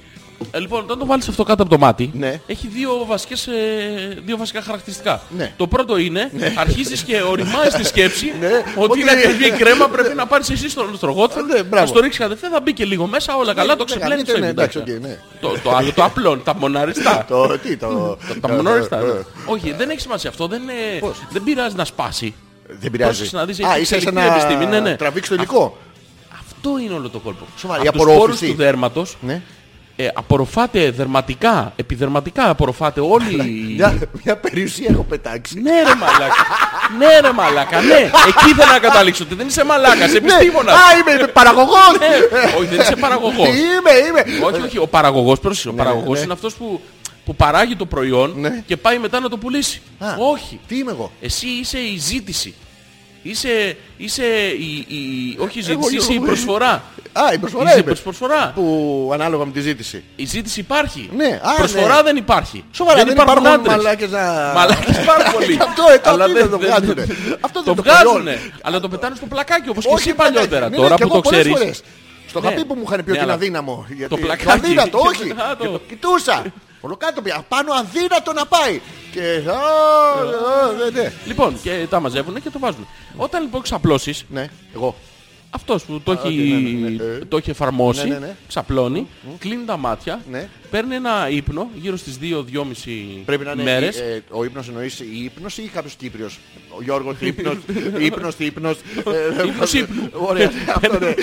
Speaker 2: Ε, λοιπόν, όταν το βάλεις αυτό κάτω από το μάτι,
Speaker 1: Ναι.
Speaker 2: έχει δύο, βασικές, ε, δύο βασικά χαρακτηριστικά.
Speaker 1: Ναι.
Speaker 2: Το πρώτο είναι, αρχίζεις και οριμάζεις τη σκέψη
Speaker 1: Ναι,
Speaker 2: ότι είναι
Speaker 1: ότι-
Speaker 2: ακριβή η κρέμα, πρέπει να πάρεις εσύ στον στρογόθρο,
Speaker 1: Ναι,
Speaker 2: να
Speaker 1: μπράβο.
Speaker 2: στο ρίξεις κατευθείαν, θα μπει και λίγο μέσα, όλα καλά, το
Speaker 1: Ναι,
Speaker 2: ξεπλένεις.
Speaker 1: ναι, ναι,
Speaker 2: ε,
Speaker 1: εντάξει,
Speaker 2: εντάξει.
Speaker 1: οκ, ναι.
Speaker 2: Το, το άλλο, το απλό, τα μοναριστά.
Speaker 1: [laughs] Το, τι, το...
Speaker 2: τα
Speaker 1: το-
Speaker 2: μοναριστά.
Speaker 1: το-
Speaker 2: ναι. Όχι, δεν έχει σημασία αυτό, δεν, είναι-
Speaker 1: Πώς?
Speaker 2: δεν πειράζει να σπάσει.
Speaker 1: Δεν πειράζει.
Speaker 2: Πρόσεξε να δεις,
Speaker 1: Α,
Speaker 2: έχει
Speaker 1: είσαι σαν
Speaker 2: εξελιχθεί η επιστήμη, ναι, ναι.
Speaker 1: να τραβήξεις το υλικό.
Speaker 2: Αυτό είναι όλο το κόλπο.
Speaker 1: Σοβαρά, η
Speaker 2: Από τους
Speaker 1: απορρόφηση.
Speaker 2: πόρους του δέρματος
Speaker 1: Ναι.
Speaker 2: ε, απορροφάται δερματικά, επιδερματικά απορροφάται όλη... η-
Speaker 1: Μια, μια περιουσία έχω πετάξει.
Speaker 2: ναι ρε μαλάκα, ναι ρε μαλάκα, ναι. Εκεί ήθελα να καταλήξω ότι δεν είσαι μαλάκας, επιστήμονας.
Speaker 1: Ναι. Α, είμαι, είμαι παραγωγός.
Speaker 2: Ναι. Όχι, δεν είσαι παραγωγός.
Speaker 1: Είμαι, είμαι.
Speaker 2: όχι, όχι, ο παραγωγός, πρόσεχε, ο παραγωγός είναι αυτός που, που παράγει το προϊόν
Speaker 1: Ναι.
Speaker 2: και πάει μετά να το πουλήσει.
Speaker 1: Α,
Speaker 2: όχι.
Speaker 1: Τι είμαι εγώ.
Speaker 2: Εσύ είσαι η ζήτηση. Είσαι, είσαι η, η- όχι η
Speaker 1: Εγώ,
Speaker 2: ζήτηση, είσαι η
Speaker 1: εγώ.
Speaker 2: προσφορά.
Speaker 1: Α, η προσφορά
Speaker 2: Είσαι
Speaker 1: είμαι.
Speaker 2: προσφορά.
Speaker 1: Που ανάλογα με τη ζήτηση.
Speaker 2: Η ζήτηση υπάρχει.
Speaker 1: Ναι, α,
Speaker 2: Προσφορά
Speaker 1: ναι.
Speaker 2: δεν υπάρχει.
Speaker 1: Σοβαρά, δεν
Speaker 2: υπάρχουν
Speaker 1: υπάρχουν
Speaker 2: άντρες.
Speaker 1: μαλάκες να-
Speaker 2: Μαλάκες πάρα πολύ.
Speaker 1: [laughs] Αυτό, ε, το
Speaker 2: Αλλά
Speaker 1: αυτό
Speaker 2: δεν-
Speaker 1: δεν το
Speaker 2: δεν-
Speaker 1: βγάζουνε. Αυτό
Speaker 2: Το
Speaker 1: δεν το
Speaker 2: βγάζουνε.
Speaker 1: κολλιώνουν.
Speaker 2: Αλλά το πετάνε στο πλακάκι όπως και
Speaker 1: Όχι
Speaker 2: εσύ
Speaker 1: πλακάκι.
Speaker 2: παλιότερα.
Speaker 1: Ναι, ναι,
Speaker 2: Τώρα
Speaker 1: και
Speaker 2: που
Speaker 1: εγώ
Speaker 2: το
Speaker 1: πολλές
Speaker 2: ξέρεις.
Speaker 1: φορές. Στο
Speaker 2: Ναι.
Speaker 1: χαπί που μου είχαν πει ότι
Speaker 2: Ναι,
Speaker 1: είναι
Speaker 2: αλλά-
Speaker 1: αδύναμο. γιατί-
Speaker 2: πλακάκι.
Speaker 1: Αδύνατο, όχι.
Speaker 2: Α, το-
Speaker 1: Και το κοιτούσα. Ολοκάτω πια. Πάνω αδύνατο να πάει. Και. α, α, ναι, ναι.
Speaker 2: Λοιπόν, και τα μαζεύουν και το βάζουν. Όταν λοιπόν ξαπλώσεις,
Speaker 1: Ναι, εγώ.
Speaker 2: αυτός που το έχει, Ε,
Speaker 1: ναι, ναι, ναι.
Speaker 2: το έχει εφαρμόσει,
Speaker 1: Ναι, ναι, ναι.
Speaker 2: ξαπλώνει, κλείνει τα μάτια,
Speaker 1: Ναι.
Speaker 2: παίρνει ένα ύπνο γύρω στις 2-2,5
Speaker 1: Πρέπει να είναι
Speaker 2: μέρες.
Speaker 1: ε, ε, ο ύπνος εννοείς η ύπνος ή κάποιος Κύπριος. Ο Γιώργος τι ύπνος, ύπνος, τι ύπνος. Ε,
Speaker 2: Ύπνος ύπνου.
Speaker 1: Ωραία, αυτό ναι.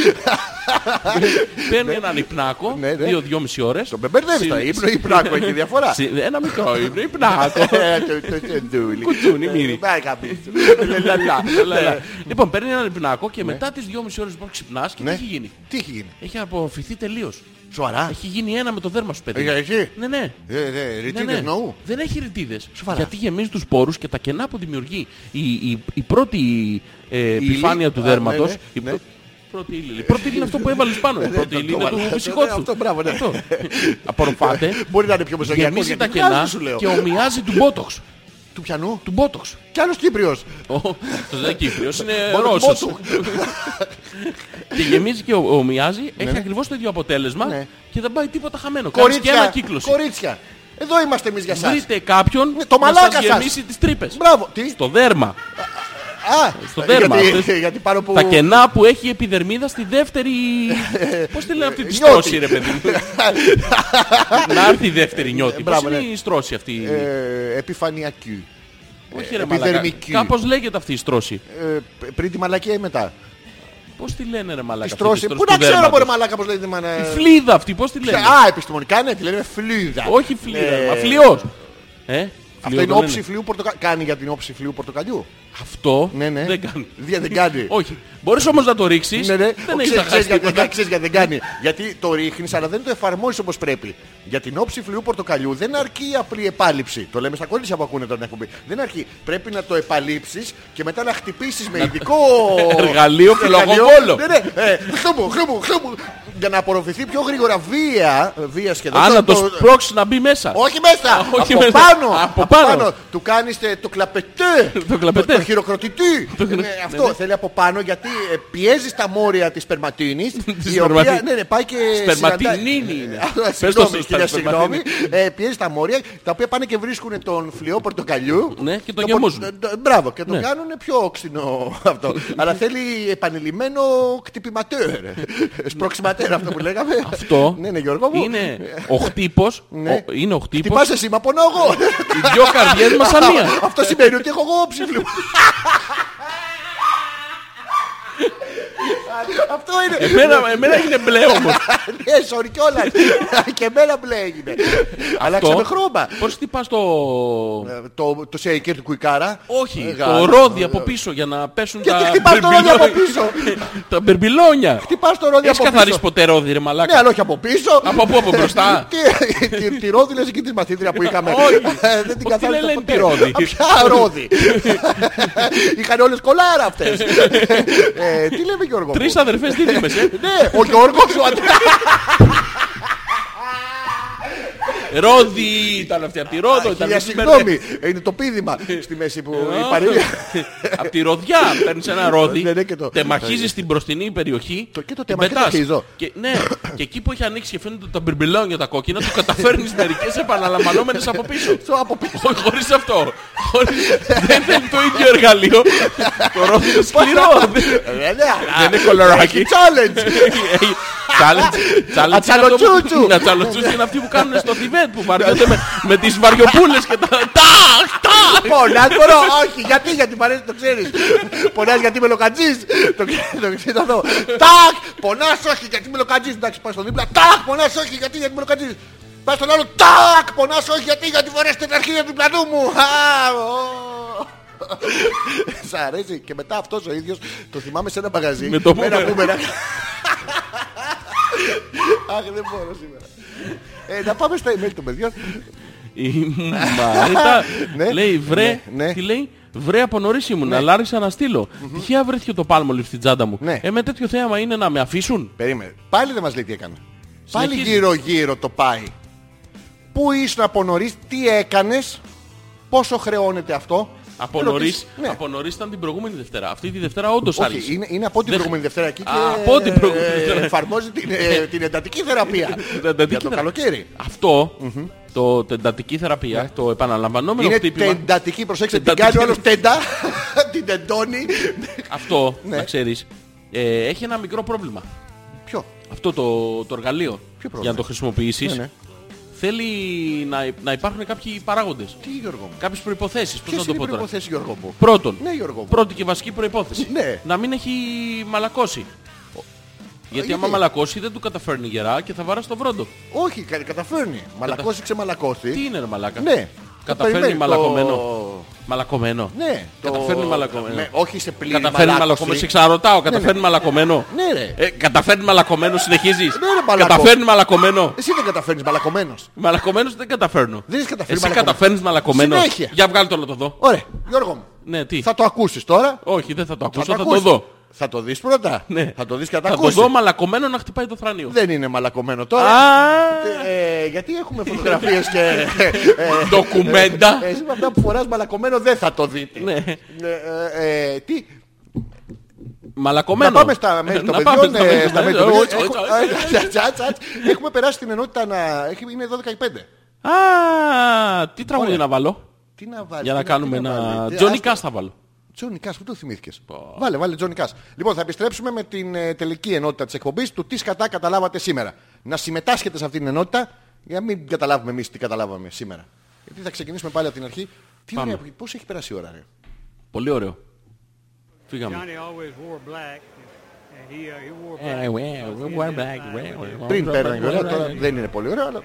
Speaker 2: Παίρνει έναν υπνάκο,
Speaker 1: ε, Ναι, ναι.
Speaker 2: 2-2,5 ώρες.
Speaker 1: Το μπερδεύεις τώρα. Ύπνο ή πνάκο έχει διαφορά.
Speaker 2: Συ- Ένα μικρό ύπνο,
Speaker 1: [laughs]
Speaker 2: υπνάκο.
Speaker 1: Ε, το- το- το- ντούλι.
Speaker 2: Κουτσούνι,
Speaker 1: Ε,
Speaker 2: μύρι.
Speaker 1: πάει κάποιος. ναι,
Speaker 2: Λαλαλα, λαλαλα. Λοιπόν, παίρνει έναν υπνάκο και μετά τις 2,5 ώρες που ξυπνάς και τι
Speaker 1: Ναι.
Speaker 2: έχει γίνει.
Speaker 1: Τι έχει γίνει.
Speaker 2: Έχει απορροφηθεί τελείως.
Speaker 1: Σοβαρά. ε,
Speaker 2: Έχει γίνει ένα με το δέρμα σου, παιδί.
Speaker 1: Έχει αρχίσει.
Speaker 2: Ναι, ναι.
Speaker 1: Ε, ναι,
Speaker 2: Ναι,
Speaker 1: Ρητίνες
Speaker 2: ναι.
Speaker 1: νοού.
Speaker 2: Δεν έχει ρητίδες.
Speaker 1: Σοβαρά.
Speaker 2: Γιατί γεμίζει τους πόρους και τα κενά που δημιουργεί η, η, η πρώτη ε,
Speaker 1: ύλη.
Speaker 2: επιφάνεια του
Speaker 1: Α,
Speaker 2: δέρματος.
Speaker 1: ναι, ναι,
Speaker 2: η πρω-
Speaker 1: ναι.
Speaker 2: Πρώτη ύλη. Η πρώτη ύλη είναι αυτό που έβαλες πάνω. Η πρώτη
Speaker 1: το-
Speaker 2: ύλη
Speaker 1: το
Speaker 2: είναι
Speaker 1: βάλα.
Speaker 2: του
Speaker 1: Ναι,
Speaker 2: ψυχότου.
Speaker 1: αυτό, μπράβο, ναι.
Speaker 2: Απορροφάται,
Speaker 1: Ε, Μπορεί να είναι πιο μεσογειακός
Speaker 2: γεμίζει
Speaker 1: γιατί
Speaker 2: τα
Speaker 1: βγάζει,
Speaker 2: κενά
Speaker 1: σου λέω.
Speaker 2: και ομοιάζει του μπότοξ.
Speaker 1: Του πιανού.
Speaker 2: Του μπότοξ.
Speaker 1: Κι άλλος Κύπριος.
Speaker 2: Ο- Το δεν Κύπριος είναι
Speaker 1: Μόνο
Speaker 2: Ρώσος.
Speaker 1: μόνο
Speaker 2: Και γεμίζει και ο- ομοιάζει, έχει ακριβώς το ίδιο αποτέλεσμα
Speaker 1: Ναι.
Speaker 2: και δεν πάει τίποτα χαμένο. Κάνεις και
Speaker 1: Κορίτσια.
Speaker 2: ανακύκλωση.
Speaker 1: Κορίτσια. Εδώ είμαστε εμείς για σας.
Speaker 2: Βρείτε κάποιον
Speaker 1: Ναι, το
Speaker 2: να
Speaker 1: μαλάκα
Speaker 2: σας
Speaker 1: σας.
Speaker 2: γεμίσει τις τρύπες.
Speaker 1: Μπράβο. Τι.
Speaker 2: Στο δέρμα.
Speaker 1: Α,
Speaker 2: Στο δέρμα.
Speaker 1: γιατί-
Speaker 2: Αυτές-
Speaker 1: Γιατί πάνω που...
Speaker 2: Τα κενά που έχει η επιδερμίδα στη δεύτερη...
Speaker 1: [laughs]
Speaker 2: Πώς τη λένε αυτή τη
Speaker 1: νιώτη.
Speaker 2: στρώση ρε
Speaker 1: [laughs]
Speaker 2: παιδί μου. Να έρθει η δεύτερη νιώτη. Πώς
Speaker 1: μπράβο,
Speaker 2: είναι
Speaker 1: ναι.
Speaker 2: η στρώση αυτή.
Speaker 1: Ε, Επιφανειακή.
Speaker 2: Όχι ρε μαλάκα.
Speaker 1: επιδερμική.
Speaker 2: Κάπως λέγεται αυτή η στρώση.
Speaker 1: Ε, Πριν τη μαλακία ή μετά.
Speaker 2: Πώς τη λένε ρε μαλάκα.
Speaker 1: Τη
Speaker 2: αυτή τη
Speaker 1: στρώση. Πού
Speaker 2: στρώση
Speaker 1: να
Speaker 2: του
Speaker 1: ξέρω
Speaker 2: δέρματος.
Speaker 1: μπορεί μαλάκα πως λέγεται μανα...
Speaker 2: Η φλίδα αυτή πώς τη λένε.
Speaker 1: Α, επιστημονικά ναι, τη λένε φλίδα.
Speaker 2: Όχι φλίδα,
Speaker 1: Ε,
Speaker 2: μα φλοιός. Ε,
Speaker 1: Αυτό
Speaker 2: φλοιό
Speaker 1: είναι
Speaker 2: το λένε.
Speaker 1: όψη φλοιού πορτοκαλιού. Κάνει για την όψη φλοιού πορτοκαλιού.
Speaker 2: Αυτό
Speaker 1: Ναι, ναι.
Speaker 2: δεν κάνει.
Speaker 1: Δια- δεν κάνει.
Speaker 2: Όχι. Μπορείς όμως να το ρίξεις.
Speaker 1: Ναι, ναι.
Speaker 2: Δεν
Speaker 1: Ο,
Speaker 2: έχεις να
Speaker 1: ξέρεις-
Speaker 2: χάσεις
Speaker 1: ξέρεις γιατί-
Speaker 2: τίποτα.
Speaker 1: Ξέρεις γιατί δεν κάνει. Γιατί το ρίχνεις αλλά δεν το εφαρμόζεις όπως πρέπει. Για την όψη φλοιού πορτοκαλιού δεν αρκεί η απλή επάλυψη. Το λέμε στα κορίτσια που ακούνε τον εκπομπή. Δεν αρκεί. Πρέπει να το επαλύψεις και μετά να χτυπήσεις με ειδικό
Speaker 2: [laughs] Εργαλείο φλογοβόλο.
Speaker 1: Ναι, ναι. Ε, Χτύπου, χτύπου, χτύπου. Για να απορροφηθεί πιο γρήγορα βία, βία σχεδόν.
Speaker 2: Α,
Speaker 1: Το-
Speaker 2: να το
Speaker 1: το-
Speaker 2: σπρώξεις να μπει μέσα.
Speaker 1: όχι μέσα!
Speaker 2: όχι
Speaker 1: από,
Speaker 2: μέσα.
Speaker 1: Πάνω,
Speaker 2: Από πάνω.
Speaker 1: Του κάνεις ε, το κλαπετέ!
Speaker 2: Το κλαπετέ.
Speaker 1: Το, χειροκροτητή! ναι, αυτό θέλει από πάνω γιατί ε, πιέζεις τα μόρια της
Speaker 2: [laughs]
Speaker 1: σπερματίνης η οποία
Speaker 2: σπερματίνη.
Speaker 1: ναι, ναι, πάει και.
Speaker 2: Σπερματινίνη
Speaker 1: συναντά-
Speaker 2: είναι.
Speaker 1: Α,
Speaker 2: Πες το
Speaker 1: Συγγνώμη,
Speaker 2: σωστά,
Speaker 1: κυρία,
Speaker 2: σπερματίνη.
Speaker 1: συγγνώμη. Ε, Πιέζει τα μόρια τα οποία πάνε και βρίσκουν τον φλοιό πορτοκαλιού.
Speaker 2: Ναι, και τον
Speaker 1: πορ-
Speaker 2: γεμίζουν.
Speaker 1: ε, το- Μπράβο, και
Speaker 2: Ναι.
Speaker 1: τον κάνουν πιο όξινο [laughs]
Speaker 2: [laughs]
Speaker 1: αυτό. Αλλά θέλει επανειλημμένο κτυπηματέρ. Σπροξιματέρ αυτό που λέγαμε.
Speaker 2: Αυτό
Speaker 1: Ναι, ναι, Γιώργο μου.
Speaker 2: είναι ο χτύπος,
Speaker 1: Ναι.
Speaker 2: ο- είναι ο χτύπος,
Speaker 1: Χτυπάς εσύ, μα πονάω
Speaker 2: [laughs]
Speaker 1: εγώ.
Speaker 2: οι δυο καρδιές μας ανία.
Speaker 1: [laughs] Αυτό σημαίνει ότι
Speaker 2: [laughs]
Speaker 1: έχω εγώ ψήφλου. Αυτό είναι.
Speaker 2: Εμένα, εμένα έγινε μπλε όμως.
Speaker 1: [laughs] Ναι, sorry κιόλας. [laughs] Και εμένα μπλε έγινε. Αλλάξαμε χρώμα.
Speaker 2: Πώς χτυπάς το...
Speaker 1: Ε, Το, το shaker του κουικάρα.
Speaker 2: Όχι,
Speaker 1: Ε,
Speaker 2: το
Speaker 1: γάλα.
Speaker 2: ρόδι από πίσω για να πέσουν
Speaker 1: Γιατί
Speaker 2: τα
Speaker 1: χτυπάς το ρόδι από
Speaker 2: μπερμπυλόνια. Τα μπερμπυλόνια.
Speaker 1: Χτυπάς το
Speaker 2: Ε,
Speaker 1: ρόδι
Speaker 2: Έχεις
Speaker 1: από πίσω.
Speaker 2: καθαρίσει ποτέ ρόδι ρε
Speaker 1: Ναι,
Speaker 2: μαλάκα.
Speaker 1: αλλά όχι από πίσω. Ε,
Speaker 2: Από πού, από μπροστά?
Speaker 1: Τι- τη- Τη ρόδι λες εκεί τη μαθήτρια που είχαμε.
Speaker 2: Όχι.
Speaker 1: Ε, Δεν την
Speaker 2: Πώς τη
Speaker 1: καθάρισα
Speaker 2: λένε
Speaker 1: ποτέ.
Speaker 2: τη ρόδι?
Speaker 1: Α, Ποια ρόδι. Είχαν όλες κολάρα αυτές. Ε, Τι λέμε Γιώργο. μου?
Speaker 2: Τρεις αδερφές δίδυμες. ε.
Speaker 1: Ναι, ο Γιώργος ο Αντρέας.
Speaker 2: Ρόδι ήταν αυτή, από τη ρόδο ήταν. Ε,
Speaker 1: Για
Speaker 2: αυτή την
Speaker 1: συγγνώμη, Ε, είναι το πίδημα στη μέση που η παροιμία.
Speaker 2: Απ' τη ροδιά παίρνεις ένα ρόδι,
Speaker 1: Ναι, ναι, και το-
Speaker 2: τεμαχίζεις την μπροστινή περιοχή
Speaker 1: Το- και το
Speaker 2: την
Speaker 1: τεμαχίζω,
Speaker 2: πετάς.
Speaker 1: το χείζω.
Speaker 2: Και, ναι, και εκεί που έχει ανοίξει και φαίνονται τα μπιρμπιλόνια τα κόκκινα, του καταφέρνεις μερικές επαναλαμβανόμενες από πίσω.
Speaker 1: Στο από πίσω.
Speaker 2: Όχι, χωρίς αυτό. Χωρίς... δεν είναι το ίδιο εργαλείο. το ρόδι είναι σκληρό. δεν-
Speaker 1: Ε, ναι, αλλά
Speaker 2: δεν είναι κολοράκι.
Speaker 1: Challenge! Ατσαλοτσούτσου.
Speaker 2: Να τσαλοτσούτσου Ναι, είναι αυτοί που κάνουν στο Θιβέτ που βαριούνται με, με τις βαριοπούλες και τα... Τάχ, τάχ.
Speaker 1: Πονάς μπορώ, όχι, γιατί, γιατί μ' αρέσει, το ξέρεις. Πονάς γιατί είμαι λοκατζής. Το ξέρεις, το ξέρεις αυτό. Τάκ, πονάς όχι γιατί είμαι λοκατζής. Εντάξει, πας στο δίπλα. Τάκ, πονάς όχι γιατί, γιατί είμαι λοκατζής. Πας στον άλλο. Τάκ, πονάς όχι γιατί, γιατί φορέσετε την αρχίδια του πλανού μου. Α, ω. Σ' αρέσει και μετά αυτός ο ίδιος το θυμάμαι σε ένα μαγαζί.
Speaker 2: Με το
Speaker 1: ένα
Speaker 2: μπούμερα.
Speaker 1: μπούμερα. Αχ, δεν μπορώ σήμερα. Ε, να πάμε στα email των παιδιών.
Speaker 2: Η
Speaker 1: [laughs]
Speaker 2: Μαρίτα
Speaker 1: Ναι.
Speaker 2: λέει βρε,
Speaker 1: Ναι, ναι.
Speaker 2: τι λέει, βρε από νωρίς ήμουν, αλλά άρχισα να στείλω. Τυχαία βρέθηκε το πάλμολιβ στην τσάντα μου.
Speaker 1: Ναι.
Speaker 2: Ε, με τέτοιο θέαμα είναι να με αφήσουν.
Speaker 1: Περίμενε. Πάλι δεν μας λέει τι έκανε. Πάλι
Speaker 2: Συνεχίζει.
Speaker 1: γύρω-γύρω το πάει. Πού ήσουν από νωρίς, τι έκανες, πόσο χρεώνεται αυτό.
Speaker 2: Από
Speaker 1: Ρωτήσεις.
Speaker 2: νωρίς,
Speaker 1: Ναι.
Speaker 2: από νωρίς ήταν την προηγούμενη Δευτέρα. Αυτή τη Δευτέρα όντως
Speaker 1: Όχι,
Speaker 2: άρχισε.
Speaker 1: είναι, είναι από την
Speaker 2: Δεν-
Speaker 1: προηγούμενη Δευτέρα εκεί και ε,
Speaker 2: Α, από την προηγούμενη Δευτέρα.
Speaker 1: εφαρμόζει την, ε, την εντατική
Speaker 2: [laughs]
Speaker 1: θεραπεία
Speaker 2: εντατική
Speaker 1: για το
Speaker 2: θερα-
Speaker 1: καλοκαίρι.
Speaker 2: Αυτό, το το εντατική θεραπεία, το επαναλαμβανόμενο
Speaker 1: Ναι. Είναι
Speaker 2: χτύπημα,
Speaker 1: τεντατική, προσέξτε, την
Speaker 2: Τεντατική.
Speaker 1: κάνει όλος τέντα, [laughs] την τεντώνει.
Speaker 2: αυτό,
Speaker 1: Ναι.
Speaker 2: να ξέρεις, ε, έχει ένα μικρό πρόβλημα.
Speaker 1: Ποιο,
Speaker 2: Αυτό το, το εργαλείο,
Speaker 1: πρόβλημα?
Speaker 2: για να το χρησιμοποιήσεις,
Speaker 1: Ναι, ναι.
Speaker 2: θέλει να, υ- να υπάρχουν κάποιοι παράγοντες.
Speaker 1: τι Γιώργο μου.
Speaker 2: Κάποιες προϋποθέσεις, πώς να
Speaker 1: Ποιες
Speaker 2: το
Speaker 1: είναι οι
Speaker 2: πω τώρα.
Speaker 1: προϋποθέσεις Γιώργο μου.
Speaker 2: Πρώτον,
Speaker 1: Ναι, Γιώργο μου.
Speaker 2: πρώτη και βασική προϋπόθεση.
Speaker 1: Ναι.
Speaker 2: Να μην έχει μαλακώσει. Γιατί άμα
Speaker 1: γιατί?
Speaker 2: μαλακώσει δεν του καταφέρνει γερά και θα βάρα στο βρόντο.
Speaker 1: Όχι, κα- καταφέρνει. Μαλακώσει, ξεμαλακώσει.
Speaker 2: Τι είναι ρε μαλάκα.
Speaker 1: Ε, Ναι.
Speaker 2: Καταφέρνει
Speaker 1: Περιμένει το-
Speaker 2: μαλακωμένο. Μαλακωμένο.
Speaker 1: Ναι. το-
Speaker 2: Καταφέρνει μαλακωμένο.
Speaker 1: Ναι, όχι σε πλήρη
Speaker 2: Καταφέρνει μαλακωμένο.
Speaker 1: μαλάκωση.
Speaker 2: Σε ξαναρωτάω, καταφέρνει μαλακωμένο.
Speaker 1: Ναι, ρε.
Speaker 2: Ε, καταφέρνει μαλακωμένο, συνεχίζεις.
Speaker 1: Ναι, ρε, μαλακό.
Speaker 2: καταφέρνει μαλακωμένο.
Speaker 1: Εσύ δεν καταφέρνεις μαλακωμένος.
Speaker 2: Μαλακωμένος δεν καταφέρνω.
Speaker 1: Δεν έχεις καταφέρει
Speaker 2: Εσύ
Speaker 1: μαλακωμένος.
Speaker 2: καταφέρνεις μαλακωμένος.
Speaker 1: Συνέχεια.
Speaker 2: Για βγάλω το να το δω.
Speaker 1: Ωραία, Γιώργο μου.
Speaker 2: Ναι, τι.
Speaker 1: Θα το ακούσεις τώρα.
Speaker 2: Όχι, δεν θα το ακούσω, θα, το
Speaker 1: ακούσεις.
Speaker 2: δω.
Speaker 1: Θα το δεις πρώτα.
Speaker 2: Ναι.
Speaker 1: Θα το δεις και θα
Speaker 2: Θα
Speaker 1: το
Speaker 2: το
Speaker 1: ακούσεις.
Speaker 2: δω μαλακωμένο να χτυπάει το θρανίο.
Speaker 1: Δεν είναι μαλακωμένο τώρα.
Speaker 2: Α,
Speaker 1: Ε, ε, γιατί έχουμε φωτογραφίες
Speaker 2: [laughs]
Speaker 1: και... ε,
Speaker 2: ντοκουμέντα.
Speaker 1: Εσύ με αυτά που φοράς μαλακωμένο δεν θα το δείτε.
Speaker 2: Ναι.
Speaker 1: Ε, ε, ε, τι,
Speaker 2: Μαλακωμένο.
Speaker 1: Να πάμε στα μέλη των
Speaker 2: Να πάμε στα
Speaker 1: παιδιών.
Speaker 2: μέλη
Speaker 1: ε,
Speaker 2: των
Speaker 1: Στα μέλη των
Speaker 2: παιδιών.
Speaker 1: παιδιών.
Speaker 2: Όχι,
Speaker 1: Έχουμε-
Speaker 2: όχι, όχι.
Speaker 1: Τσατ, τσατ, τσατ. Έχουμε περάσει την ενότητα να... έχει- Είναι 12 η 5.
Speaker 2: Α, τι τραγούδι να βάλω.
Speaker 1: Τι να βάλεις.
Speaker 2: Για να κάνουμε ένα... Johnny Cash θα βάλω.
Speaker 1: Τζόνι Κάς, πού το θυμήθηκες. Βάλε, βάλε Τζόνι Κάς. Λοιπόν, θα επιστρέψουμε με την ε, τελική ενότητα της εκπομπής του τι σκατά καταλάβατε σήμερα. Να συμμετάσχετε σε αυτή την ενότητα για να μην καταλάβουμε εμείς τι καταλάβαμε σήμερα. Γιατί θα ξεκινήσουμε πάλι από την αρχή. Τι
Speaker 2: Πάμε.
Speaker 1: ωραία, πώς έχει περάσει η ώρα, ρε.
Speaker 2: Πολύ ωραίο. Φύγαμε.
Speaker 7: Johnny always wore black, and he uh, he wore
Speaker 2: Ε,
Speaker 7: black.
Speaker 1: Πριν παίρνει η ώρα, τώρα δεν είναι πολύ ωραία, αλλά...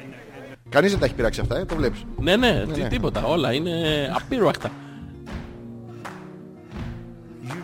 Speaker 1: Κανείς δεν τα έχει πειράξει αυτά, ε, το βλέπεις.
Speaker 2: Ναι, ναι, τι-
Speaker 1: ναι.
Speaker 2: τίποτα. Όλα είναι απείρουακτα.
Speaker 8: You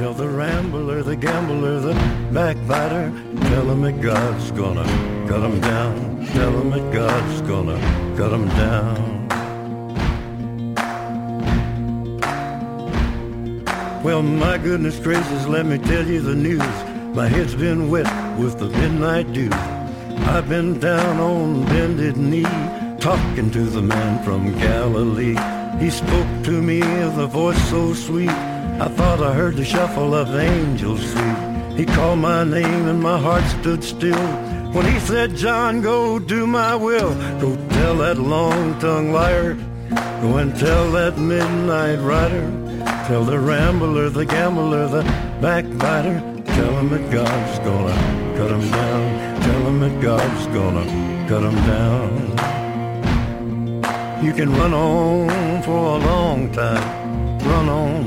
Speaker 8: Tell the rambler, the gambler, the backbiter. Tell him that God's gonna cut him down. Tell him that God's gonna cut him down. Well, my goodness gracious, let me tell you the news. My head's been wet with the midnight dew. I've been down on bended knee, talking to the man from Galilee. He spoke to me with a voice so sweet. I thought I heard the shuffle of angels feet. He called my name and my heart stood still. When he said, John, go do my will, go tell that long-tongued liar. Go and tell that midnight rider, tell the rambler, the gambler, the backbiter, tell him that God's gonna cut him down. Tell him that God's gonna cut him down. You can run on for a long time, run on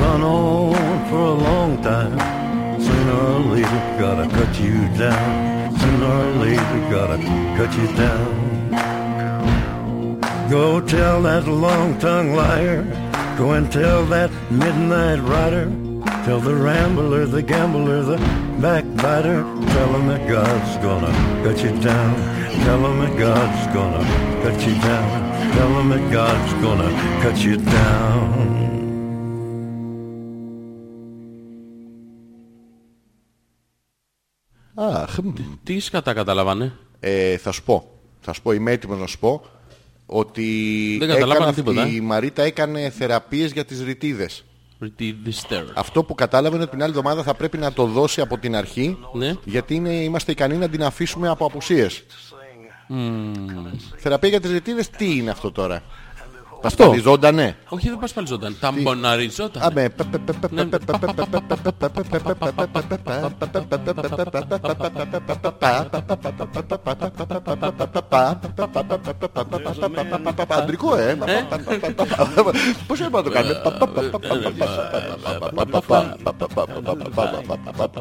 Speaker 8: run on for a long time. Sooner or later, gotta cut you down. Sooner or later, gotta cut you down. Go tell that long-tongued liar. Go and tell that midnight rider. Tell the rambler, the gambler, the backbiter. Tell him that God's gonna cut you down. Tell him that God's gonna cut you down. Tell him that God's gonna cut you down.
Speaker 1: Αχ, μ.
Speaker 2: Τι σκατά καταλάβανε.
Speaker 1: Ε, θα σου πω. Θα σου πω, είμαι έτοιμος να σου πω ότι
Speaker 2: Δεν καταλάβανε
Speaker 1: αυτή-
Speaker 2: τίποτα, ε.
Speaker 1: η Μαρίτα έκανε θεραπείες για τις ρητίδες.
Speaker 2: Disturbed.
Speaker 1: Αυτό που κατάλαβε είναι ότι την άλλη εβδομάδα θα πρέπει να το δώσει από την αρχή
Speaker 2: Ναι.
Speaker 1: γιατί είναι, είμαστε ικανοί να την αφήσουμε από απουσίες. Θεραπεία για τις ρητίδες τι είναι αυτό τώρα. Πασπαλιζόντανε.
Speaker 2: Όχι, δεν πασπαλιζόταν. Ταμποναριζόταν.
Speaker 1: Α, με, πε, πε, πε, πε, πε, πε, πε, πε, πε, πε, πε, πε, πε, πε, πε, πε, πε, Αντρικό, ε. Πώς έπρεπε να το κάνουμε.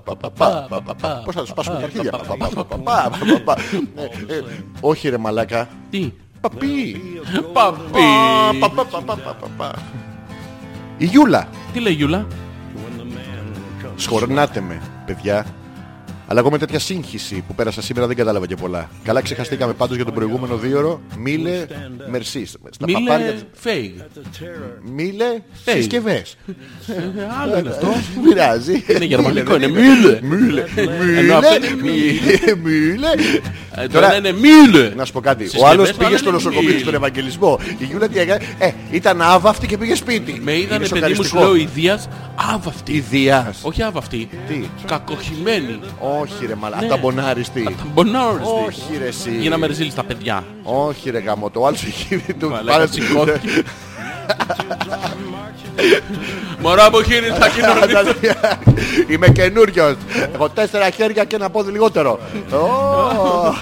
Speaker 1: Πώς θα το σπάσουμε τα αρχίδια. Ε, ε, Όχι ρε μαλάκα.
Speaker 2: Τι.
Speaker 1: Παπί.
Speaker 2: Παπί.
Speaker 1: Πα, πα, πα, πα, πα, πα, πα. Η Γιούλα.
Speaker 2: Τι λέει Γιούλα.
Speaker 1: Σχορνάτε με, παιδιά. Αλλά εγώ με τέτοια σύγχυση που πέρασα σήμερα δεν κατάλαβα και πολλά. Καλά ξεχαστήκαμε πάντως για τον προηγούμενο δίωρο. Μίλε, μερσή. Στα παπάρια της-
Speaker 2: Μίλε φέιγ.
Speaker 1: Μίλε,
Speaker 2: Hey.
Speaker 1: συσκευές. Ε,
Speaker 2: Άλλο είναι αυτό.
Speaker 1: Μην πειράζει.
Speaker 2: Είναι γερμανικό,
Speaker 1: Μίλε,
Speaker 2: είναι
Speaker 1: δεν
Speaker 2: μίλε.
Speaker 1: Μίλε,
Speaker 2: Ενώ
Speaker 1: μίλε,
Speaker 2: αυτό είναι
Speaker 1: μίλε, μίλε.
Speaker 2: Ε, Το
Speaker 1: Τώρα-
Speaker 2: ένα είναι μίλε.
Speaker 1: Να σου πω κάτι. Ο
Speaker 2: Συσκευές,
Speaker 1: άλλος
Speaker 2: το
Speaker 1: πήγε
Speaker 2: άλλο
Speaker 1: στο
Speaker 2: είναι
Speaker 1: νοσοκομείο,
Speaker 2: μίλε.
Speaker 1: στον Ευαγγελισμό. Η Γιούλα τι έκανε. Ε, ήταν άβαυτη και πήγε σπίτι.
Speaker 2: Με είδανε
Speaker 1: Είναι
Speaker 2: παιδί μου, σου
Speaker 1: σοκαριστικό.
Speaker 2: λέω, ιδίας άβαυτη.
Speaker 1: Ιδείας.
Speaker 2: Όχι άβαυτη.
Speaker 1: Τι?
Speaker 2: Κακοχημένη.
Speaker 1: Όχι ρε μαλά,
Speaker 2: Ναι.
Speaker 1: ταμπονάριστη.
Speaker 2: Ταμπονάριστη.
Speaker 1: Όχι ρε εσύ.
Speaker 2: Γίναμε ρεζίλ στα παιδιά.
Speaker 1: Όχι ρε γαμό, το άλλο έχει του
Speaker 2: Μαλάκα,
Speaker 1: πάρε
Speaker 2: σηκώθηκε. [laughs] Μωρά μου χείρι θα κοινωνήσω.
Speaker 1: Είμαι καινούριος. Έχω τέσσερα χέρια και ένα πόδι λιγότερο. Ω.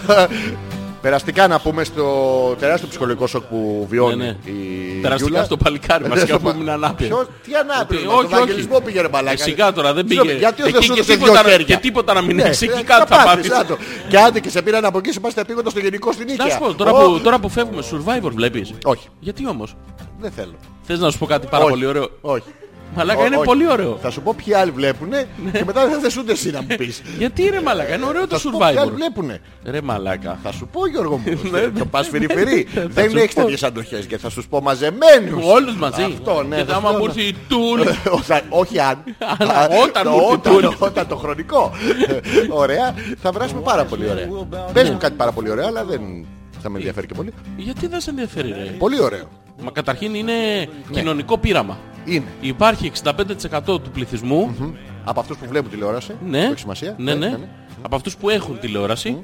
Speaker 1: Περαστικά να πούμε στο τεράστιο ψυχολογικό σοκ που
Speaker 2: Ναι,
Speaker 1: βιώνει
Speaker 2: ναι.
Speaker 1: η
Speaker 2: Περαστικά
Speaker 1: Γιούλα.
Speaker 2: στο παλικάρι μας
Speaker 1: Ναι,
Speaker 2: και
Speaker 1: στο
Speaker 2: αφού
Speaker 1: πα-
Speaker 2: ήμουν ανάπηρο.
Speaker 1: Ποιος- Τι ανάπηρο,
Speaker 2: Ότι-
Speaker 1: με τον
Speaker 2: όχι, όχι.
Speaker 1: Ευαγγελισμό πήγε ρε μαλάκα.
Speaker 2: Φυσικά Ε, τώρα δεν πήγε.
Speaker 1: Συγγνώμη, Γιατί ο Θεός
Speaker 2: Εκεί και
Speaker 1: έδωσε δυο
Speaker 2: τίποτα, να-
Speaker 1: χέρια.
Speaker 2: και τίποτα να μην
Speaker 1: Ναι,
Speaker 2: έχεις
Speaker 1: ε,
Speaker 2: εκεί κάτι θα
Speaker 1: πάθεις,
Speaker 2: πάθεις.
Speaker 1: άντο. Και άντε και σε πήραν από εκεί, σε πας πήγοντα στο γενικό στην
Speaker 2: Να σου
Speaker 1: οίκια.
Speaker 2: πω, τώρα
Speaker 1: Ω,
Speaker 2: που, τώρα που φεύγουμε, Survivor βλέπεις.
Speaker 1: Όχι.
Speaker 2: Γιατί όμως.
Speaker 1: Δεν θέλω.
Speaker 2: Θες να σου πω κάτι πάρα
Speaker 1: Όχι.
Speaker 2: πολύ ωραίο.
Speaker 1: Όχι.
Speaker 2: Μαλάκα
Speaker 1: Ω,
Speaker 2: είναι
Speaker 1: όχι.
Speaker 2: πολύ ωραίο.
Speaker 1: Θα σου πω ποιοι άλλοι βλέπουνε και μετά δεν θες ούτε εσύ να μου πεις.
Speaker 2: Γιατί ρε μαλάκα, [laughs] είναι ωραίο
Speaker 1: Θα
Speaker 2: το
Speaker 1: σου πω ναι. ποιοι άλλοι
Speaker 2: Survivor.
Speaker 1: βλέπουνε.
Speaker 2: Ρε μαλάκα.
Speaker 1: Θα σου πω Γιώργο μου.
Speaker 2: Ναι,
Speaker 1: Θα πας
Speaker 2: [laughs]
Speaker 1: φυρί-φυρί.
Speaker 2: Θα
Speaker 1: Δεν
Speaker 2: σου
Speaker 1: έχεις
Speaker 2: πω.
Speaker 1: τέτοιες αντοχές και θα σου πω μαζεμένους.
Speaker 2: Όλους μαζί.
Speaker 1: Αυτό ναι.
Speaker 2: Και
Speaker 1: θα σου
Speaker 2: άμα
Speaker 1: πω,
Speaker 2: μου
Speaker 1: ναι.
Speaker 2: έρθει η Τούλ.
Speaker 1: [laughs] Όσα- Όχι αν.
Speaker 2: Αλλά
Speaker 1: Α,
Speaker 2: όταν
Speaker 1: το
Speaker 2: μου έρθει η
Speaker 1: όταν-
Speaker 2: Τούλη.
Speaker 1: Όταν το χρονικό. [laughs] Ωραία. Θα βράσουμε πάρα πολύ ωραία. Πες μου κάτι πάρα πολύ ωραίο αλλά δεν θα με ενδιαφέρει και πολύ.
Speaker 2: Γιατί δεν σε ενδιαφέρει ρε.
Speaker 1: Πολύ ωραίο.
Speaker 2: Μα καταρχήν
Speaker 1: Ναι.
Speaker 2: είναι κοινωνικό πείραμα.
Speaker 1: Είναι.
Speaker 2: Υπάρχει 65% του πληθυσμού
Speaker 1: Από αυτούς που βλέπουν τηλεόραση.
Speaker 2: Ναι.
Speaker 1: Έχει σημασία.
Speaker 2: Ναι, ναι. Από αυτούς που έχουν τηλεόραση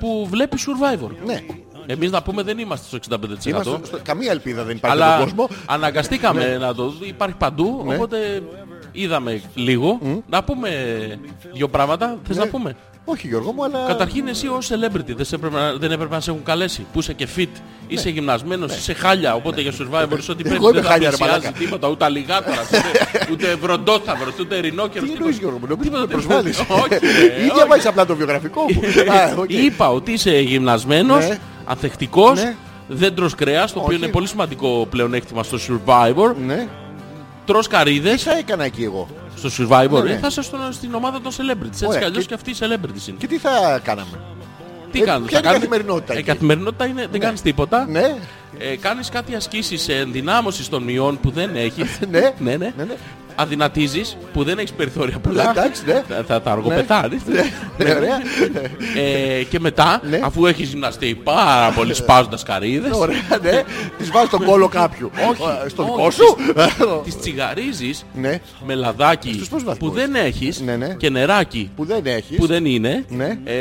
Speaker 2: που βλέπει Survivor.
Speaker 1: Ναι.
Speaker 2: Εμείς να πούμε δεν είμαστε στο 65%.
Speaker 1: Είμαστε στο- καμία ελπίδα δεν υπάρχει στον
Speaker 2: Αλλά
Speaker 1: κόσμο. Ναι.
Speaker 2: αναγκαστήκαμε να το δούμε. Υπάρχει παντού. Οπότε είδαμε λίγο. Να πούμε δύο πράγματα. Θες
Speaker 1: Ναι.
Speaker 2: να πούμε.
Speaker 1: Όχι Γιώργο μου, αλλά...
Speaker 2: Καταρχήν εσύ ως celebrity δεν, σε έπρεπε, να- δεν έπρεπε να σε έχουν καλέσει. Που είσαι και fit, είσαι γυμνασμένος, είσαι χάλια. Οπότε για survivor είσαι ό,τι πρέπει.
Speaker 1: Ναι. είμαι
Speaker 2: δεν θα
Speaker 1: χάλια, ρε
Speaker 2: πλησιάζει
Speaker 1: μαλάκα.
Speaker 2: τίποτα. Ούτε αλιγάτορας, ούτε, ούτε βροντόθαυρος, ούτε ρινόκερος.
Speaker 1: Τι εννοείς
Speaker 2: τίποτα.
Speaker 1: Γιώργο μου, νομίζω ότι με
Speaker 2: Τίποτα,
Speaker 1: προσβάλλεις.
Speaker 2: Όχι,
Speaker 1: [laughs]
Speaker 2: ρε,
Speaker 1: Ή
Speaker 2: όχι.
Speaker 1: διαβάζεις απλά το βιογραφικό μου. Α, οκ.
Speaker 2: Είπα ότι είσαι γυμνασμένος,
Speaker 1: Ναι.
Speaker 2: ανθεκτικός,
Speaker 1: Ναι.
Speaker 2: δεν τρως κρέας, το οποίο
Speaker 1: Όχι.
Speaker 2: είναι πολύ σημαντικό πλεονέκτημα στο survivor.
Speaker 1: Ναι.
Speaker 2: Τρως καρύδες
Speaker 1: Σα έκανα εκεί εγώ.
Speaker 2: στο survivor.
Speaker 1: ναι.
Speaker 2: Ε, θα είσαι στον- στην ομάδα των celebrities. Έτσι
Speaker 1: Ωραία,
Speaker 2: κι αλλιώς
Speaker 1: και-
Speaker 2: και αυτοί οι celebrities είναι.
Speaker 1: Και τι θα κάναμε.
Speaker 2: Τι
Speaker 1: Ε,
Speaker 2: κάνουν,
Speaker 1: ποια
Speaker 2: θα
Speaker 1: είναι
Speaker 2: κάνουν-
Speaker 1: η καθημερινότητα
Speaker 2: Ε, Η
Speaker 1: εκεί?
Speaker 2: καθημερινότητα είναι, δεν κάνεις τίποτα.
Speaker 1: Ναι.
Speaker 2: ε, κάνεις κάτι ασκήσεις ε, ενδυνάμωσης των μειών που δεν έχεις.
Speaker 1: [laughs] Ναι.
Speaker 2: ναι, ναι.
Speaker 1: Ναι, ναι.
Speaker 2: Αδυνατίζεις που δεν έχεις περιθώρια πολλά.
Speaker 1: Εντάξει, ναι.
Speaker 2: Θα, θα τα αργοπετάνεις.
Speaker 1: Ναι, ωραία.
Speaker 2: Ε, και μετά,
Speaker 1: Ναι.
Speaker 2: αφού έχεις γυμναστεί πάρα πολύ σπάζοντας καρύδες,
Speaker 1: Ωραία, ναι. Τη βάζει τον κόλο κάποιου.
Speaker 2: Όχι,
Speaker 1: Ε, Στον
Speaker 2: όχι.
Speaker 1: δικό σου. [laughs]
Speaker 2: τις τσιγαρίζεις
Speaker 1: Ναι.
Speaker 2: με λαδάκι
Speaker 1: Στους πώς βαθμούς.
Speaker 2: που δεν έχεις
Speaker 1: Ναι, ναι.
Speaker 2: και νεράκι
Speaker 1: Που δεν έχεις.
Speaker 2: που δεν είναι
Speaker 1: Ναι.
Speaker 2: ε,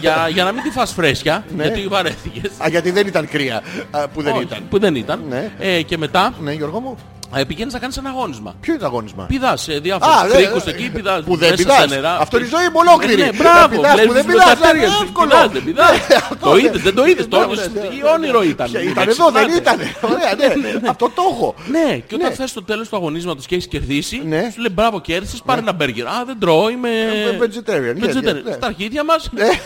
Speaker 2: για, για να μην τη φας φρέσκια
Speaker 1: Ναι.
Speaker 2: γιατί βαρέθηκες
Speaker 1: Α, γιατί δεν ήταν κρύα. Α, Που δεν
Speaker 2: Όχι,
Speaker 1: ήταν.
Speaker 2: που δεν ήταν
Speaker 1: Ναι.
Speaker 2: ε, και μετά
Speaker 1: Ναι, Γιώργο μου.
Speaker 2: ε, πηγαίνεις να κάνεις ένα αγώνισμα
Speaker 1: Ποιο είναι το αγώνισμα.
Speaker 2: πηδάς ε, διάφορους
Speaker 1: ναι,
Speaker 2: κρίκους
Speaker 1: ναι.
Speaker 2: εκεί πηδάς
Speaker 1: Που δεν
Speaker 2: μέσα
Speaker 1: πηδάς.
Speaker 2: στα νερά
Speaker 1: Αυτό είναι η
Speaker 2: Πη-
Speaker 1: ζωή μου ολόκληρη.
Speaker 2: ναι, μπράβο,
Speaker 1: Να πηδάς που
Speaker 2: βλέπεις
Speaker 1: δεν
Speaker 2: τις ε,
Speaker 1: πηδάς,
Speaker 2: δοκατέριες.
Speaker 1: είναι εύκολο.
Speaker 2: Πηδάς, δεν πηδάς.
Speaker 1: αυτό,
Speaker 2: Το
Speaker 1: ναι.
Speaker 2: Ε, είδες, δεν το είδες, το
Speaker 1: Ναι,
Speaker 2: όνειρος-
Speaker 1: ναι, ναι,
Speaker 2: τι
Speaker 1: ναι.
Speaker 2: όνειρο ήταν.
Speaker 1: Ποια
Speaker 2: Να
Speaker 1: Ήταν εδώ, δεν
Speaker 2: ξυπνάτε.
Speaker 1: ήταν. Ωραία, ναι. Αυτό το έχω.
Speaker 2: Ναι, και όταν
Speaker 1: Ναι.
Speaker 2: θες στο τέλος του αγωνίσματος και έχεις κερδίσει,
Speaker 1: Ναι.
Speaker 2: σου λέει μπράβο κέρδισες, πάρε ένα μπέργκερ. Α, δεν τρώω, είμαι...
Speaker 1: Ε, vegetarian, yes,
Speaker 2: Vegetarian.
Speaker 1: yes, ναι.
Speaker 2: Στα αρχίδια μας,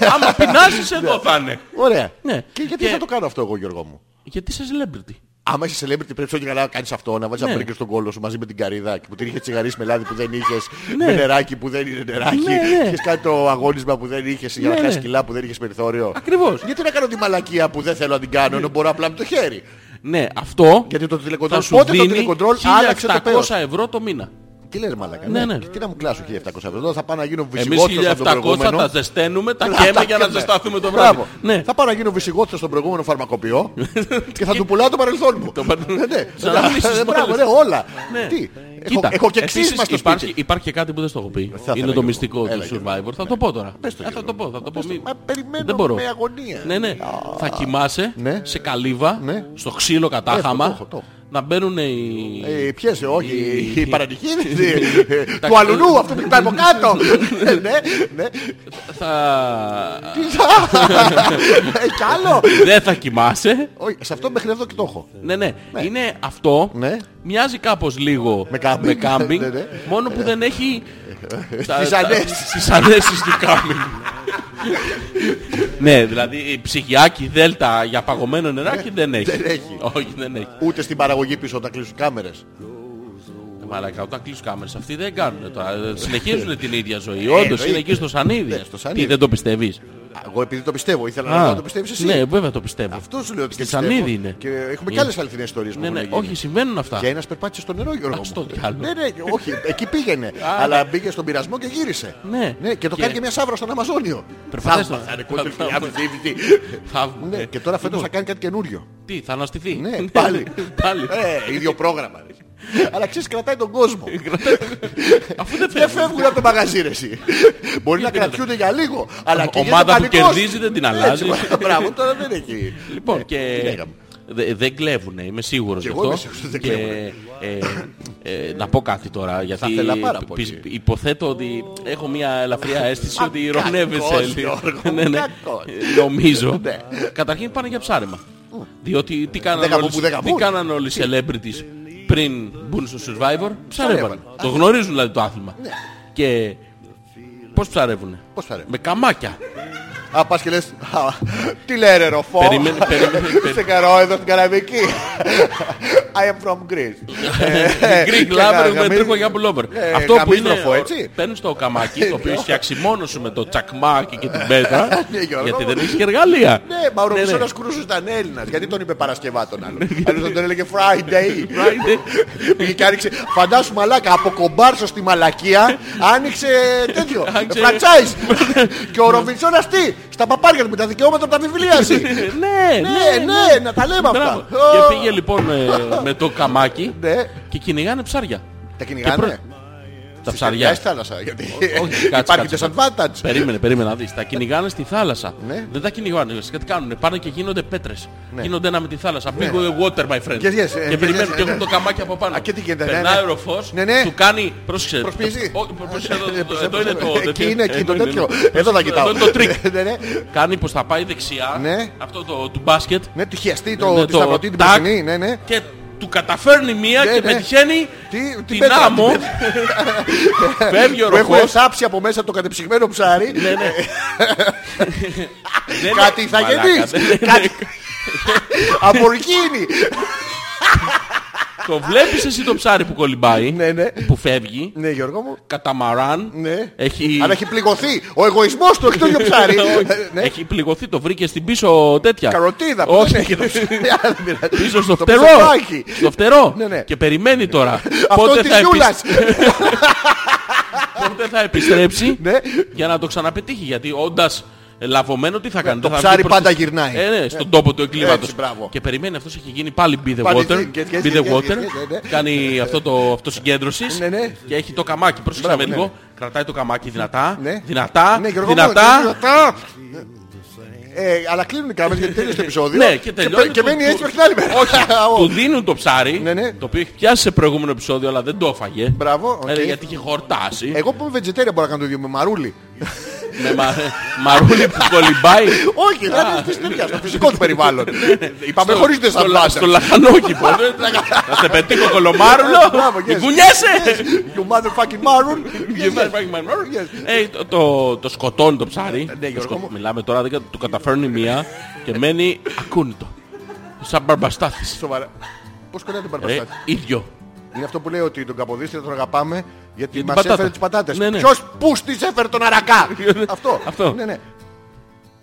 Speaker 1: [laughs]
Speaker 2: άμα πεινάσεις εδώ θα είναι.
Speaker 1: Ωραία.
Speaker 2: Ναι.
Speaker 1: Και γιατί
Speaker 2: Και-
Speaker 1: θα το κάνω αυτό εγώ, Γιώργο μου.
Speaker 2: Γιατί είσαι celebrity.
Speaker 1: Άμα είσαι celebrity πρέπει όχι καλά να κάνεις αυτό, να βάζεις
Speaker 2: Ναι.
Speaker 1: ναι. μπέργκερ στον κόλο σου μαζί με την καρύδα και που την είχες τσιγαρίσει με λάδι που δεν είχες,
Speaker 2: Ναι.
Speaker 1: με νεράκι που δεν είναι νεράκι,
Speaker 2: Ναι, ναι.
Speaker 1: είχες κάνει το αγώνισμα που δεν είχες για
Speaker 2: Ναι,
Speaker 1: να χάσεις
Speaker 2: ναι.
Speaker 1: κιλά που δεν είχες περιθώριο.
Speaker 2: Ακριβώς.
Speaker 1: Γιατί να κάνω τη μαλακία που δεν θέλω να την κάνω, ενώ μπορώ απλά με το χέρι.
Speaker 2: Ναι, αυτό
Speaker 1: Γιατί το
Speaker 2: θα
Speaker 1: τηλεκοντρόλ,
Speaker 2: σου
Speaker 1: πότε το
Speaker 2: δίνει
Speaker 1: τηλεκοντρόλ άλλαξε το πέος.
Speaker 2: 1.700 ευρώ το μήνα.
Speaker 1: Τι λένε μαλακά,
Speaker 2: Ναι,
Speaker 1: ναι,
Speaker 2: ναι.
Speaker 1: Και τι να μου κλάσω 1.700 ευρώ, θα πάω να γίνω
Speaker 2: Εμείς
Speaker 1: βυσιγότιος από τον
Speaker 2: 1.700
Speaker 1: προηγούμενο.
Speaker 2: τα ζεσταίνουμε, τα
Speaker 1: Αυτά
Speaker 2: καίμε για να
Speaker 1: και με.
Speaker 2: ζεσταθούμε το βράδυ.
Speaker 1: Μπράβο.
Speaker 2: Ναι.
Speaker 1: Θα πάω να γίνω βυσιγότητα στον προηγούμενο
Speaker 2: [laughs]
Speaker 1: φαρμακοποιό και θα του πουλάω το παρελθόν μου.
Speaker 2: Το παρελθόν.
Speaker 1: Ναι, ναι.
Speaker 2: Σαν να μην είσαι στο
Speaker 1: Μπράβο, ναι,
Speaker 2: παρελθόν.
Speaker 1: όλα.
Speaker 2: Ναι.
Speaker 1: Τι. Έχω,
Speaker 2: Κοίτα,
Speaker 1: έχω και
Speaker 2: επίσης
Speaker 1: ξύσμα στο
Speaker 2: υπάρχει,
Speaker 1: σπίτι.
Speaker 2: Υπάρχει και κάτι που δεν στο έχω πει.
Speaker 1: ήθελα,
Speaker 2: είναι το
Speaker 1: Γιώργο.
Speaker 2: μυστικό
Speaker 1: Έλα,
Speaker 2: του
Speaker 1: Γιώργο.
Speaker 2: Survivor. Θα το πω τώρα.
Speaker 1: Πες το,
Speaker 2: Ε, θα
Speaker 1: Γιώργο.
Speaker 2: το πω, θα το πω.
Speaker 1: Πες το.
Speaker 2: Μη-
Speaker 1: Μα περιμένω
Speaker 2: Δεν μπορώ.
Speaker 1: με αγωνία.
Speaker 2: Ναι, ναι. Θα κοιμάσαι
Speaker 1: Ναι.
Speaker 2: σε καλύβα,
Speaker 1: Ναι.
Speaker 2: στο ξύλο
Speaker 1: το
Speaker 2: κατάχαμα,
Speaker 1: έχω, το έχω.
Speaker 2: να μπαίνουν οι...
Speaker 1: Ε, ποιες, ε, όχι, η παρανυχίδη
Speaker 2: Τα-
Speaker 1: του αλουνού, αυτό που κοιτάει από
Speaker 2: [laughs]
Speaker 1: κάτω. Ναι, ναι.
Speaker 2: Θα...
Speaker 1: Τι θα.
Speaker 2: [laughs]
Speaker 1: Ε, Κι άλλο.
Speaker 2: δεν θα κοιμάσαι.
Speaker 1: Όχι, σε αυτό μέχρι εδώ και το έχω.
Speaker 2: Ναι, ναι. Είναι αυτό.
Speaker 1: Ναι.
Speaker 2: Μοιάζει κάπως λίγο
Speaker 1: Με κάμπινγκ.
Speaker 2: κάμπινγκ,
Speaker 1: Ναι, ναι.
Speaker 2: μόνο που δεν έχει... τα-
Speaker 1: Τις
Speaker 2: τα-
Speaker 1: ανέσεις.
Speaker 2: τις ανέσεις του κάμπινγκ. ναι, δηλαδή η ψυχιάκι δέλτα για παγωμένο νεράκι δεν έχει.
Speaker 1: δεν έχει.
Speaker 2: Όχι, δεν έχει.
Speaker 1: Ούτε στην παραγωγή πίσω όταν κλείσουν κάμερες.
Speaker 2: Ε, Μαλάκα, όταν κλείσουν κάμερες αυτοί δεν κάνουν τώρα. Ε, Συνεχίζουν την ίδια ζωή. Όντως είναι
Speaker 1: Ε, εννοείται.
Speaker 2: εκεί στο σανίδι.
Speaker 1: Ναι, στο σανίδι.
Speaker 2: Τι δεν το πιστεύεις.
Speaker 1: Α, Εγώ επειδή το πιστεύω, ήθελα να
Speaker 2: Α,
Speaker 1: δω αν το πιστεύεις εσύ.
Speaker 2: Ναι, βέβαια το πιστεύω.
Speaker 1: Αυτό σου λέω ότι
Speaker 2: Στη
Speaker 1: και πιστεύω.
Speaker 2: Σανίδη είναι.
Speaker 1: Και έχουμε
Speaker 2: Είναι.
Speaker 1: και άλλες αληθινές ιστορίες που
Speaker 2: Ναι,
Speaker 1: έχουν
Speaker 2: ναι,
Speaker 1: γίνει.
Speaker 2: όχι, συμβαίνουν αυτά.
Speaker 1: Και ένας περπάτησε στο νερό, Γιώργο.
Speaker 2: Α,
Speaker 1: μου.
Speaker 2: στο διάλογο.
Speaker 1: Ναι, ναι, όχι, εκεί πήγαινε. αλλά μπήκε στον πειρασμό και γύρισε.
Speaker 2: Ναι.
Speaker 1: και το
Speaker 2: Και-
Speaker 1: κάνει και μια σαύρα στον Αμαζόνιο.
Speaker 2: Περπατάς
Speaker 1: Θαύμα,
Speaker 2: στο-
Speaker 1: θα είναι κόντρη
Speaker 2: Θαύμα.
Speaker 1: χιλιάδες
Speaker 2: [laughs]
Speaker 1: DVD.
Speaker 2: Θαύμα.
Speaker 1: Ναι, και τώρα φέτος θα κάνει κάτι καινούριο.
Speaker 2: Ε, Τι, θα αναστηθεί.
Speaker 1: Ναι,
Speaker 2: [laughs]
Speaker 1: πάλι.
Speaker 2: πάλι.
Speaker 1: Ε, ίδιο πρόγραμμα. ρε. Αλλά ξέρεις, κρατάει τον κόσμο.
Speaker 2: Ε, Αφού δεν
Speaker 1: Δεν
Speaker 2: φεύγουν.
Speaker 1: φεύγουν από το μαγαζί, ρε, εσύ. Μπορεί να κρατιούνται για λίγο. Αλλά και γίνεται
Speaker 2: Ομάδα που
Speaker 1: πανικός.
Speaker 2: κερδίζει δεν την αλλάζει.
Speaker 1: Έτσι, Μπράβο, τώρα δεν έχει.
Speaker 2: Λοιπόν, και
Speaker 1: Ναι, λέγαμε.
Speaker 2: δε- δεν κλέβουνε, είμαι σίγουρος
Speaker 1: Κι
Speaker 2: γι'
Speaker 1: εγώ
Speaker 2: αυτό.
Speaker 1: είμαι σίγουρος ότι δεν
Speaker 2: Και, ε, ε, να πω κάτι τώρα, γιατί
Speaker 1: ήθελα πάρα
Speaker 2: πι-
Speaker 1: πολύ.
Speaker 2: πι- υποθέτω ότι έχω μια ελαφριά αίσθηση ότι
Speaker 1: κακός,
Speaker 2: ηρωνεύεσαι. λίγο.
Speaker 1: Γιώργο,
Speaker 2: [laughs] Ναι, ναι.
Speaker 1: κακός.
Speaker 2: Ε, Νομίζω.
Speaker 1: Ναι.
Speaker 2: Καταρχήν πάνε για ψάρεμα. Διότι τι κάνανε
Speaker 1: Δεν γαμούν
Speaker 2: όλοι-
Speaker 1: που δεν
Speaker 2: τι
Speaker 1: γαμούν.
Speaker 2: κάνανε όλοι οι celebrities πριν μπουν στο Survivor, ψαρεύαν.
Speaker 1: Ψαρεύαν.
Speaker 2: Το γνωρίζουν δηλαδή το άθλημα.
Speaker 1: Ναι.
Speaker 2: Και πώς ψαρεύουνε.
Speaker 1: Πώς ψαρεύουν.
Speaker 2: Με καμάκια.
Speaker 1: Α, πας και λες, «Α, τι λέει ρε ροφό,
Speaker 2: Περίμενε,
Speaker 1: [laughs]
Speaker 2: περίμενε, περίμενε.
Speaker 1: σε καρό εδώ στην Καραβική. [laughs] I am from Greece. Ε,
Speaker 2: Greek
Speaker 1: και
Speaker 2: lover
Speaker 1: να
Speaker 2: με
Speaker 1: γαμίζ-
Speaker 2: Τούρκο για pullover.
Speaker 1: Ε,
Speaker 2: Αυτό που
Speaker 1: γαμίζ
Speaker 2: είναι.
Speaker 1: τροφό, έτσι.
Speaker 2: Παίρνεις το καμάκι το οποίο έχει
Speaker 1: [laughs]
Speaker 2: φτιάξει μόνο σου με το τσακμάκι και την πέτρα.
Speaker 1: Ναι, Γιώργο.
Speaker 2: γιατί δεν έχεις και εργαλεία.
Speaker 1: Ναι, μα ο
Speaker 2: Ναι, ναι.
Speaker 1: Ροπισόνας Κρούσος ήταν Έλληνας. Γιατί τον είπε Παρασκευά τον
Speaker 2: [laughs]
Speaker 1: άλλο. Αλλιώς θα τον έλεγε Friday. Πήγε και άνοιξε, φαντάσου μαλάκα, από κομπάρσο στη μαλακία άνοιξε τέτοιο,
Speaker 2: [laughs] Άνοιξε-
Speaker 1: franchise. Και ο Ροπισόνας τι, στα παπάρια του με τα δικαιώματα από τα βιβλία σου.
Speaker 2: [laughs] [laughs] Ναι,
Speaker 1: Ναι, ναι, να τα λέμε
Speaker 2: Μπράβο.
Speaker 1: αυτά. Ω,
Speaker 2: Και πήγε λοιπόν ε, με το καμάκι
Speaker 1: [laughs] Ναι,
Speaker 2: και κυνηγάνε ψάρια.
Speaker 1: τα
Speaker 2: Και
Speaker 1: κυνηγάνε.
Speaker 2: προ- Τα
Speaker 1: Στις χεριάς
Speaker 2: ψαριά.
Speaker 1: στη θάλασσα. Γιατί
Speaker 2: όχι, κάτσε,
Speaker 1: υπάρχει
Speaker 2: κάτσε.
Speaker 1: disadvantage.
Speaker 2: Περίμενε, περίμενε να δεις. Τα κυνηγάνε στη θάλασσα.
Speaker 1: Ναι.
Speaker 2: Δεν τα κυνηγάνε. ουσιαστικά Τι κάνουν. Πάνε και γίνονται πέτρες. Γίνονται ένα με τη θάλασσα. Big water, my friend.
Speaker 1: Ναι. Yes, yes, yes,
Speaker 2: και
Speaker 1: yes,
Speaker 2: περιμένουν
Speaker 1: yes,
Speaker 2: και έχουν
Speaker 1: yes.
Speaker 2: το καμάκι από πάνω.
Speaker 1: Α, και τι γίνεται, ναι,
Speaker 2: Περνάει
Speaker 1: ναι.
Speaker 2: ροφός,
Speaker 1: Ναι, ναι.
Speaker 2: του κάνει. Πρόσεξε.
Speaker 1: Προσπίζει.
Speaker 2: Όχι, προσπίζει, εδώ- εδώ-
Speaker 1: Ε,
Speaker 2: Εδώ είναι το.
Speaker 1: Εκεί
Speaker 2: τέτοιο.
Speaker 1: είναι, εκεί
Speaker 2: Εδώ
Speaker 1: το
Speaker 2: είναι,
Speaker 1: τέτοιο.
Speaker 2: ναι.
Speaker 1: Εδώ θα κοιτάω.
Speaker 2: Εδώ είναι το τρίκ.
Speaker 1: [laughs] Ναι, ναι.
Speaker 2: Κάνει πως θα πάει δεξιά.
Speaker 1: Ναι.
Speaker 2: Αυτό το του μπάσκετ.
Speaker 1: Ναι, του χιαστεί
Speaker 2: Ναι,
Speaker 1: το τη
Speaker 2: το
Speaker 1: σταυρωτή την
Speaker 2: τάκ.
Speaker 1: πισινή. Ναι, ναι.
Speaker 2: Και του καταφέρνει μία
Speaker 1: Ναι,
Speaker 2: και
Speaker 1: ναι.
Speaker 2: πετυχαίνει
Speaker 1: Τι- την
Speaker 2: την
Speaker 1: πέτρα,
Speaker 2: άμμο.
Speaker 1: την
Speaker 2: Φεύγει ο
Speaker 1: Που έχουν
Speaker 2: ροχός.
Speaker 1: σάψει από μέσα το κατεψυγμένο ψάρι.
Speaker 2: Ναι, ναι. Δεν-
Speaker 1: Κάτι θα
Speaker 2: Μαλάκα,
Speaker 1: γεννείς.
Speaker 2: δεν-
Speaker 1: Κάτι- Αμπορκίνη.
Speaker 2: Το βλέπεις εσύ το ψάρι που κολυμπάει,
Speaker 1: Ναι, ναι.
Speaker 2: που φεύγει,
Speaker 1: Ναι, Γιώργο μου.
Speaker 2: καταμαράν,
Speaker 1: Ναι.
Speaker 2: έχει...
Speaker 1: Αλλά έχει πληγωθεί. Ο εγωισμός του έχει το ίδιο ψάρι.
Speaker 2: [laughs] Όχι.
Speaker 1: Ναι.
Speaker 2: Έχει πληγωθεί, το βρήκε στην πίσω τέτοια.
Speaker 1: Καροτίδα. που
Speaker 2: Όχι,
Speaker 1: δεν έχει το ψάρι. Άρα δεν
Speaker 2: [laughs]
Speaker 1: πειράζει.
Speaker 2: πίσω στο
Speaker 1: Το
Speaker 2: φτερό.
Speaker 1: πισωπάκι.
Speaker 2: Στο φτερό.
Speaker 1: Ναι, ναι.
Speaker 2: Και περιμένει τώρα.
Speaker 1: Αυτό της
Speaker 2: επι- [laughs]
Speaker 1: Γιούλας.
Speaker 2: πότε θα επιστρέψει
Speaker 1: Ναι.
Speaker 2: για να το ξαναπετύχει. Γιατί όντας ε, λαβωμένο, τι θα κάνει.
Speaker 1: Ναι, το
Speaker 2: θα
Speaker 1: ψάρι
Speaker 2: βγει προς-
Speaker 1: πάντα γυρνάει.
Speaker 2: Ε, ναι, στον τόπο του εγκλήματος.
Speaker 1: Έτσι, μπράβο.
Speaker 2: Και περιμένει αυτός έχει γίνει πάλι be the
Speaker 1: Πάλι
Speaker 2: water.
Speaker 1: get- get-
Speaker 2: Be
Speaker 1: get- get-
Speaker 2: the
Speaker 1: get-
Speaker 2: water.
Speaker 1: get- ναι.
Speaker 2: Κάνει αυτό το αυτοσυγκέντρωσης.
Speaker 1: Ναι, ναι.
Speaker 2: Και έχει το καμάκι. Πρόσεξε με
Speaker 1: Μπράβο,
Speaker 2: λίγο. Κρατάει το καμάκι δυνατά.
Speaker 1: Ναι.
Speaker 2: Δυνατά.
Speaker 1: Ναι, Γιώργο μου,
Speaker 2: Δυνατά.
Speaker 1: δυνατά. Ε, αλλά κλείνουν οι κάμερες γιατί τελείωσε το επεισόδιο.
Speaker 2: Ναι, και τελειώνει.
Speaker 1: Και
Speaker 2: του-
Speaker 1: μένει
Speaker 2: του-
Speaker 1: έτσι μέχρι την άλλη μέρα. [laughs]
Speaker 2: Όχι,
Speaker 1: Ο-
Speaker 2: του δίνουν το ψάρι.
Speaker 1: Ναι, ναι.
Speaker 2: Το οποίο έχει πιάσει σε προηγούμενο επεισόδιο, αλλά δεν το έφαγε.
Speaker 1: Μπράβο,
Speaker 2: Ε,
Speaker 1: οκ.
Speaker 2: γιατί είχε χορτάσει.
Speaker 1: Εγώ που είμαι vegetarian μπορώ να κάνω το ίδιο με μαρούλι.
Speaker 2: με μα, [laughs] μαρούλι που κολυμπάει.
Speaker 1: Όχι, δεν είναι της τέτοια, στο φυσικό του
Speaker 2: [laughs]
Speaker 1: περιβάλλον. Είπαμε χωρίς
Speaker 2: Ναι, Στο λα- Στο
Speaker 1: δεσαμπάντα.
Speaker 2: λαχανόκηπο. Δεν- Θα σε πετύχω κολομάρουλο.
Speaker 1: [laughs] Μπράβο, yes.
Speaker 2: Μην κουνιέσαι.
Speaker 1: [laughs] You motherfucking
Speaker 2: [laughs]
Speaker 1: maroon.
Speaker 2: You motherfucking man. Ε, το- Το το σκοτώνει το
Speaker 1: Ε,
Speaker 2: ψάρι.
Speaker 1: ναι,
Speaker 2: Το σκο- Μιλάμε τώρα, δεν κα- του καταφέρνει μία και μένει ακούνητο. Σαν μπαρμπαστάθης.
Speaker 1: Σοβαρά. Πώς κολλάει την
Speaker 2: Ε,
Speaker 1: παρπαστάτη.
Speaker 2: ίδιο.
Speaker 1: Είναι αυτό που λέει ότι τον Καποδίστρια τον αγαπάμε γιατί
Speaker 2: την
Speaker 1: μας
Speaker 2: πατάτα.
Speaker 1: έφερε τις πατάτες.
Speaker 2: Ναι, ναι.
Speaker 1: Ποιος πού στις έφερε τον
Speaker 2: [laughs]
Speaker 1: αρακά. Αυτό.
Speaker 2: Αυτό.
Speaker 1: Ναι, ναι.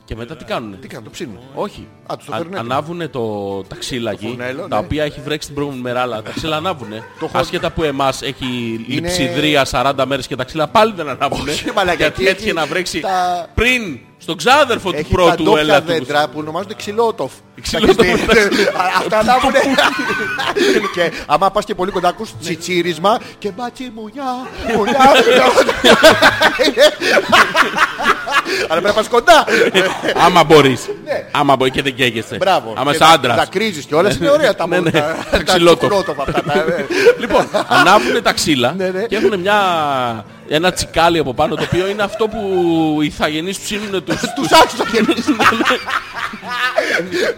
Speaker 2: Και μετά τι κάνουνε.
Speaker 1: Τι κάνω, το ψήνουμε.
Speaker 2: Όχι.
Speaker 1: Α, τους το
Speaker 2: Αν-
Speaker 1: φέρνουν έτοιμα.
Speaker 2: ανάβουνε το τα ξύλα εκεί,
Speaker 1: φουρνέλο,
Speaker 2: τα
Speaker 1: ναι.
Speaker 2: οποία έχει βρέξει την προηγούμενη μέρα, αλλά τα ξύλα ανάβουνε.
Speaker 1: Το έχω-
Speaker 2: Άσχετα που εμάς έχει λειψιδρία 40 μέρες και τα ξύλα πάλι δεν ανάβουνε.
Speaker 1: Όχι, μαλάκα,
Speaker 2: γιατί
Speaker 1: εκεί
Speaker 2: έτυχε
Speaker 1: έχει
Speaker 2: να βρέξει
Speaker 1: τα-
Speaker 2: πριν στον ξάδερφο του
Speaker 1: Έχει τα
Speaker 2: πρώτου
Speaker 1: ντόπια
Speaker 2: έλατου.
Speaker 1: δέντρα που ονομάζονται ξυλότοφ.
Speaker 2: Ξυλότοφ,
Speaker 1: Τα έχεις δει?
Speaker 2: εντάξει.
Speaker 1: Α, Αυτά ανάβουν. [laughs] Και άμα πας και πολύ κοντά ακούς
Speaker 2: Ναι.
Speaker 1: τσιτσίρισμα και μπάτσι μουνιά, μουνιά. Αλλά πρέπει να πας κοντά.
Speaker 2: Άμα μπορείς.
Speaker 1: Ναι.
Speaker 2: Άμα μπορείς και δεν καίγεσαι.
Speaker 1: Μπράβο.
Speaker 2: Άμα
Speaker 1: Και
Speaker 2: είσαι
Speaker 1: τα- Τα
Speaker 2: άντρας.
Speaker 1: κρίζεις και όλα είναι ωραία τα
Speaker 2: Ναι,
Speaker 1: μούτρα.
Speaker 2: ναι.
Speaker 1: Τα
Speaker 2: Ξυλότοφ.
Speaker 1: ξυλότοφ αυτά. τα- ε,
Speaker 2: Λοιπόν, ανάβουνε τα ξύλα
Speaker 1: Ναι, ναι.
Speaker 2: και έχουν μια, ένα τσικάλι από πάνω το οποίο είναι αυτό που οι θαγενείς
Speaker 1: [laughs]
Speaker 2: ψήνουν τους, Ναι,
Speaker 1: Τους άξους θα γεννήσουν.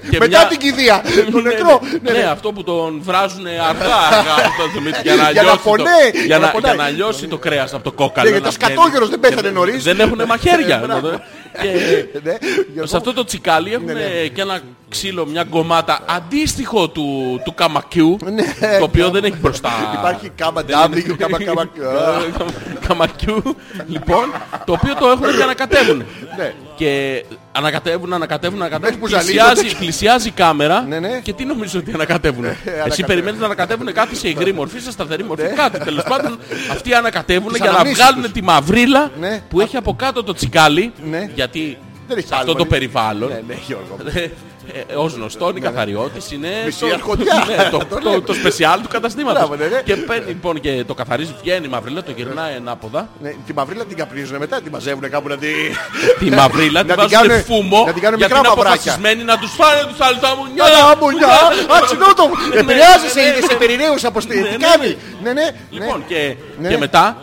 Speaker 2: και
Speaker 1: Μετά
Speaker 2: μια-
Speaker 1: την κηδεία. Τον
Speaker 2: Ναι,
Speaker 1: νεκρό.
Speaker 2: ναι. Ναι, αυτό που τον βράζουν αργά, αργά αυτό το Δημήτρη, για να
Speaker 1: Για να
Speaker 2: λιώσει το-
Speaker 1: φωνάει,
Speaker 2: για
Speaker 1: για
Speaker 2: να-
Speaker 1: να φωνάει.
Speaker 2: για να λιώσει το κρέας από το κόκαλο.
Speaker 1: Ναι, γιατί
Speaker 2: να
Speaker 1: ο σκατόγερος
Speaker 2: βγαίνει.
Speaker 1: δεν πέθανε νωρίς.
Speaker 2: Δεν έχουν μαχαίρια. ε.
Speaker 1: Ναι, μπράβο.
Speaker 2: Και
Speaker 1: Ναι, Γιώργο.
Speaker 2: σε αυτό το τσικάλι έχουν
Speaker 1: ναι.
Speaker 2: και ένα ξύλο, μια γκομάτα αντίστοιχο του, του καμακιού,
Speaker 1: Ναι.
Speaker 2: το οποίο δεν έχει μπροστά.
Speaker 1: Υπάρχει κάμα
Speaker 2: Δεν είναι- Ναι,
Speaker 1: W,
Speaker 2: [laughs]
Speaker 1: κάμα κάμα. α,
Speaker 2: Καμακιού, λοιπόν, το οποίο το έχουν και ανακατεύουν.
Speaker 1: Ναι.
Speaker 2: Και ανακατεύουν, ανακατεύουν, ανακατεύουν.
Speaker 1: που ζαλίζονται.
Speaker 2: Πλησιάζει, πλησιάζει η κάμερα.
Speaker 1: Ναι, ναι. Ε,
Speaker 2: Και τι νομίζεις ότι ανακατεύουν. Εσύ
Speaker 1: ανακατεύουν.
Speaker 2: περιμένεις να ανακατεύουν κάτι σε υγρή μορφή, σε σταθερή μορφή, κάτι. Τέλος πάντων, αυτοί ανακατεύουν
Speaker 1: Τις
Speaker 2: για να
Speaker 1: αναμνήσεις
Speaker 2: βγάλουν
Speaker 1: τους.
Speaker 2: τη μαυρίλα
Speaker 1: Ναι.
Speaker 2: που έχει από κάτω το τσικάλι.
Speaker 1: Ναι.
Speaker 2: Γιατί
Speaker 1: Δεν έχει
Speaker 2: σε αυτό
Speaker 1: άλλο,
Speaker 2: το
Speaker 1: ναι.
Speaker 2: περιβάλλον.
Speaker 1: Ναι, ναι, Γιώργο.
Speaker 2: Ως γνωστόν, η καθαριότης είναι
Speaker 1: Μισή
Speaker 2: το-
Speaker 1: αρχοντιά.
Speaker 2: ναι, το-
Speaker 1: Το
Speaker 2: το-
Speaker 1: λέμε.
Speaker 2: το σπεσιάλ του καταστήματος.
Speaker 1: Μπράβο, ναι, ναι.
Speaker 2: Και παίρνει λοιπόν και το καθαρίζει, βγαίνει η μαυρίλα, το γυρνάει ανάποδα.
Speaker 1: Ναι, τη μαυρίλα την καπνίζουν μετά, τη μαζεύουν κάπου να
Speaker 2: [laughs]
Speaker 1: τη...
Speaker 2: Τη μαυρίλα την
Speaker 1: την
Speaker 2: βάζουν
Speaker 1: κάνουνε-
Speaker 2: φούμο
Speaker 1: να την κάνουν
Speaker 2: γιατί
Speaker 1: μικρά
Speaker 2: είναι
Speaker 1: μαυράκια.
Speaker 2: αποφασισμένοι να τους φάνε τους άλλους τα μουνιά.
Speaker 1: Καλά, μουνιά, αξινότο! Επηρεάζεσαι,
Speaker 2: ναι, ναι,
Speaker 1: είδες, σε
Speaker 2: ναι.
Speaker 1: περιραίους από στη...
Speaker 2: Ναι,
Speaker 1: Τι
Speaker 2: ναι.
Speaker 1: κάνει, ναι, ναι.
Speaker 2: Λοιπόν
Speaker 1: ναι.
Speaker 2: και,
Speaker 1: Ναι.
Speaker 2: και μετά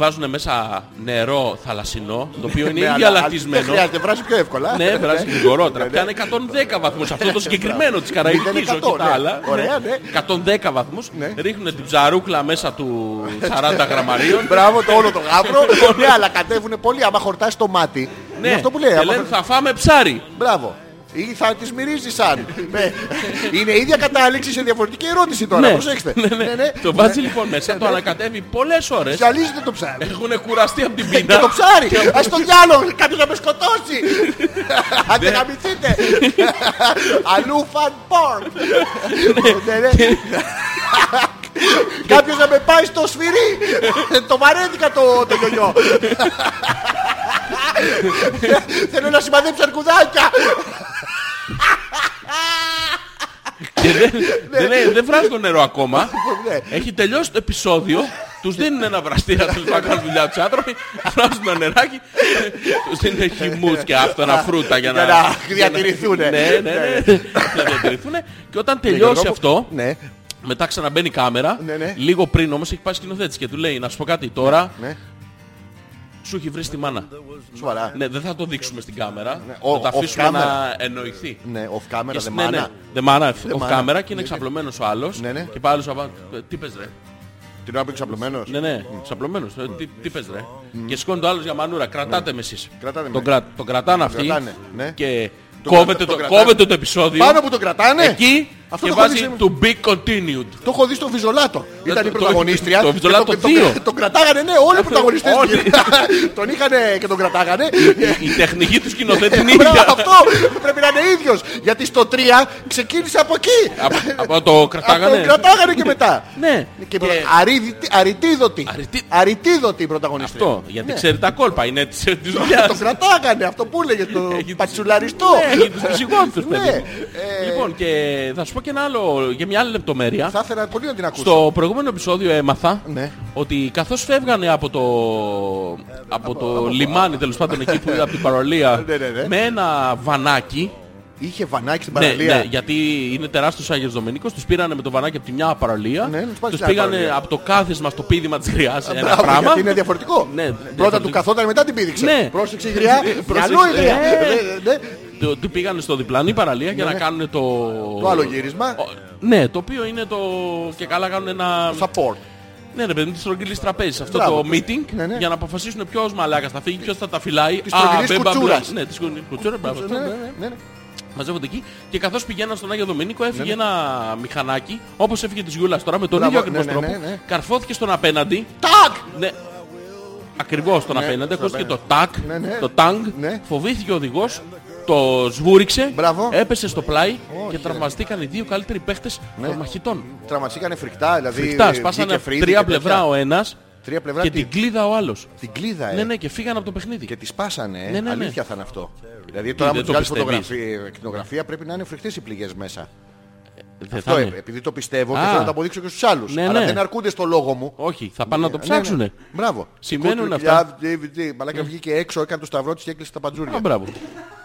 Speaker 2: βάζουν μέσα νερό θαλασσινό το οποίο είναι
Speaker 1: Ναι,
Speaker 2: ήδη
Speaker 1: αλλά-
Speaker 2: αλατισμένο.
Speaker 1: Δεν χρειάζεται, βράζει πιο εύκολα.
Speaker 2: Ναι, βράζει γρηγορότερα.
Speaker 1: Ναι, ναι.
Speaker 2: Πιάνε 110 βαθμούς. Αυτό το συγκεκριμένο της Καραϊβικής,
Speaker 1: 0-100,
Speaker 2: όχι τα
Speaker 1: ναι.
Speaker 2: άλλα.
Speaker 1: Ωραία,
Speaker 2: Ναι.
Speaker 1: ναι.
Speaker 2: 110 βαθμούς.
Speaker 1: Ναι.
Speaker 2: Ρίχνουν την ψαρούκλα μέσα του 40 γραμμαρίων.
Speaker 1: [laughs] Μπράβο, το όλο το γάβρο. Ναι, αλλά κατέβουνε πολύ. Άμα χορτάσει το μάτι.
Speaker 2: Λοιπόν. Ναι,
Speaker 1: Είναι αυτό που λέει.
Speaker 2: και
Speaker 1: άμα
Speaker 2: λένε
Speaker 1: χορτάσει-
Speaker 2: θα φάμε ψάρι.
Speaker 1: Μπράβο. Ή θα τις μυρίζεις σαν. Ναι. Είναι ίδια κατάληξη σε διαφορετική ερώτηση τώρα.
Speaker 2: Ναι.
Speaker 1: Προσέξτε.
Speaker 2: Ναι, ναι.
Speaker 1: Ναι, ναι.
Speaker 2: Το βάζει λοιπόν μέσα, το ανακατεύει πολλές ώρες.
Speaker 1: Ζαλίζεται το ψάρι. Ναι,
Speaker 2: Έχουν κουραστεί από την πίνα.
Speaker 1: Και το ψάρι. Ας το διάλογο. Κάποιος να με
Speaker 2: [laughs]
Speaker 1: σκοτώσει.
Speaker 2: Ναι.
Speaker 1: Άντε να μυθείτε. Αλλού φαν πόρν.
Speaker 2: Ναι.
Speaker 1: Ναι, Κάποιος να με πάει στο σφυρί. Το βαρέθηκα το το γιονιό. Θέλω να σημαδέψει αρκουδάκια.
Speaker 2: Και δεν, δεν, δεν, βράζει το νερό ακόμα.
Speaker 1: Ναι.
Speaker 2: Έχει τελειώσει το επεισόδιο. Τους δίνουν ένα βραστήρα τέλος πάντων, κάνουν δουλειά τους άνθρωποι. Βράζουν ένα νεράκι. Τους δίνουν χυμούς και άφθονα φρούτα για να,
Speaker 1: Για να διατηρηθούν.
Speaker 2: Ναι, ναι, ναι. να διατηρηθούν. Και όταν τελειώσει αυτό,
Speaker 1: Ναι.
Speaker 2: μετά ξαναμπαίνει η κάμερα.
Speaker 1: Ναι, ναι.
Speaker 2: Λίγο πριν όμως έχει πάει σκηνοθέτης και του λέει να σου πω κάτι τώρα.
Speaker 1: Ναι.
Speaker 2: Σου έχει βρει τη μάνα.
Speaker 1: Σοβαρά.
Speaker 2: Ναι, δεν θα το δείξουμε στην κάμερα.
Speaker 1: Ναι, ο-
Speaker 2: Θα τα
Speaker 1: off
Speaker 2: αφήσουμε να
Speaker 1: camera.
Speaker 2: εννοηθεί.
Speaker 1: Ναι, off camera,
Speaker 2: Και
Speaker 1: δεν
Speaker 2: ναι, ναι,
Speaker 1: μάνα.
Speaker 2: δεν μάνα, off
Speaker 1: μάνα.
Speaker 2: camera και είναι εξαπλωμένος ο άλλος.
Speaker 1: Ναι, ναι.
Speaker 2: Και πάει άλλος απάνω. Ε, Τι πες ρε.
Speaker 1: Την ώρα που εξαπλωμένος.
Speaker 2: Ναι, ναι, ξαπλωμένος. Ε, Τι, τι πες ρε. Και σηκώνει το άλλος για μανούρα. Κρατάτε με εσείς.
Speaker 1: Ναι. Κρατάτε με.
Speaker 2: Τον, κρα, τον κρατάνε αυτοί.
Speaker 1: κρατάνε, ναι.
Speaker 2: Και
Speaker 1: Το
Speaker 2: κόβεται,
Speaker 1: κρατά-
Speaker 2: το,
Speaker 1: το κρατάνε.
Speaker 2: κόβεται το επεισόδιο.
Speaker 1: Πάνω που τον κρατάνε.
Speaker 2: ναι. Εκεί
Speaker 1: Αυτό
Speaker 2: και
Speaker 1: το έχω δει,
Speaker 2: βάζει
Speaker 1: ξέρεις.
Speaker 2: to be continued.
Speaker 1: Το έχω δει στο Βιζολάτο. Ήταν
Speaker 2: Ε, το-
Speaker 1: η
Speaker 2: το-
Speaker 1: πρωταγωνίστρια.
Speaker 2: το
Speaker 1: και
Speaker 2: Βιζολάτο
Speaker 1: το- το-
Speaker 2: δύο. Ε,
Speaker 1: Τον κρατάγανε, ναι, όλοι οι πρωταγωνιστές.
Speaker 2: Όλοι.
Speaker 1: πήγαιναν. [laughs] Τον είχανε και τον κρατάγανε.
Speaker 2: Η-
Speaker 1: Ε,
Speaker 2: Η τεχνική του σκηνοθέτη είναι
Speaker 1: Μπράβο,
Speaker 2: ίδια.
Speaker 1: αυτό πρέπει να είναι ίδιος. Γιατί στο 3 ξεκίνησε από εκεί.
Speaker 2: Από- Από το
Speaker 1: Από τον
Speaker 2: κρατάγανε.
Speaker 1: κρατάγανε και μετά.
Speaker 2: Ναι.
Speaker 1: Και
Speaker 2: Και-
Speaker 1: αριδι- αριτίδωτη.
Speaker 2: Αριτί-
Speaker 1: Αριτίδωτη η πρωταγωνιστρία.
Speaker 2: Αυτό. Γιατί
Speaker 1: Ναι. [laughs]
Speaker 2: ξέρει τα κόλπα. Είναι της
Speaker 1: Το
Speaker 2: δουλειάς.
Speaker 1: κρατάγανε αυτό που έλεγε το
Speaker 2: Έχει τους-
Speaker 1: πατσουλαριστό.
Speaker 2: Έχει του ψυχόπτου,
Speaker 1: Ναι,
Speaker 2: παιδί. μου. Λοιπόν, και θα σου πω και ένα άλλο, για μια άλλη λεπτομέρεια.
Speaker 1: Θα ήθελα πολύ να την ακούσω.
Speaker 2: Στο προηγούμενο επεισόδιο έμαθα
Speaker 1: Ναι. Ε,
Speaker 2: ότι καθώς φεύγανε από το, από το λιμάνι τέλος πάντων εκεί
Speaker 1: [laughs]
Speaker 2: που από την παραλία
Speaker 1: Ναι, ναι, ναι.
Speaker 2: με ένα βανάκι
Speaker 1: Είχε βανάκι στην
Speaker 2: ναι, ναι,
Speaker 1: παραλία.
Speaker 2: γιατί είναι τεράστιος ο Άγιος Δομηνίκος τους πήρανε με το βανάκι από τη μια παραλία
Speaker 1: Ναι, τους πάνε
Speaker 2: τους
Speaker 1: στην
Speaker 2: πήγανε
Speaker 1: άλλη παραλία.
Speaker 2: από το κάθισμα στο πίδημα της γριάς ένα
Speaker 1: Μπράβο,
Speaker 2: πράγμα
Speaker 1: γιατί είναι διαφορετικό.
Speaker 2: Ναι,
Speaker 1: Πρώτα
Speaker 2: διαφορετικό.
Speaker 1: του καθόταν, μετά την πήδηξε.
Speaker 2: Ναι.
Speaker 1: Πρόσεξε η γριά.
Speaker 2: [laughs] Πρόσεξε.
Speaker 1: Μυαλό η γριά.
Speaker 2: Ε.
Speaker 1: Ναι, ναι.
Speaker 2: του, του πήγανε στο διπλανή παραλία για να κάνουν το...
Speaker 1: Το άλλο γύρισμα.
Speaker 2: Ο- Ναι, το οποίο είναι το... και καλά κάνουν ένα...
Speaker 1: Support.
Speaker 2: Ναι, ρε παιδί μου, τη στρογγυλή τραπέζη. Αυτό
Speaker 1: Μπράβο.
Speaker 2: το meeting
Speaker 1: Ναι, ναι.
Speaker 2: για να αποφασίσουν ποιος μαλάκας θα φύγει, ποιος θα τα φυλάει.
Speaker 1: Της στρογγυλής
Speaker 2: Α, μπέμπα,
Speaker 1: κουτσούρας.
Speaker 2: μπλα. Ναι, της στρογγυλής κουτσούρας, μπράβο.
Speaker 1: Ναι,
Speaker 2: αυτό,
Speaker 1: ναι,
Speaker 2: ναι.
Speaker 1: ναι, ναι.
Speaker 2: Μαζεύονται εκεί και καθώς πηγαίναν στον Άγιο Δομήνικο έφυγε
Speaker 1: Ναι,
Speaker 2: ένα μηχανάκι, όπως έφυγε της Γιούλας τώρα με τον
Speaker 1: Μπράβο,
Speaker 2: ίδιο ακριβώς
Speaker 1: ναι, ναι,
Speaker 2: τρόπο.
Speaker 1: ναι, ναι.
Speaker 2: Καρφώθηκε στον απέναντι.
Speaker 1: Τάκ!
Speaker 2: Ναι, ακριβώς στον απέναντι.
Speaker 1: στον
Speaker 2: Ακούστηκε το τάκ,
Speaker 1: Ναι, ναι.
Speaker 2: το τάγκ.
Speaker 1: Ναι.
Speaker 2: Φοβήθηκε ο οδηγός, το σβούριξε,
Speaker 1: Μπράβο.
Speaker 2: έπεσε στο πλάι και τραυμαστήκαν οι δύο καλύτεροι παίχτες
Speaker 1: Ναι.
Speaker 2: των μαχητών.
Speaker 1: Τραυματιστήκανε φρικτά, δηλαδή.
Speaker 2: Φρικτά,
Speaker 1: βγήκε
Speaker 2: σπάσανε
Speaker 1: φρύδι
Speaker 2: τρία
Speaker 1: και τέτοια.
Speaker 2: πλευρά ο ένας
Speaker 1: Τρία πλευρά
Speaker 2: και
Speaker 1: τι-
Speaker 2: την κλίδα ο άλλος.
Speaker 1: την κλίδα,
Speaker 2: Ναι,
Speaker 1: ε.
Speaker 2: ναι, και φύγανε από το παιχνίδι.
Speaker 1: Και τη σπάσανε. ε.
Speaker 2: Ναι, ναι, ναι.
Speaker 1: Αλήθεια θα είναι αυτό. Δηλαδή τώρα
Speaker 2: δεν το
Speaker 1: με του βγάλεις
Speaker 2: πιστεύεις.
Speaker 1: φωτογραφία, εκτινογραφία πρέπει να είναι φρικτές οι πληγές μέσα.
Speaker 2: Δεν
Speaker 1: Αυτό
Speaker 2: θα
Speaker 1: ε,
Speaker 2: είναι.
Speaker 1: επειδή το πιστεύω και
Speaker 2: Α.
Speaker 1: θέλω να το αποδείξω και στους άλλους.
Speaker 2: Ναι,
Speaker 1: Αλλά
Speaker 2: ναι.
Speaker 1: δεν αρκούνται στο λόγο μου.
Speaker 2: Όχι, θα πάνε να το
Speaker 1: Ναι, ναι.
Speaker 2: ψάξουνε.
Speaker 1: Μπράβο.
Speaker 2: Σημαίνουν
Speaker 1: Σκότεινη
Speaker 2: αυτά.
Speaker 1: δουλειά, DVD. ε, Μαλάκα βγήκε έξω, έκανε το σταυρό της και έκλεισε τα
Speaker 2: Α,
Speaker 1: παντζούρια.
Speaker 2: μπράβο.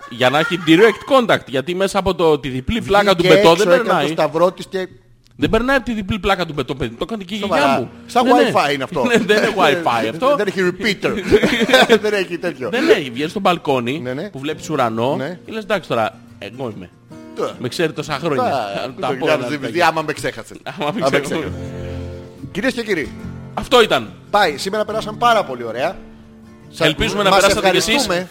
Speaker 2: Για να έχει direct contact. Γιατί μέσα από το, τη διπλή πλάκα του
Speaker 1: Βγήκε
Speaker 2: μπετό
Speaker 1: έξω,
Speaker 2: δεν
Speaker 1: έκανε
Speaker 2: περνάει.
Speaker 1: Το σταυρό της και.
Speaker 2: Δεν περνάει από τη διπλή πλάκα του μπετό, παιδί. Το έκανε και η γιαγιά
Speaker 1: Σοβαρά.
Speaker 2: μου.
Speaker 1: Σαν
Speaker 2: Ναι, ναι.
Speaker 1: wifi είναι αυτό.
Speaker 2: [laughs] Ναι, δεν είναι wifi αυτό. Ναι.
Speaker 1: Δεν έχει repeater. [laughs] Δεν έχει τέτοιο.
Speaker 2: Δεν έχει. Βγαίνει στο μπαλκόνι
Speaker 1: Ναι, ναι.
Speaker 2: που βλέπεις ουρανό
Speaker 1: Ναι.
Speaker 2: και λες εντάξει τώρα, ε, εγώ είμαι.
Speaker 1: Τώρα.
Speaker 2: Με ξέρει τόσα χρόνια.
Speaker 1: Α,
Speaker 2: Θα
Speaker 1: το
Speaker 2: πω
Speaker 1: κοιτάζεις
Speaker 2: ένα
Speaker 1: DVD,
Speaker 2: λεπτάκι.
Speaker 1: Άμα με ξέχασες.
Speaker 2: Άμα μην
Speaker 1: Άμα με
Speaker 2: ξέρω.
Speaker 1: ξέχασες. Κυρίες και κύριοι,
Speaker 2: Αυτό ήταν.
Speaker 1: πάει. Σήμερα περάσαμε πάρα πολύ ωραία. Σας-
Speaker 2: Ελπίζουμε να
Speaker 1: μας
Speaker 2: περάσατε κι εσείς.
Speaker 1: ευχαριστούμε.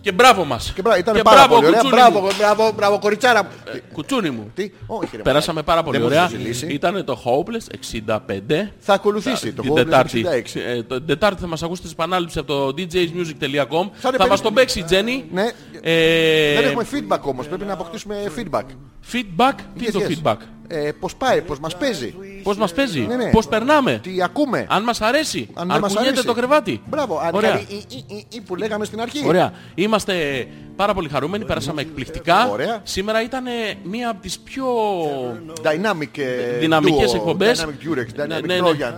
Speaker 2: Και μπράβο μας.
Speaker 1: Και μπράβο, ήταν πάρα πολύ ωραία. Μπράβο, μπράβο, μπράβο, κοριτσάρα μου.
Speaker 2: Κουτσούνι μου.
Speaker 1: Τι, όχι ρε.
Speaker 2: Ε, Περάσαμε πάρα πολύ
Speaker 1: Δεν μου
Speaker 2: ωραία.
Speaker 1: έχεις ζηλήσει.
Speaker 2: Ήταν το Hopeless 65.
Speaker 1: Θα ακολουθήσει το
Speaker 2: την
Speaker 1: Golden
Speaker 2: Τετάρτη.
Speaker 1: 66.
Speaker 2: Ε, το- την Τετάρτη θα μας ακούσετε στην επανάληψη από το djsmusic.com. Θα,
Speaker 1: περίπου-
Speaker 2: μας τον παίξει η Τζέννη.
Speaker 1: Ναι.
Speaker 2: Ε,
Speaker 1: Δεν έχουμε feedback όμως, πρέπει να αποκτήσουμε feedback.
Speaker 2: Feedback. Τι είναι
Speaker 1: Yes,
Speaker 2: το
Speaker 1: yes.
Speaker 2: feedback.
Speaker 1: Ε, Πώς πάει, πώς μας παίζει,
Speaker 2: Πώς μας παίζει.
Speaker 1: Ναι, ναι.
Speaker 2: Πώς περνάμε.
Speaker 1: τι ακούμε.
Speaker 2: Αν μας αρέσει.
Speaker 1: Αν
Speaker 2: Αν,
Speaker 1: δεν μας
Speaker 2: κουνιέται
Speaker 1: αρέσει.
Speaker 2: το κρεβάτι.
Speaker 1: Μπράβο, αν
Speaker 2: Ωραία.
Speaker 1: κάνει ή- ή- ή- ή που λέγαμε στην αρχή.
Speaker 2: Ωραία. Είμαστε πάρα πολύ χαρούμενοι. Πέρασαμε εκπληκτικά.
Speaker 1: Ωραία.
Speaker 2: Σήμερα ήταν ε, μία από τις πιο
Speaker 1: Dynamic ε,
Speaker 2: δυναμικές
Speaker 1: duo,
Speaker 2: εκπομπές.
Speaker 1: Dynamic Durex,
Speaker 2: Ναι,
Speaker 1: Dynamic
Speaker 2: ναι, ναι.
Speaker 1: Trojan.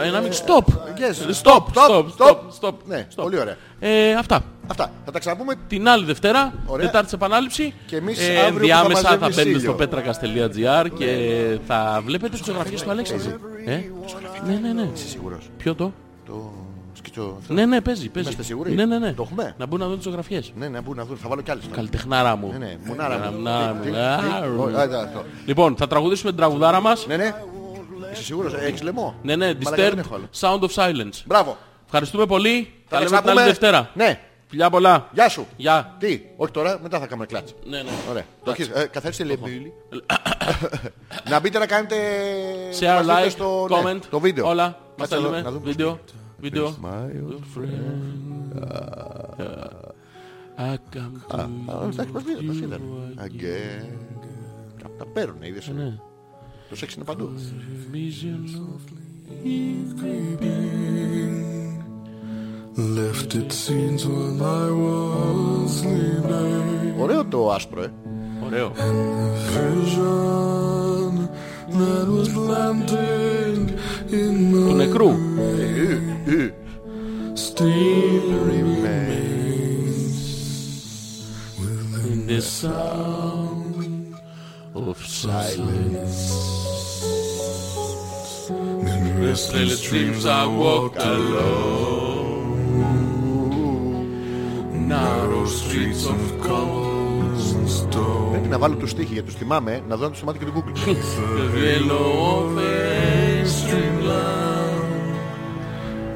Speaker 2: Dynamic stop.
Speaker 1: Yes.
Speaker 2: Stop, stop, stop, stop.
Speaker 1: Ναι,
Speaker 2: Stop.
Speaker 1: πολύ ωραία.
Speaker 2: Ε, αυτά.
Speaker 1: Αυτά. Θα τα ξαναπούμε
Speaker 2: την άλλη Δευτέρα,
Speaker 1: Ωραία.
Speaker 2: Τετάρτη σε επανάληψη.
Speaker 1: Και εμείς
Speaker 2: Ε,
Speaker 1: αύριο που θα
Speaker 2: ενδιάμεσα θα,
Speaker 1: μαζεύεις
Speaker 2: μπαίνετε
Speaker 1: ήλιο. Ναι,
Speaker 2: στο petrakas.gr και θα βλέπετε τις ζωγραφίες του Αλέξη. Ε, ναι, ναι, ναι.
Speaker 1: σίγουρος.
Speaker 2: Ποιο το?
Speaker 1: Το σκίτσο.
Speaker 2: Ναι, ναι, παίζει. παίζει.
Speaker 1: Είμαστε σίγουροι?
Speaker 2: Ναι, ναι, ναι.
Speaker 1: Το έχουμε?
Speaker 2: Να μπουν να δουν τις ζωγραφίες.
Speaker 1: Ναι, να μπουν να δουν. Θα βάλω κι άλλες.
Speaker 2: Καλλιτεχνάρα μου.
Speaker 1: Ναι, ναι, μονάρα μου.
Speaker 2: Να-
Speaker 1: Τι- τι-
Speaker 2: να-
Speaker 1: τι- Όχι, άντε, αυτό.
Speaker 2: Λοιπόν, θα τραγουδήσουμε την τραγουδάρα μας.
Speaker 1: Ναι, ναι. Είσαι σίγουρος, έχεις λαιμό.
Speaker 2: Ναι, ναι,
Speaker 1: Μαλάκα, δεν
Speaker 2: Disturbed
Speaker 1: έχω άλλο.
Speaker 2: Sound of Silence.
Speaker 1: Μπράβο.
Speaker 2: Ευχαριστούμε πολύ.
Speaker 1: Θα
Speaker 2: Τα
Speaker 1: τα
Speaker 2: λέμε την άλλη
Speaker 1: ξαναπούμε.
Speaker 2: Δευτέρα.
Speaker 1: Ναι.
Speaker 2: Φιλιά πολλά.
Speaker 1: Γεια σου.
Speaker 2: Γεια.
Speaker 1: Τι, όχι τώρα, μετά θα κάνουμε κλάτς.
Speaker 2: Ναι, ναι.
Speaker 1: Ωραία. Το έχεις. ε, Καθάρισε λέει. Να μπείτε να κάνετε.
Speaker 2: Share,
Speaker 1: να δείτε
Speaker 2: like,
Speaker 1: στο- ναι,
Speaker 2: comment,
Speaker 1: Το βίντεο.
Speaker 2: όλα.
Speaker 1: Κάτσε
Speaker 2: Μας τα
Speaker 1: εδώ,
Speaker 2: λέμε.
Speaker 1: να δούμε.
Speaker 2: Βίντεο, βίντεο.
Speaker 1: ε,
Speaker 2: I come to
Speaker 1: Α, Εντάξει, πώς ήταν, πώς ήταν. Again. Τα- Τα παίρνουν, είδες. ε.
Speaker 2: Ναι.
Speaker 1: Το σεξ είναι παντού.
Speaker 2: vision of
Speaker 9: Left its scenes when I was sleeping.
Speaker 1: Ωραίο το άσπρο, ε.
Speaker 2: Ωραίο.
Speaker 9: Vision that was planting in
Speaker 2: Του
Speaker 9: my
Speaker 2: νεκρού.
Speaker 9: still
Speaker 2: In the sound of silence.
Speaker 9: in
Speaker 2: Still
Speaker 9: restless
Speaker 2: it seems
Speaker 9: dreams
Speaker 2: I
Speaker 9: I
Speaker 2: walk
Speaker 9: walked alone. Narrow streets of cobblestone.
Speaker 1: Πρέπει να βάλω τους στίχοι γιατί τους θυμάμαι, να δω αν τους θυμάται και το Google.
Speaker 2: [laughs] The yellow of a streamline.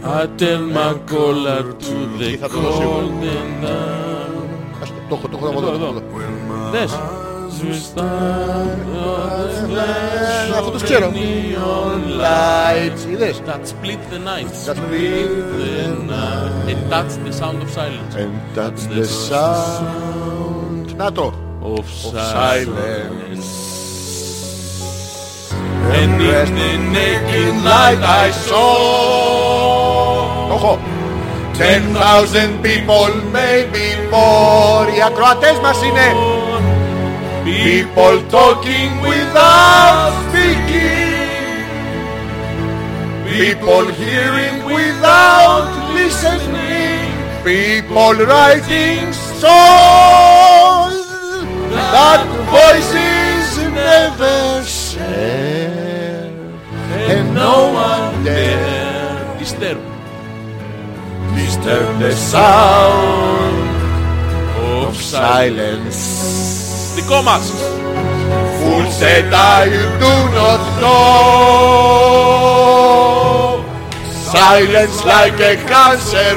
Speaker 2: I turn my collar to the
Speaker 1: Εκεί θα το δω σίγουρα.
Speaker 2: golden dawn.
Speaker 1: Ας το- Το έχω, το έχω, το
Speaker 2: Εδώ,
Speaker 1: έχω.
Speaker 2: εδώ. Δες.
Speaker 9: Eyes
Speaker 2: we stand on the flash
Speaker 1: Αυτό
Speaker 2: of
Speaker 1: τους
Speaker 2: the
Speaker 1: ξέρω.
Speaker 2: neon
Speaker 1: Lights, είδες.
Speaker 2: That split the night.
Speaker 1: That split the
Speaker 2: night. And that's the sound of silence.
Speaker 1: And that's the sound. Να το.
Speaker 2: Of silence. And in
Speaker 1: rest-
Speaker 2: the naked light I saw
Speaker 1: Το έχω. 10,000 people, maybe more. Οι ακροατές μας είναι
Speaker 2: people
Speaker 1: people talking without speaking. People hearing without listening. People writing songs that voices never share. And no one dare
Speaker 2: disturb
Speaker 1: disturb the sound
Speaker 2: of
Speaker 1: of silence.
Speaker 2: Δικό μας.
Speaker 1: Fool said I do not know. Silence like a cancer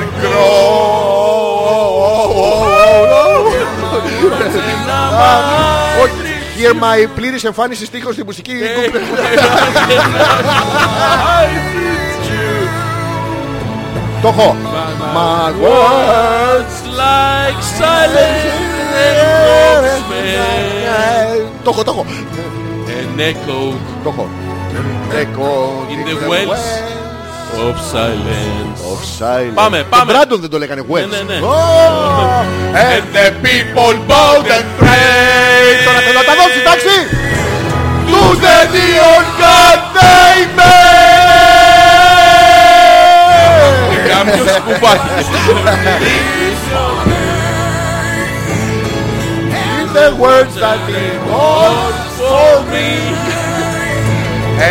Speaker 1: grows. Hear my πλήρης εμφάνιση στίχος στη μουσική Το έχω My
Speaker 2: Words like silence engulfs me
Speaker 1: Το έχω, το έχω
Speaker 2: An echo
Speaker 1: Το έχω Echo
Speaker 2: In the wells of silence
Speaker 1: Of silence.
Speaker 2: Πάμε,
Speaker 1: Το
Speaker 2: πάμε.
Speaker 1: Brandon Ε, δεν το λέγανε Wells.
Speaker 2: Ναι, ναι, ναι.
Speaker 1: Oh, and the people bowed and prayed. Τώρα θέλω να τα δώσει, εντάξει. To the neon god they made.
Speaker 2: Κάποιος που πάει
Speaker 1: In the words that they called for me.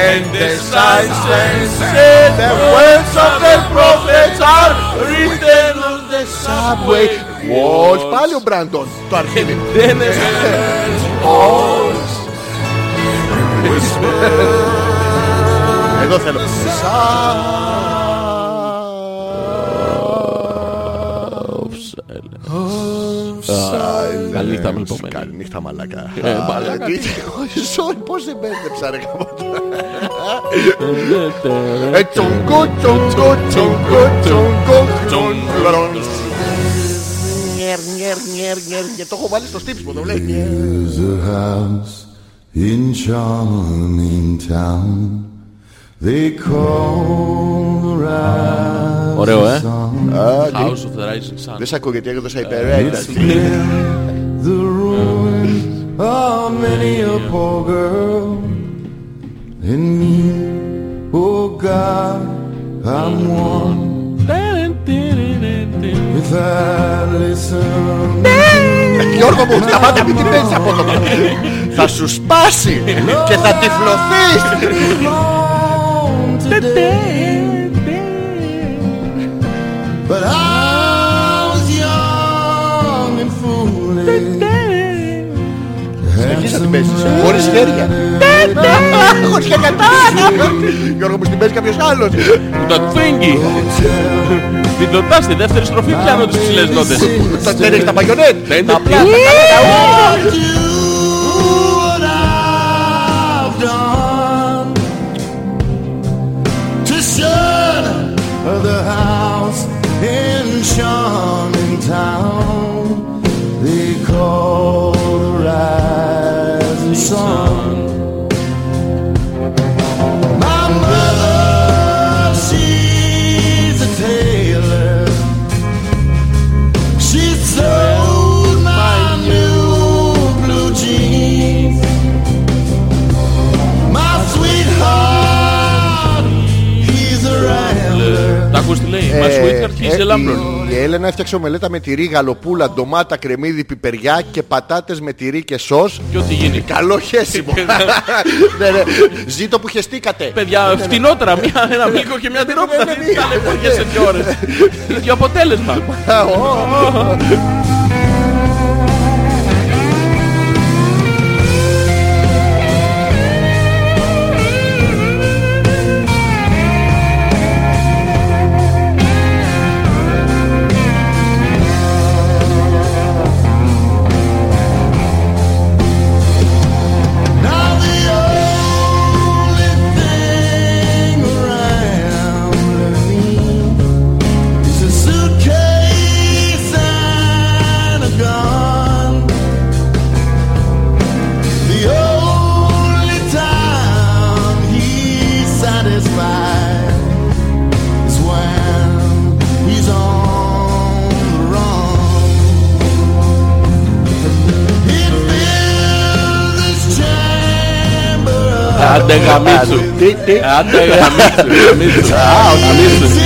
Speaker 1: And the signs they said the words of the prophets are written on the subway. Walls. Πάλι ο Μπράντον το αρχίδι.
Speaker 2: Δεν είναι
Speaker 1: Εδώ θέλω.
Speaker 2: Καλή
Speaker 1: Ε,
Speaker 2: τα μελπομένη
Speaker 1: Καλή νύχτα μαλακά.
Speaker 2: Ε, μαλάκα, τι-
Speaker 1: Sorry, πώς δεν μπέρδεψα ρε γαμότο. Ε, τσογκο, τσογκο, τσογκο, τσογκο, τσογκο. Νιερ, νιερ, νιερ, νιερ. Και το έχω βάλει στο στύψιμο, το βλέπεις.
Speaker 8: There's a house in Charming Town. They call the rising
Speaker 2: Ωραίο, ε.
Speaker 8: sun.
Speaker 2: House of the Rising Sun
Speaker 1: Δεν σ' ακούω γιατί έκανα υπερένταση.
Speaker 8: The ruins of many a poor girl and me. Oh God, I'm one. If I listen,
Speaker 1: Γιώργο μου, σταμάτα μην την παίζεις από εδώ Θα σου σπάσει και θα τυφλωθείς.
Speaker 8: long today, but I was young and foolish.
Speaker 1: Εκεί θα την παίζεις. Χωρίς χέρια. Χωρίς χέρια. Γιώργο μου, στην παίζει κάποιος άλλος.
Speaker 2: Μου τα τφίγγει Την δοντά στη δεύτερη στροφή πιάνω τις ψηλές νότες
Speaker 1: Τα- Δεν έχει τα παγιονέτ.
Speaker 2: Δεν
Speaker 1: Τα
Speaker 2: είναι
Speaker 1: απλά, τα καλά, τα ου.
Speaker 8: to shut the house in Charming Town. They call the rising sun. My mother, she's a tailor. She sewed my new blue jeans. My sweetheart, he's a rambler.
Speaker 2: Τα ακούς τι λέει My
Speaker 1: Ε,
Speaker 2: sweetheart
Speaker 1: ε,
Speaker 2: he's a Lambron
Speaker 1: η- Η Έλενα έφτιαξε μελέτα με τυρί, γαλοπούλα, ντομάτα, κρεμμύδι, πιπεριά και πατάτες με τυρί και σως.
Speaker 2: Και ό,τι γίνει
Speaker 1: Καλό χέσιμο. [laughs] Ναι, ναι. Ζήτω που χεστήκατε.
Speaker 2: Παιδιά, φτηνότερα, μία, ένα μήκο και μία τυρόπιτα.
Speaker 1: Ναι, ναι, ναι.
Speaker 2: Τι ταλαιπωρία σε δύο ώρες. Ίδιο αποτέλεσμα. Άντε γαμίτσου.
Speaker 1: Τι, τι.
Speaker 2: Άντε γαμίτσου. Γαμίτσου. Γαμίτσου.